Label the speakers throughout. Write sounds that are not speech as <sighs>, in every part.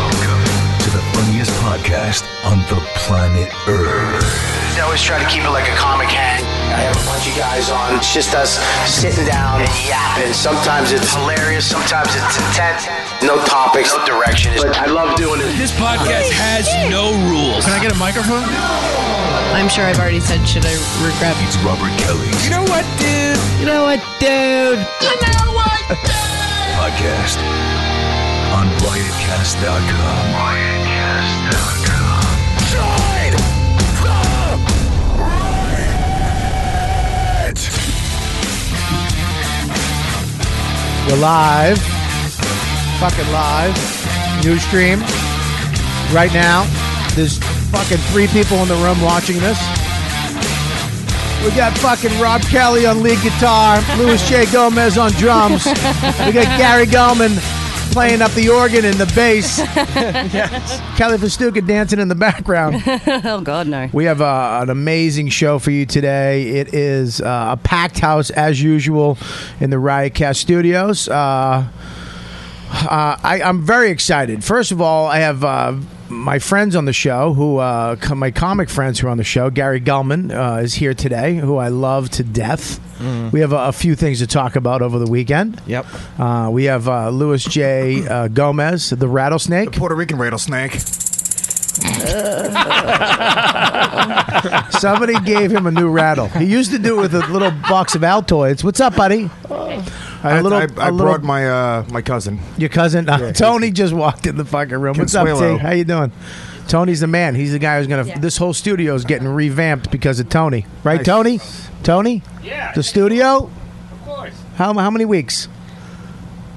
Speaker 1: welcome to the funniest podcast on the planet Earth.
Speaker 2: I always try to keep it like a comic hang. I have a bunch of guys on. It's just us sitting down and yapping. Sometimes it's hilarious, sometimes it's intense. No topics, no direction. But I love doing it.
Speaker 3: This podcast has no rules.
Speaker 4: Can I get a microphone?
Speaker 5: I'm sure I've already said, should I regret?
Speaker 1: It's Robert Kelly's
Speaker 3: You know what, dude? You know what, dude?
Speaker 1: podcast on riotcast.com. Riotcast.com. Join the riot.
Speaker 4: We're live. Fucking live. New stream. Right now. There's fucking three people in the room watching this. We got fucking Rob Kelly on lead guitar, Luis J. Gomez on drums. We got Gary Goldman playing up the organ and the bass. Kelly Festuca dancing in the background.
Speaker 5: Oh, God, no.
Speaker 4: We have uh, an amazing show for you today. It is uh, a packed house as usual in the Riotcast studios. Uh, uh, I, I'm very excited. First of all, I have. Uh, my friends on the show, who uh, co- my comic friends who are on the show, Gary Gulman uh, is here today, who I love to death. We have a, a few things to talk about over the weekend.
Speaker 6: Mm. Yep.
Speaker 4: Uh, we have uh, Louis J. Uh, Gomez, the rattlesnake.
Speaker 6: Puerto Rican rattlesnake.
Speaker 4: Somebody gave him a new rattle. He used to do it with a little box of Altoids. What's up, buddy?
Speaker 6: I,
Speaker 4: little-
Speaker 6: I, I
Speaker 4: a
Speaker 6: brought
Speaker 4: little-
Speaker 6: my uh, my cousin.
Speaker 4: Your cousin uh, Tony just walked in the fucking room. What's up, T?
Speaker 6: Consuelo.
Speaker 4: How you doing? Tony's the man. He's the guy who's gonna. This whole studio is getting revamped because of Tony, right?
Speaker 6: Nice.
Speaker 4: Tony, Tony. Yeah. The studio. Of course. How how many weeks?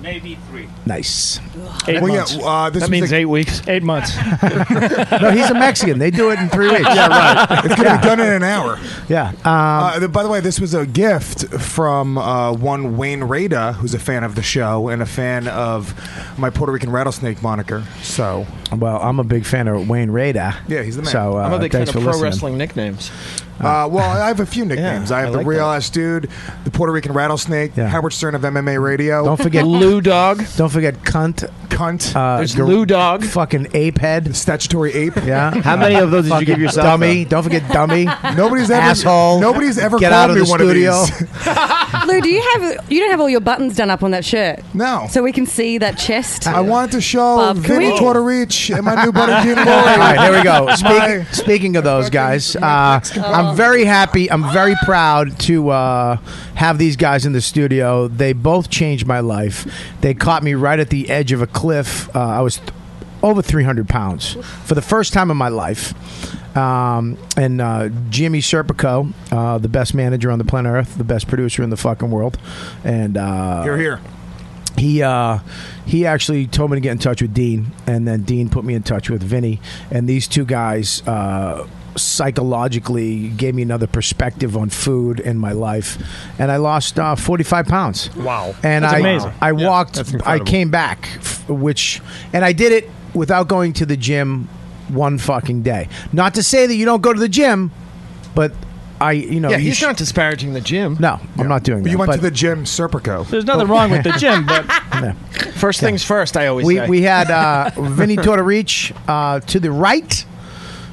Speaker 4: Maybe three. Nice.
Speaker 7: Eight
Speaker 6: well,
Speaker 7: months.
Speaker 6: yeah, uh, this
Speaker 7: that
Speaker 6: was
Speaker 7: means
Speaker 6: a-
Speaker 7: eight weeks. Eight months.
Speaker 4: <laughs> No, he's a Mexican. They do it in three weeks. <laughs> yeah, right. <laughs>
Speaker 6: It's gonna be done in an hour.
Speaker 4: Yeah. Um,
Speaker 6: Uh, th- by the way, this was a gift from uh, one Wayne Rada, who's a fan of the show and a fan of my Puerto Rican rattlesnake moniker. So
Speaker 4: well, I'm a big fan of Wayne Rada.
Speaker 6: Yeah, he's the man.
Speaker 4: So uh,
Speaker 7: I'm a big fan
Speaker 4: thanks
Speaker 7: of
Speaker 4: for
Speaker 7: pro
Speaker 4: listening.
Speaker 7: wrestling nicknames.
Speaker 6: Uh, well, I have
Speaker 4: <laughs>
Speaker 6: a few nicknames.
Speaker 7: Yeah,
Speaker 6: I have
Speaker 7: I
Speaker 6: the
Speaker 7: like
Speaker 6: Real
Speaker 7: that.
Speaker 6: Ass Dude, the Puerto Rican Rattlesnake,
Speaker 4: Yeah.
Speaker 6: Howard Stern of MMA Radio,
Speaker 4: Don't
Speaker 6: <laughs>
Speaker 4: forget.
Speaker 7: Lou Dog.
Speaker 4: Don't forget, cunt.
Speaker 6: Cunt,
Speaker 4: Uh,
Speaker 7: There's
Speaker 4: gor-
Speaker 7: Lou Dog.
Speaker 4: Fucking ape head.
Speaker 6: Statutory Ape. <laughs>
Speaker 4: Yeah.
Speaker 8: How many of those did you give yourself?
Speaker 4: Dummy. Don't forget, dummy.
Speaker 6: Nobody's ever
Speaker 4: Asshole.
Speaker 6: Nobody's ever
Speaker 4: Get out
Speaker 6: called
Speaker 4: of
Speaker 6: me
Speaker 4: the
Speaker 6: one
Speaker 4: studio. <laughs>
Speaker 6: of these.
Speaker 5: <laughs> Lou, do you have you don't have all your buttons done up on that shirt?
Speaker 6: No.
Speaker 5: So we can see that chest.
Speaker 6: I wanted to show
Speaker 5: Bob, can
Speaker 6: Vinny
Speaker 5: we-
Speaker 6: Torta Reach and
Speaker 5: <laughs>
Speaker 6: my new buddy
Speaker 4: <laughs>
Speaker 6: Gene Lori.
Speaker 4: All right, here we go.
Speaker 6: My-
Speaker 4: Speak, speaking of those guys, uh, I'm very happy. I'm very proud to uh, have these guys in the studio. They both changed my life. They caught me right at the edge of a cliff. Uh, I was th- over 300 pounds for the first time in my life. Um, and uh, Jimmy Serpico, uh, the best manager on the planet Earth, the best producer in the fucking world, and uh,
Speaker 6: You're here.
Speaker 4: he uh, he actually told me to get in touch with Dean, and then Dean put me in touch with Vinny, and these two guys uh, psychologically gave me another perspective on food and my life, and I lost uh, forty five pounds.
Speaker 7: Wow.
Speaker 4: And
Speaker 7: That's
Speaker 4: I
Speaker 7: amazing.
Speaker 6: <laughs>
Speaker 4: I
Speaker 7: Yeah,
Speaker 4: walked,
Speaker 7: that's
Speaker 4: I
Speaker 7: incredible.
Speaker 4: came back, f- which and I did it without going to the gym one fucking day. Not to say that you don't go to the gym, but I you know
Speaker 7: Yeah,
Speaker 4: you
Speaker 7: he's
Speaker 4: sh-
Speaker 7: not disparaging the gym.
Speaker 4: No, I'm not doing that.
Speaker 6: You went
Speaker 4: but- Oh.
Speaker 6: to the gym, Serpico.
Speaker 7: There's nothing wrong with the gym, but
Speaker 4: <laughs> Yeah.
Speaker 7: first things first, I always
Speaker 4: we,
Speaker 7: say.
Speaker 4: we had uh, Vinny
Speaker 7: <laughs>
Speaker 4: Tortorich uh, to the right,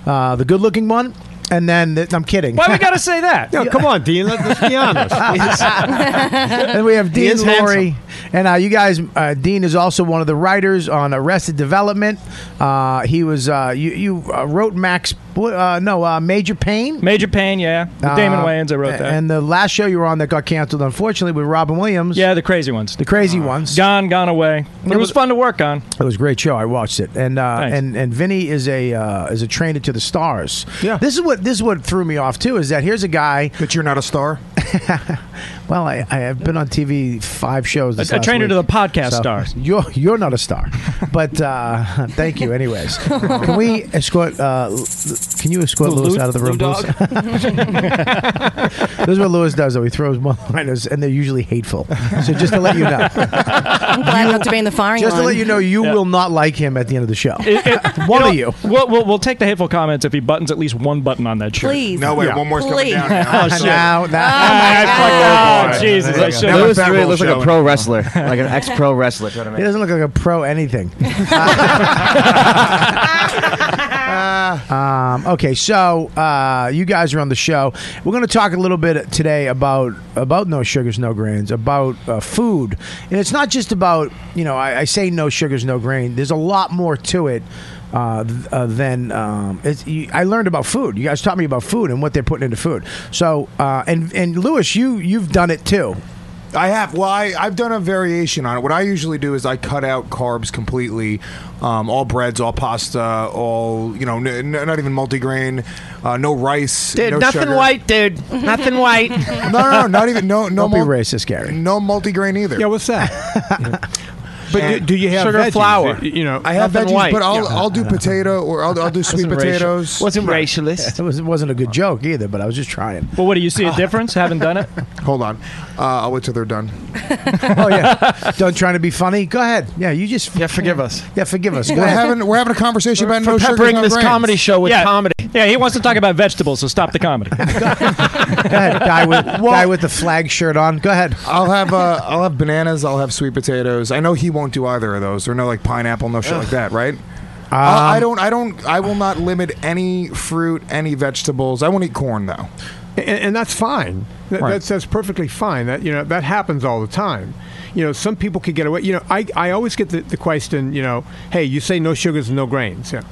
Speaker 4: uh, the good looking one, and then the, I'm kidding. <laughs>
Speaker 7: Why we got to say that?
Speaker 8: No, come on, Dean. Let, let's be honest.
Speaker 1: <laughs>
Speaker 4: and we have Dean
Speaker 7: is
Speaker 4: Laurie, and uh, you guys. Uh, Dean is also one of the writers on Arrested Development. Uh, he was uh, you you uh, wrote Max uh, no uh, Major Payne.
Speaker 7: Major Pain, yeah. With Damon
Speaker 4: Uh,
Speaker 7: Wayans, I wrote that.
Speaker 4: And the last show you were on that got canceled, unfortunately, with Robin Williams.
Speaker 7: yeah, the crazy ones. Uh,
Speaker 4: the crazy ones.
Speaker 7: Gone, gone away. But
Speaker 4: Yeah,
Speaker 7: it was
Speaker 4: but-
Speaker 7: fun to work on.
Speaker 4: It was a great show. I watched it, and uh,
Speaker 7: Thanks.
Speaker 4: and and Vinny is a uh, is a trainer to the stars.
Speaker 7: Yeah.
Speaker 4: this is what what this is what threw me off too is that here's a guy that you're not a star. <laughs> well, I, I have been on TV five shows. This
Speaker 9: I- I
Speaker 4: last
Speaker 9: trained her to
Speaker 4: week,
Speaker 9: the podcast star.
Speaker 4: You're you're not a
Speaker 7: <laughs>
Speaker 4: star, but uh, thank you anyways. Can we escort? Uh, L- can you escort Lewis out of the room? please? this is what Lewis does though. He throws one-liners, and they're usually hateful. So just to let you
Speaker 5: <laughs>
Speaker 4: know,
Speaker 5: I'm glad not to be in the firing
Speaker 4: just to
Speaker 5: line.
Speaker 4: let you know, you will not like him at the end of the show.
Speaker 9: It- it-
Speaker 4: One of
Speaker 9: know,
Speaker 4: you.
Speaker 9: We'll, we'll, we'll take the hateful comments if he buttons at least one button on that shirt.
Speaker 4: Please. No, wait,
Speaker 9: Yeah.
Speaker 4: one more's
Speaker 6: coming Please. down
Speaker 4: now.
Speaker 9: oh, shit.
Speaker 4: Now- now-
Speaker 1: Oh,
Speaker 9: I- I fucked up. Oh, Jesus. I should've-
Speaker 1: Lewis really looks like a pro wrestler, like an ex-pro wrestler.
Speaker 4: He doesn't look like a pro
Speaker 6: <laughs>
Speaker 4: anything. um, okay, so uh, you guys are on the show. We're going to talk a little bit today about about no sugars, no grains, about uh, food, and it's not just about you know I, I say no sugars, no grain. There's a lot more to it. Uh, th- uh, than um, it's, you, I learned about food. You guys taught me about food and what they're putting into food. So uh, and and Lewis, you you've done it too.
Speaker 6: I have. Well, I, I've done a variation on it. What I usually do is I cut out carbs completely, um, all breads, all pasta, all you know, n- n- not even multigrain, uh, no rice,
Speaker 1: Dude,
Speaker 6: no
Speaker 1: nothing
Speaker 6: sugar.
Speaker 1: white, dude. Nothing white.
Speaker 6: <laughs> No, no, no, not even no, no.
Speaker 4: Don't be
Speaker 6: mul-
Speaker 4: racist, Gary.
Speaker 6: No multigrain either.
Speaker 8: Yeah, what's that?
Speaker 6: <laughs>
Speaker 8: But do,
Speaker 6: And-
Speaker 8: do you have veggies? You, you know,
Speaker 6: I have
Speaker 8: nothing
Speaker 6: veggies,
Speaker 8: white.
Speaker 6: but I'll I'll do potato or I'll, I'll do sweet
Speaker 8: Wasn't racial.
Speaker 6: potatoes.
Speaker 8: Wasn't
Speaker 6: Right.
Speaker 1: racialist.
Speaker 4: It, was, it wasn't a good joke either, but I was just trying.
Speaker 9: Well, what do you see a difference? Haven't done it.
Speaker 6: <laughs> Hold on, uh, I'll wait till they're done.
Speaker 4: <laughs> oh yeah, don't trying to be funny. Go ahead. Yeah, you just yeah forgive us. Yeah, forgive us. Go
Speaker 6: We're
Speaker 4: ahead.
Speaker 6: having we're having a conversation about no sugar, no grains.
Speaker 9: yeah. Yeah, he wants to talk about vegetables, so stop the comedy.
Speaker 4: Go ahead, guy
Speaker 9: <laughs>
Speaker 4: with guy with the flag shirt on. Go ahead.
Speaker 6: I'll have uh, I'll have bananas. I'll have sweet potatoes. I know he won't do either of those. Or no, like pineapple, no shit like that,
Speaker 4: Um,
Speaker 6: right? I I don't. I don't. I will not limit any fruit, any vegetables. I won't eat corn though.
Speaker 8: and, and that's fine. That,
Speaker 6: Right.
Speaker 8: That's that's perfectly fine. That you know that happens all the time. You know, some people could get away. You know, I, I always get the, the question. You know, hey, you say no sugars and no grains. Yeah.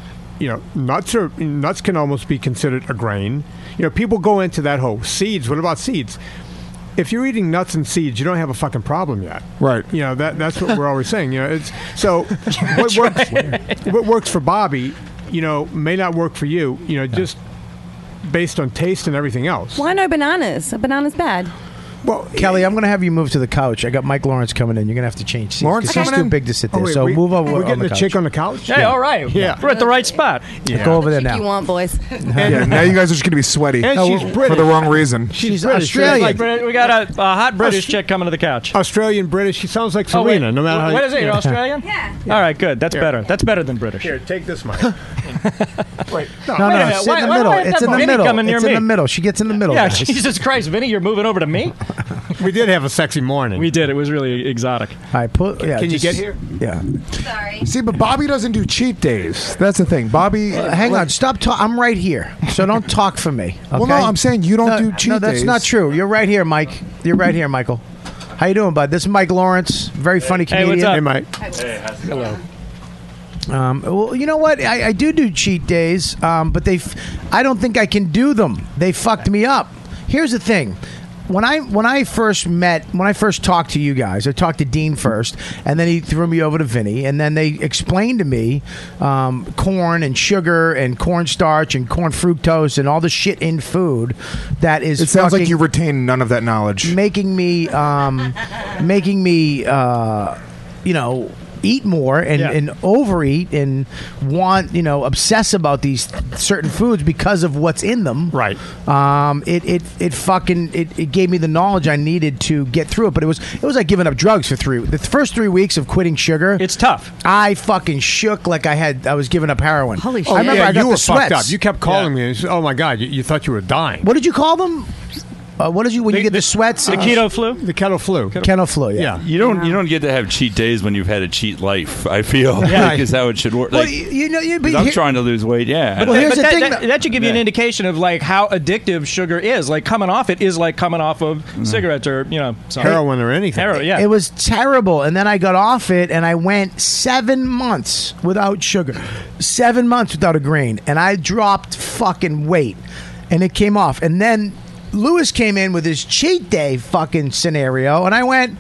Speaker 8: You know, nuts are nuts can almost be considered a grain. You know, people go into that whole seeds. What about seeds? If you're eating nuts and seeds, you don't have a fucking problem yet.
Speaker 6: Right.
Speaker 8: You know that that's what we're always saying. You know, it's
Speaker 4: <laughs>
Speaker 8: so what works what works for Bobby, you know, may not work for you. You know, just based on taste and everything else.
Speaker 5: Why no bananas? A banana's bad.
Speaker 8: Well,
Speaker 4: Kelly, I'm going to have you move to the couch. I got Mike Lawrence coming in. You're going to have to change seats.
Speaker 8: Lawrence
Speaker 4: 'cause he's
Speaker 8: coming
Speaker 4: too
Speaker 8: in?
Speaker 4: big to sit there.
Speaker 8: Oh, wait,
Speaker 4: so
Speaker 8: we-
Speaker 4: move over.
Speaker 8: we're getting
Speaker 4: the
Speaker 8: a chick on the couch?
Speaker 9: Hey, all right.
Speaker 8: Yeah.
Speaker 9: We're at the right spot.
Speaker 8: Yeah.
Speaker 4: Go over there
Speaker 5: You
Speaker 4: now. <laughs>
Speaker 5: want boys?
Speaker 6: yeah, now you guys are just gonna be sweaty
Speaker 8: And she's
Speaker 6: for
Speaker 8: British.
Speaker 6: the wrong reason.
Speaker 8: She's
Speaker 9: Like, Brit- we got a, a hot British chick coming to the couch.
Speaker 8: Australian British. She sounds like
Speaker 9: Oh, wait.
Speaker 8: Serena. no matter how.
Speaker 9: What is it? You're Australian?
Speaker 5: Yeah.
Speaker 9: All right, good. That's
Speaker 8: Here.
Speaker 9: better. That's better than British.
Speaker 8: Here, take
Speaker 4: <laughs>
Speaker 8: this mic. wait,
Speaker 4: No,
Speaker 9: Wait a
Speaker 4: no,
Speaker 9: minute,
Speaker 4: it's
Speaker 9: why-
Speaker 4: in the
Speaker 9: why do I
Speaker 4: middle.
Speaker 9: have
Speaker 4: It's
Speaker 9: that
Speaker 4: in the
Speaker 9: Vinny
Speaker 4: middle.
Speaker 9: coming near
Speaker 4: It's in
Speaker 9: me?
Speaker 4: the middle. She gets in the middle.
Speaker 9: Yeah, <laughs>
Speaker 4: guys.
Speaker 9: Jesus Christ, Vinny, you're moving over
Speaker 4: <laughs>
Speaker 9: to me?
Speaker 8: we did have a sexy morning.
Speaker 9: We did. It was really exotic.
Speaker 4: All right, put, yeah,
Speaker 8: Can you
Speaker 4: just-
Speaker 8: get here?
Speaker 4: Yeah.
Speaker 6: See, but Bobby doesn't do cheat days. That's the thing, Bobby.
Speaker 4: Uh, Hang on. Stop talking. I'm right here. So
Speaker 6: <laughs>
Speaker 4: don't talk for me.
Speaker 6: Well, no,
Speaker 4: okay?
Speaker 6: I'm saying you don't
Speaker 4: No,
Speaker 6: do cheat
Speaker 4: No, that's
Speaker 6: days.
Speaker 4: not true. You're right here, Mike. You're right here, Michael. How you doing, bud? This is Mike Lawrence, very funny
Speaker 9: Hey,
Speaker 4: comedian.
Speaker 9: what's up?
Speaker 4: Um, well, you know what? I, I do do cheat days, um, but they, f- I don't think I can do them. They fucked me up. Here's the thing. When I when I first met when I first talked to you guys, I talked to Dean first, and then he threw me over to Vinny, and then they explained to me um, corn and sugar and cornstarch and corn fructose and all the shit in food that is.
Speaker 6: It sounds like
Speaker 4: fucking-
Speaker 6: you retain none of that knowledge.
Speaker 4: making me um, making me uh, you know eat more and,
Speaker 9: Yeah.
Speaker 4: and overeat and want you know obsess about these certain foods because of what's in them right um it it, it fucking it, it gave me the knowledge i needed to get through it but it was it was like giving up drugs for three the first three weeks of quitting sugar
Speaker 9: It's tough.
Speaker 4: i fucking shook like i had i was giving up heroin holy
Speaker 8: Oh,
Speaker 4: i remember
Speaker 8: yeah,
Speaker 4: i got
Speaker 8: you
Speaker 4: the
Speaker 8: were
Speaker 4: sweats
Speaker 8: fucked up. You kept calling me. and you said, oh my God, you, you thought you were dying.
Speaker 4: what did you call them uh,
Speaker 8: <laughs>
Speaker 4: what did you when you get the, sweats
Speaker 9: The keto flu?
Speaker 8: The kettle flu.
Speaker 4: Kennel flu, yeah.
Speaker 3: You don't you don't get to have cheat days when you've had a cheat life. I feel yeah. like is how it should work.
Speaker 4: Well,
Speaker 3: Like,
Speaker 4: you you know, you, but
Speaker 3: 'cause I'm
Speaker 4: here-
Speaker 3: trying to lose weight. Yeah.
Speaker 9: But,
Speaker 3: I-
Speaker 9: but that, that,
Speaker 3: that-
Speaker 9: that should give you an
Speaker 3: Yeah.
Speaker 9: indication of like how addictive sugar is. Like coming off it is like coming off of
Speaker 4: Mm.
Speaker 9: cigarettes or you know something.
Speaker 8: Heroin or anything.
Speaker 9: Heroin, yeah.
Speaker 4: It
Speaker 9: <laughs>
Speaker 4: was terrible. And then I got off it and I went seven months without sugar, seven months without a grain. And I dropped fucking weight and it came off. And then Lewis came in with his cheat day fucking scenario. And I went,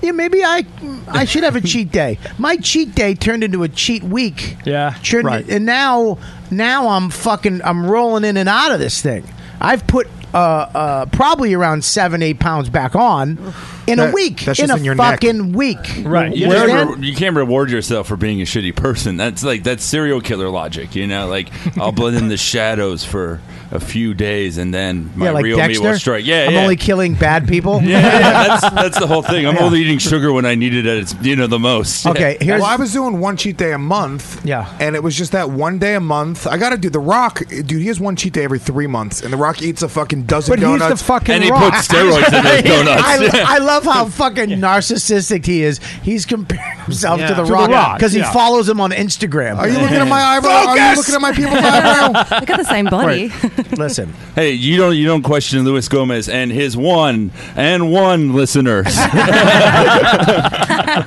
Speaker 4: Yeah, maybe I I should have a cheat day. My cheat day turned into a cheat week.
Speaker 1: Yeah,
Speaker 4: turned, And now now I'm fucking I'm rolling in and out of this thing. I've put uh, uh, probably around seven eight pounds back on in a
Speaker 6: That-
Speaker 4: week.
Speaker 6: that's
Speaker 4: in
Speaker 6: just
Speaker 4: a
Speaker 6: in your neck.
Speaker 4: fucking week.
Speaker 3: You,
Speaker 4: You understand?
Speaker 3: can't re- you can't reward yourself for being a shitty person. That's like that's serial killer logic, you know. Like
Speaker 4: <laughs>
Speaker 3: I'll blend in the shadows for a few days, and then my
Speaker 4: yeah, like
Speaker 3: real
Speaker 4: Dexter.
Speaker 3: me will strike. Yeah,
Speaker 4: I'm
Speaker 3: yeah. <laughs>
Speaker 4: only killing bad people.
Speaker 3: yeah, yeah, that's that's the whole thing. I'm only eating sugar when I need it at its you know the most. <laughs>
Speaker 6: well, I was doing one cheat day a month. Yeah, and it was just that one day a month. I got to do the Rock, dude. He has one cheat day every three months, and the Rock eats a fucking dozen
Speaker 4: <laughs> But he's
Speaker 6: donuts.
Speaker 4: the fucking
Speaker 3: And he
Speaker 4: rock.
Speaker 3: puts steroids in those donuts.
Speaker 4: <laughs> I, I love how fucking narcissistic he is. He's comparing himself
Speaker 6: Yeah.
Speaker 4: to the
Speaker 6: To The
Speaker 4: rock
Speaker 6: Rock,
Speaker 4: because
Speaker 6: yeah.
Speaker 4: he follows him on Instagram.
Speaker 6: Are you looking at my eyebrow? Are you
Speaker 4: <laughs>
Speaker 6: looking at my people's eyebrow?
Speaker 5: <laughs> I got the same body.
Speaker 4: Listen,
Speaker 3: Hey, you don't you don't question Luis Gomez and his one and
Speaker 6: <laughs>
Speaker 3: one listeners.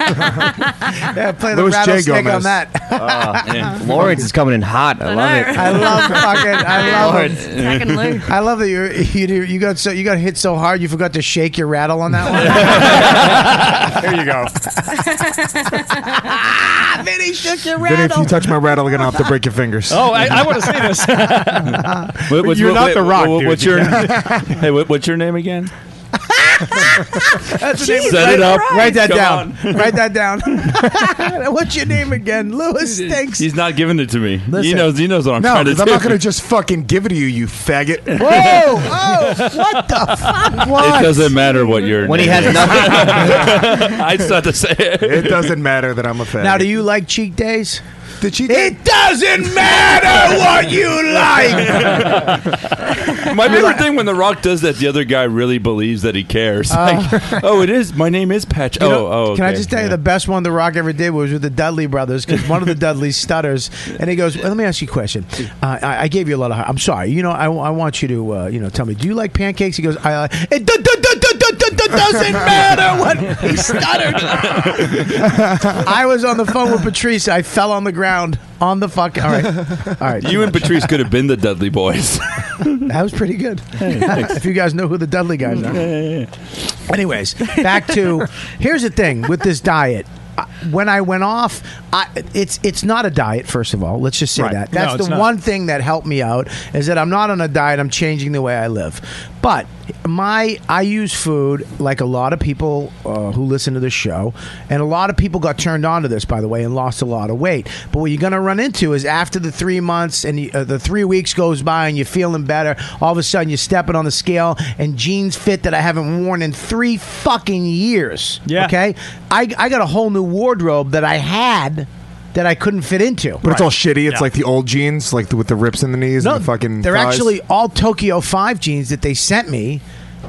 Speaker 4: yeah, play the
Speaker 3: Louis J.
Speaker 4: rattlesnake
Speaker 3: Gomez.
Speaker 4: on that.
Speaker 10: Lawrence is coming in hot. I love it.
Speaker 4: I love
Speaker 10: <laughs>
Speaker 4: fucking. I love.
Speaker 10: Lord.
Speaker 4: Fucking Lou. I love that you you do- you got so you got hit so hard you forgot to shake your rattle on that one. <laughs>
Speaker 3: <laughs>
Speaker 6: there you go.
Speaker 4: Vinny shook your
Speaker 6: Then if you touch my rattle again, I'll have to break your fingers.
Speaker 1: Oh,
Speaker 6: <laughs>
Speaker 1: I, I want to see
Speaker 4: <laughs>
Speaker 1: this.
Speaker 3: What- what's-
Speaker 6: You're
Speaker 3: what-
Speaker 6: not
Speaker 3: wait,
Speaker 6: the Rock,
Speaker 3: what- What's
Speaker 6: <laughs> dude.
Speaker 3: your hey? What, what's your name again? <laughs>
Speaker 4: That's
Speaker 3: Jesus Set it up. Christ.
Speaker 4: Write that
Speaker 3: Come
Speaker 4: down. <laughs> Write that down. <laughs> What's your name
Speaker 3: <laughs>
Speaker 4: again? Lewis Stinks.
Speaker 3: He's not giving it to me. He
Speaker 4: Listen.
Speaker 3: knows. He knows what I'm
Speaker 6: no,
Speaker 3: trying to
Speaker 6: 'cause
Speaker 3: do.
Speaker 6: I'm
Speaker 3: <laughs>
Speaker 6: not going to just fucking give it to you, you faggot.
Speaker 9: <laughs>
Speaker 4: Whoa! Oh, what
Speaker 3: <laughs>
Speaker 4: the fuck?
Speaker 3: It doesn't matter what your
Speaker 6: When he
Speaker 3: name
Speaker 6: has
Speaker 3: is.
Speaker 6: nothing.
Speaker 3: <laughs> I just have to say it.
Speaker 6: It doesn't matter that I'm a faggot.
Speaker 4: Now, do you like cheat days?
Speaker 6: The cheat
Speaker 4: It doesn't matter what you
Speaker 3: <laughs>
Speaker 4: like.
Speaker 3: My favorite thing when The Rock does that, the other guy really believes that he cares. like, oh, it is. My name is Patch.
Speaker 4: Uh, You
Speaker 3: oh,
Speaker 4: know,
Speaker 3: oh.
Speaker 4: Can I
Speaker 3: okay.
Speaker 4: just tell you
Speaker 3: Yeah.
Speaker 4: the best one The Rock ever did was with the Dudley brothers because one of the Dudleys stutters and he goes, well, "Let me ask you a question. Uh, I, I gave you a lot of. I'm sorry. You know, I, I want you to uh, you know tell me. Do you like pancakes? He goes, I like. It do- do- do- do- do- do- do- doesn't matter what he stuttered. <laughs> I was on the phone with Patrice. I fell on the ground on the fuck. All right, all right.
Speaker 3: You and Patrice could have been the Dudley Boys.
Speaker 4: That was pretty good.
Speaker 3: thanks.
Speaker 4: if you guys know who the Dudley guys are. Anyways, back to here's the thing with this diet. I- When I went off, I, it's it's not a diet. First of all, let's just say
Speaker 11: Right.
Speaker 4: that.
Speaker 11: No,
Speaker 4: That's
Speaker 11: it's
Speaker 4: the
Speaker 11: not.
Speaker 4: one thing that helped me out is that I'm not on a diet. I'm changing the way I live. But my I use food like a lot of people uh, who listen to this show, and a lot of people got turned on to this, by the way, and lost a lot of weight. But what you're going to run into is after the three months and the, uh, the three weeks goes by and you're feeling better, all of a sudden you're stepping on the scale and jeans fit that I haven't worn in three fucking years. Yeah. Okay. I I got a whole new wardrobe that I had. That I couldn't fit into.
Speaker 6: But it's all shitty. It's like the old jeans, like the, with the rips in the knees and the fucking.
Speaker 4: They're
Speaker 6: thighs.
Speaker 4: actually all Tokyo Five jeans that they sent me,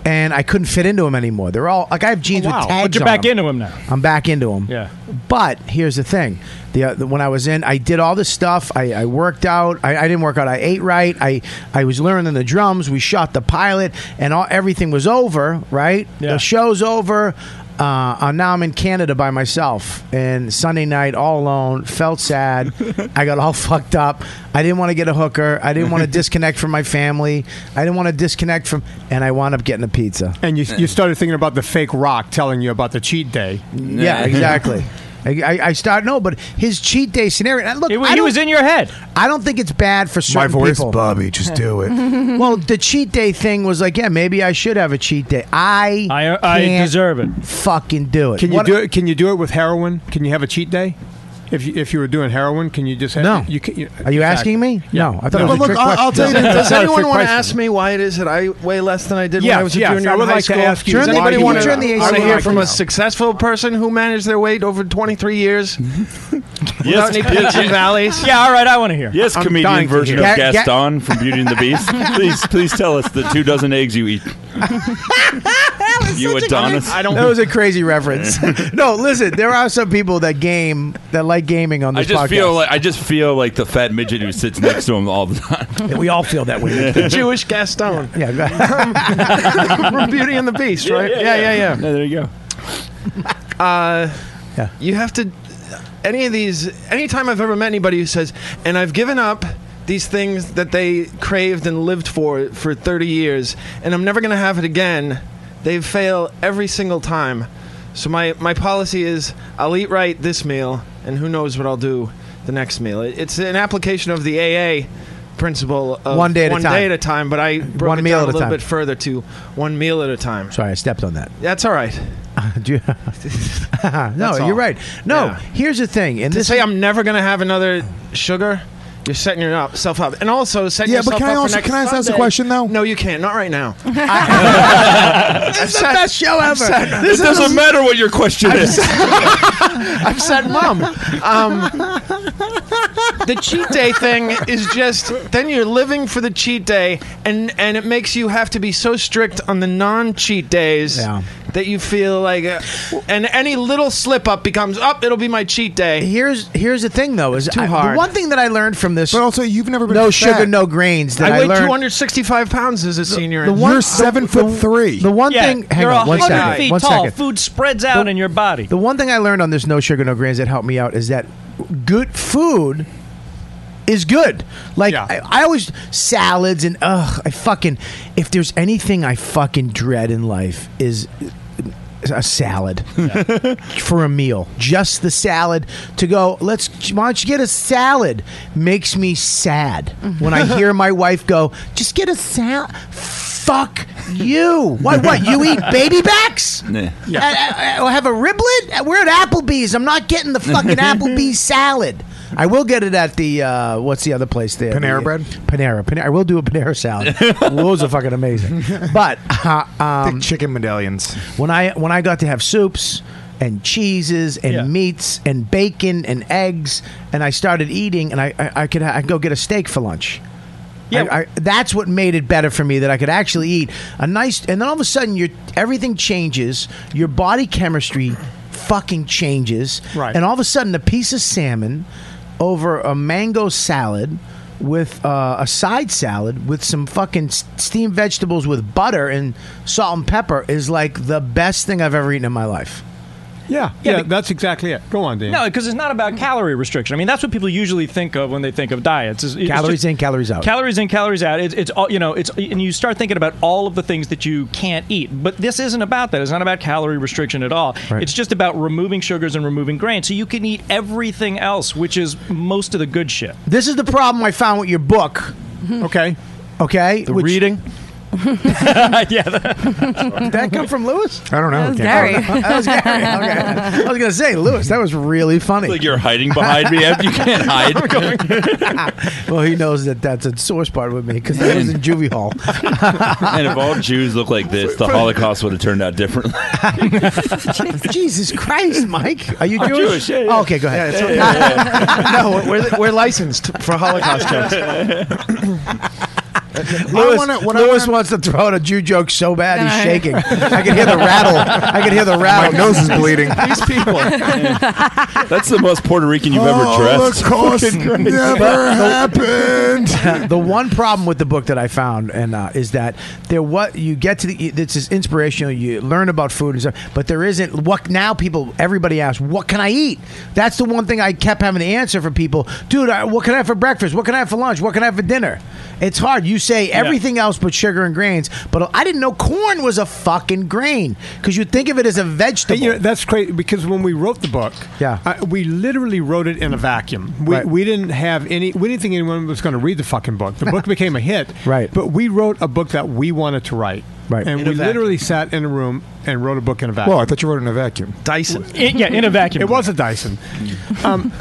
Speaker 4: and I couldn't fit into them anymore. They're all like I have jeans
Speaker 1: Oh, wow.
Speaker 4: with tags.
Speaker 1: But you're
Speaker 4: on
Speaker 1: back
Speaker 4: 'em.
Speaker 1: into 'em now.
Speaker 4: I'm back into them.
Speaker 1: Yeah.
Speaker 4: But here's the thing: the, uh, the when I was in, I did all this stuff. I, I worked out. I, I didn't work out. I ate right. I I was learning the drums. We shot the pilot, and all everything was over. Right. The show's over. Uh, uh, now I'm in Canada by myself, and Sunday night all alone. Felt
Speaker 1: <laughs>
Speaker 4: sad. I got all fucked up. I didn't want to get a hooker. I didn't
Speaker 1: <laughs>
Speaker 4: want to disconnect from my family. I didn't want to disconnect from, and I wound up getting a pizza.
Speaker 8: And you, you started thinking about the fake rock telling you about the cheat day.
Speaker 4: Yeah, <laughs> exactly. I, I- I start no, but his cheat day scenario. and Look,
Speaker 8: It-
Speaker 4: I
Speaker 8: he
Speaker 4: don't-
Speaker 8: was
Speaker 1: in your head.
Speaker 4: I don't think it's bad for
Speaker 6: My
Speaker 4: certain
Speaker 6: voice,
Speaker 4: people.
Speaker 6: Bobby, just do it.
Speaker 4: <laughs> well, the cheat day thing was like, yeah, maybe I should have a cheat day. I
Speaker 8: I
Speaker 4: can't
Speaker 8: deserve
Speaker 1: it.
Speaker 4: Fucking do it.
Speaker 8: Can you
Speaker 4: What-
Speaker 8: do it? Can you do it with heroin? Can you have a cheat day? If you, if you were doing heroin, can you just have,
Speaker 4: No.
Speaker 8: You, can, you,
Speaker 4: Are you asking me?
Speaker 8: Yeah.
Speaker 4: No, I thought it was a trick question. <laughs>
Speaker 7: Does anyone want to ask me why it is that I weigh less than I did
Speaker 8: Yes,
Speaker 7: when I was a
Speaker 8: yes,
Speaker 7: junior
Speaker 8: I would
Speaker 7: in high
Speaker 8: like to
Speaker 7: school?
Speaker 8: ask you
Speaker 7: Does
Speaker 8: why
Speaker 7: anybody
Speaker 8: you
Speaker 7: want
Speaker 8: would-
Speaker 7: to
Speaker 8: Turn the AC
Speaker 7: want to
Speaker 8: down.
Speaker 7: hear from
Speaker 8: No.
Speaker 7: a successful person who managed their weight over 23 years without any peaks and valleys?
Speaker 1: Yeah, all right, I want to hear.
Speaker 3: Yes,
Speaker 7: I'm dying
Speaker 3: comedian
Speaker 7: to
Speaker 3: version
Speaker 7: hear.
Speaker 3: of
Speaker 7: Ga- ga-
Speaker 3: Gaston from Beauty and the Beast. please, please tell us the two dozen eggs you eat. you Adonis. <laughs>
Speaker 4: That was a crazy reference. <laughs> no, listen, there are some people that game that like gaming on
Speaker 3: I
Speaker 4: this
Speaker 3: just
Speaker 4: podcast. <laughs>
Speaker 3: feel like I just feel like the fat midget who sits next to him all the time.
Speaker 4: we all feel that
Speaker 3: <laughs>
Speaker 4: way.
Speaker 7: The Jewish Gaston.
Speaker 4: Yeah,
Speaker 7: <laughs> from Beauty and the Beast,
Speaker 3: Yeah,
Speaker 7: right?
Speaker 3: yeah,
Speaker 7: Yeah,
Speaker 3: yeah.
Speaker 7: yeah, yeah.
Speaker 3: Yeah, there you
Speaker 7: <laughs>
Speaker 3: go.
Speaker 7: Uh, You have to. Any of these. Anytime I've ever met anybody who says, and I've given up these things that they craved and lived for for 30 years, and I'm never going to have it again, they fail every single time. So my my policy is I'll eat right this meal, and who knows what I'll do the next meal. It, it's an application of the AA principle of
Speaker 4: One day at a time.
Speaker 7: day at a time. But I broke
Speaker 4: One
Speaker 7: it
Speaker 4: meal at a
Speaker 7: down a little
Speaker 4: time.
Speaker 7: bit further to one meal at a time.
Speaker 4: Sorry, I stepped on that. <laughs>
Speaker 7: That's all right.
Speaker 4: Do you- <laughs> no,
Speaker 7: That's all.
Speaker 4: you're right. No,
Speaker 7: Yeah.
Speaker 4: here's the thing. And
Speaker 7: to
Speaker 4: this
Speaker 7: say I'm never going to have another sugar, you're setting yourself up, and also setting
Speaker 6: Yeah, but
Speaker 7: yourself
Speaker 6: can I
Speaker 7: up
Speaker 6: also-
Speaker 7: for next
Speaker 6: can I ask- ask a
Speaker 7: Sunday.
Speaker 6: question,
Speaker 7: though? No, you can't. Not right now.
Speaker 4: is the best show ever.
Speaker 3: This it doesn't matter what your question is.
Speaker 7: <laughs> I've said mom. Um, the cheat day thing is just then you're living for the cheat day, and and it makes you have to be so strict on the non-cheat days that you feel like, uh, and any little slip up becomes up. it'll be my cheat day.
Speaker 4: Here's here's the thing though is
Speaker 7: too
Speaker 4: I-
Speaker 7: hard.
Speaker 4: the one thing that I learned from this. But
Speaker 6: also you've never been
Speaker 4: no
Speaker 6: fat.
Speaker 4: sugar, no grains. That I,
Speaker 7: I weighed
Speaker 4: learned.
Speaker 7: 265 pounds as a senior.
Speaker 4: the
Speaker 7: in-
Speaker 4: one- You're seven the- foot
Speaker 6: three.
Speaker 4: The one
Speaker 9: Yeah,
Speaker 4: thing. Hang
Speaker 9: you're
Speaker 4: on. One
Speaker 9: 100
Speaker 4: second.
Speaker 9: feet
Speaker 4: one
Speaker 9: tall.
Speaker 4: second.
Speaker 9: Food spreads out in your body.
Speaker 4: The one thing I learned on this no sugar, no grains that helped me out is that good food is good. Like I, I always salads and ugh, I fucking if there's anything I fucking dread in life is a salad <laughs> for a meal. Just the salad to go. Let's why don't you get a salad? Makes me sad when I hear my wife go. Just get a salad. Fuck you. Why? What? You
Speaker 6: <laughs>
Speaker 4: eat baby backs?
Speaker 3: Yeah.
Speaker 4: I, I, I have a riblet. Uh, We're at Applebee's. I'm not getting the fucking Applebee's salad. I will get it at the uh, what's the other place there?
Speaker 6: Panera
Speaker 4: The- uh,
Speaker 6: Bread?
Speaker 4: Panera. Panera. I will do a Panera
Speaker 6: <laughs>
Speaker 4: salad. Those are fucking amazing. But uh, um,
Speaker 6: chicken medallions.
Speaker 4: When I when I got to have soups and cheeses and meats and bacon and eggs and I started eating and I I, I could ha- I could go get a steak for lunch. Yeah, I, I- that's what made it better for me that I could actually eat a nice. And then all of a sudden, your everything changes. Your body chemistry fucking changes.
Speaker 8: Right.
Speaker 4: And all of a sudden, a piece of salmon over a mango salad with uh, a side salad with some fucking s- steamed vegetables with butter and salt and pepper is like the best thing I've ever eaten in my life.
Speaker 8: Yeah, yeah, that's exactly it. Go on, Dan.
Speaker 9: No, because it's not about calorie restriction. I mean, that's what people usually think of when they think of diets. is- it's
Speaker 4: Calories
Speaker 9: just-
Speaker 4: in, calories out.
Speaker 9: Calories in, calories out. It's, it's all you know. It's and you start thinking about all of the things that you can't eat. But this isn't about that. It's not about calorie restriction at all. It's just about removing sugars and removing grains, so you can eat everything else, which is most of the good shit. <laughs>
Speaker 4: This is the problem I found with your book.
Speaker 8: Okay.
Speaker 4: Okay. The
Speaker 7: reading.
Speaker 4: <laughs>
Speaker 9: yeah.
Speaker 4: Did that come from Lewis?
Speaker 6: I don't know.
Speaker 4: that was Gary. <laughs> Okay. I was gonna say, Lewis, that was really funny.
Speaker 3: Like you're hiding behind me. Ab.
Speaker 4: <laughs>
Speaker 3: You can't hide.
Speaker 4: well, he knows that that's a sore spot with me because I was in juvie hall.
Speaker 3: and if all Jews look like this, the Holocaust would have turned out differently.
Speaker 4: Jesus Christ, Mike, are you
Speaker 3: I'm
Speaker 4: Jewish?
Speaker 3: Jewish, yeah, yeah.
Speaker 4: Oh, okay, go ahead.
Speaker 7: Yeah,
Speaker 4: <laughs>
Speaker 7: no, we're, we're licensed for Holocaust
Speaker 10: <laughs>
Speaker 7: jokes.
Speaker 4: Lewis,
Speaker 7: wanna- what I
Speaker 4: Lewis wants to throw out a Jew joke so bad he's shaking. <laughs> I can hear the rattle. <laughs> I can hear
Speaker 3: <laughs>
Speaker 4: the rattle.
Speaker 3: My nose is bleeding.
Speaker 4: These people.
Speaker 3: That's the most Puerto Rican you've
Speaker 8: Oh,
Speaker 3: ever dressed. Fucking crazy.
Speaker 8: <laughs>
Speaker 4: happened. <laughs> the one problem with the book that I found and uh, is that there what you get to the this is inspirational. You learn about food and stuff, but there isn't what now. People, everybody asks, "What can I eat?" That's the one thing I kept having to answer for people. Dude, I, what can I have for breakfast? What can I have for lunch? What can I have for dinner? It's hard. You say everything else but sugar and grains, but I didn't know corn was a fucking grain because you think of it as a vegetable.
Speaker 8: You know, that's crazy because when we wrote the book, yeah, we literally wrote it in a vacuum. We, we didn't have any. We didn't think anyone was going to read the fucking book. The <laughs> book became a hit, right? But we wrote a book that we wanted to write, right? And
Speaker 6: In a
Speaker 8: we
Speaker 6: vacuum.
Speaker 8: literally sat in a room and wrote a book in a vacuum.
Speaker 6: Well, I thought you wrote in a vacuum.
Speaker 7: Dyson.
Speaker 9: It- yeah, in a vacuum.
Speaker 8: It was a Dyson. Um,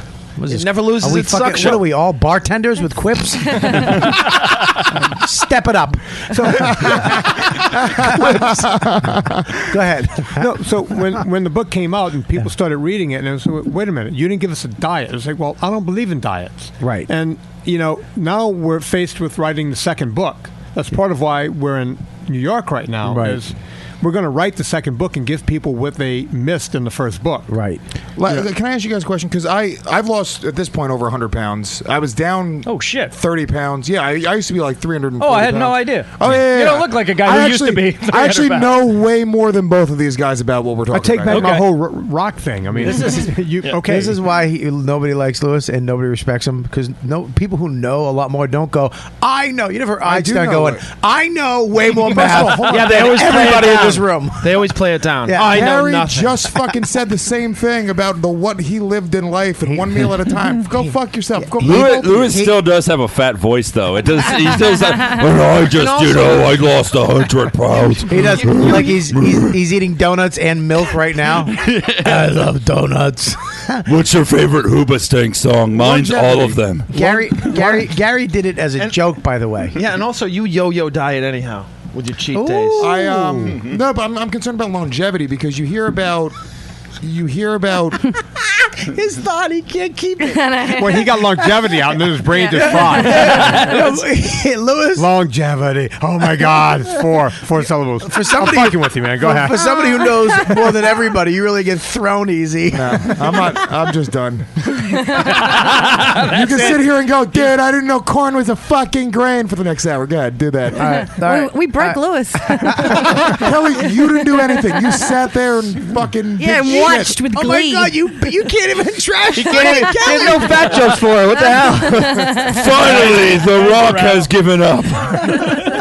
Speaker 4: it
Speaker 7: never
Speaker 4: Are we fucking- What are we all bartenders with quips? Step it up. <laughs>
Speaker 8: So,
Speaker 4: Go ahead.
Speaker 8: <laughs> no, so when when the book came out and people started reading it, and it was like, wait a minute, you didn't give us a diet. It was like, well, I don't believe in diets. Right. And you know, now we're faced with writing the second book. That's part of why we're in New York right now.
Speaker 4: Right.
Speaker 8: Is we're going to write the second book and give people what they missed in the first book.
Speaker 4: Right.
Speaker 6: Like, Can I ask you guys a question? Because I I've lost at this point over 100 pounds. I was down.
Speaker 9: Oh shit.
Speaker 6: 30 pounds. Yeah, I, I used to be like 300.
Speaker 9: Oh, I had no idea.
Speaker 6: Oh yeah, yeah,
Speaker 9: You
Speaker 6: yeah.
Speaker 9: don't look like a guy
Speaker 6: I
Speaker 9: who used to
Speaker 6: actually-
Speaker 9: be <laughs>
Speaker 6: I actually
Speaker 9: 300
Speaker 6: know way more than both of these guys about what we're talking.
Speaker 8: I take back
Speaker 6: about.
Speaker 8: my whole r- rock thing. I mean,
Speaker 6: This is-
Speaker 8: <laughs> you, okay.
Speaker 4: This is why he, nobody likes Lewis and nobody respects him because no people who know a lot more don't go. I know. You never. I
Speaker 8: do
Speaker 4: start
Speaker 8: know
Speaker 4: going.
Speaker 8: it.
Speaker 4: I know way more
Speaker 8: First of all,
Speaker 4: math.
Speaker 8: hold on.
Speaker 4: than everybody in his room.
Speaker 7: They always play it down.
Speaker 4: Yeah.
Speaker 7: I know
Speaker 6: Harry
Speaker 7: nothing.
Speaker 6: just fucking said the same thing about the what he lived in life and one meal at a time. Go fuck yourself. Go.
Speaker 3: Lewis,
Speaker 6: Google.
Speaker 3: Lewis still does have a fat voice, though. It does. He
Speaker 4: <laughs>
Speaker 3: does. Have, "Well, I
Speaker 4: And
Speaker 3: just, you
Speaker 4: also-
Speaker 3: know, I lost a hundred pounds.
Speaker 4: He does like
Speaker 3: <laughs>
Speaker 4: he's, he's he's eating donuts and milk right
Speaker 8: <laughs>
Speaker 4: now. I love
Speaker 6: <laughs>
Speaker 4: donuts.
Speaker 3: What's your favorite Hooba Stank song? Mine's all of them.
Speaker 4: Gary Gary Gary did it as a joke, by the way.
Speaker 7: Yeah, and also you yo-yo diet anyhow with your cheat days. Mm-hmm.
Speaker 6: I um no, but I'm, I'm concerned about longevity because you hear about you hear about
Speaker 4: his thought. He can't keep it.
Speaker 8: Well, he got longevity out, and then his brain just
Speaker 4: <laughs>
Speaker 6: <laughs>
Speaker 8: fried.
Speaker 4: Lewis.
Speaker 8: Longevity. Oh my God, it's four four syllables.
Speaker 4: For somebody,
Speaker 8: I'm fucking with you, man. Go
Speaker 4: for,
Speaker 8: ahead.
Speaker 4: For somebody who knows more than everybody, you really get thrown easy.
Speaker 6: I'm not. I'm just done. you
Speaker 4: That's
Speaker 6: can
Speaker 4: it.
Speaker 6: sit here and go, dude. I didn't know corn was a fucking grain for the next hour. Go ahead, do that. All
Speaker 4: right.
Speaker 12: We, we broke Lewis.
Speaker 5: <laughs>
Speaker 6: Kelly, you didn't do anything. You sat there and fucking
Speaker 12: Yeah,
Speaker 6: did
Speaker 12: and
Speaker 6: shit.
Speaker 12: watched with
Speaker 4: Oh my God, you you can't
Speaker 6: <laughs>
Speaker 4: even trash.
Speaker 6: He
Speaker 4: talk
Speaker 6: can't even-
Speaker 4: Kelly.
Speaker 6: there's no fat jokes for it. What
Speaker 4: <laughs>
Speaker 6: the hell?
Speaker 3: Finally, The Rock has
Speaker 4: <laughs>
Speaker 3: given up.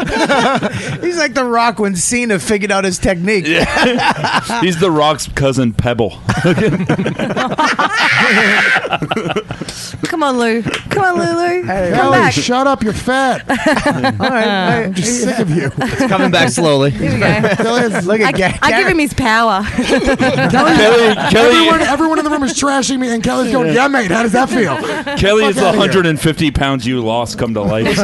Speaker 4: He's like the Rock when Cena figured out his technique.
Speaker 3: He's The Rock's cousin Pebble.
Speaker 12: Come on, Lou. Come on, Lulu. Come
Speaker 6: Kelly,
Speaker 12: back.
Speaker 6: shut up. You're
Speaker 5: <laughs>
Speaker 6: fat. I'm just sick of you.
Speaker 13: It's coming back slowly.
Speaker 6: Look
Speaker 12: I, I give him his power.
Speaker 3: Kelly, Kelly,
Speaker 6: Everyone, everyone in the room is trashing me, and Kelly's going, "Yeah, mate. How does that <laughs> feel?"
Speaker 3: Kelly is the
Speaker 6: Fuck outta here.
Speaker 3: 150 pounds you lost come to life.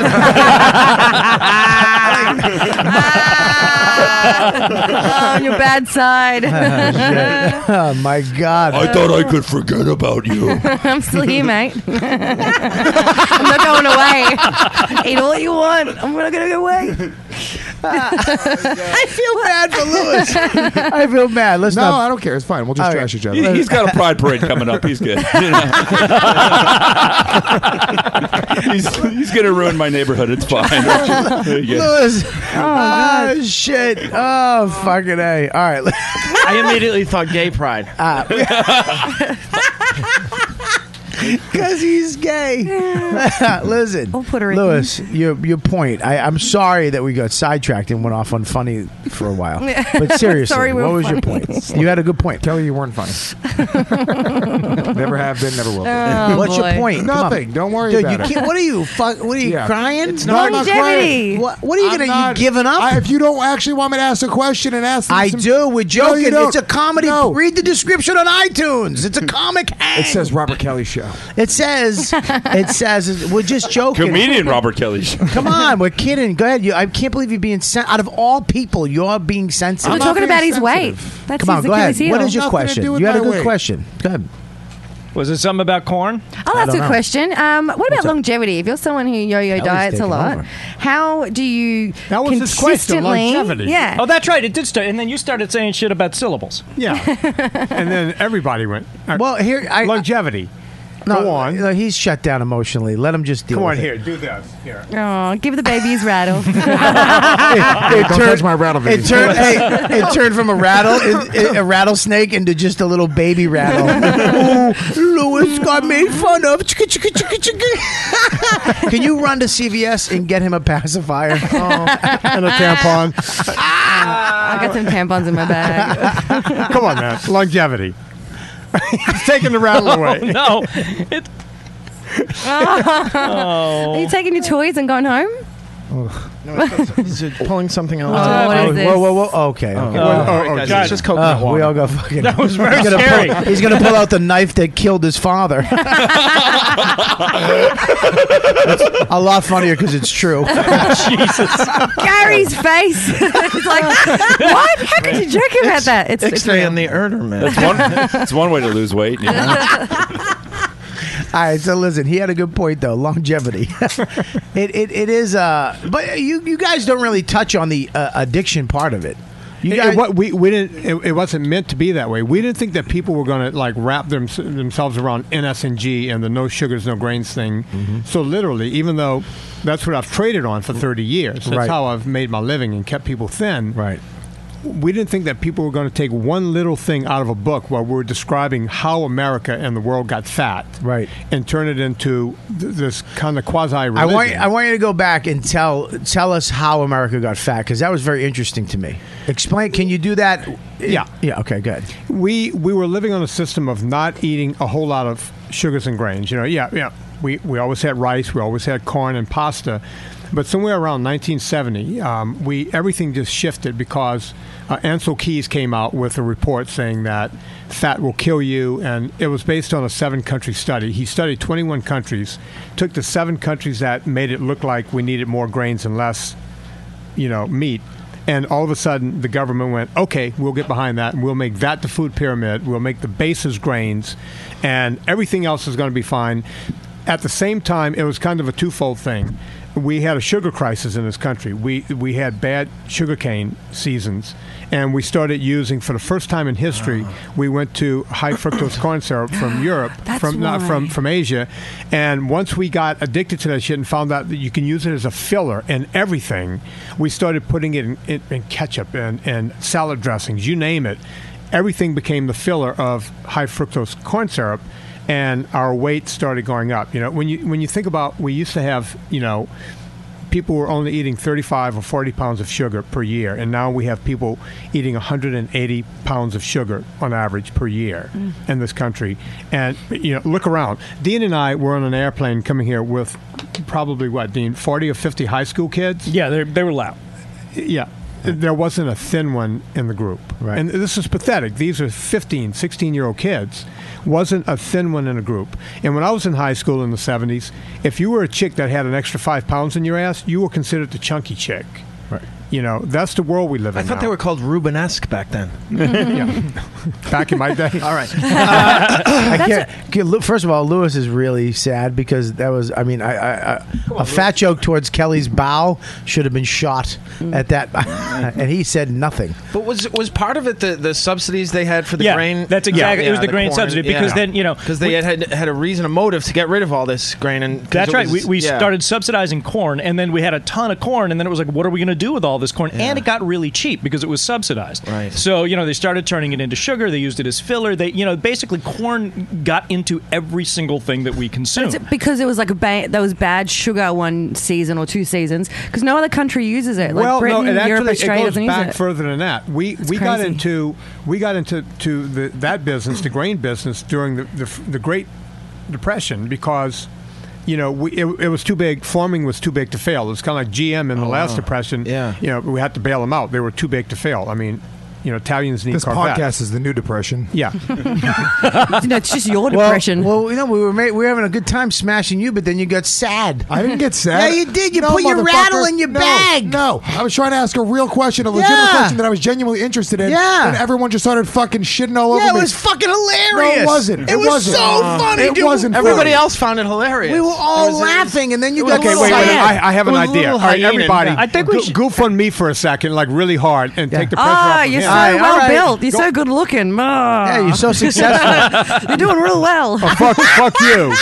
Speaker 12: on your bad
Speaker 4: <laughs>
Speaker 12: side.
Speaker 4: <laughs> oh my God!
Speaker 3: I thought I could
Speaker 4: <laughs>
Speaker 3: forget about you.
Speaker 12: <laughs> I'm still here, mate. I'm not going away. Eat all you want. I'm not going to go away.
Speaker 4: <laughs> I feel bad
Speaker 5: <laughs>
Speaker 4: for Lewis. I feel bad. Let's
Speaker 6: No,
Speaker 4: not.
Speaker 6: I don't care. It's fine. We'll just
Speaker 4: All right.
Speaker 6: trash each other.
Speaker 3: He- He's got a pride parade coming up. He's good. <laughs>
Speaker 7: <laughs>
Speaker 3: You know? he's he's going to ruin my neighborhood. It's
Speaker 7: <laughs>
Speaker 3: fine.
Speaker 4: <laughs>
Speaker 3: There you go.
Speaker 4: Lewis. Oh, shit. Oh, fucking A. All right. <laughs> Ah.
Speaker 7: I immediately thought gay pride.
Speaker 4: Because he's gay. <laughs> Listen.
Speaker 12: We'll put her in.
Speaker 4: Lewis, your, your point. I, I'm sorry that we got sidetracked and went off on funny for a while.
Speaker 12: Yeah.
Speaker 4: But seriously,
Speaker 12: <laughs> Sorry we
Speaker 4: what
Speaker 12: were
Speaker 4: was your
Speaker 12: funny.
Speaker 4: point? You had a good point.
Speaker 6: Kelly, you weren't funny. <laughs> never have been. Never will.
Speaker 12: <laughs>
Speaker 6: be. <laughs>
Speaker 12: Oh,
Speaker 4: What's your
Speaker 12: boy.
Speaker 4: point? Come on.
Speaker 6: Nothing. Don't worry
Speaker 4: Dude,
Speaker 6: about
Speaker 4: you
Speaker 6: it.
Speaker 4: can't- What are you? Fuck, what are you
Speaker 6: Yeah.
Speaker 4: crying?
Speaker 6: It's not- I'm not
Speaker 12: Longevity.
Speaker 6: crying.
Speaker 4: What, what are you
Speaker 6: I'm
Speaker 4: gonna?
Speaker 6: not-
Speaker 4: you giving up?
Speaker 6: I- if you don't actually want me to ask a question and ask, them
Speaker 4: I
Speaker 6: some-
Speaker 4: do. We're
Speaker 6: No, you
Speaker 4: joking.
Speaker 6: don't.
Speaker 4: it's a comedy.
Speaker 6: No.
Speaker 4: Read the description on iTunes.
Speaker 6: <laughs>
Speaker 4: It's a comic. hang.
Speaker 6: It says Robert Kelly show.
Speaker 4: It says. it says. We're
Speaker 6: <laughs>
Speaker 4: just joking.
Speaker 3: Comedian Robert Kelly.
Speaker 4: Come on, we're kidding. Go ahead. You, I can't believe you're being sen- out of all people. You're being sensitive.
Speaker 12: We're talking about his weight. That's
Speaker 4: Come on,
Speaker 12: his
Speaker 4: go ahead.
Speaker 12: Achilles heel.
Speaker 4: What is your
Speaker 6: Nothing to
Speaker 4: question?
Speaker 6: do with
Speaker 4: You had a
Speaker 6: my
Speaker 4: good
Speaker 6: weight. Oh,
Speaker 4: question. Go ahead.
Speaker 9: Was it something about corn?
Speaker 12: I'll ask
Speaker 4: don't
Speaker 12: a
Speaker 4: know.
Speaker 12: question. Um, what about longevity? If you're someone who yo-yo
Speaker 4: Kelly's
Speaker 12: diets a
Speaker 4: taking
Speaker 12: lot,
Speaker 4: over.
Speaker 12: how do you
Speaker 8: That was his question,
Speaker 12: consistently?
Speaker 8: longevity.
Speaker 12: Yeah.
Speaker 9: Oh, that's right. It did start, and then you started saying shit about syllables.
Speaker 6: <laughs>
Speaker 8: Yeah, and then everybody went. uh,
Speaker 4: Well, here I
Speaker 8: longevity. Go on.
Speaker 4: No, he's shut down emotionally. Let him just deal
Speaker 8: <laughs> Come on
Speaker 4: with it.
Speaker 8: here, do this. Here.
Speaker 12: Oh, give the baby his
Speaker 8: <laughs>
Speaker 12: rattle.
Speaker 4: It,
Speaker 6: Don't touch my rattle
Speaker 4: It
Speaker 6: video.
Speaker 4: turned, hey, <laughs> it turned from a rattle, it, it- a rattlesnake, into just a little baby <laughs> rattle. Ooh, Lewis got made fun of. Chicka, chicka, chicka, chicka. <laughs> Can you run to CVS and get him a pacifier? Oh.
Speaker 8: And
Speaker 4: <laughs>
Speaker 8: a tampon.
Speaker 12: I got some tampons in my bag.
Speaker 8: Come on, man. Longevity. <laughs> He's taking the rattle away.
Speaker 9: No, it,
Speaker 8: Oh.
Speaker 12: Are you taking your toys and going home?
Speaker 7: Is it pulling something out?
Speaker 12: Oh, what is this?
Speaker 4: Uh, Whoa, whoa, whoa. Okay. okay.
Speaker 8: Oh, oh,
Speaker 7: All right, Uh, guys,
Speaker 8: geez.
Speaker 7: it's just coconut
Speaker 4: Oh, we
Speaker 7: water.
Speaker 4: all got fucking.
Speaker 9: that was very
Speaker 4: he's, gonna
Speaker 9: scary.
Speaker 4: Pull, he's gonna pull out the knife that killed his father. That's a lot funnier because it's
Speaker 5: <laughs>
Speaker 12: <laughs>
Speaker 4: true.
Speaker 12: Gary's face. <laughs> it's like, what? How could you joke about that? It's, it's
Speaker 7: X-ray
Speaker 12: real.
Speaker 7: on the Erder, man.
Speaker 3: It's one, it's one way to lose weight. You know?
Speaker 4: All right, so listen, he had a good point though. Longevity. <laughs> it, it it is uh but you you guys don't really touch on the uh, addiction part of it. You
Speaker 8: It-
Speaker 4: guys
Speaker 8: it, wa- we, we didn't. It, it wasn't meant to be that way. We didn't think that people were going to like wrap them, themselves around NSNG and the no sugars, no grains thing.
Speaker 4: Mm-hmm.
Speaker 8: So literally, even though that's what I've traded on for 30 years, that's
Speaker 4: Right.
Speaker 8: how I've made my living and kept people thin.
Speaker 4: Right.
Speaker 8: we didn't think that people were going to take one little thing out of a book while we were describing how America and the world got fat, right, and turn it into th- this kind of quasi.
Speaker 4: I want I want you to go back and tell tell us how America got fat because that was very interesting to me. Explain. Can you do that?
Speaker 8: Yeah.
Speaker 4: Yeah. Okay. Good.
Speaker 8: We we were living on a system of not eating a whole lot of sugars and grains. You know, yeah, yeah. We we always had rice. We always had corn and pasta. But somewhere around 1970, um, we everything just shifted because uh, Ansel Keys came out with a report saying that fat will kill you, and it was based on a seven-country study. He studied 21 countries, took the seven countries that made it look like we needed more grains and less, you know, meat, and all of a sudden, the government went, okay, we'll get behind that and we'll make that the food pyramid. We'll make the bases grains and everything else is going to be fine. At the same time, it was kind of a twofold thing. We had a sugar crisis in this country. We, we had bad sugarcane seasons, and we started using, for the first time in history, we went to high fructose corn syrup from Europe,
Speaker 14: Ah. <gasps> That's
Speaker 8: from not
Speaker 14: why.
Speaker 8: from from Asia. And once we got addicted to that shit and found out that you can use it as a filler in everything, we started putting it in, in, in ketchup and, and salad dressings, you name it. Everything became the filler of high fructose corn syrup. And our weight started going up. You know, when you when you think about, we used to have, you know, people were only eating 35 or 40 pounds of sugar per year, and now we have people eating 180 pounds of sugar on average per year
Speaker 14: Mm.
Speaker 8: in this country. And you know, look around. Dean and I were on an airplane coming here with probably what, Dean, 40 or 50 high school kids.
Speaker 9: Yeah, they they were loud.
Speaker 8: Yeah. There wasn't a thin one in the group. Right. And this is pathetic. These are 15, 16 year old kids. Wasn't a thin one in a group. And when I was in high school in the 70s, if you were a chick that had an extra five pounds in your ass, you were considered the chunky chick. Right. You know, that's the world we live
Speaker 7: I
Speaker 8: in.
Speaker 7: thought they were called Rubenesque back then.
Speaker 8: <laughs> yeah. Back in my day. All <laughs> right. Uh,
Speaker 4: I can't, okay, Lu- first of all, Lewis is really sad because that was. I mean, I, I, I a fat joke towards Kelly's bow should have been shot at that, <laughs> and he said nothing.
Speaker 7: But was was part of it the, the subsidies they had for the
Speaker 9: Yeah,
Speaker 7: grain?
Speaker 9: that's exactly- it was the grain
Speaker 7: corn,
Speaker 9: subsidy, because then, you know,
Speaker 7: because they
Speaker 9: we-
Speaker 7: had, had had a reason, a motive to get rid of all this grain and 'cause
Speaker 9: That's
Speaker 7: it
Speaker 9: right.
Speaker 7: was-
Speaker 9: We, we
Speaker 7: yeah.
Speaker 9: started subsidizing corn, and then we had a ton of corn, and then it was like, what are we going to do with all this corn? And it got really cheap because it was subsidized. Right. So you know, they started turning it into sugar. They used it as filler. They, you know, basically, corn got into every single thing that we consume.
Speaker 5: It's because it was like a ba- that was bad sugar one season or two seasons because no other country uses it. Like
Speaker 8: well,
Speaker 5: Britain,
Speaker 8: no, it actually
Speaker 5: Europe, Australia
Speaker 8: it goes
Speaker 5: doesn't use
Speaker 8: back
Speaker 5: it.
Speaker 8: further than that. We we got
Speaker 5: crazy.
Speaker 8: into we got into to the, that business, the grain business, during the the, f- the Great Depression because. You know, we, it, it was too big. Farming was too big to fail. It was kind of like GM in the last
Speaker 7: wow.
Speaker 6: Oh,
Speaker 8: depression. Yeah. You know, we had to bail them out. They were too big to fail. I mean, you know, Italians need
Speaker 6: This
Speaker 8: Corvette.
Speaker 6: podcast is the new depression.
Speaker 8: Yeah.
Speaker 5: <laughs> no, it's just your
Speaker 4: depression. Well, well, you know, we were ma- we were having a good time smashing you, but then you got sad.
Speaker 6: I didn't get sad.
Speaker 4: Yeah, you did. You
Speaker 6: No,
Speaker 4: put your
Speaker 6: motherfucker.
Speaker 4: rattle in your
Speaker 6: No,
Speaker 4: bag.
Speaker 6: No, I was trying to ask a real question, a legitimate
Speaker 4: Yeah.
Speaker 6: question that I was genuinely interested in.
Speaker 4: Yeah.
Speaker 6: And everyone just started fucking shitting all over
Speaker 4: Yeah, it
Speaker 6: me.
Speaker 4: was fucking
Speaker 6: No,
Speaker 4: <laughs> hilarious.
Speaker 6: it wasn't.
Speaker 4: It, was
Speaker 6: wasn't. Uh,
Speaker 4: so funny.
Speaker 6: It
Speaker 4: dude.
Speaker 6: wasn't.
Speaker 7: Everybody
Speaker 6: funny.
Speaker 7: else found it hilarious.
Speaker 4: We were all laughing, and then you got
Speaker 8: okay,
Speaker 4: little <laughs>
Speaker 8: wait, wait,
Speaker 4: sad.
Speaker 8: I, I have an
Speaker 4: It was a
Speaker 8: idea. All
Speaker 4: little
Speaker 8: right,
Speaker 4: hiatus.
Speaker 8: everybody,
Speaker 4: I think
Speaker 8: go- goof on me for a second, like really hard, and take the pressure off
Speaker 5: Ah,
Speaker 8: of
Speaker 5: you're so
Speaker 8: him.
Speaker 5: well built. You're so good looking. Yeah,
Speaker 4: you're
Speaker 5: <laughs>
Speaker 4: so
Speaker 8: successful.
Speaker 5: you're doing real well.
Speaker 8: Oh,
Speaker 5: <laughs>
Speaker 8: fuck,
Speaker 3: <laughs>
Speaker 8: fuck you.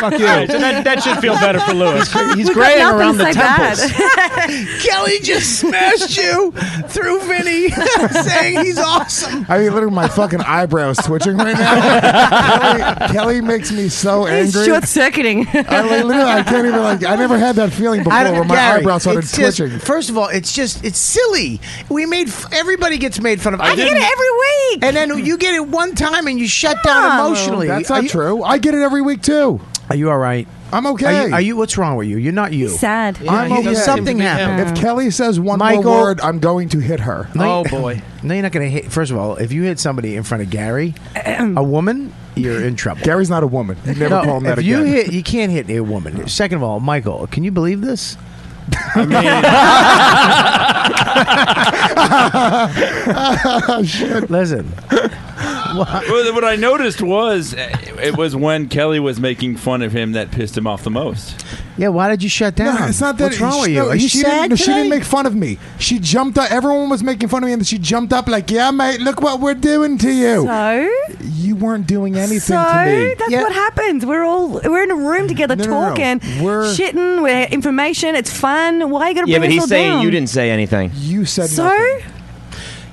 Speaker 8: Fuck you.
Speaker 9: All right, so that, that should feel better for Lewis.
Speaker 7: He's graying around the temples.
Speaker 5: <laughs>
Speaker 4: Kelly just smashed you through Vinny, <laughs> saying he's awesome.
Speaker 6: <laughs> I mean, literally, my fucking eyebrows twitching right now. Kelly, Kelly makes me so
Speaker 5: It's
Speaker 6: angry.
Speaker 5: short circuiting.
Speaker 6: I, like, literally, I can't even like. I never had that feeling before,
Speaker 4: I don't-
Speaker 6: where my
Speaker 4: Gary,
Speaker 6: eyebrows started
Speaker 4: it's just-
Speaker 6: twitching.
Speaker 4: first of all, it's just it's silly. We made f- everybody gets made fun of.
Speaker 6: I
Speaker 4: I, get
Speaker 6: didn't-
Speaker 4: it every week, and then you get it one time and you shut down emotionally.
Speaker 6: That's
Speaker 4: Are
Speaker 6: not
Speaker 4: you-
Speaker 6: true. I get it every week too.
Speaker 4: Are you all right?
Speaker 6: I'm okay.
Speaker 4: Are you, are you- What's wrong with you? You're not you.
Speaker 5: sad.
Speaker 6: I'm okay.
Speaker 4: Something happened.
Speaker 6: If Kelly says one
Speaker 4: Michael-
Speaker 6: more word, I'm going to hit her.
Speaker 4: No, you- <laughs> No, you're not going to hit. First of all, if you hit somebody in front of Gary, a woman, you're in trouble.
Speaker 6: Gary's not a woman. You never
Speaker 4: No,
Speaker 6: call him that
Speaker 4: if
Speaker 6: again.
Speaker 4: you hit, you can't hit a woman. Second of all, Michael, can you believe this? Listen,
Speaker 3: well, what I noticed was uh, it was when Kelly was making fun of him that pissed him off the most.
Speaker 4: yeah, why did you shut down?
Speaker 6: No, it's not that.
Speaker 4: What's wrong
Speaker 6: she-
Speaker 4: with you?
Speaker 6: no,
Speaker 4: Are you
Speaker 6: she
Speaker 4: sad?
Speaker 6: Didn't, no, she
Speaker 4: today?
Speaker 6: didn't make fun of me. She jumped up. Everyone was making fun of me, and she jumped up like, "Yeah, mate, look what we're doing to you."
Speaker 5: So
Speaker 6: you weren't doing anything
Speaker 5: so
Speaker 6: to me.
Speaker 5: that's what happens. We're all we're in a room together
Speaker 6: No, no, no.
Speaker 5: talking,
Speaker 6: We're-
Speaker 5: shitting, we're information. It's fun. Why you gotta
Speaker 13: yeah, but
Speaker 5: bring us
Speaker 13: he's
Speaker 5: all
Speaker 13: saying
Speaker 5: down?
Speaker 13: you didn't say anything.
Speaker 6: You said
Speaker 5: So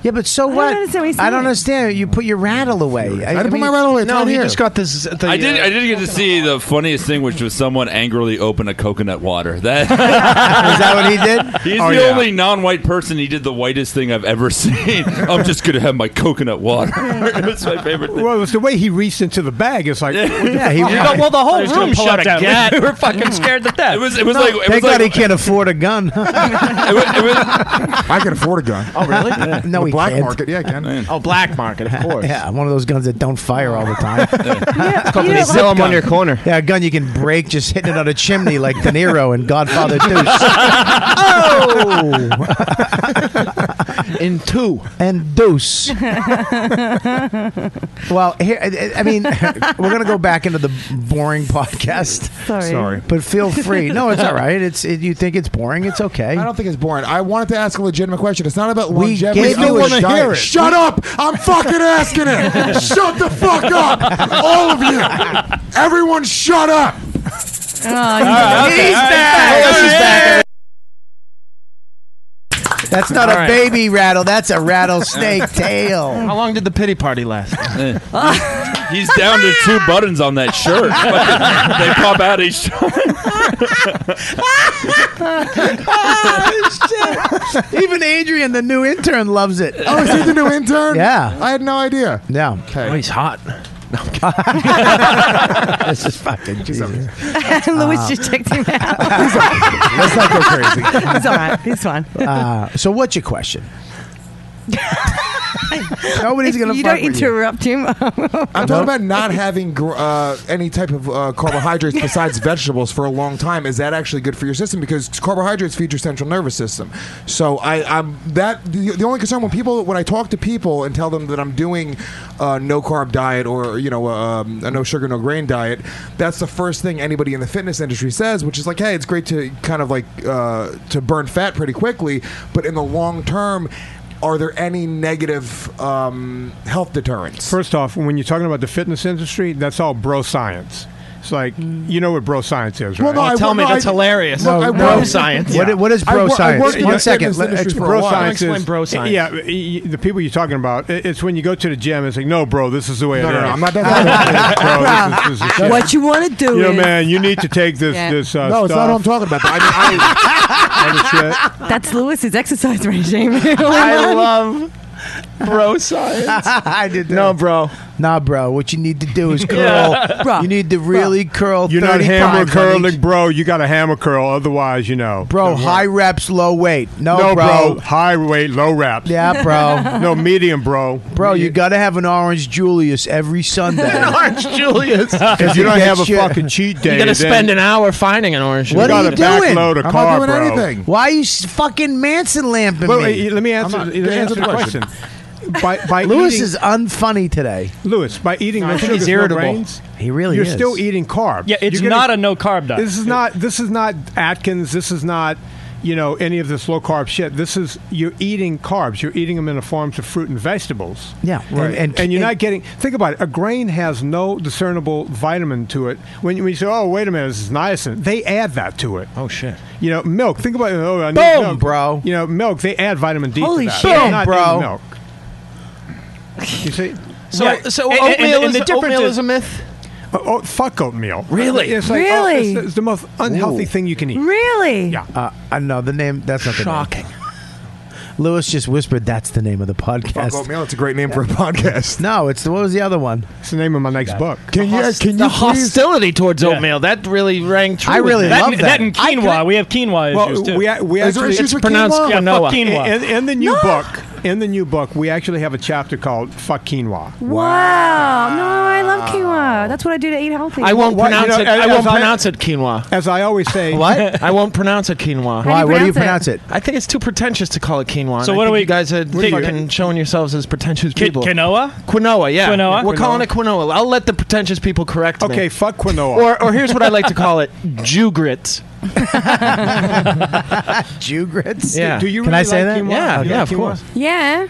Speaker 4: Yeah, but so
Speaker 5: don't
Speaker 4: what?
Speaker 5: understand what he's
Speaker 4: I don't
Speaker 5: saying.
Speaker 4: understand. You put your rattle away. I,
Speaker 5: didn't put my rattle away. It's
Speaker 4: No,
Speaker 5: right
Speaker 4: he
Speaker 5: here.
Speaker 4: just
Speaker 7: got this. The,
Speaker 3: I did. I did get to see the funniest thing, which was someone angrily open a coconut water. That <laughs> is
Speaker 4: that what he did?
Speaker 3: He's
Speaker 4: Oh,
Speaker 3: the
Speaker 4: yeah.
Speaker 3: only non-white person. He did the whitest thing I've ever <laughs> seen. I'm just gonna have my coconut water. <laughs> That's my favorite thing.
Speaker 8: Well, it was the way he reached into the bag. It's like,
Speaker 3: Yeah, he- <laughs> You know, well, the whole I was gonna room pull out shut a down.
Speaker 9: <laughs>
Speaker 3: gat. We <laughs> were
Speaker 9: fucking scared to death.
Speaker 3: It was. It was like. It
Speaker 4: Thank
Speaker 3: was
Speaker 4: God
Speaker 3: like
Speaker 4: he can't afford a gun.
Speaker 6: I can afford a gun.
Speaker 4: Oh, really? Yeah. <laughs> No,
Speaker 6: the
Speaker 4: he
Speaker 6: black
Speaker 4: can't.
Speaker 6: market. Yeah, I can.
Speaker 7: Oh, black market, of course.
Speaker 4: <laughs> yeah, one of those guns that don't fire all the <laughs> time.
Speaker 5: Yeah,
Speaker 4: Couple
Speaker 5: you
Speaker 4: of
Speaker 5: know,
Speaker 4: zip
Speaker 5: like-
Speaker 4: gun. Yeah, a gun you can break just hitting it on a chimney like De Niro and
Speaker 6: <laughs>
Speaker 4: Godfather 2. oh!
Speaker 6: Oh!
Speaker 4: <laughs>
Speaker 7: In two.
Speaker 4: And
Speaker 6: <laughs>
Speaker 4: deuce. Well, here, I, I mean, <laughs> we're going to go back into the boring podcast.
Speaker 6: Sorry. Sorry.
Speaker 4: But feel free. No, it's all right. It's it, You think it's boring? It's okay.
Speaker 6: I don't think it's boring. I wanted to ask a legitimate question. It's not about
Speaker 4: We
Speaker 6: longevity.
Speaker 4: gave
Speaker 6: I
Speaker 4: you a
Speaker 6: wanna
Speaker 4: shot.
Speaker 6: Shut up! I'm fucking asking
Speaker 4: <laughs>
Speaker 6: it.
Speaker 5: <laughs>
Speaker 6: shut the fuck up, all of you. Everyone, shut up.
Speaker 5: <laughs> Oh, he's back.
Speaker 4: That's not
Speaker 7: All
Speaker 4: a
Speaker 7: right. Oh,
Speaker 4: baby rattle. That's a
Speaker 7: <laughs>
Speaker 8: <laughs>
Speaker 4: rattlesnake tail.
Speaker 7: How long did the pity party last?
Speaker 3: He's down to two buttons on that <laughs> shirt. Fucking- they pop out each
Speaker 6: Ah,
Speaker 4: oh, shit. Even Adrian, the new intern, loves it.
Speaker 6: Oh, is he the new intern?
Speaker 4: Yeah.
Speaker 6: I had no idea.
Speaker 4: Yeah.
Speaker 7: Oh, he's hot.
Speaker 4: <laughs> this is fucking Jesus.
Speaker 5: <laughs> Louis
Speaker 4: Ah.
Speaker 5: just checked him out.
Speaker 4: Let's not go
Speaker 5: <laughs>
Speaker 1: <laughs>
Speaker 4: crazy.
Speaker 5: It's all right. It's fine.
Speaker 4: Uh, so, what's your question? Nobody's
Speaker 5: If
Speaker 4: gonna
Speaker 5: You
Speaker 4: fuck
Speaker 5: don't
Speaker 4: with you.
Speaker 5: interrupt him. <laughs>
Speaker 6: I'm talking about not having gr- uh, any type of uh, carbohydrates besides vegetables for a long time. Is that actually good for your system? Because carbohydrates feed your central nervous system. So I, I'm that the, the only concern when people when I talk to people and tell them that I'm doing uh, no carb diet or you know um, a no sugar no grain diet, that's the first thing anybody in the fitness industry says, which is like, hey, it's great to kind of like uh, to burn fat pretty quickly, but in the long term. Are there any negative um, health deterrents?
Speaker 8: First off, when you're talking about the fitness industry, that's all bro science. It's like
Speaker 5: Mm.
Speaker 8: you know what bro science is,
Speaker 6: Well,
Speaker 8: right?
Speaker 6: no, I
Speaker 7: tell
Speaker 6: wo-
Speaker 7: me
Speaker 6: no,
Speaker 7: that's
Speaker 6: I-
Speaker 7: hilarious.
Speaker 6: look, I
Speaker 7: bro
Speaker 6: worked-
Speaker 7: science.
Speaker 4: What- what is
Speaker 6: I
Speaker 4: bro
Speaker 6: wor- I
Speaker 4: science?
Speaker 6: worked in
Speaker 4: One
Speaker 6: the
Speaker 4: second,
Speaker 6: fitness
Speaker 4: let-
Speaker 6: industry
Speaker 4: it's
Speaker 6: for a
Speaker 4: bro
Speaker 6: while.
Speaker 4: science
Speaker 7: Explain bro science.
Speaker 8: Yeah, y- y- the people you're talking about. i- It's when you go to the gym. It's like, no, bro, this is the way
Speaker 6: No,
Speaker 8: it
Speaker 6: no, no,
Speaker 8: is. <laughs>
Speaker 6: I'm not that-
Speaker 8: Bro,
Speaker 6: <laughs>
Speaker 8: this is- this is the shit.
Speaker 5: What you want to do
Speaker 8: You know,
Speaker 5: is
Speaker 8: man, you need to take this.
Speaker 5: Yeah.
Speaker 8: this uh,
Speaker 6: No, it's not what I'm
Speaker 8: stuff.
Speaker 6: talking about. though. I,
Speaker 8: <laughs>
Speaker 6: mean,
Speaker 5: <laughs>
Speaker 6: I,
Speaker 5: <laughs> that's Lewis's exercise <laughs>
Speaker 8: <laughs>
Speaker 5: regime.
Speaker 7: I love bro
Speaker 4: <laughs>
Speaker 7: science.
Speaker 4: I did
Speaker 7: No, bro.
Speaker 4: Nah, bro. What you need to do is curl.
Speaker 7: Yeah.
Speaker 5: <laughs> Bruh.
Speaker 4: You need to really curl.
Speaker 8: You're not
Speaker 4: 30
Speaker 8: hammer
Speaker 4: times on each-
Speaker 8: curling, bro. You got to hammer curl. Otherwise, you know.
Speaker 4: bro. High reps, low weight. No,
Speaker 8: no,
Speaker 4: bro.
Speaker 8: bro. High weight, low reps.
Speaker 4: Yeah,
Speaker 5: <laughs>
Speaker 4: bro.
Speaker 8: <laughs> No, medium, bro.
Speaker 4: Bro, you gotta have an orange Julius every
Speaker 8: <laughs>
Speaker 4: Sunday. <laughs>
Speaker 7: Orange Julius.
Speaker 8: If you
Speaker 4: it
Speaker 8: don't
Speaker 4: gets
Speaker 8: have a
Speaker 4: you-
Speaker 8: fucking cheat day,
Speaker 7: You gotta
Speaker 8: then
Speaker 7: spend an hour finding an orange.
Speaker 4: What
Speaker 8: you
Speaker 4: are
Speaker 8: got
Speaker 4: you
Speaker 8: to back
Speaker 4: doing?
Speaker 8: load a
Speaker 6: I'm
Speaker 8: car,
Speaker 6: not doing
Speaker 8: bro.
Speaker 6: anything.
Speaker 4: Why are you s- fucking Manson lamping
Speaker 8: Well,
Speaker 4: me?
Speaker 8: wait, let me answer,
Speaker 6: not-
Speaker 8: let me answer the question. by, by
Speaker 4: Lewis
Speaker 8: eating,
Speaker 4: is unfunny today.
Speaker 8: Lewis by eating.
Speaker 9: No, I
Speaker 8: no
Speaker 9: think he's
Speaker 8: sugars, no
Speaker 9: irritable.
Speaker 8: grains,
Speaker 4: He really
Speaker 8: You're
Speaker 4: is.
Speaker 8: still eating carbs.
Speaker 9: Yeah, it's
Speaker 8: You're
Speaker 9: not
Speaker 8: gonna-
Speaker 9: a no carb diet.
Speaker 8: This is not. This is not Atkins. This is not. You know any of this low carb shit? This is you're eating carbs. You're eating them in the forms of fruit and vegetables.
Speaker 4: Yeah,
Speaker 8: right.
Speaker 4: and-
Speaker 8: And,
Speaker 4: and-
Speaker 8: you're
Speaker 4: and-
Speaker 8: not getting. Think about it. A grain has no discernible vitamin to it. When you, when you say, "Oh, wait a minute, this is niacin," they add that to it.
Speaker 7: Oh shit.
Speaker 8: You know, milk. Think about it. Oh, I need
Speaker 4: Boom,
Speaker 8: milk.
Speaker 4: bro.
Speaker 8: You know, milk. They add vitamin D.
Speaker 4: Holy
Speaker 8: to that.
Speaker 4: shit.
Speaker 8: You're not
Speaker 4: Boom,
Speaker 8: eating
Speaker 4: bro.
Speaker 8: milk. You see,
Speaker 7: So,
Speaker 9: Right.
Speaker 7: so
Speaker 9: And- and-
Speaker 7: oatmeal,
Speaker 9: and
Speaker 7: is,
Speaker 9: the difference
Speaker 7: oatmeal
Speaker 9: is-
Speaker 7: is a myth.
Speaker 8: oh, oh, fuck oatmeal.
Speaker 7: Really?
Speaker 8: It's like, oh,
Speaker 5: Really?
Speaker 8: it's, the- it's the most unhealthy
Speaker 4: Ooh.
Speaker 8: thing you can eat.
Speaker 5: really?
Speaker 8: Yeah.
Speaker 4: Uh, uh, no, the name. That's not
Speaker 7: Shocking.
Speaker 4: the name. Lewis just whispered. That's the name of the
Speaker 8: oh,
Speaker 6: Fuck
Speaker 4: podcast.
Speaker 6: oatmeal. It's oh, a great name for a podcast.
Speaker 4: No, it's the, what was the other one?
Speaker 8: It's the name of my next book.
Speaker 6: Can you?
Speaker 7: Host-
Speaker 6: Can
Speaker 7: the
Speaker 6: you please?
Speaker 7: hostility towards oatmeal that really rang true.
Speaker 4: I
Speaker 7: with
Speaker 4: really
Speaker 7: me.
Speaker 9: that,
Speaker 4: love
Speaker 9: and-
Speaker 4: that.
Speaker 9: that and
Speaker 4: I
Speaker 9: quinoa.
Speaker 4: could-
Speaker 9: we have quinoa issues too.
Speaker 8: we, we
Speaker 6: Is there
Speaker 8: actually
Speaker 6: issues with
Speaker 7: pronounced
Speaker 6: quinoa?
Speaker 9: yeah, fuck
Speaker 7: quinoa.
Speaker 9: quinoa.
Speaker 8: in, in the new book. In the new book, we actually have a chapter called "Fuck Quinoa."
Speaker 5: Wow. No, I love quinoa. That's what I do to eat healthy.
Speaker 7: I won't
Speaker 8: What-
Speaker 7: pronounce
Speaker 8: you know,
Speaker 7: it. I
Speaker 8: as-
Speaker 7: won't
Speaker 8: as I-
Speaker 7: pronounce it quinoa.
Speaker 8: As I always say,
Speaker 4: What?
Speaker 7: I won't pronounce it quinoa.
Speaker 4: Why? What do you
Speaker 5: pronounce
Speaker 4: pronounce
Speaker 5: it?
Speaker 4: it?
Speaker 7: I think
Speaker 6: <laughs>
Speaker 7: it's too pretentious to call it quinoa. and
Speaker 9: So
Speaker 7: I
Speaker 9: what
Speaker 7: think
Speaker 9: do we-
Speaker 7: You guys are
Speaker 9: what do you-
Speaker 7: fucking showing yourselves as pretentious
Speaker 9: Qui-
Speaker 7: people.
Speaker 9: quinoa.
Speaker 7: Quinoa, yeah.
Speaker 9: Quinoa?
Speaker 7: We're
Speaker 9: Quinoa.
Speaker 7: calling it quinoa. I'll let the pretentious people correct me.
Speaker 8: okay, fuck quinoa.
Speaker 7: Or, or here's what I like to call it: Jew grits.
Speaker 4: Jew grits.
Speaker 7: Yeah.
Speaker 8: do you?
Speaker 4: Can
Speaker 8: really
Speaker 4: I say
Speaker 8: like
Speaker 4: that?
Speaker 8: Quinoa?
Speaker 7: Yeah,
Speaker 8: You
Speaker 7: yeah,
Speaker 8: like
Speaker 7: of
Speaker 8: quinoa?
Speaker 7: course.
Speaker 5: Yeah.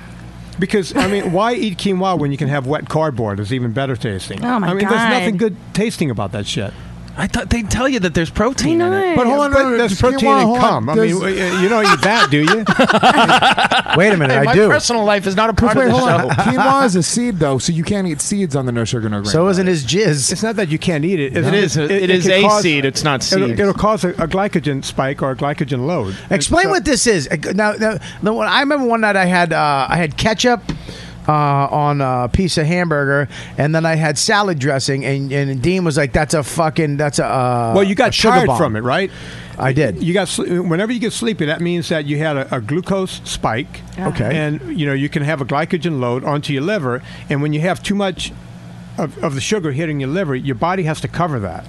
Speaker 8: Because I mean, why eat quinoa when you can have wet cardboard? It's even better tasting.
Speaker 5: Oh, my
Speaker 8: I mean, there's
Speaker 5: God.
Speaker 8: nothing good tasting about that shit.
Speaker 7: I thought they tell you that there's protein in it.
Speaker 8: But hold on, no, no,
Speaker 7: there's
Speaker 8: there's protein and cum. I mean, w- y- you don't eat that, do you?
Speaker 4: Wait a
Speaker 8: minute,
Speaker 7: Hey, <laughs>
Speaker 8: I
Speaker 7: my
Speaker 8: do.
Speaker 7: personal life is not a part
Speaker 6: Wait,
Speaker 7: of the
Speaker 6: hold on.
Speaker 7: show.
Speaker 6: Quinoa
Speaker 7: <laughs>
Speaker 6: is a seed, though, so you can't eat seeds on the no sugar, no grain.
Speaker 8: So
Speaker 4: isn't his jizz.
Speaker 8: It's not that you can't eat it.
Speaker 6: It is a- it
Speaker 8: it
Speaker 6: is
Speaker 8: can
Speaker 6: a
Speaker 8: cause-
Speaker 6: seed, it's not
Speaker 8: It'll,
Speaker 6: seed.
Speaker 8: it'll cause a, a glycogen spike or a glycogen load.
Speaker 4: Explain what this is. Uh, Now, now the one, I remember one night I had uh, I had ketchup. Uh, on a piece of hamburger, and then I had salad dressing, and, and Dean was like, "That's a fucking, that's a." Uh,
Speaker 8: <laughs> well, you
Speaker 4: a
Speaker 8: got
Speaker 4: sugar
Speaker 8: tired
Speaker 4: bomb."
Speaker 8: from it, right?
Speaker 4: I did.
Speaker 8: You got sl- whenever you get sleepy, that means that you had a, a glucose spike.
Speaker 4: Yeah. Okay.
Speaker 8: and you know you can have a glycogen load onto your liver, and when you have too much of, of the sugar hitting your liver, your body has to cover that,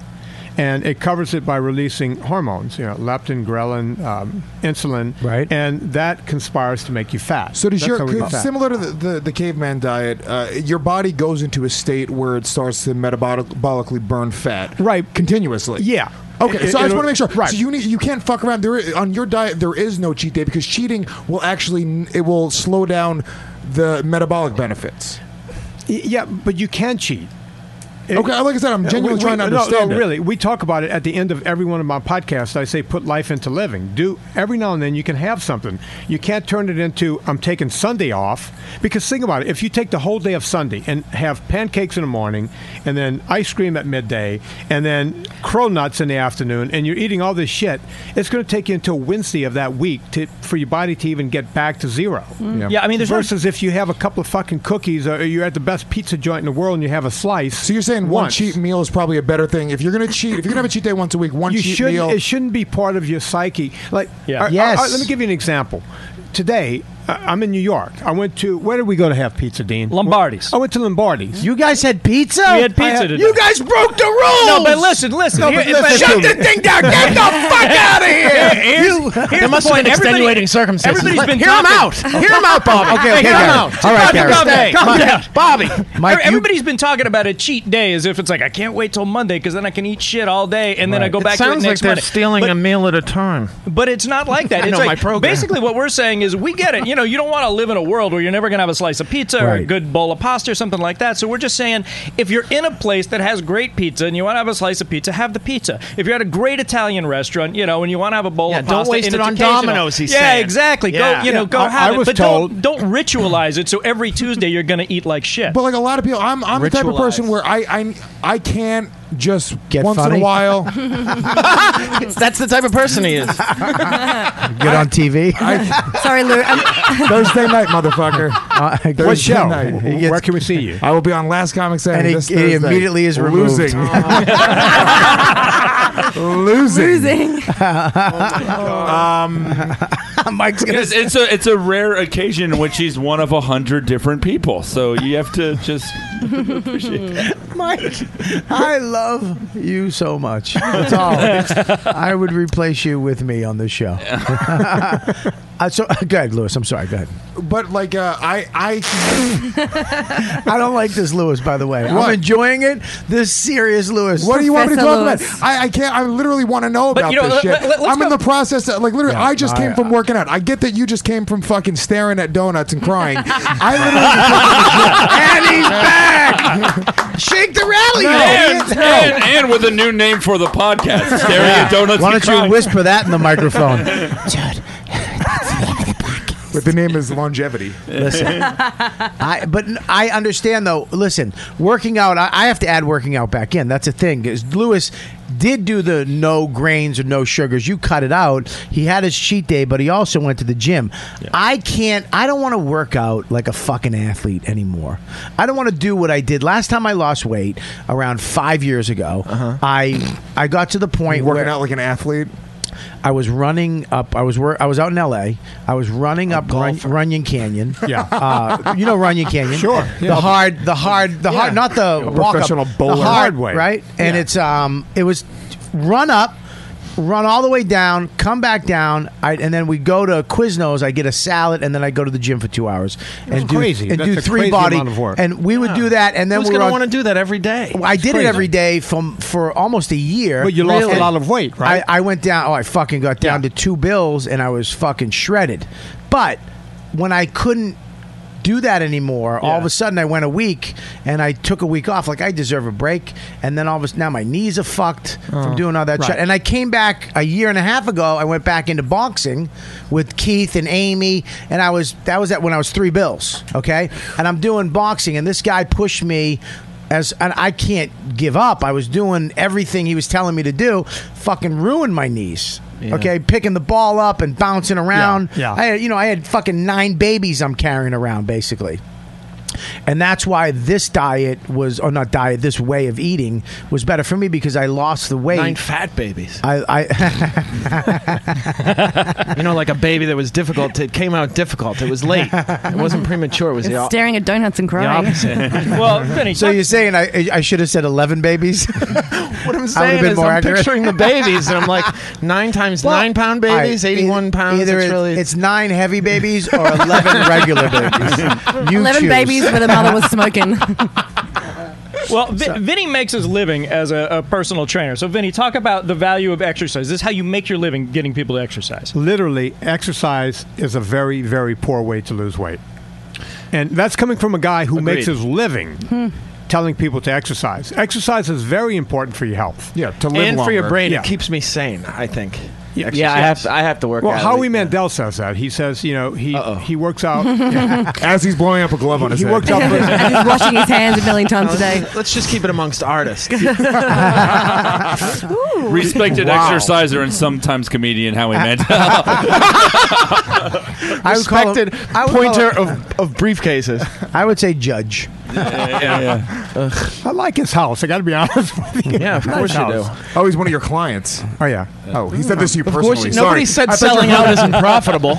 Speaker 8: and it covers it by releasing hormones, you know, leptin, ghrelin, um, insulin, right? And that conspires to make you fat.
Speaker 6: So does
Speaker 8: That's how
Speaker 6: your
Speaker 8: we get
Speaker 6: could-
Speaker 8: fat.
Speaker 6: similar to the, the, the caveman diet? Uh, your body goes into a state where it starts to metabolically burn fat,
Speaker 8: right?
Speaker 6: Continuously.
Speaker 8: Yeah.
Speaker 6: Okay.
Speaker 8: It-
Speaker 6: so I just
Speaker 8: it'll-
Speaker 6: want to make sure.
Speaker 8: right.
Speaker 6: So you need, you can't fuck around. There i- on your diet there is no cheat day because cheating will actually n- it will slow down the metabolic benefits.
Speaker 8: Y- Yeah, but you can cheat.
Speaker 6: Okay, like I said, I'm
Speaker 8: Uh,
Speaker 6: genuinely trying to
Speaker 8: no,
Speaker 6: understand
Speaker 8: No,
Speaker 6: it.
Speaker 8: really, we talk about it at the end of every one of my podcasts. I say put life into living. Do every now and then you can have something. You can't turn it into I'm taking Sunday off because think about it. If you take the whole day of Sunday and have pancakes in the morning, and then ice cream at midday, and then crow nuts in the afternoon, and you're eating all this shit, it's going to take you until Wednesday of that week to for your body to even get back to zero.
Speaker 9: Mm. Yeah. Yeah, I mean, there's no-
Speaker 8: versus if you have a couple of fucking cookies or you're at the best pizza joint in the world and you have a slice.
Speaker 6: So you're saying one cheat meal is probably a better thing if you're going to cheat. If you're going to have a cheat day once a week, one
Speaker 8: you
Speaker 6: cheat
Speaker 8: shouldn't-
Speaker 6: meal.
Speaker 8: It shouldn't be part of your psyche. Like,
Speaker 6: Yeah.
Speaker 8: all right,
Speaker 6: Yes.
Speaker 8: all right, let me give you an example. Today, I- I'm in New York. I went to where did we go to have pizza, Dean? Lombardi's. I went to Lombardi's.
Speaker 4: You guys had pizza.
Speaker 8: We
Speaker 9: had pizza today.
Speaker 4: You guys broke the rules.
Speaker 9: No, but listen, listen.
Speaker 4: No,
Speaker 9: Here-
Speaker 4: but
Speaker 9: if I-
Speaker 4: listen
Speaker 9: Shut
Speaker 4: to
Speaker 9: the
Speaker 4: me.
Speaker 9: thing down. Get
Speaker 4: <laughs>
Speaker 9: the fuck outta here.
Speaker 7: Here's-
Speaker 9: You-
Speaker 7: there
Speaker 9: here's the
Speaker 7: must have
Speaker 9: point.
Speaker 7: been
Speaker 9: Everybody-
Speaker 7: extenuating circumstances.
Speaker 9: everybody's
Speaker 7: Let-
Speaker 9: been
Speaker 7: hear 'em
Speaker 9: talking.
Speaker 7: out. Hear 'em out, Bobby.
Speaker 4: Okay, okay,
Speaker 9: Hear 'em
Speaker 4: Gary.
Speaker 9: out.
Speaker 4: All right,
Speaker 9: Calm
Speaker 4: Gary.
Speaker 9: down,
Speaker 4: Mike,
Speaker 9: Calm
Speaker 4: you-
Speaker 9: down. Bobby.
Speaker 4: Mike, you-
Speaker 9: Everybody's been talking about a cheat day as if it's like, I can't wait till Monday because then I can eat shit all day and then I go
Speaker 7: It
Speaker 9: back to it
Speaker 7: sounds like
Speaker 9: next
Speaker 7: they're
Speaker 9: Monday.
Speaker 7: stealing
Speaker 9: But-
Speaker 7: a meal at a time.
Speaker 9: But it's not like
Speaker 7: <laughs>
Speaker 9: that.
Speaker 7: I
Speaker 9: It's
Speaker 7: know
Speaker 9: like,
Speaker 7: my program.
Speaker 9: Basically, what we're saying is we get it. You know, you don't want to live in a world where you're never going to have a slice of pizza or a
Speaker 7: Right.
Speaker 9: good bowl of pasta or something like that. So we're just saying if you're in a place that has great pizza and you want to have a slice of pizza, have the pizza. If you're at a great Italian restaurant, you know, and you want to have a bowl
Speaker 7: Yeah,
Speaker 9: of
Speaker 7: don't
Speaker 9: pasta,
Speaker 7: waste
Speaker 9: and
Speaker 7: it
Speaker 9: it's
Speaker 7: on
Speaker 9: occasional.
Speaker 7: Domino's, he's
Speaker 9: yeah,
Speaker 7: saying.
Speaker 9: exactly.
Speaker 7: Yeah.
Speaker 9: Go, you know,
Speaker 7: Yeah,
Speaker 9: go
Speaker 7: I-
Speaker 9: have
Speaker 7: I
Speaker 9: it.
Speaker 7: was
Speaker 9: but
Speaker 7: told-
Speaker 9: don't, don't ritualize it so every Tuesday you're going to eat like shit. <laughs>
Speaker 6: But like a lot of people, I'm, I'm the type of person where I I, I can't just once in
Speaker 9: funny?
Speaker 6: a
Speaker 1: <laughs>
Speaker 6: while.
Speaker 7: <laughs> That's the type of person
Speaker 8: <laughs>
Speaker 7: he is.
Speaker 4: Good on TV.
Speaker 5: Sorry, Lou. I'm-
Speaker 6: <laughs> Thursday night,
Speaker 8: <laughs>
Speaker 6: motherfucker.
Speaker 8: Uh,
Speaker 6: Thursday
Speaker 4: What show?
Speaker 6: night.
Speaker 4: He gets- Where
Speaker 8: can we see you?
Speaker 6: I will be on Last Comic Standing.
Speaker 4: And he-
Speaker 6: this
Speaker 4: he
Speaker 6: Thursday.
Speaker 4: immediately is removed. Oh.
Speaker 6: losing.
Speaker 8: <laughs>
Speaker 6: <laughs> losing. <laughs> Oh,
Speaker 4: Losing.
Speaker 6: um,
Speaker 4: <laughs> Mike's
Speaker 3: It's, it's a it's a rare occasion in which he's one of a hundred different people, so you have to just appreciate that.
Speaker 4: Mike, I love you so much.
Speaker 6: <laughs>
Speaker 4: That's all. I would replace you with me on this
Speaker 6: <laughs>
Speaker 4: show. Uh, so, go ahead, Lewis. I'm sorry. Go ahead.
Speaker 6: But like, uh, I I
Speaker 4: I don't like this Lewis, by the way.
Speaker 6: What?
Speaker 4: I'm enjoying it. This serious Lewis.
Speaker 6: What do you want me to talk about? I, I can't. I literally want to know
Speaker 4: But
Speaker 6: about
Speaker 4: you know,
Speaker 6: this
Speaker 4: let-
Speaker 6: shit.
Speaker 4: let- let's
Speaker 6: I'm in
Speaker 4: go-
Speaker 6: the process. Of, like literally,
Speaker 4: Yeah,
Speaker 6: I just
Speaker 4: I-
Speaker 6: came from working out. I get that you just came from fucking staring at donuts and crying. I
Speaker 4: <laughs>
Speaker 6: literally. and he's back.
Speaker 4: Shake the rally.
Speaker 3: And, and, and with a new name for the podcast, staring at donuts.
Speaker 4: Why
Speaker 3: and
Speaker 4: don't you
Speaker 3: crying.
Speaker 4: whisper that in the microphone?
Speaker 6: <laughs>
Speaker 3: <laughs>
Speaker 6: But the name is longevity.
Speaker 4: Listen,
Speaker 5: <laughs>
Speaker 4: I but n- I understand though. Listen, working out, I, I have to add working out back in. That's a thing. 'cause Lewis did do the no grains or no sugars. You cut it out. He had his cheat day, but he also went to the gym. I can't. I don't want to work out like a fucking athlete anymore. I don't want to do what I did last time. I lost weight around five years ago. I I got to the point
Speaker 6: Uh-huh. Working
Speaker 4: where
Speaker 6: out like an athlete.
Speaker 4: I was running up. I was wor- I was out in L.A. I was running up Run- Runyon Canyon.
Speaker 8: <laughs> Yeah.
Speaker 4: uh, you know Runyon Canyon.
Speaker 8: Sure.
Speaker 4: The
Speaker 8: Yeah.
Speaker 4: hard, the hard, the
Speaker 8: Yeah.
Speaker 4: hard, not the
Speaker 8: A
Speaker 4: walk
Speaker 8: professional
Speaker 4: up,
Speaker 8: bowler.
Speaker 4: the hard
Speaker 8: Hard way.
Speaker 4: right? And
Speaker 8: Yeah.
Speaker 4: it's um, it was run up. Run all the way down, come back down, I, and then we go to Quiznos. I get a salad, and then I go to the gym for two hours
Speaker 8: That's
Speaker 4: and do
Speaker 8: crazy.
Speaker 4: and
Speaker 8: That's
Speaker 4: do
Speaker 8: a
Speaker 4: three
Speaker 8: crazy
Speaker 4: body.
Speaker 8: amount of work.
Speaker 4: And we would
Speaker 7: Yeah.
Speaker 4: do that, and then
Speaker 7: Who's
Speaker 4: we were
Speaker 7: gonna
Speaker 4: on-
Speaker 7: want to do that every day?
Speaker 4: I did it
Speaker 7: Crazy.
Speaker 4: every day from for almost a year.
Speaker 8: But you lost a lot of weight, right?
Speaker 4: I, I went down. Oh, I fucking got down to two bills, and I was fucking shredded. But when I couldn't do that anymore. All of a sudden, I went a week and I took a week off. Like I deserve a break. And then all of a sudden, now my knees are fucked
Speaker 1: Oh,
Speaker 4: from doing all that
Speaker 1: right.
Speaker 4: shit. And I came back a year and a half ago. I went back into boxing with Keith and Amy, and I was that was at when I was three bills. Okay, and I'm doing boxing, and this guy pushed me. As and I can't give up. I was doing everything he was telling me to do. Fucking ruined my knees.
Speaker 1: Yeah.
Speaker 4: Okay, picking the ball up and bouncing around.
Speaker 1: yeah.
Speaker 4: I had, you know, I had fucking nine babies I'm carrying around basically. And that's why this diet was, or not diet, this way of eating was better for me because I lost the weight.
Speaker 7: Nine fat babies.
Speaker 4: I, I
Speaker 7: you know, like a baby that was difficult. It came out difficult. It was late. It wasn't premature. It <laughs> was the,
Speaker 5: It's
Speaker 7: op-
Speaker 5: staring at donuts and
Speaker 7: the
Speaker 5: crying. <laughs>
Speaker 7: opposite.
Speaker 4: so you're saying I, I should have said 11 babies? <laughs> what
Speaker 7: I'm saying is I'm picturing the babies, and I'm
Speaker 4: <laughs>
Speaker 7: like nine times nine pound babies, eighty one pounds.
Speaker 4: e- Either
Speaker 7: it's
Speaker 4: it-
Speaker 7: really
Speaker 4: it's nine heavy babies or
Speaker 7: <laughs>
Speaker 4: 11 regular babies. You
Speaker 5: 11
Speaker 4: choose.
Speaker 5: babies where the mother was <laughs> smoking.
Speaker 9: Well, Vin- Vinny makes his living as a, a personal trainer. So, Vinny, talk about the value of exercise. This is how you make your living getting people to exercise.
Speaker 8: Literally, exercise is a very, very poor way to lose weight. And that's coming from a guy who makes
Speaker 3: Agreed.
Speaker 8: his living
Speaker 4: Hmm.
Speaker 8: telling people to exercise. Exercise is very important for your health. Yeah, to
Speaker 7: and for your brain,
Speaker 8: Yeah.
Speaker 7: it keeps me sane. I think.
Speaker 8: Exercise. Well,
Speaker 7: out.
Speaker 8: Howie Mandel says that. He says, you know, he he
Speaker 6: <laughs>
Speaker 8: works out
Speaker 6: as he's blowing up a glove on his
Speaker 8: he
Speaker 6: head.
Speaker 8: works out.
Speaker 6: <laughs>
Speaker 5: And
Speaker 8: <laughs>
Speaker 5: he's washing his hands a million times a day.
Speaker 7: Let's- <laughs> Let's just keep it amongst
Speaker 5: <laughs>
Speaker 7: artists. <laughs>
Speaker 3: Respected
Speaker 7: Wow.
Speaker 3: exerciser and sometimes comedian
Speaker 7: <laughs>
Speaker 3: Howie Mandel.
Speaker 4: I would call him- I would call
Speaker 7: pointer
Speaker 4: him-
Speaker 7: of, of briefcases.
Speaker 4: I would say judge.
Speaker 8: I like his house. I got to be honest with you.
Speaker 7: Yeah, of
Speaker 8: Nice
Speaker 7: course you
Speaker 8: house.
Speaker 7: do.
Speaker 6: Oh, he's one of your clients.
Speaker 8: Oh yeah.
Speaker 6: Oh, he said this to you
Speaker 8: Of course
Speaker 6: personally.
Speaker 8: you-
Speaker 6: Sorry.
Speaker 8: nobody said
Speaker 6: I thought you
Speaker 8: selling
Speaker 6: heard-
Speaker 8: out
Speaker 6: <laughs>
Speaker 8: isn't profitable.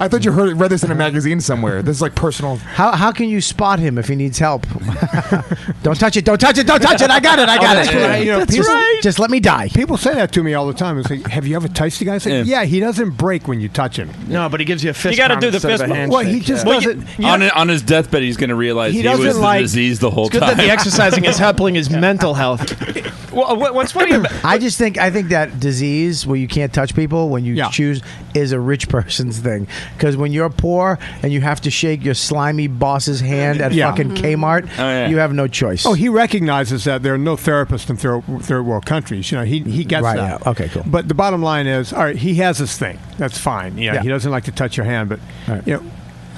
Speaker 6: I thought you heard read this in a magazine somewhere. This is like personal.
Speaker 4: How, how can you spot him if he needs help? don't touch it. Don't touch it. Don't touch it. I got it. I
Speaker 8: Oh,
Speaker 4: got
Speaker 8: that's
Speaker 4: it.
Speaker 8: right. You know,
Speaker 4: Just-
Speaker 8: people-
Speaker 4: Just let me die.
Speaker 8: People say that to me all the time. It's like, have you ever touched a guy? I say,
Speaker 3: Yeah.
Speaker 8: yeah. he doesn't break when you touch him.
Speaker 7: No, but he gives you a fist.
Speaker 8: You gotta
Speaker 7: pound
Speaker 8: do the
Speaker 7: instead
Speaker 8: fist
Speaker 7: of a
Speaker 8: bump.
Speaker 7: handshake,
Speaker 8: Well, he just
Speaker 7: yeah.
Speaker 8: doesn't-
Speaker 3: on, on his deathbed, he's going to realize
Speaker 7: He
Speaker 3: he,
Speaker 7: doesn't
Speaker 3: was the
Speaker 7: like-
Speaker 3: disease the whole
Speaker 7: It's good
Speaker 3: time.
Speaker 7: that the exercising is helping his mental health.
Speaker 9: Well, what, what's funny about
Speaker 4: I just think I think that disease where you can't touch people when you choose is a rich person's thing. Because when you're poor and you have to shake your slimy boss's hand at
Speaker 8: Yeah.
Speaker 4: fucking
Speaker 5: Mm-hmm.
Speaker 4: Kmart, you have no choice.
Speaker 8: Oh, he recognizes that there are no therapists in third, third world countries. You know, he, he gets
Speaker 4: Right,
Speaker 8: that.
Speaker 4: yeah. Okay, cool.
Speaker 8: But the bottom line is, all right, he has his thing. That's fine. Yeah,
Speaker 4: Yeah.
Speaker 8: he doesn't like to touch your hand, but you know,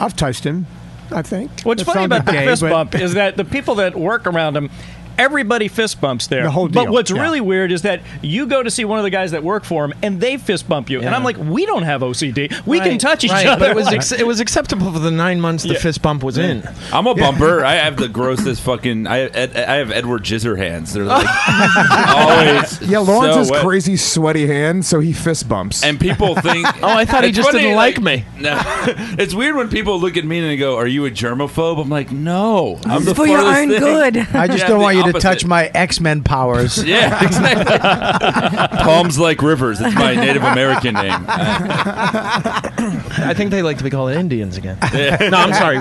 Speaker 8: I've touched him. I think.
Speaker 9: What's
Speaker 8: That
Speaker 9: funny
Speaker 8: sounded
Speaker 9: about the
Speaker 8: gay,
Speaker 9: fist
Speaker 8: but-
Speaker 9: bump is that the people that work around him, everybody fist bumps there.
Speaker 8: The whole
Speaker 9: but
Speaker 8: deal,
Speaker 9: what's
Speaker 8: yeah.
Speaker 9: really weird is that you go to see one of the guys that work for him, and they fist bump you, and I'm like, we don't have OCD. We can
Speaker 7: Right,
Speaker 9: touch each
Speaker 7: right,
Speaker 9: other.
Speaker 7: But
Speaker 9: <laughs>
Speaker 7: it was
Speaker 9: Like-
Speaker 7: ex- it was acceptable for the nine months the fist bump was in.
Speaker 3: I'm a bumper. I have the grossest fucking. I have, Ed, I have Edward Jizzer hands.
Speaker 7: <laughs>
Speaker 3: They're like
Speaker 6: <laughs>
Speaker 3: always.
Speaker 6: Yeah, Lawrence
Speaker 3: so
Speaker 6: has
Speaker 3: wet.
Speaker 6: crazy sweaty hands, so he fist bumps. <laughs>
Speaker 3: And people think.
Speaker 7: <laughs> Oh, I thought he
Speaker 3: It's
Speaker 7: just
Speaker 3: funny,
Speaker 7: didn't like me.
Speaker 3: No, <laughs> it's weird when people look at me and they go, "Are you a germaphobe?" I'm like, "No,
Speaker 4: This
Speaker 3: I'm the
Speaker 4: is for your
Speaker 3: farthest
Speaker 4: own
Speaker 3: thing."
Speaker 4: I just
Speaker 3: <laughs> Yeah,
Speaker 4: don't
Speaker 3: the
Speaker 4: want you to
Speaker 3: opposite.
Speaker 4: touch my X Men powers.
Speaker 6: <laughs>
Speaker 3: <laughs> Yeah, exactly. Palms like rivers. It's my Native American name.
Speaker 7: I think they like to be called Indians again. no, I'm sorry,
Speaker 3: <laughs>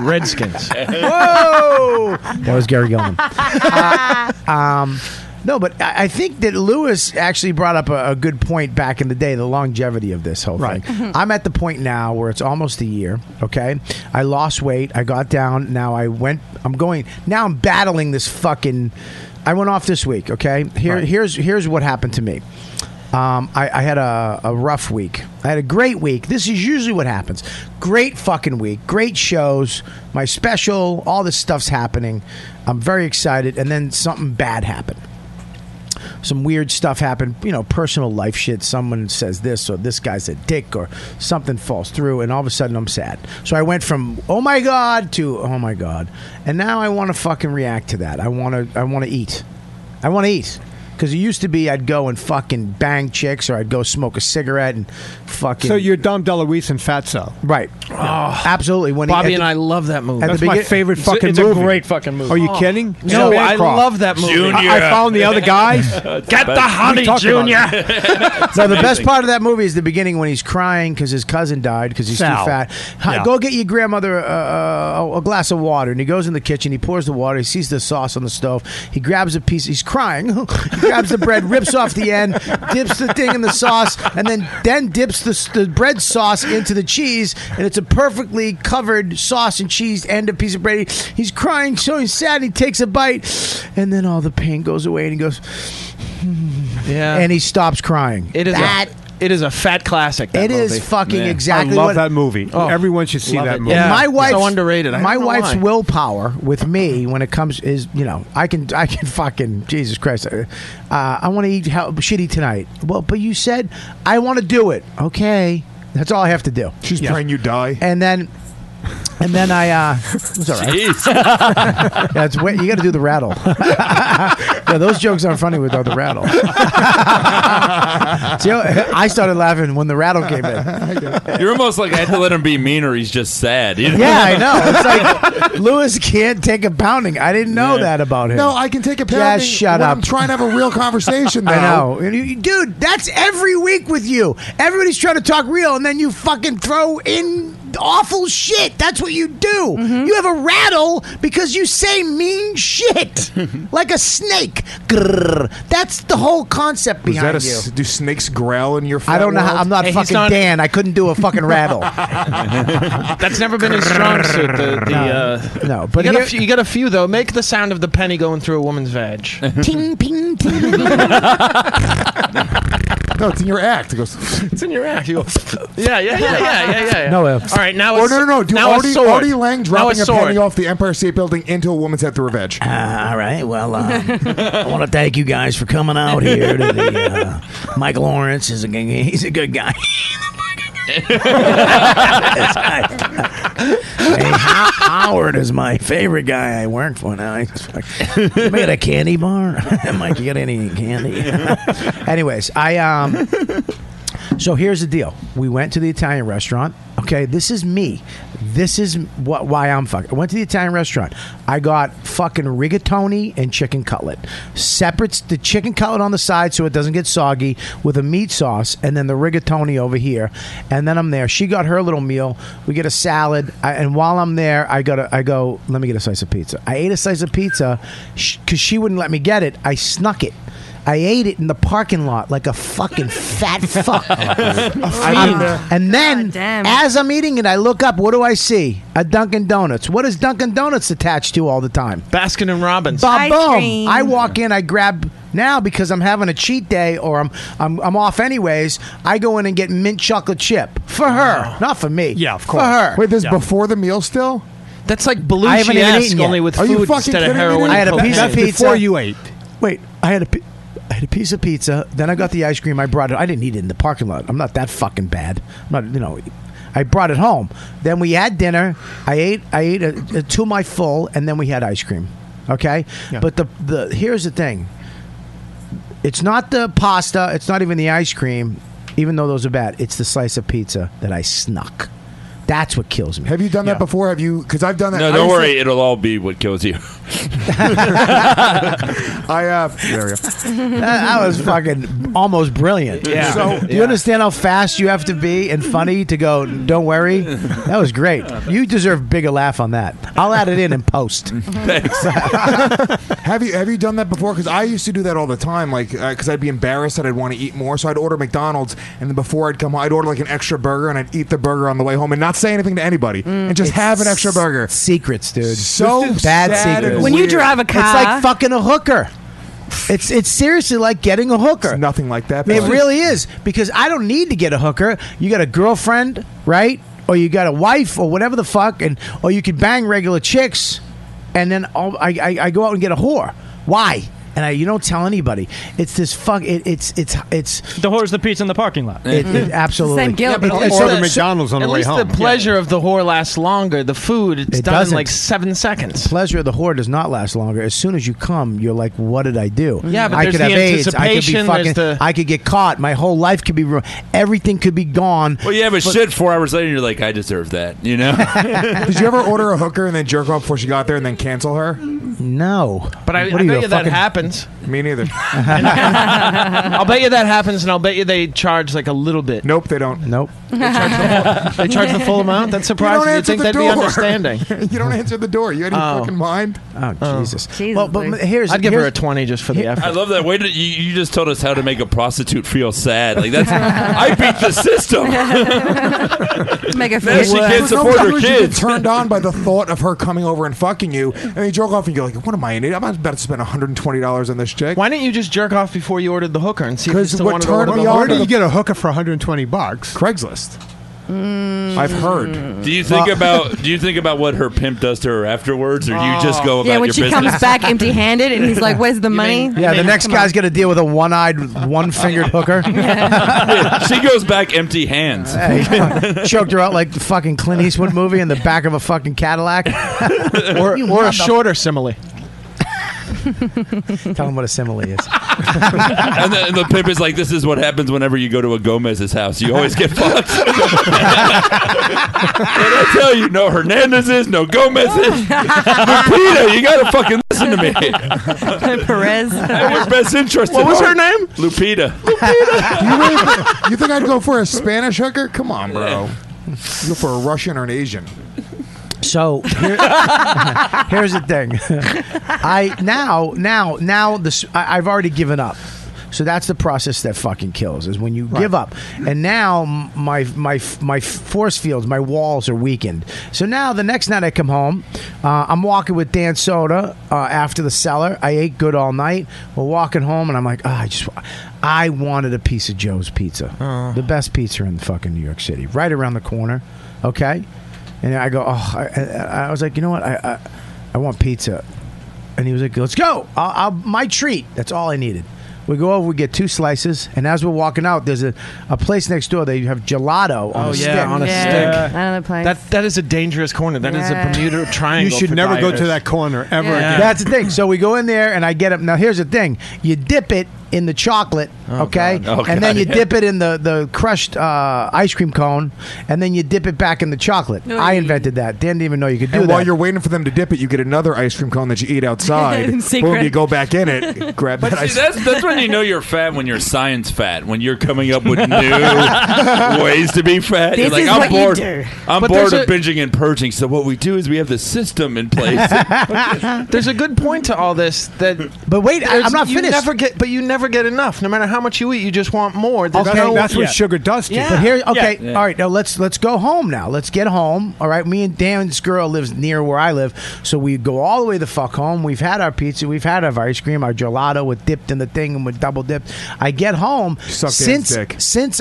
Speaker 4: <laughs>
Speaker 7: Redskins.
Speaker 4: Whoa! That was Gary Gilman. Uh, <laughs> um, no, but I I think that Lewis actually brought up a, a good point back in the day, the longevity of this whole thing. I'm at the point now where it's almost a year, okay? I lost weight, I got down, now I went I'm going now I'm battling this fucking I went off this week, okay? Here here's here's what happened to me. Um, I, I had a, a rough week. I had a great week. This is usually what happens. Great fucking week. Great shows. My special. All this stuff's happening. I'm very excited. And then something bad happened. Some weird stuff happened. You know, personal life shit. Someone says this or this guy's a dick or something falls through. And all of a sudden I'm sad. So I went from, oh my God to, oh my God. And now I want to fucking react to that. I want to, I want to eat. I want to eat. Because it used to be I'd go and fucking bang chicks or I'd go smoke a cigarette and fucking.
Speaker 8: So you're Dom DeLuise and Fatso.
Speaker 4: Right. Absolutely. When
Speaker 7: Bobby
Speaker 4: he, at
Speaker 7: and
Speaker 4: the-
Speaker 7: I love that movie.
Speaker 4: at the
Speaker 8: That's my
Speaker 4: begin-
Speaker 8: favorite fucking movie. Are you kidding?
Speaker 7: No, I
Speaker 8: Sam Bancroft.
Speaker 7: love that movie.
Speaker 8: I, I found the other guys.
Speaker 7: Get the honey,
Speaker 8: Talk about
Speaker 7: Junior.
Speaker 8: it.
Speaker 4: No, the best part of that movie is the beginning when he's crying because his cousin died because he's
Speaker 8: Sal.
Speaker 4: too fat. Hi,
Speaker 8: Yeah.
Speaker 4: Go get your grandmother uh, a, a glass of water. And he goes in the kitchen, he pours the water, he sees the sauce on the stove, he grabs a piece, he's crying. <laughs> he grabs the bread, rips off the end, dips the thing in the sauce, and then then dips the, s- the bread sauce into the cheese, and it's a perfectly covered sauce and cheese and a piece of bread. He's crying, so he's sad. He takes a bite, and then all the pain goes away, and he goes,
Speaker 7: yeah,
Speaker 4: and he stops crying.
Speaker 7: It is
Speaker 4: that.
Speaker 7: a, it is a fat classic. That
Speaker 4: It is
Speaker 7: movie. Oh.
Speaker 4: fucking
Speaker 7: Man.
Speaker 4: exactly. what, Oh.
Speaker 8: Everyone should see
Speaker 4: Love
Speaker 8: that
Speaker 4: it.
Speaker 8: movie.
Speaker 4: And my wife's
Speaker 7: so underrated. I
Speaker 4: my
Speaker 7: don't know
Speaker 4: wife's
Speaker 7: why.
Speaker 4: willpower with me when it comes is you know I can I can fucking Jesus Christ. Uh, I want to eat how, shitty tonight. Well, but you said I want to do it. Okay, that's all I have to do.
Speaker 6: She's praying you die.
Speaker 4: And then. And then I, uh, it's all right. <laughs>
Speaker 6: Jeez.
Speaker 4: yeah, it's wet. You got to do the rattle. <laughs> yeah, those jokes aren't funny without the rattle. <laughs> See, I started laughing when the rattle came in.
Speaker 3: You're almost like I had to let him be mean, or he's just sad. You know?
Speaker 4: Yeah,
Speaker 6: <laughs>
Speaker 4: I
Speaker 3: <laughs>
Speaker 4: know. It's like Lewis can't take a pounding. I didn't know that about him.
Speaker 6: No, I can take a pounding.
Speaker 4: Yeah, shut
Speaker 6: when
Speaker 4: up.
Speaker 6: I'm trying to have a real conversation.
Speaker 4: <laughs>
Speaker 6: Though.
Speaker 4: I know, And you- you- dude. That's every week with you. Everybody's trying to talk real, and then you fucking throw in awful shit. That's what you do.
Speaker 6: Mm-hmm.
Speaker 4: You have a rattle because you say mean
Speaker 6: <laughs>
Speaker 4: shit like a snake. Grrr. That's the whole concept
Speaker 6: Was that
Speaker 4: behind
Speaker 6: a
Speaker 4: you.
Speaker 6: s- do snakes growl in your?
Speaker 4: I don't know. How, I'm not
Speaker 6: Hey, he's
Speaker 4: fucking <laughs>
Speaker 6: not-
Speaker 4: Dan. I couldn't do a fucking
Speaker 6: <laughs>
Speaker 4: rattle.
Speaker 7: That's never been his strong suit. The, the,
Speaker 4: No.
Speaker 7: uh,
Speaker 4: No, <laughs> but
Speaker 7: you got,
Speaker 4: here-
Speaker 7: a few, you got a few though. Make the sound of the penny going through a woman's vag.
Speaker 4: <laughs>
Speaker 7: <laughs>
Speaker 4: ting, ting, ting.
Speaker 6: No, it's in your act. It goes.
Speaker 7: It's in your act. You go, <laughs> yeah, yeah, yeah, yeah, yeah, yeah. yeah.
Speaker 6: No,
Speaker 7: All
Speaker 6: uh,
Speaker 7: right, now.
Speaker 6: Or
Speaker 7: a,
Speaker 6: no, no, no. Do
Speaker 7: now a
Speaker 6: Artie,
Speaker 7: sword.
Speaker 6: Artie Lang dropping
Speaker 7: now
Speaker 6: a,
Speaker 7: a sword.
Speaker 6: penny off the Empire State Building into a woman's head through a veg?
Speaker 4: Uh, all right. Well,
Speaker 7: <laughs>
Speaker 4: um, I want to thank you guys for coming out here. To the, uh, Mike Lawrence is a g- he's a good
Speaker 7: <laughs>
Speaker 4: guy. hey, Ho- <laughs> Howard is my favorite guy I work for now. He's like, You made a candy bar, <laughs> Mike. You got any candy? <laughs> Anyways, I um. So here's the deal. We went to the Italian restaurant. Okay, this is me. This is what why I'm fucking. I went to the Italian restaurant. I got fucking rigatoni and chicken cutlet. Separates the chicken cutlet on the side so it doesn't get soggy with a meat sauce, and then the rigatoni over here. And then I'm there. She got her little meal. We get a salad. I, and while I'm there, I got I go. Let me get a slice of pizza. I ate a slice of pizza because she wouldn't let me get it. I snuck it. I ate it in the parking lot like a fucking fat fuck. I'm- and then, as I'm eating it, I look up. What do I see? A Dunkin' Donuts. What is Dunkin' Donuts attached to all the time?
Speaker 7: Baskin and Robbins.
Speaker 4: Bob boom! I walk in, I grab now because I'm having a cheat day or I'm I'm I'm off anyways. I go in and get mint chocolate chip for her, not for me. Yeah, of For her.
Speaker 6: Wait, this
Speaker 4: Yeah.
Speaker 6: before the meal still?
Speaker 7: That's like
Speaker 4: I haven't even eaten yet.
Speaker 6: Are you fucking kidding me, dude?
Speaker 4: I had a piece of pizza
Speaker 8: ate.
Speaker 4: Wait, I had a. Pi- I had a piece of pizza. Then I got the ice cream. I brought it. I didn't eat it in the parking lot. I'm not that fucking bad. I'm not, you know, I brought it home. Then we had dinner. I ate. I ate a, a, to my full, and then we had ice cream. Okay, but the the here's the thing. It's not the pasta. It's not even the ice cream, even though those are bad. It's the slice of pizza that I snuck. That's what kills me.
Speaker 6: Have you done that before? Have you? Because I've done that.
Speaker 3: No,
Speaker 6: I
Speaker 3: don't
Speaker 6: used to-
Speaker 3: worry. It'll all be what kills you.
Speaker 6: <laughs> I uh, there we go.
Speaker 4: that, that was fucking almost brilliant.
Speaker 6: Yeah.
Speaker 4: So, do you understand how fast you have to be and funny to go? Don't worry. That was great. You deserve bigger laugh on that. I'll add it in and
Speaker 6: <laughs>
Speaker 4: post. <laughs>
Speaker 6: have you have you done that before? Because I used to do that all the time. Like because I'd be embarrassed that I'd want to eat more, so I'd order McDonald's, and then before I'd come home, I'd order like an extra burger, and I'd eat the burger on the way home, and not say anything to anybody, and just have an extra burger.
Speaker 4: Mm. Secrets, dude.
Speaker 6: So
Speaker 4: <laughs> bad
Speaker 6: sad and
Speaker 4: secrets.
Speaker 6: When you weird. drive a
Speaker 4: it's
Speaker 6: car-
Speaker 4: like fucking a hooker. It's it's seriously like getting a hooker.
Speaker 6: It's nothing like that.
Speaker 4: It
Speaker 6: but-
Speaker 4: really is because I don't need to get a hooker. You got a girlfriend, right? Or you got a wife, or whatever the fuck, and or you could bang regular chicks, and then I'll, I, I I go out and get a whore. Why? And I, you don't tell anybody. It's this fuck. It, it's it's it's
Speaker 9: the whore's the pizza in the parking lot.
Speaker 4: It, it- absolutely.
Speaker 7: Mm-hmm. but
Speaker 4: It-
Speaker 7: at
Speaker 4: it's
Speaker 7: least
Speaker 4: so-
Speaker 7: at least the pleasure of the whore lasts longer. The food, it's
Speaker 4: It
Speaker 7: done
Speaker 4: doesn't.
Speaker 7: in like seven seconds.
Speaker 4: pleasure of the whore does not last longer. As soon as you come, you're like, "What did I do?
Speaker 7: Mm-hmm. Yeah, but
Speaker 4: I
Speaker 7: there's
Speaker 4: could
Speaker 7: the
Speaker 4: have AIDS. I could be
Speaker 7: anticipation, there's
Speaker 4: fucking.
Speaker 7: the-
Speaker 4: I could get caught. My whole life could be ruined. Everything could be gone.
Speaker 3: Well, yeah, but, shit. Four hours later, you're like, I deserve that. You know.
Speaker 6: <laughs> Did you ever order a hooker and then jerk off before she got there and then cancel her?
Speaker 4: No.
Speaker 7: But I,
Speaker 6: What
Speaker 7: I
Speaker 6: are you,
Speaker 7: bet
Speaker 6: a
Speaker 7: you that
Speaker 6: fucking-
Speaker 7: happens.
Speaker 6: Me <laughs> neither.
Speaker 7: I'll bet you that happens, and I'll bet you they charge like a little bit.
Speaker 6: Nope, they don't.
Speaker 4: Nope.
Speaker 7: They charge <laughs> the full, they charge the full amount. That's
Speaker 6: You
Speaker 7: surprising. You
Speaker 6: don't
Speaker 7: would think that'd
Speaker 6: answer
Speaker 7: be
Speaker 6: the
Speaker 7: understanding.
Speaker 6: door. <laughs> you don't answer the door. You had any
Speaker 7: Oh.
Speaker 6: fucking mind?
Speaker 4: Oh Jesus.
Speaker 7: Jesus.
Speaker 4: Well, but here's
Speaker 7: I'd give her
Speaker 4: here's-
Speaker 7: a twenty just for the effort.
Speaker 3: I love that. Wait, you, you just told us how to make a prostitute feel sad. Like that's I beat the system.
Speaker 5: <laughs> Make a
Speaker 3: Now she can't support her
Speaker 6: Sometimes you get
Speaker 3: kids.
Speaker 6: turned on by the thought of her coming over and fucking you, and you jerk off and you're like, "What am I an idiot? I'm about to spend 120 dollars on this chick."
Speaker 7: Why didn't you just jerk off before you ordered the hooker and see if you
Speaker 6: Because
Speaker 7: still
Speaker 6: what
Speaker 7: wanted to
Speaker 6: turned
Speaker 7: order
Speaker 6: me
Speaker 7: the
Speaker 6: on
Speaker 7: hooker?
Speaker 6: Where do you
Speaker 8: get a hooker for 120 bucks?
Speaker 6: Craigslist. <laughs> I've heard.
Speaker 3: Do you think about Do you think about what her pimp does to her afterwards, or you just
Speaker 6: Oh.
Speaker 3: go about
Speaker 5: yeah, when
Speaker 3: your
Speaker 5: she
Speaker 3: business?
Speaker 5: comes back empty-handed, and he's
Speaker 6: <laughs>
Speaker 5: like, "Where's the money?"
Speaker 4: Yeah, the next
Speaker 5: Come on.
Speaker 4: guy's got to deal with a one-eyed, one-fingered
Speaker 7: <laughs>
Speaker 4: hooker.
Speaker 3: she goes back empty hands.
Speaker 4: Choked her out like the fucking Clint Eastwood movie in the back of a fucking Cadillac.
Speaker 7: <laughs> or
Speaker 4: You
Speaker 7: or a
Speaker 4: mother-
Speaker 7: shorter simile.
Speaker 4: <laughs> Tell him what a simile is.
Speaker 3: <laughs> and, the, and the pimp is like, "This is what happens whenever you go to a Gomez's house. You always get fucked." <laughs> and I tell you, no Hernandez's, no Gomez's, Lupita. You gotta fucking listen
Speaker 4: <laughs>
Speaker 3: to me.
Speaker 5: <laughs> Perez.
Speaker 3: Your best interest.
Speaker 6: What
Speaker 3: in
Speaker 6: was her
Speaker 3: art.
Speaker 6: name?
Speaker 3: Lupita.
Speaker 6: <laughs> you, really think, you think I'd go for a Spanish hooker? Come
Speaker 5: <laughs>
Speaker 6: on, <laughs> bro. You go for a Russian or an Asian.
Speaker 4: So here- here's the thing. I now now now this I, I've already given up. So that's the process that fucking kills is when you give up. And now m- my my my force fields, my walls are weakened. So now the next night I come home, uh, I'm walking with Dan Soda uh, after the cellar. I ate good all night. We're walking home and I'm like, oh, I just I wanted a piece of Joe's pizza. The best pizza in fucking New York City, right around the corner. Okay? And I go, oh, I, I- I was like, you know what? I, I, I want pizza. And he was like, let's go. I'll, I'll, my treat. That's all I needed. We go over, we get two slices. And as we're walking out, there's a, a place next door. They have gelato on
Speaker 7: Oh
Speaker 4: a
Speaker 7: yeah,
Speaker 4: stick.
Speaker 7: on a
Speaker 5: Yeah.
Speaker 7: stick.
Speaker 5: Another place.
Speaker 7: That that is a dangerous corner. That is
Speaker 5: Yeah.
Speaker 7: a Bermuda Triangle.
Speaker 8: should
Speaker 7: for
Speaker 8: never go
Speaker 7: divers.
Speaker 8: to that corner ever
Speaker 7: Yeah.
Speaker 8: again.
Speaker 4: That's the thing. So we go in there and I get them. Now here's the thing: you dip it in the chocolate, okay,
Speaker 8: God. Oh,
Speaker 4: and then
Speaker 8: God,
Speaker 4: you
Speaker 8: yeah.
Speaker 4: dip it in the the crushed uh, ice cream cone, and then you dip it back in the chocolate. I invented that. Dan didn't even know you could do
Speaker 6: And
Speaker 4: that.
Speaker 6: while you're waiting for them to dip it, you get another ice cream cone that you
Speaker 7: <laughs>
Speaker 6: eat outside.
Speaker 4: In
Speaker 6: Boom,
Speaker 4: secret.
Speaker 6: you go back in it, grab that
Speaker 3: See,
Speaker 6: ice
Speaker 3: that's that's when you know you're fat when you're science fat when you're coming up with
Speaker 4: <laughs>
Speaker 3: new ways to be fat. you're
Speaker 4: This
Speaker 3: like
Speaker 4: is
Speaker 3: I'm
Speaker 4: what you
Speaker 3: bored.
Speaker 4: do."
Speaker 3: I'm
Speaker 4: But
Speaker 3: bored
Speaker 4: there's
Speaker 3: of
Speaker 4: a-
Speaker 3: binging and purging. So what we do is we have the system in place.
Speaker 4: <laughs>
Speaker 7: There's a good point to all this that.
Speaker 4: But wait, I- I'm not
Speaker 7: you
Speaker 4: finished.
Speaker 7: Never get, but you never get enough. No matter how much you eat, you just want more. There's no- Yeah.
Speaker 4: But here, okay,
Speaker 7: Yeah.
Speaker 4: all right. Now let's let's go home now. Let's get home. All right. Me and Dan's girl lives near where I live, so we go all the way the fuck home. We've had our pizza, we've had our ice cream, our gelato with dipped in the thing and with double dipped. I get home
Speaker 6: sucked Dan's
Speaker 4: since
Speaker 6: dick.
Speaker 4: since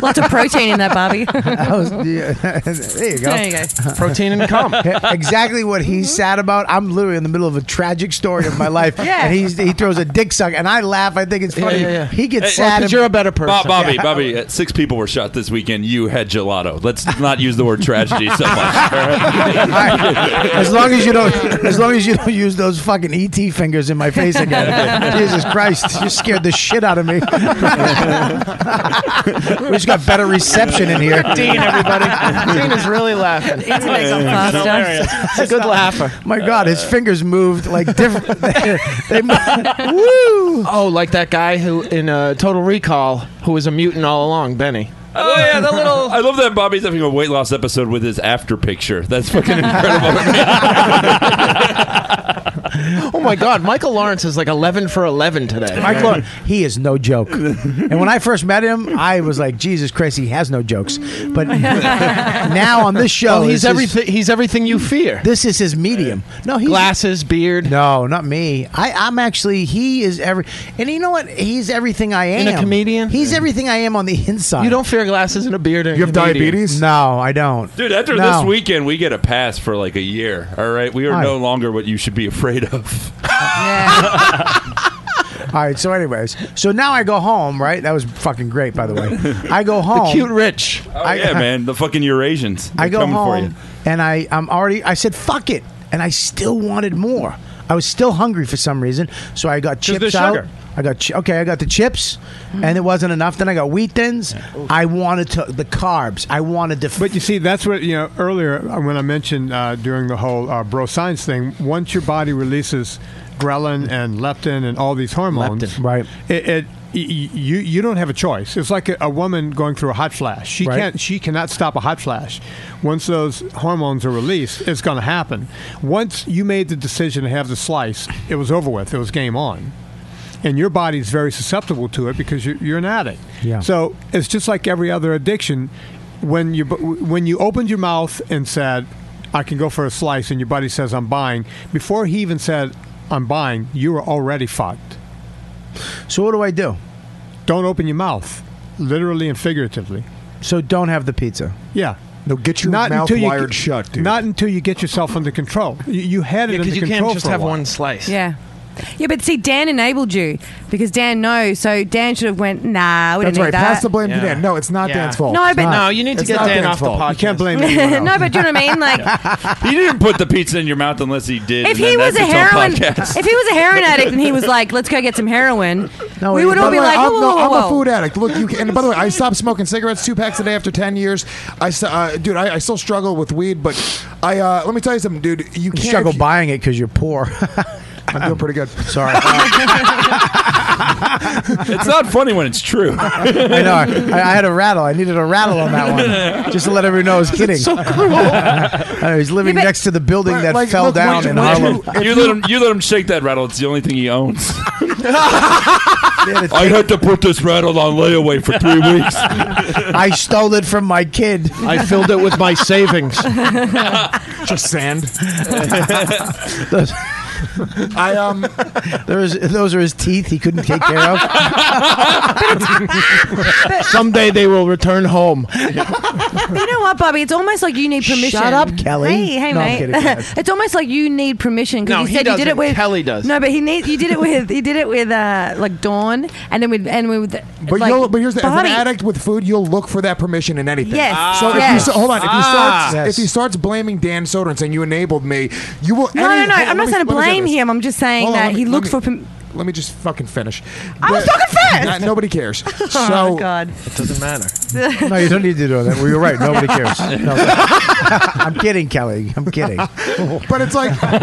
Speaker 5: Lots of protein in
Speaker 6: <laughs>
Speaker 5: that, Bobby.
Speaker 4: <laughs> I
Speaker 5: <laughs>
Speaker 4: was- yeah, <laughs> there you go.
Speaker 5: There you go. Mm-hmm.
Speaker 7: Protein
Speaker 4: <laughs>
Speaker 7: and cum.
Speaker 4: exactly what he's sad about. I'm literally in the middle of a tragic story of my
Speaker 5: <laughs>
Speaker 4: life,
Speaker 7: Yeah.
Speaker 4: and he's, he throws a dick suck, and I laugh. I think it's
Speaker 7: Yeah,
Speaker 4: funny.
Speaker 7: yeah, yeah.
Speaker 4: He gets
Speaker 3: Hey,
Speaker 4: sad. and-
Speaker 3: Bob, Bobby,
Speaker 4: Yeah.
Speaker 3: Bobby, uh, six people were shot this weekend. You had gelato. Let's not use the word tragedy so much.
Speaker 4: <laughs>
Speaker 1: <laughs>
Speaker 4: As long as you don't, as long as you don't use those fucking ET fingers in my face again. Jesus Christ, you scared the shit out of me. <laughs> we just got better reception in here.
Speaker 7: Dean, everybody. Dean is really laughing.
Speaker 5: It's a big old
Speaker 7: It's <laughs>
Speaker 5: pasta.
Speaker 7: hilarious. It's a good laugher.
Speaker 4: My God, his fingers moved like different. they, woo!
Speaker 7: Oh, like that guy who in uh, Total Recall, who was a mutant all along, Benny.
Speaker 3: Oh yeah, the little. I love that Bobby's having a weight loss episode with his after picture. That's fucking incredible.
Speaker 7: Oh my God, Michael Lawrence is like eleven for eleven today.
Speaker 4: Mike Lawrence, he is no joke. And when I first met him, I was like, Jesus Christ, he has no jokes. But now on this show,
Speaker 7: Well, he's
Speaker 4: this is-
Speaker 7: everything. He's everything you fear.
Speaker 4: This is his medium. No, he's
Speaker 7: glasses, beard.
Speaker 4: No, not me. I, I'm actually he is every, and you know what? He's everything I am.
Speaker 7: And a comedian?
Speaker 4: He's everything I am on the inside.
Speaker 7: You don't fear glasses and a beard. And a comedian.
Speaker 4: No, I don't.
Speaker 3: Dude, after
Speaker 4: No.
Speaker 3: this weekend, we get a pass for like a year. All right, we are
Speaker 4: Hi.
Speaker 3: no longer what you should be afraid of.
Speaker 4: All right. So, anyways, so now I go home. Right? That was fucking great, by the
Speaker 7: <laughs>
Speaker 4: way. I go home.
Speaker 7: cute rich.
Speaker 3: Oh yeah, man, the fucking Eurasians. They're
Speaker 4: I go
Speaker 3: coming for
Speaker 4: home
Speaker 3: you.
Speaker 4: and I I'm already I said fuck it and I still wanted more. I was still hungry for some reason, so I got
Speaker 7: there's
Speaker 4: chips out.
Speaker 7: sugar.
Speaker 4: I got chi- okay. I got the chips, and it wasn't enough. Then I got wheat thins. I wanted to the carbs. I wanted to.
Speaker 8: But you see, that's what you know. Earlier, uh, when I mentioned uh, during the whole uh, bro science thing, once your body releases ghrelin and leptin and all these hormones,
Speaker 4: right?
Speaker 8: It, it y- y- you you don't have a choice. It's like a, a woman going through a hot flash. She
Speaker 4: Right.
Speaker 8: can't. She cannot stop a hot flash. Once those hormones are released, it's going to happen. Once you made the decision to have the slice, it was over with. It was game on. And your body's very susceptible to it because you're, you're an addict.
Speaker 4: Yeah.
Speaker 8: So it's just like every other addiction. When you when you opened your mouth and said, "I can go for a slice," and your buddy says, "I'm buying," before he even said, "I'm buying," you were already fucked.
Speaker 4: So what do I do?
Speaker 8: Don't open your mouth, literally and figuratively.
Speaker 4: So don't have the pizza.
Speaker 8: Yeah. No,
Speaker 6: get your mouth wired shut, dude.
Speaker 8: Not until you get yourself under control. You, you had it
Speaker 7: Yeah,
Speaker 8: under
Speaker 7: because you
Speaker 8: control
Speaker 7: can't just
Speaker 8: for a
Speaker 7: have
Speaker 8: while.
Speaker 7: one slice.
Speaker 5: Yeah. Yeah, but see, Dan enabled you because Dan knows. So Dan should have went, nah, we
Speaker 6: That's
Speaker 5: don't
Speaker 6: right.
Speaker 5: need that.
Speaker 6: Pass the blame to Dan. No, it's not
Speaker 5: Yeah.
Speaker 6: Dan's fault.
Speaker 5: No,
Speaker 6: It's
Speaker 5: but-
Speaker 6: not.
Speaker 5: No, you need to
Speaker 6: It's
Speaker 5: get
Speaker 6: not
Speaker 5: Dan
Speaker 6: Dan's
Speaker 5: off the
Speaker 6: fault.
Speaker 8: You can't
Speaker 5: <laughs>
Speaker 8: blame
Speaker 5: no, but do you know what I mean? Like,
Speaker 3: <laughs> He didn't put the pizza in your mouth unless he did.
Speaker 5: if
Speaker 3: and then
Speaker 5: he was a
Speaker 3: that's its own
Speaker 5: heroin,
Speaker 3: podcast.
Speaker 5: if he was a <laughs> heroin addict and he was like, "Let's go get some heroin," we
Speaker 6: Wait,
Speaker 5: would all
Speaker 6: by
Speaker 5: be
Speaker 6: the way,
Speaker 5: like,
Speaker 6: I'm,
Speaker 5: "Whoa,
Speaker 6: no,
Speaker 5: whoa, whoa,
Speaker 6: I'm a
Speaker 5: whoa."
Speaker 6: food addict. Look, you can, and by the way, I stopped smoking cigarettes, two packs a day after ten years. I, st- uh, dude, I, I still struggle with weed, but I uh, let me tell you something, dude. You
Speaker 4: You
Speaker 6: can't
Speaker 4: struggle buying it because you're poor. <laughs>
Speaker 6: I'm doing pretty good. <laughs>
Speaker 4: Sorry.
Speaker 3: <laughs> it's not funny when it's true.
Speaker 4: <laughs> I know. I, I had a rattle. I needed a rattle on that one, just to let everyone know I was kidding. <laughs> so cruel. I was living next to the building that fell down in Harlem.
Speaker 3: You let him. You let him shake that rattle. It's the only thing he
Speaker 5: <laughs>
Speaker 3: owns. I had to put this rattle on layaway for three weeks.
Speaker 4: <laughs> I stole it from my kid.
Speaker 3: I filled
Speaker 4: it with my <laughs> savings.
Speaker 6: <laughs> Just sand.
Speaker 4: Those-
Speaker 6: <laughs>
Speaker 4: <laughs>
Speaker 6: I um,
Speaker 4: those those are his teeth. He couldn't take care <laughs> of. Someday they will return home.
Speaker 5: But you know what, Bobby? It's almost like you need permission.
Speaker 4: Shut up, Kelly.
Speaker 5: Hey, hey,
Speaker 4: No, I'm
Speaker 5: mate.
Speaker 4: kidding, go ahead.
Speaker 5: <laughs> it's almost like you need permission because
Speaker 7: No,
Speaker 5: you
Speaker 7: he
Speaker 5: said you did it
Speaker 7: doesn't.
Speaker 5: with
Speaker 7: Kelly does.
Speaker 5: No, but he need you did it with you did it with uh, like Dawn, and then with and with.
Speaker 6: But
Speaker 5: like,
Speaker 6: you'll, but here's the, as an
Speaker 5: Bobby.
Speaker 6: addict with food, you'll look for that permission in anything.
Speaker 5: Yes. Ah.
Speaker 6: So if
Speaker 5: Yes.
Speaker 6: you s- hold on, if he
Speaker 5: Ah.
Speaker 6: starts if he starts blaming Dan Soder and saying you enabled me, you will.
Speaker 5: No,
Speaker 6: any-
Speaker 5: no, no.
Speaker 6: hold on,
Speaker 5: I'm
Speaker 6: let
Speaker 5: not
Speaker 6: me-
Speaker 5: saying to
Speaker 6: let me say
Speaker 5: blame
Speaker 6: this.
Speaker 5: him. I'm just saying
Speaker 6: Hold on,
Speaker 5: that
Speaker 6: let me-
Speaker 5: he
Speaker 6: let
Speaker 5: looked
Speaker 6: me-
Speaker 5: for. Perm-
Speaker 6: Let me just fucking finish.
Speaker 5: I was
Speaker 6: But-
Speaker 5: talking
Speaker 6: <laughs>
Speaker 5: first!
Speaker 6: Not- nobody cares. So
Speaker 5: <laughs> Oh, God.
Speaker 7: It doesn't matter.
Speaker 4: no, you don't need to do that. Well, you're right. Nobody <laughs> cares. No. I'm kidding, Kelly. I'm kidding.
Speaker 6: But
Speaker 4: <laughs>
Speaker 6: it's like
Speaker 5: I'm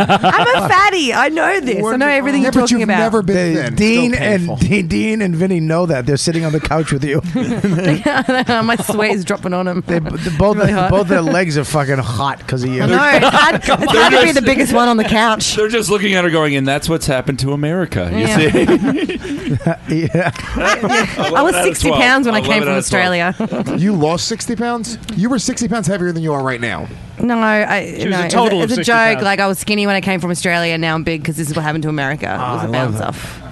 Speaker 6: <laughs>
Speaker 5: a fatty. I know this. I know everything
Speaker 6: Yeah,
Speaker 5: you're
Speaker 6: but
Speaker 5: talking
Speaker 6: you've
Speaker 5: about.
Speaker 6: never been
Speaker 4: They-
Speaker 6: thin.
Speaker 4: Dean
Speaker 6: Still
Speaker 4: and Dean, Dean and Vinny know that they're sitting on the couch with
Speaker 5: <laughs>
Speaker 4: you.
Speaker 5: My sweat is dropping on him. They,
Speaker 4: both both their legs are fucking hot because of you.
Speaker 5: No, <laughs>
Speaker 4: <laughs>
Speaker 5: it's hard, it's
Speaker 3: They're
Speaker 5: hard to be
Speaker 3: just-
Speaker 5: the biggest one on the couch.
Speaker 3: They're just looking at her going, and that's what's happened to America. You
Speaker 5: <laughs> Yeah.
Speaker 3: see?
Speaker 4: yeah.
Speaker 5: I was 60 pounds when I came from Australia.
Speaker 4: <laughs>
Speaker 6: you lost 60 pounds? You were 60 pounds heavier than you are right now.
Speaker 5: No, I,
Speaker 6: She was
Speaker 5: no,
Speaker 6: a
Speaker 5: it's
Speaker 6: total of
Speaker 5: it's a
Speaker 6: 60
Speaker 5: joke.
Speaker 6: pounds.
Speaker 5: Like I was skinny when I came from Australia. and Now I'm big because this is what happened to America. it
Speaker 6: Ah,
Speaker 5: was a bounce
Speaker 6: <laughs>
Speaker 5: off. <laughs>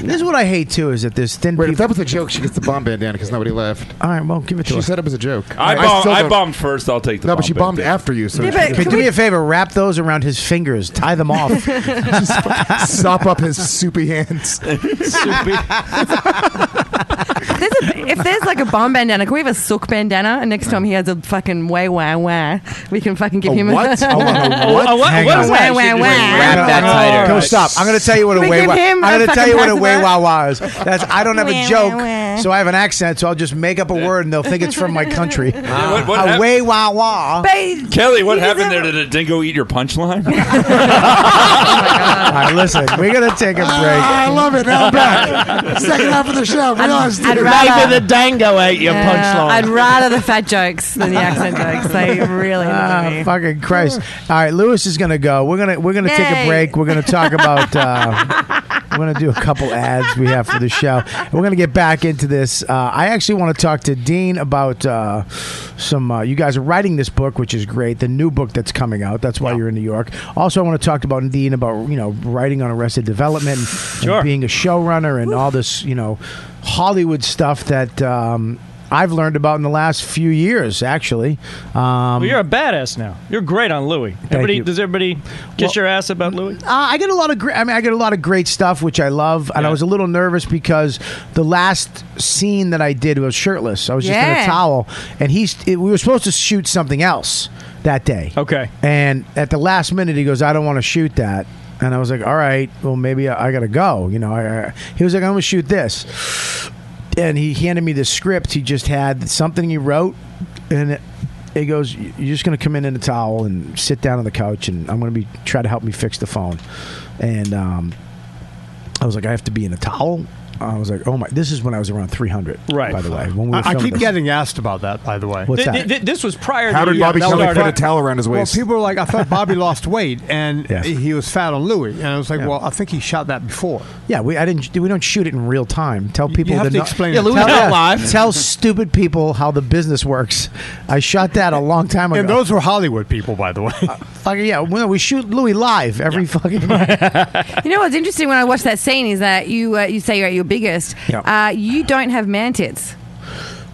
Speaker 4: This is what I hate too. Is that there's thin. Wait,
Speaker 6: if that was a joke, she gets the bomb bandana because nobody left.
Speaker 4: All right, well, give it to
Speaker 6: She
Speaker 4: her.
Speaker 6: said it was a joke.
Speaker 3: I,
Speaker 6: I
Speaker 3: bombed,
Speaker 6: still
Speaker 3: I
Speaker 6: don't-
Speaker 3: bombed first. I'll take
Speaker 6: <laughs>
Speaker 3: the.
Speaker 6: No,
Speaker 3: bomb
Speaker 6: but she bombed after you, so
Speaker 4: Okay, do me a favor. Wrap those around his fingers. Tie them off.
Speaker 6: <laughs> sop up his soupy
Speaker 5: <laughs>
Speaker 6: hands.
Speaker 5: There's a, if there's like a bomb bandana, can we have a sook bandana? And next time he has a fucking way wah wah, we can fucking give
Speaker 4: A
Speaker 5: him <laughs>
Speaker 4: what?
Speaker 5: a
Speaker 4: Hold on, a what? Hang on.
Speaker 5: Wah wah wah.
Speaker 4: Wrap that tighter. Go stop. I'm going to tell you what a
Speaker 5: We
Speaker 4: way
Speaker 5: give
Speaker 4: wah. I'm
Speaker 5: him a
Speaker 4: going to tell you what a
Speaker 5: fucking
Speaker 4: way wah
Speaker 5: pass
Speaker 4: wah is. That's I don't have a
Speaker 5: Wah,
Speaker 4: joke,
Speaker 5: wah, wah.
Speaker 4: so I have an accent, so I'll just make up a word and they'll think it's from my country.
Speaker 3: <laughs> what- what
Speaker 4: a
Speaker 3: hap-
Speaker 4: way wah wah.
Speaker 3: <laughs> Kelly, what happened there? Did a dingo eat your
Speaker 5: <laughs> Oh
Speaker 3: punchline?
Speaker 4: All right, listen, we're going to take
Speaker 5: Ah.
Speaker 4: a break.
Speaker 6: I love it. Now I'm back. Second half of the show. Be honest.
Speaker 5: I'd rather- Maybe the
Speaker 4: dango ate
Speaker 5: Yeah, I'd rather the fat jokes than the
Speaker 4: <laughs>
Speaker 5: accent jokes. They really.
Speaker 4: Ah, fucking Christ! All right, Lewis is gonna go. We're gonna we're gonna take a
Speaker 5: Yay.
Speaker 4: break. We're gonna
Speaker 5: <laughs>
Speaker 4: talk about. Uh, we're gonna do a couple ads we have for the show. We're gonna get back into this. Uh, I actually want to talk to Dean about uh, some. Uh, you guys are writing this book, which is great. The new book that's coming out. That's why you're in New York. Also, I want to talk about Dean about you know writing on Arrested Development, and being a showrunner, and all this you know Hollywood stuff that. Um, I've learned about in the last few years, actually. Um,
Speaker 9: Well, you're a badass now. You're great on Louis. Everybody,
Speaker 4: you.
Speaker 9: does everybody kiss your ass about Louis?
Speaker 4: Uh, I get a lot of great. I mean, I get a lot of great stuff, which I love. And I was a little nervous because the last scene that I did was shirtless. I was just in
Speaker 9: Yeah.
Speaker 4: a towel, and he's. It, we were supposed to shoot something else that day.
Speaker 9: Okay.
Speaker 4: And at the last minute, he goes, "I don't want to shoot that." And I was like, "All right, well, maybe I, I gotta go." You know, I, I, he was like, "I'm gonna shoot this," and he handed me the script. He just had something he wrote, and. It, He goes, "You're just going to come in in a towel and sit down on the couch, and I'm going to be try to help me fix the phone." And um, I was like, "I have to be in a towel." I was like, "Oh my!" This is when I was around 300.
Speaker 8: Right.
Speaker 4: By the way, when we were
Speaker 8: I, I
Speaker 4: filming
Speaker 8: keep
Speaker 4: this.
Speaker 8: getting asked about that. By the way,
Speaker 4: What's Th- that?
Speaker 9: th- this was prior.
Speaker 8: How
Speaker 9: to
Speaker 8: did
Speaker 9: you
Speaker 8: Bobby
Speaker 9: got
Speaker 8: Kelly
Speaker 9: started.
Speaker 8: put a towel around his waist? People were like, I thought Bobby lost weight,
Speaker 4: <laughs>
Speaker 8: and
Speaker 4: Yes.
Speaker 8: he was fat on Louis. And I was like,
Speaker 4: Yeah.
Speaker 8: well, I think he shot that before.
Speaker 4: Yeah, we I didn't. We don't shoot it in real time. Tell people
Speaker 8: have
Speaker 4: the
Speaker 8: to
Speaker 4: nu-
Speaker 8: explain
Speaker 4: Yeah,
Speaker 8: it.
Speaker 4: Louis,
Speaker 8: Tell-
Speaker 4: tell,
Speaker 8: Yeah. live.
Speaker 4: tell stupid people how the business works. I shot that a long time ago. Uh,
Speaker 8: And those were Hollywood people, by the way.
Speaker 4: fucking yeah. Well, we shoot Louis live every fucking.
Speaker 5: You know what's interesting when I watch that scene is that you uh, you say you're at your biggest.
Speaker 4: Yeah.
Speaker 5: Uh, you don't have man tits.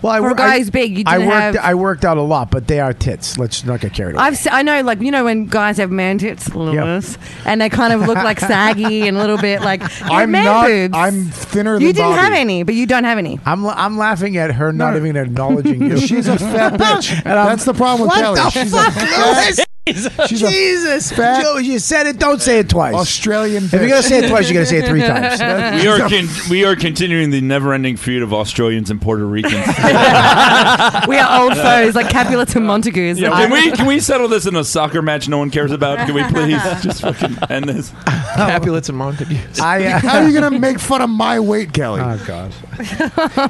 Speaker 4: Well, <laughs> I
Speaker 5: For a
Speaker 4: wor-
Speaker 5: guy
Speaker 4: I-
Speaker 5: who's big, you
Speaker 4: I
Speaker 5: didn't
Speaker 4: worked.
Speaker 5: have-
Speaker 4: I worked out a lot, but they are tits. Let's not get carried away.
Speaker 5: I've se- I know like you know when guys have man tits, Lewis, and they kind of look
Speaker 4: <laughs>
Speaker 5: like saggy and a little bit like you have
Speaker 4: I'm
Speaker 5: man
Speaker 4: not-
Speaker 5: boobs.
Speaker 4: I'm thinner
Speaker 5: You
Speaker 4: than
Speaker 5: didn't
Speaker 4: Bobby.
Speaker 5: have any, but you don't
Speaker 4: <laughs>
Speaker 5: have any.
Speaker 4: I'm, la- I'm laughing at her not even acknowledging you.
Speaker 5: She's
Speaker 4: <laughs>
Speaker 5: a fat bitch.
Speaker 4: That's the problem
Speaker 5: with
Speaker 4: what The
Speaker 5: Kelly. She's a
Speaker 1: <laughs>
Speaker 4: fuck,
Speaker 5: fat-
Speaker 4: Louis?
Speaker 5: She's
Speaker 1: a
Speaker 4: Jesus,
Speaker 1: fat-
Speaker 4: Joe, you said it. Don't say it twice.
Speaker 6: Australian.
Speaker 4: If you're gonna say it twice, you gotta say it <laughs>
Speaker 3: <laughs>
Speaker 4: three times.
Speaker 3: We are con- we are continuing the never-ending feud of Australians and Puerto Ricans.
Speaker 5: we are old foes like Capulets and Montagues.
Speaker 3: Yeah, can <laughs> we can we settle this in a soccer match no one cares about? Can we please just fucking end this?
Speaker 4: <laughs>
Speaker 7: Capulets and Montagues.
Speaker 4: I, uh,
Speaker 6: How are you going to make fun of my weight, Kelly?
Speaker 4: Oh God!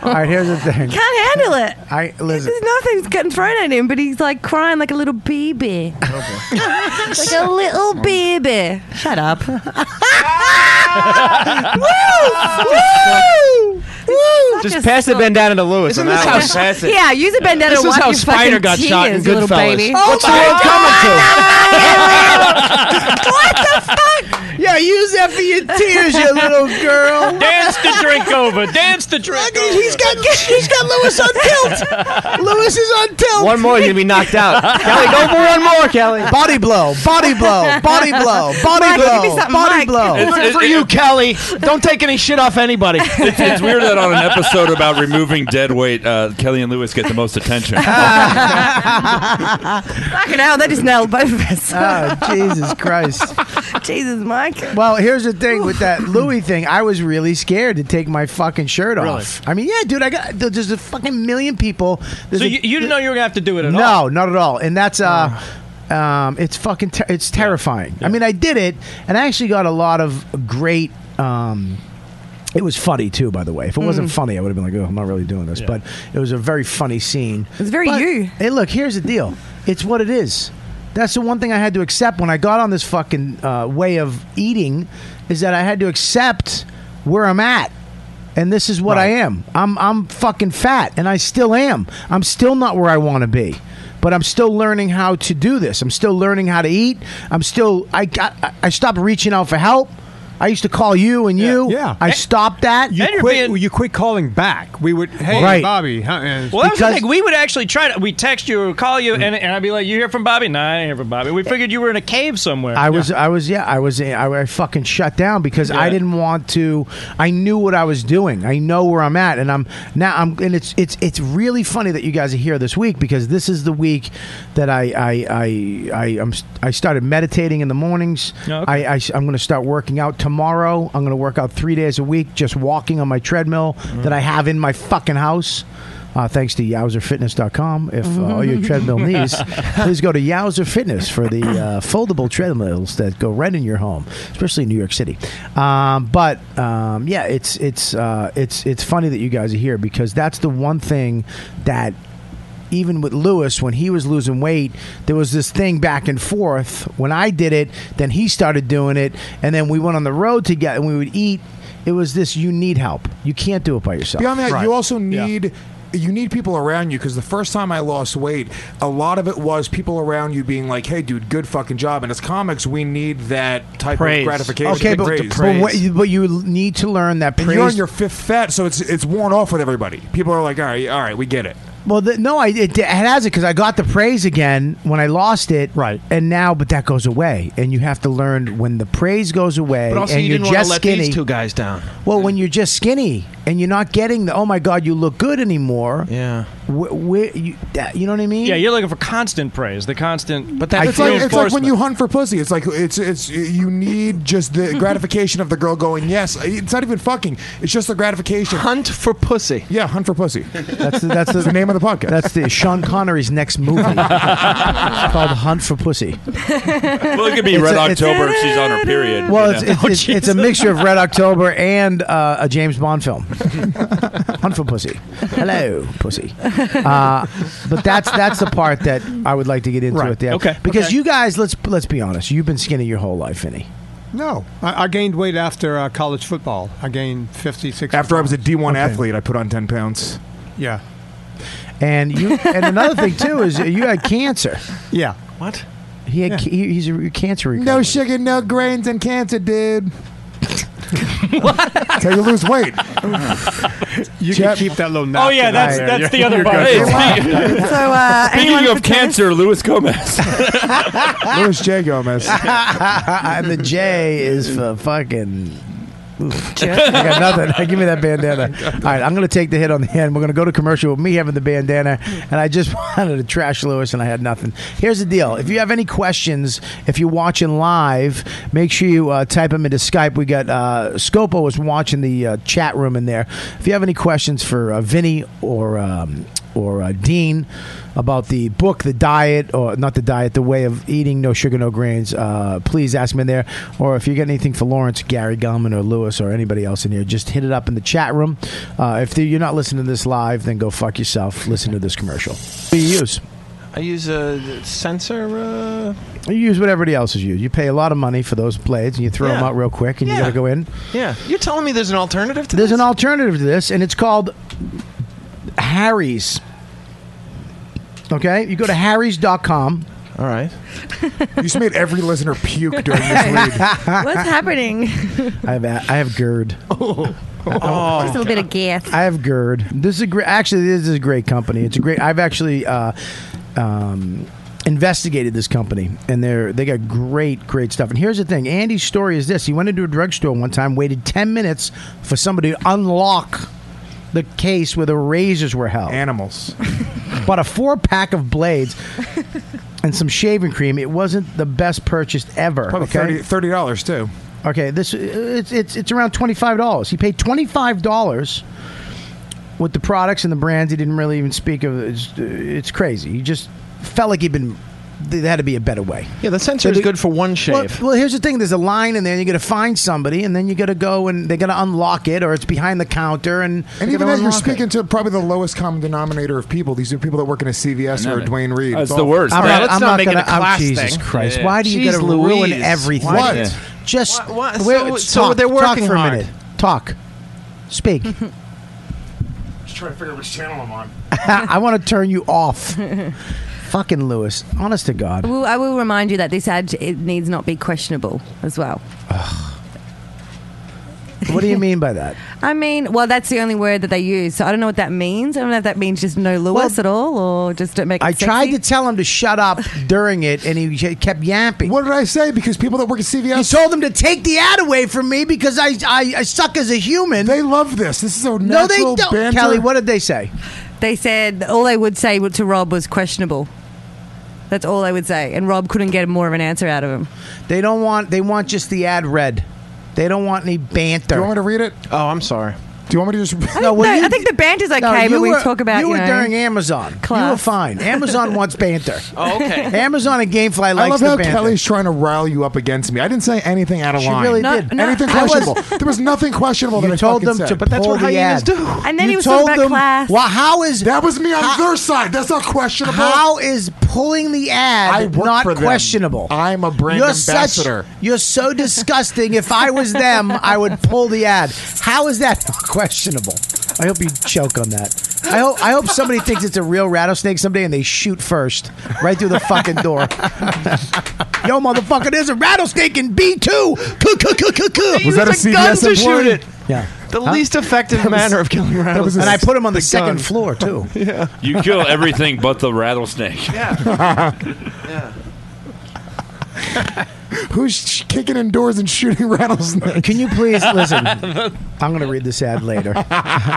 Speaker 4: All right, here's the
Speaker 5: <laughs>
Speaker 4: thing.
Speaker 5: Can't handle it.
Speaker 4: I listen.
Speaker 5: There's nothing's getting thrown at him, but he's like crying like a
Speaker 4: <laughs>
Speaker 5: little baby. <laughs> like a
Speaker 1: <laughs>
Speaker 5: little baby.
Speaker 4: <laughs>
Speaker 5: Shut up. Woo! Woo! Woo!
Speaker 13: Just pass the bandana to Lewis.
Speaker 5: Isn't
Speaker 13: on
Speaker 5: this
Speaker 13: that
Speaker 5: how
Speaker 13: one.
Speaker 5: s-
Speaker 1: <laughs>
Speaker 5: Yeah, use a bandana
Speaker 13: This
Speaker 5: to
Speaker 13: is
Speaker 5: wipe
Speaker 13: how
Speaker 5: your
Speaker 13: Spider
Speaker 5: fucking
Speaker 13: got shot in
Speaker 5: tears, little
Speaker 13: Goodfellas.
Speaker 5: baby.
Speaker 13: Oh
Speaker 5: What's
Speaker 13: my
Speaker 5: the world
Speaker 13: God.
Speaker 1: Oh,
Speaker 4: <laughs> Yeah, use that for your tears, you little
Speaker 1: <laughs>
Speaker 4: girl.
Speaker 9: Dance the drink over. Dance the drink over.
Speaker 4: He's got he's got Lewis on tilt. Lewis is on tilt.
Speaker 13: One more, you're gonna be knocked out. Kelly,
Speaker 1: <laughs>
Speaker 13: go for one more, Kelly.
Speaker 4: Body blow, body blow, body
Speaker 5: <laughs>
Speaker 4: blow, body
Speaker 13: Mike,
Speaker 4: blow,
Speaker 13: give me something,
Speaker 4: body
Speaker 13: Mike.
Speaker 4: blow.
Speaker 13: It's-
Speaker 7: Good for you, Kelly. Don't take any shit off anybody.
Speaker 3: It's, it's weird that on an episode about removing dead weight, uh, Kelly and Lewis get the most attention.
Speaker 5: Fucking hell, that just nailed both of us.
Speaker 4: Oh, Jesus Christ.
Speaker 5: <laughs> Jesus, Mike.
Speaker 4: Well, here's the thing with that Louis thing. I was really scared to take my fucking shirt off.
Speaker 9: Really?
Speaker 4: I mean, yeah, dude. I got there's a fucking million people. There's
Speaker 9: So
Speaker 4: a-
Speaker 9: you, you didn't know you were gonna have to do it at
Speaker 4: no,
Speaker 9: all.
Speaker 4: not at all. And that's uh, um, it's fucking ter- it's terrifying. I mean, I did it, and I actually got a lot of great. Um, it was funny too, by the way. If it wasn't
Speaker 5: Mm.
Speaker 4: funny, I would have been like, "Oh, I'm not really doing this." But it was a very funny scene.
Speaker 5: It's very you.
Speaker 4: Hey, look, here's the deal. It's what it is. That's the one thing I had to accept when I got on this fucking uh, way of eating, is that I had to accept where I'm at, and this is what I am. I'm I'm fucking fat, and I still am. I'm still not where I want to be, but I'm still learning how to do this. I'm still learning how to eat. I'm still I got I- I stopped reaching out for help. I used to call you and you.
Speaker 8: Yeah.
Speaker 4: I stopped that.
Speaker 8: You quit, you quit calling back. We would, hey,
Speaker 4: Right.
Speaker 8: Bobby. Huh? And-
Speaker 9: Well, that was the thing. We would actually try to. We text you or call you, and, and I'd be like, "You hear from Bobby? No, I didn't hear from Bobby. We figured you were in a cave somewhere."
Speaker 4: I was, I was, yeah, I was, I, I fucking shut down because I
Speaker 9: Yeah.
Speaker 4: didn't want to. I knew what I was doing. I know where I'm at, and I'm now. I'm, and it's, it's, it's really funny that you guys are here this week because this is the week that I, I, I, I, I'm, I started meditating in the mornings.
Speaker 14: Oh, okay.
Speaker 4: I, I, am going to start working out tomorrow. I'm going to work out three days a week, just walking on my treadmill that I have in my fucking house. Uh, thanks to YowzerFitness.com. If uh, all your treadmill needs, please go to Yowzer Fitness for the uh, foldable treadmills that go right in your home, especially in New York City. Um, but um, yeah, it's it's uh, it's it's funny that you guys are here because that's the one thing that even with Lewis, when he was losing weight, there was this thing back and forth. When I did it, then he started doing it, and then we went on the road together and we would eat. It was this you need help. You can't do it by yourself.
Speaker 6: Beyond that, you also need you need people around you because the first time I lost weight, a lot of it was people around you being like, "Hey, dude, good fucking job." And as comics, we need that type of gratification.
Speaker 4: Okay,
Speaker 6: and
Speaker 4: but,
Speaker 6: praise.
Speaker 4: but, what, you- but you need to learn that
Speaker 6: And
Speaker 4: praise.
Speaker 6: you're on your fifth fat, so it's it's worn off with everybody. People are like, "All right, all right, we get it."
Speaker 4: well, the, no, I, it, it has it because I got the praise again when I lost it, right? And now, but that goes away, and you have to learn when the praise goes away,
Speaker 7: But also,
Speaker 4: and
Speaker 7: you
Speaker 4: you're
Speaker 7: didn't want to
Speaker 4: just
Speaker 7: let
Speaker 4: skinny.
Speaker 7: these two guys down.
Speaker 4: Well, when you're just skinny and you're not getting the oh my god you look good anymore.
Speaker 7: Yeah,
Speaker 4: where, you that- you know what I mean?
Speaker 9: Yeah, you're looking for constant praise, the constant. But
Speaker 6: it's like it's like when you hunt for pussy. It's like it's it's you need just the gratification of the girl going yes. It's not even fucking. It's just the gratification.
Speaker 7: Hunt for pussy.
Speaker 6: Yeah, hunt for pussy.
Speaker 4: That's the,
Speaker 6: <laughs>
Speaker 4: that's the,
Speaker 6: the name of the podcast.
Speaker 4: That's the Sean Connery's next
Speaker 6: <laughs>
Speaker 4: movie. it's called Hunt for Pussy.
Speaker 3: well, it could be
Speaker 4: It's
Speaker 3: Red
Speaker 4: a- it's-
Speaker 3: October if she's on her period.
Speaker 4: Well,
Speaker 3: you
Speaker 4: it's,
Speaker 3: know? Oh,
Speaker 4: it's, it's, it's a mixture of Red October and uh, a James Bond film. <laughs> Hunt for Pussy. Hello, Pussy. Uh, but that's that's the part that I would like to get into
Speaker 8: Right.
Speaker 4: at the end.
Speaker 8: Okay.
Speaker 4: Because
Speaker 8: Okay.
Speaker 4: you guys, let's let's be honest, you've been skinny your whole life, Vinny.
Speaker 8: No, I, I gained weight after uh, college football. I gained 50, 60
Speaker 6: After I was a
Speaker 8: pounds.
Speaker 6: D1
Speaker 8: Okay.
Speaker 6: athlete, I put on 10 pounds.
Speaker 8: Yeah.
Speaker 4: And you and another thing too is you had cancer.
Speaker 8: Yeah.
Speaker 7: What?
Speaker 4: He had ca- he, he's a cancer recovery.
Speaker 6: No sugar, no grains, and cancer, dude. That's how you lose weight.
Speaker 8: You
Speaker 6: Chap-
Speaker 8: can keep that low
Speaker 6: Oh, yeah, that's- that's the other
Speaker 8: part.
Speaker 6: button.
Speaker 3: Hey,
Speaker 5: So,
Speaker 1: <laughs>
Speaker 5: uh, anyone
Speaker 3: Speaking of
Speaker 5: for
Speaker 3: cancer, Luis Gomez.
Speaker 6: Louis J.
Speaker 4: <laughs>
Speaker 6: Gomez.
Speaker 4: and the J is for fucking. Oof. I got nothing. <laughs> Give me that bandana. All right, I'm going to take the hit on the end. We're going to go to commercial with me having the bandana, and I just <laughs> wanted to trash Lewis, and I had nothing. Here's the deal: if you have any questions, if you're watching live, make sure you uh, type them into Skype. We got uh, Scopo is watching the uh, chat room in there. If you have any questions for uh, Vinny or um, or uh, Dean about the book, the diet, or not the diet, the way of eating, no sugar, no grains, uh, please ask them in there. Or if you got anything for Lawrence, Gary Gellman, or Lewis, or anybody else in here, just hit it up in the chat room. Uh, if you're not listening to this live, then go fuck yourself. Listen to this commercial. What do you use?
Speaker 7: I use a sensor. Uh,
Speaker 4: You use what everybody else is used. You pay a lot of money for those blades, and you throw them
Speaker 7: Yeah.
Speaker 4: out real quick, and you
Speaker 7: Yeah.
Speaker 4: got to go in.
Speaker 7: yeah, you're telling me there's an alternative to
Speaker 4: There's an alternative to this, and it's called Harry's. Okay, you go to Harry's.com.
Speaker 7: All right.
Speaker 6: you just made every listener puke during
Speaker 5: <laughs>
Speaker 6: this
Speaker 4: <laughs>
Speaker 6: lead.
Speaker 5: What's happening? <laughs>
Speaker 4: I have a- I have GERD. Oh.
Speaker 5: Just a little bit of gas.
Speaker 4: I have GERD. This is a great. Actually, this is a great company. It's a great. I've actually uh, um, investigated this company, and they're they got great, great stuff. And here's the thing: Andy's story is this: he went into a drugstore one time, waited ten minutes for somebody to unlock the case where the razors were held.
Speaker 6: Animals.
Speaker 4: Bought a four pack of
Speaker 5: <laughs>
Speaker 4: blades. And some shaving cream. It wasn't the best purchase ever.
Speaker 6: Probably
Speaker 4: okay?
Speaker 6: $30, $30 too.
Speaker 4: Okay, this it's it's it's around twenty five dollars. He paid twenty five dollars with the products and the brands. He didn't really even speak of. It's, it's crazy. He just felt like he'd been. There had to be a better way.
Speaker 7: Yeah, the sensor is good for one shave.
Speaker 4: Well, well, here's the thing: there's a line in there. You got to find somebody, and then you got to go and they got to unlock it, or it's behind the counter, and
Speaker 6: And
Speaker 4: they
Speaker 6: even
Speaker 4: gotta
Speaker 6: that, you're
Speaker 4: unlock it.
Speaker 6: speaking to probably the lowest common denominator of people. These are people that work in a CVS or a Dwayne Reed.
Speaker 3: That's
Speaker 6: awful.
Speaker 3: the worst.
Speaker 4: I'm not, I'm not gonna, I'm- Jesus Christ! Why do you got to ruin everything?
Speaker 6: What?
Speaker 4: Just
Speaker 7: Wha- what?
Speaker 4: wait,
Speaker 7: So-
Speaker 4: talk,
Speaker 7: so they're working
Speaker 4: talk for
Speaker 7: hard.
Speaker 4: a minute. Talk, <laughs> speak.
Speaker 14: Just trying to figure out which channel I'm on.
Speaker 4: I want to turn you off. <laughs> Fucking Lewis, honest to God.
Speaker 5: Well, I will remind you that this ad it needs not be questionable as well.
Speaker 4: What do you mean by that?
Speaker 5: I mean, well, that's the only word that they use, so I don't know what that means. I don't know if that means just no Lewis at all, or just don't make. It
Speaker 4: I
Speaker 5: sexy.
Speaker 4: tried to tell him to shut up during it, and he j- kept yapping. What
Speaker 6: did I say? Because people that work at CVS,
Speaker 4: you told him to take the ad away from me because I I, I suck as a human.
Speaker 6: They love this. This is a
Speaker 4: no, they
Speaker 5: natural
Speaker 4: don't.
Speaker 5: banter.
Speaker 4: Kelly, what did they say?
Speaker 5: They said all they would say to Rob was questionable. That's all they would say, and Rob couldn't get more of an answer out of him.
Speaker 4: They don't want. They want just the ad read. They don't want any banter.
Speaker 6: Do you want me to read it?
Speaker 7: Oh, I'm sorry.
Speaker 6: Do you want me to just?
Speaker 5: I, no, no, I think the banter's okay,
Speaker 4: No,
Speaker 5: but
Speaker 4: you
Speaker 5: we
Speaker 4: were-
Speaker 5: talk about
Speaker 4: you were
Speaker 5: know,
Speaker 4: during Amazon. You were
Speaker 5: class.
Speaker 4: fine. Amazon wants
Speaker 6: <laughs>
Speaker 4: banter.
Speaker 7: <laughs> Oh, okay.
Speaker 4: <laughs> Amazon and GameFly likes
Speaker 6: I love
Speaker 4: the
Speaker 6: how
Speaker 4: banter.
Speaker 6: Kelly's trying to rile you up against me. I didn't say anything out of
Speaker 4: She
Speaker 6: line.
Speaker 4: really No, did. no,
Speaker 6: anything
Speaker 4: I was-
Speaker 6: questionable. there was nothing questionable
Speaker 4: You
Speaker 6: that I
Speaker 4: told
Speaker 6: fucking
Speaker 4: them
Speaker 6: said.
Speaker 4: to But that's pull what the hyenas ad. do.
Speaker 5: And then You he was talking told about them- class.
Speaker 4: Well, how is
Speaker 6: that was me on their side? That's not questionable.
Speaker 4: How is pulling the ad
Speaker 6: I work
Speaker 4: not
Speaker 6: for them.
Speaker 4: questionable?
Speaker 6: I'm a brand
Speaker 4: you're
Speaker 6: ambassador.
Speaker 4: Such, you're so disgusting. if I was them, I would pull the ad. How is that questionable? I hope you choke on that. I hope I hope somebody thinks it's a real rattlesnake someday and they shoot first right through the fucking door. <laughs> Yo, motherfucker, there's a rattlesnake in B two.
Speaker 7: Was that a Use a gun CVS to shoot employee? it.
Speaker 4: Yeah,
Speaker 7: The least effective manner of killing rattles.
Speaker 4: And I put him on the,
Speaker 7: gun.
Speaker 4: second floor <laughs> too.
Speaker 7: yeah.
Speaker 4: <laughs>
Speaker 3: You kill everything but the rattlesnake.
Speaker 7: Yeah. yeah.
Speaker 6: Who's sh- kicking in doors and shooting rattlesnakes?
Speaker 4: Can you please listen? I'm going to read this ad
Speaker 6: <laughs>
Speaker 4: later. <laughs>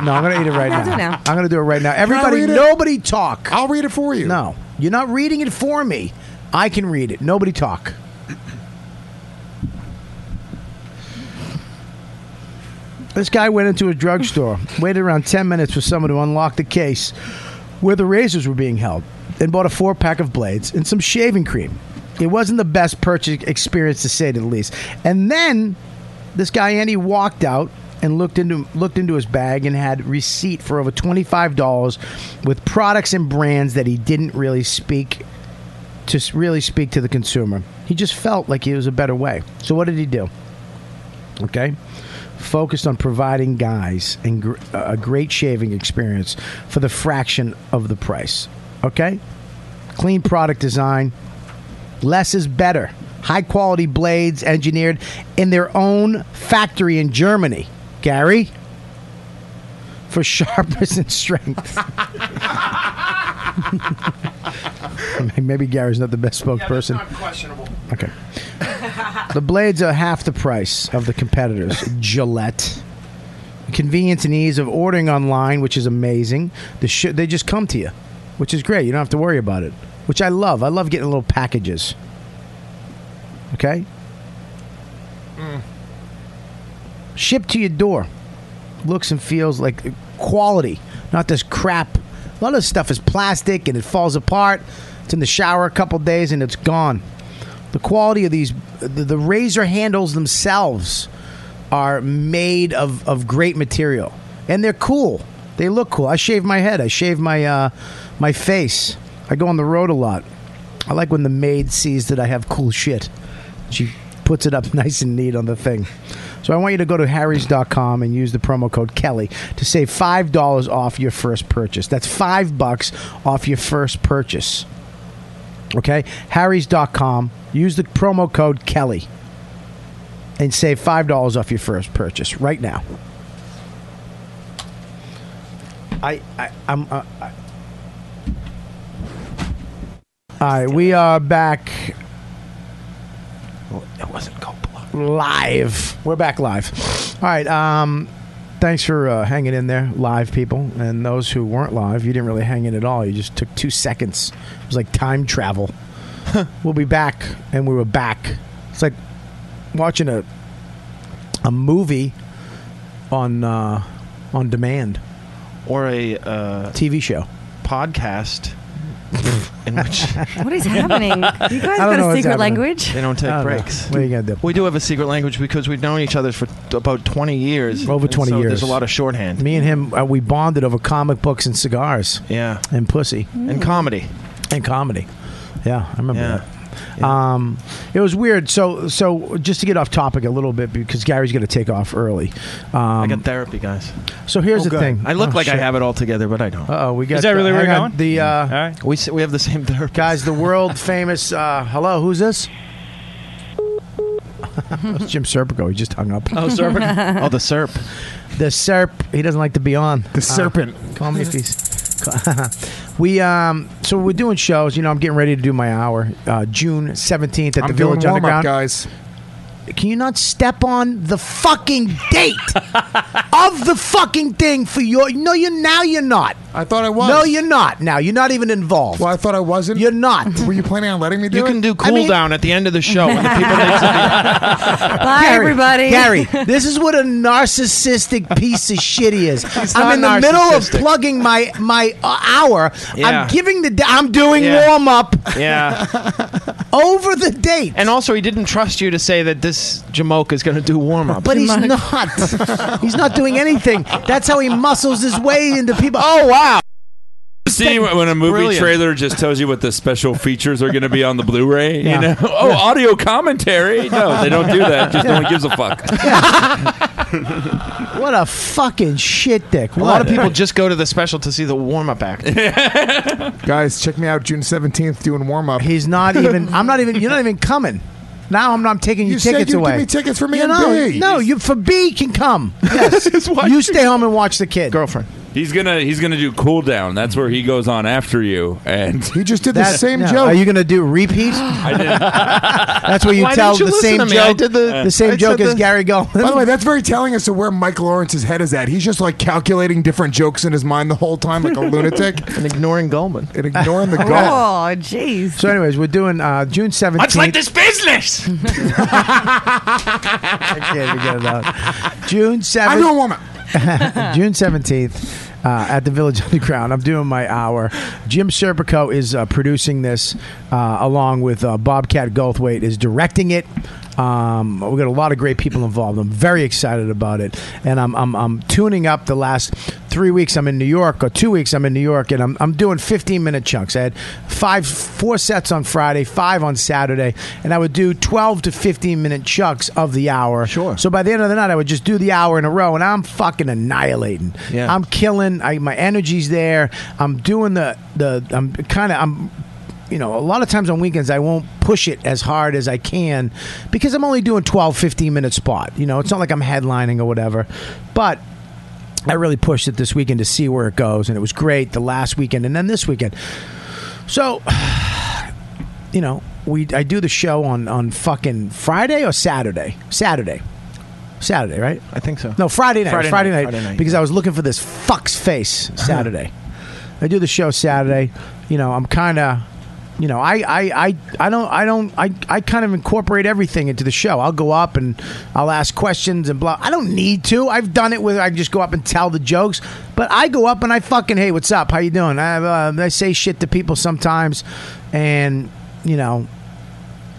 Speaker 4: No, I'm going to eat it right
Speaker 6: I'll do
Speaker 4: now.
Speaker 6: it now.
Speaker 4: I'm going to do it right now.
Speaker 6: Can I
Speaker 4: Everybody,
Speaker 6: read it?
Speaker 4: nobody talk. I'll read it for you. No, you're not reading it for me. I can read it. Nobody talk. This guy went into a drugstore, <laughs> waited around 10 minutes for someone to unlock the case where the razors were being held, and bought a four pack of blades and some shaving cream. It wasn't the best purchase experience, to say the least. And then this guy, Andy, walked out and looked into looked into his bag and had receipt for over $25 with products and brands that he didn't really speak to s- really speak to the consumer. He just felt like it was a better way. So what did he do? okay? Focused on providing guys and gr- a great shaving experience for the fraction of the price, okay? Clean product design, less is better. High quality blades engineered in their own factory in Germany, Gary, for sharpness and strength. <laughs> Maybe Gary's not the best spokesperson.
Speaker 14: not questionable.
Speaker 4: Okay. the blades are half the price of
Speaker 14: <laughs>
Speaker 4: the competitors. Gillette. Convenience and ease of ordering online, which is amazing. The sh- they just come to you, which is great. You don't have to worry about it, which I love. I love getting little packages. Okay?
Speaker 1: <laughs>
Speaker 4: shipped to your door. Looks and feels like quality, not this crap. A lot of this stuff is plastic and it falls apart. It's in the shower a couple days and it's gone. The quality of these, the, the razor handles themselves are made of, of great material and they're cool. They look cool. I shave my head, I shave my, uh, my face. I go on the road a lot. I like when the maid sees that I have cool shit. She puts it up <laughs> nice and neat on the thing. So I want you to go to harrys.com and use the promo code Kelly to save $5 off your first purchase. That's 5 bucks off your first purchase. Okay? harrys.com, use the promo code Kelly and save $5 off your first purchase right now. I, I I'm uh, I, all right, we are back. It wasn't Coppola. Live. We're back live. All right. Um, thanks for uh, hanging in there, live people, and those who weren't live. You didn't really hang in at all. You just took two seconds. It was like time travel. we'll be back, and we were back. It's like watching a a movie on uh, on demand
Speaker 7: or a uh,
Speaker 4: TV show <laughs>
Speaker 7: podcast. in which
Speaker 5: What is happening? You guys got a secret language?
Speaker 7: They don't take
Speaker 4: I don't know.
Speaker 7: breaks.
Speaker 4: What are you gonna do?
Speaker 7: We do have a secret language because we've known each other for t- about twenty years.
Speaker 4: Over
Speaker 7: and
Speaker 4: 20
Speaker 7: so
Speaker 4: years.
Speaker 7: There's a lot of shorthand
Speaker 4: Me and him, uh, we bonded over comic books and cigars.
Speaker 7: Yeah.
Speaker 4: And pussy.
Speaker 7: and comedy.
Speaker 4: And comedy. Yeah, I remember that. Um, it was weird. So, so just to get off topic a little bit because Gary's going to take off early. Um, I
Speaker 7: got therapy, guys.
Speaker 4: So here's the thing.
Speaker 7: I look
Speaker 4: Oh,
Speaker 7: like I
Speaker 4: shit.
Speaker 7: have it all together, but I don't.
Speaker 4: Uh oh, we got. the, hang on, The uh,
Speaker 7: we s- we have the same therapist.
Speaker 4: guys, the world famous. Uh, hello, who's this? It's Jim Serpico. He just hung up.
Speaker 7: Oh, Serpico. Oh, the Serp.
Speaker 4: The Serp. He doesn't like to be on. The
Speaker 6: Serpent.
Speaker 4: call me if he's. <laughs> we um. So we're doing shows. You know, I'm getting ready to do my hour, uh, June 17th at
Speaker 6: I'm
Speaker 4: the Village
Speaker 6: doing warm-up,
Speaker 4: Underground,
Speaker 6: guys.
Speaker 4: Can you not step on the fucking date of the fucking thing for your? No, you now you're not.
Speaker 6: I thought I was.
Speaker 4: No, you're not. Now you're not even involved. Well,
Speaker 6: I thought I wasn't.
Speaker 4: You're not.
Speaker 6: <laughs> Were you planning on letting me do
Speaker 7: You
Speaker 6: it?
Speaker 7: can do cool down at the end of the show. and the
Speaker 4: <laughs>
Speaker 7: people need to
Speaker 5: Bye, everybody.
Speaker 4: Gary,
Speaker 5: <laughs>
Speaker 4: this is what a narcissistic piece of shit he
Speaker 7: <laughs>
Speaker 4: is. I'm in the
Speaker 7: not
Speaker 4: middle of
Speaker 7: narcissistic.
Speaker 4: plugging my my uh, hour.
Speaker 7: Yeah.
Speaker 4: I'm giving the. da- <laughs> I'm doing
Speaker 7: Yeah.
Speaker 4: warm up. <laughs>
Speaker 7: Yeah.
Speaker 4: Over the date.
Speaker 7: And also, he didn't trust you to say that this Jamoke is going to do warm up.
Speaker 4: But he's
Speaker 5: <laughs>
Speaker 4: not. he's not doing anything. That's how he muscles his way into people. Oh wow.
Speaker 3: Seeing when a movie
Speaker 4: Brilliant.
Speaker 3: trailer just tells you what the special features are going to be on the Blu-ray,
Speaker 4: Yeah.
Speaker 3: you know? Oh, audio commentary? No, they don't do that. Just no one gives a fuck.
Speaker 4: What a fucking shit dick.
Speaker 7: A
Speaker 4: What
Speaker 7: lot of people just go to the special to see the warm up <laughs> act.
Speaker 6: Guys, check me out June 17th doing warm up.
Speaker 4: He's
Speaker 6: <laughs>
Speaker 4: not even. I'm not even. You're not even coming. Now I'm not I'm taking your
Speaker 6: You said
Speaker 4: tickets
Speaker 6: you'd give
Speaker 4: away.
Speaker 6: me tickets for me
Speaker 4: You
Speaker 6: and
Speaker 4: know,
Speaker 6: B. <laughs>
Speaker 4: No, you for B can come. Yes. you stay home and watch the kid.
Speaker 7: Girlfriend.
Speaker 3: He's gonna he's gonna do cool down. That's where he goes on after you, and
Speaker 6: he just did
Speaker 4: That- no. Are you going to do repeat? I
Speaker 3: did.
Speaker 4: That's where you
Speaker 6: Why
Speaker 4: tell
Speaker 6: didn't you
Speaker 4: the
Speaker 6: listen
Speaker 4: same
Speaker 6: to me? I
Speaker 4: joke.
Speaker 6: did the- I
Speaker 4: same
Speaker 6: said
Speaker 4: joke as
Speaker 6: the-
Speaker 4: Gary Gold.
Speaker 6: By the way, that's very telling as to where Mike Lawrence's head is at. He's just like calculating different jokes in his mind the whole time, <laughs> like a lunatic,
Speaker 4: and ignoring Goldman
Speaker 6: and ignoring the Gold.
Speaker 4: Oh, jeez. So, anyways, we're doing uh, June
Speaker 15: Much
Speaker 4: seventeenth.
Speaker 15: like
Speaker 16: <laughs>
Speaker 15: this business.
Speaker 4: can't forget about June seventh.
Speaker 15: I know a woman.
Speaker 4: <laughs> June seventeenth. Uh, at the Village Underground, I'm doing my hour. Jim Serpico is uh, producing this, uh, along with uh, Bobcat Goldthwait is directing it. Um, we got a lot of great people involved. I'm very excited about it, and I'm, I'm I'm tuning up the last three weeks. I'm in New York, or two weeks. I'm in New York, and I'm I'm doing 15 minute chunks. I had five, four sets on Friday, five on Saturday, and I would do 12 to 15 minute chunks of the hour. Sure. So by the end of the night, I would just do the hour in a row, and I'm fucking annihilating.
Speaker 13: Yeah.
Speaker 4: I'm killing. I, my energy's there. I'm doing the the. I'm kind of. I'm. You know, a lot of times on weekends I won't push it as hard as I can because I'm only doing 12, 15 minute spot. You know, it's not like I'm headlining or whatever. But I really pushed it this weekend to see where it goes, and it was great the last weekend and then this weekend. So, <sighs> you know, we I do the show on on fucking Friday or Saturday. Saturday. Saturday, right? I think so. No, Friday night. Friday,
Speaker 13: Friday
Speaker 4: night,
Speaker 13: night, Friday night,
Speaker 4: because I was looking for this fuck's
Speaker 13: <laughs>
Speaker 4: face Saturday. I do the show Saturday. You know, I'm kind of you know, I, I, I, I don't, I don't, I, I kind of incorporate everything into the show. I'll go up and I'll ask questions and blah. I don't need to. I've done it with, I just go up and tell the jokes, but I go up and I fucking, hey, what's up? How you doing? I, uh, I say shit to people sometimes and, you know,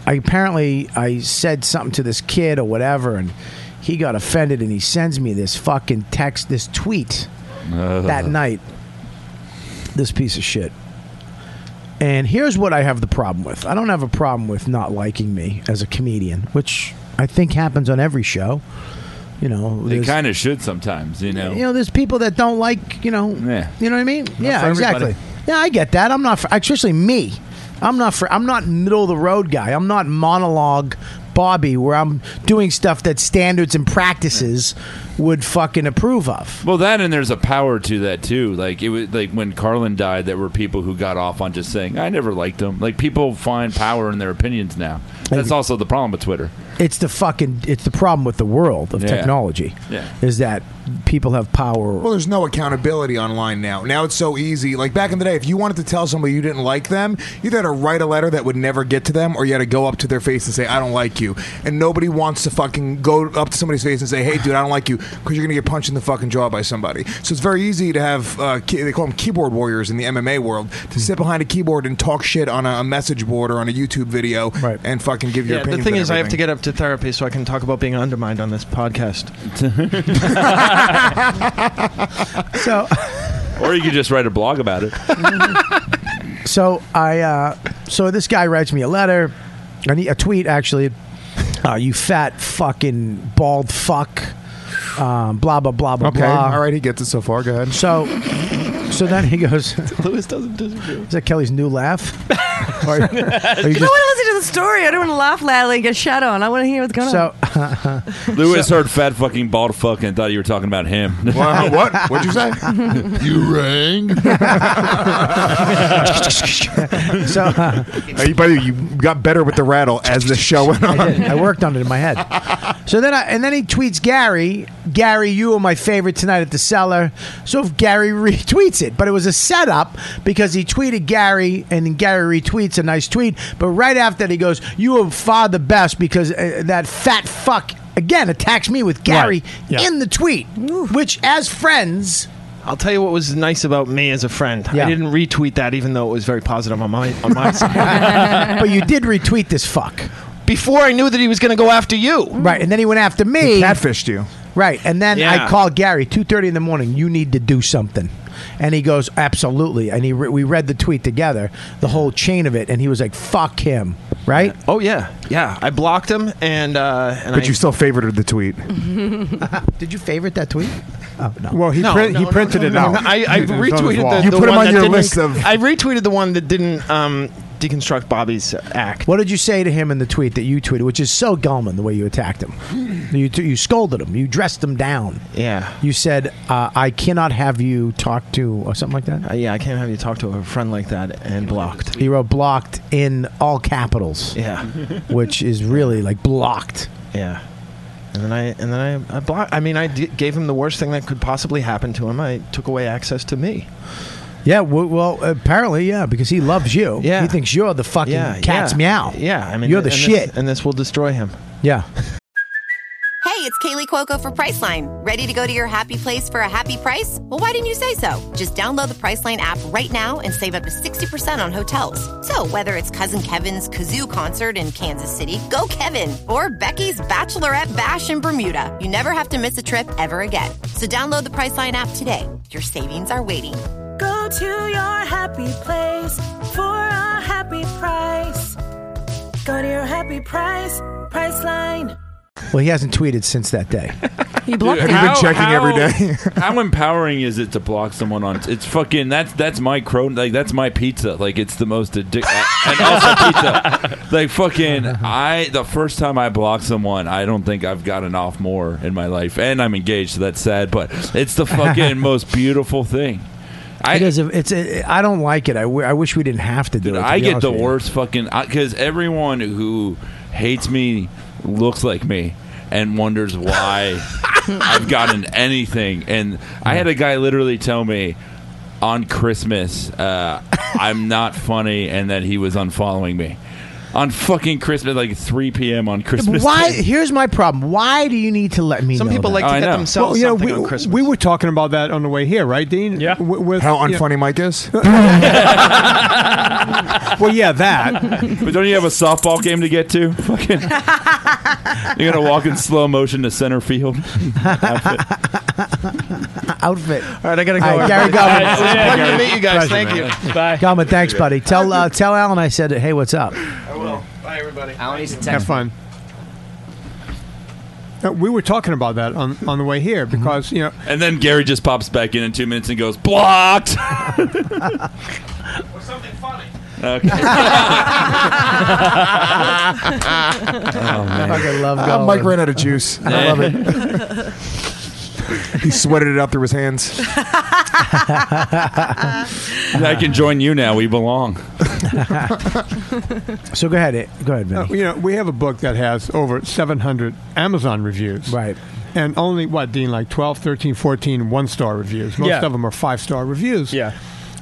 Speaker 4: I apparently I said something to this kid or whatever, and he got offended, and he sends me this fucking text, this tweet that night. This piece of shit. And here's what I have the problem with. I don't have a problem with not liking me as a comedian, which I think happens on every show. You know,
Speaker 3: they
Speaker 4: there's-
Speaker 3: kind of should sometimes, you know.
Speaker 4: you know, there's people that don't like, you know,
Speaker 3: Yeah.
Speaker 4: you know what I mean? yeah,
Speaker 3: for everybody.
Speaker 4: exactly. Yeah, I get that. I'm not for, especially me. I'm not for I'm not middle of the road guy. I'm not monologue Bobby where I'm doing stuff that standards and practices would fucking approve of.
Speaker 3: Well, that and there's a power to that too. Like it was like when Carlin died, there were people who got off on just saying, "I never liked him." Like people find power in their opinions now. That's also the problem with Twitter.
Speaker 4: It's the fucking it's the problem with the world of
Speaker 3: Yeah.
Speaker 4: technology.
Speaker 3: Yeah.
Speaker 4: Is that people have power
Speaker 3: <laughs>
Speaker 6: Well, there's no accountability online now. Now it's so easy. Like back in the day, if you wanted to tell somebody you didn't like them, you either had to write a letter that would never get to them, or you had to go up to their face and say, "I don't like you." And nobody wants to fucking go up to somebody's face and say, "Hey, dude, I don't like you," because you're gonna get punched in the fucking jaw by somebody. So it's very easy to have uh, key- they call them keyboard warriors in the MMA world
Speaker 4: Hmm.
Speaker 6: to sit behind a keyboard and talk shit on a, a message board or on a YouTube video and fucking give your
Speaker 7: Yeah,
Speaker 6: opinion.
Speaker 7: the thing is, I have
Speaker 4: <laughs>
Speaker 7: to get up to therapy so I can talk about being undermined on this podcast. <laughs>
Speaker 4: so,
Speaker 3: <laughs> Or you could just write a blog about it.
Speaker 4: so I uh, so this guy writes me a letter, I need a tweet actually. Uh, you fat fucking bald fuck. Um, blah blah blah blah
Speaker 6: Okay,
Speaker 4: blah.
Speaker 6: all right, he gets it so far. Go ahead.
Speaker 4: So, so then he
Speaker 7: <laughs>
Speaker 4: goes. Lewis
Speaker 7: doesn't disagree.
Speaker 4: Is that Kelly's new
Speaker 7: <laughs>
Speaker 4: laugh? <laughs> Or- or you
Speaker 5: You
Speaker 4: just-
Speaker 5: don't want to listen to the story. I don't want to laugh loudly and get shut on. I want to hear what's going
Speaker 4: so,
Speaker 3: Lewis heard fat fucking bald fuck and thought you were talking about him.
Speaker 6: Wha- what? What'd
Speaker 3: <laughs>
Speaker 6: you say?
Speaker 3: you rang.
Speaker 6: <laughs>
Speaker 4: so uh,
Speaker 6: you, by the way, you got better with the rattle as the show went
Speaker 4: <laughs>
Speaker 6: on.
Speaker 4: I did. I worked on it in my head. So then, I, and then he tweets Gary, Gary, you are my favorite tonight at the cellar. So if Gary <laughs> retweets it, but it was a setup because he tweeted Gary, and then Gary retweets a nice tweet. But right after that, he goes, "You are far the best because uh, that fat fuck again attacks me with Gary
Speaker 7: Yeah.
Speaker 4: in the tweet, which as friends."
Speaker 7: I'll tell you what was nice about me as a friend.
Speaker 4: Yeah.
Speaker 7: I didn't retweet that, even though it was very positive on my on <laughs> my side.
Speaker 4: but you did retweet this fuck
Speaker 7: before I knew that he was going to go after you.
Speaker 4: Right, and then he went after me.
Speaker 6: catfished you.
Speaker 4: Right, and then I
Speaker 7: Yeah.
Speaker 4: called Gary two thirty in the morning. You need to do something, and he goes, "Absolutely." And he re- we read the tweet together, the whole chain of it, and he was like, "Fuck him!" Right?
Speaker 7: Oh yeah, yeah. I blocked him, and uh, and
Speaker 6: But
Speaker 7: I,
Speaker 6: you still favored the tweet.
Speaker 4: <laughs> Did you favorite that tweet? Oh no.
Speaker 8: Well, he
Speaker 7: No,
Speaker 8: print, he
Speaker 7: no, no,
Speaker 8: printed
Speaker 7: no,
Speaker 8: it
Speaker 7: no,
Speaker 8: out.
Speaker 7: no. I, I
Speaker 8: It's on his
Speaker 7: retweeted
Speaker 8: wall.
Speaker 7: the, the one that didn't- I retweeted the one that didn't um, deconstruct Bobby's <laughs> act.
Speaker 4: What did you say to him in the tweet that you tweeted, which is so Gulman the way you attacked him? You t- you scolded him, you dressed him down.
Speaker 7: Yeah.
Speaker 4: You said, uh, "I cannot have you talk to" or something like that.
Speaker 7: Uh, yeah, I can't have you talk to a friend like that and blocked.
Speaker 4: He wrote blocked in all capitals.
Speaker 7: Yeah.
Speaker 4: which is really like blocked.
Speaker 7: Yeah. And then I and then I, I blocked. I mean, I d- gave him the worst thing that could possibly happen to him. I took away access to me.
Speaker 4: Yeah, w- well, apparently, yeah, because he loves you.
Speaker 7: Yeah.
Speaker 4: He thinks you're the fucking
Speaker 7: Yeah,
Speaker 4: cat's
Speaker 7: yeah.
Speaker 4: meow.
Speaker 7: Yeah, I mean,
Speaker 4: you're the
Speaker 7: and this-
Speaker 4: shit.
Speaker 7: and this will destroy him.
Speaker 4: Yeah. <laughs>
Speaker 17: Hey, it's Kaylee Cuoco for Priceline. Ready to go to your happy place for a happy price? Well, why didn't you say so? Just download the Priceline app right now and save up to 60% on hotels. So, whether it's Cousin Kevin's Kazoo concert in Kansas City, go Kevin, or Becky's Bachelorette Bash in Bermuda, you never have to miss a trip ever again. So, download the Priceline app today. Your savings are waiting.
Speaker 16: Go to your happy place for a happy price. Go to your happy price,
Speaker 4: <laughs>
Speaker 16: Priceline.
Speaker 4: Well, he hasn't tweeted since that day.
Speaker 5: He
Speaker 3: Dude,
Speaker 4: You've been checking every
Speaker 3: <laughs>
Speaker 4: day.
Speaker 3: how empowering is it to block someone on? It's fucking. That's that's my crone. Like that's my pizza. Like it's the most addictive. and also pizza. Like fucking. I the first time I blocked someone, I don't think I've gotten off more in my life, and I'm engaged, so that's sad. But it's the fucking most beautiful thing. I,
Speaker 4: it is. A, it's. A, I don't like it. I, w- I wish we didn't have to do it. to
Speaker 3: I
Speaker 4: be
Speaker 3: get
Speaker 4: honest
Speaker 3: the
Speaker 4: with you.
Speaker 3: worst fucking because everyone who hates me looks like me and wonders
Speaker 4: <laughs>
Speaker 3: why I've gotten anything. And I had a guy literally tell me on Christmas uh, I'm not funny, and that he was unfollowing me on fucking Christmas, like 3 p.m. on
Speaker 4: But
Speaker 3: Christmas. <laughs>
Speaker 4: Why? <laughs>
Speaker 3: Day.
Speaker 4: Here's my problem. Why do you need to let me? know that?
Speaker 8: well, you Oh, know, we, We were talking about that on the way here, right, Dean? Yeah. With,
Speaker 6: How
Speaker 8: you know-
Speaker 6: unfunny Mike
Speaker 8: <laughs>
Speaker 6: is?
Speaker 8: well, yeah, that.
Speaker 3: But don't you have a softball game to get to?
Speaker 4: <laughs>
Speaker 3: Fucking. You're gonna walk in slow motion to
Speaker 4: <laughs>
Speaker 3: center field.
Speaker 4: outfit.
Speaker 7: All right, I gotta go.
Speaker 4: All right, Gary
Speaker 7: everybody.
Speaker 4: Goldman.
Speaker 7: All right, it was a
Speaker 4: Yeah,
Speaker 7: pleasure
Speaker 4: Gary.
Speaker 7: to meet you guys.
Speaker 4: Pleasure,
Speaker 7: Thank
Speaker 4: man.
Speaker 7: you.
Speaker 4: Goldman, thanks, buddy. Tell uh, tell Alan I said, hey, what's up?
Speaker 7: I will. Bye, everybody. Alan needs a
Speaker 8: Have fun. Uh, we were talking about that on, on the way here
Speaker 4: Mm-hmm.
Speaker 8: because you know
Speaker 3: And then Gary just pops back in in two minutes and goes,
Speaker 8: <laughs>
Speaker 3: blocked.
Speaker 8: Uh,
Speaker 3: Okay. <laughs>
Speaker 6: Oh,
Speaker 4: man. Fucking love
Speaker 6: Uh, Mike
Speaker 4: Goldman.
Speaker 6: ran out of juice. <laughs> I love it. <laughs> he sweated it out through his hands.
Speaker 3: I can join you now. We belong.
Speaker 4: so go ahead, eh, go ahead, man.
Speaker 8: Uh, you know, we have a book that has over 700 Amazon reviews.
Speaker 4: Right.
Speaker 8: And only, what, Dean, like 12, 13, 14 one star reviews. Most
Speaker 6: Yeah.
Speaker 8: of them are five star reviews. Yeah.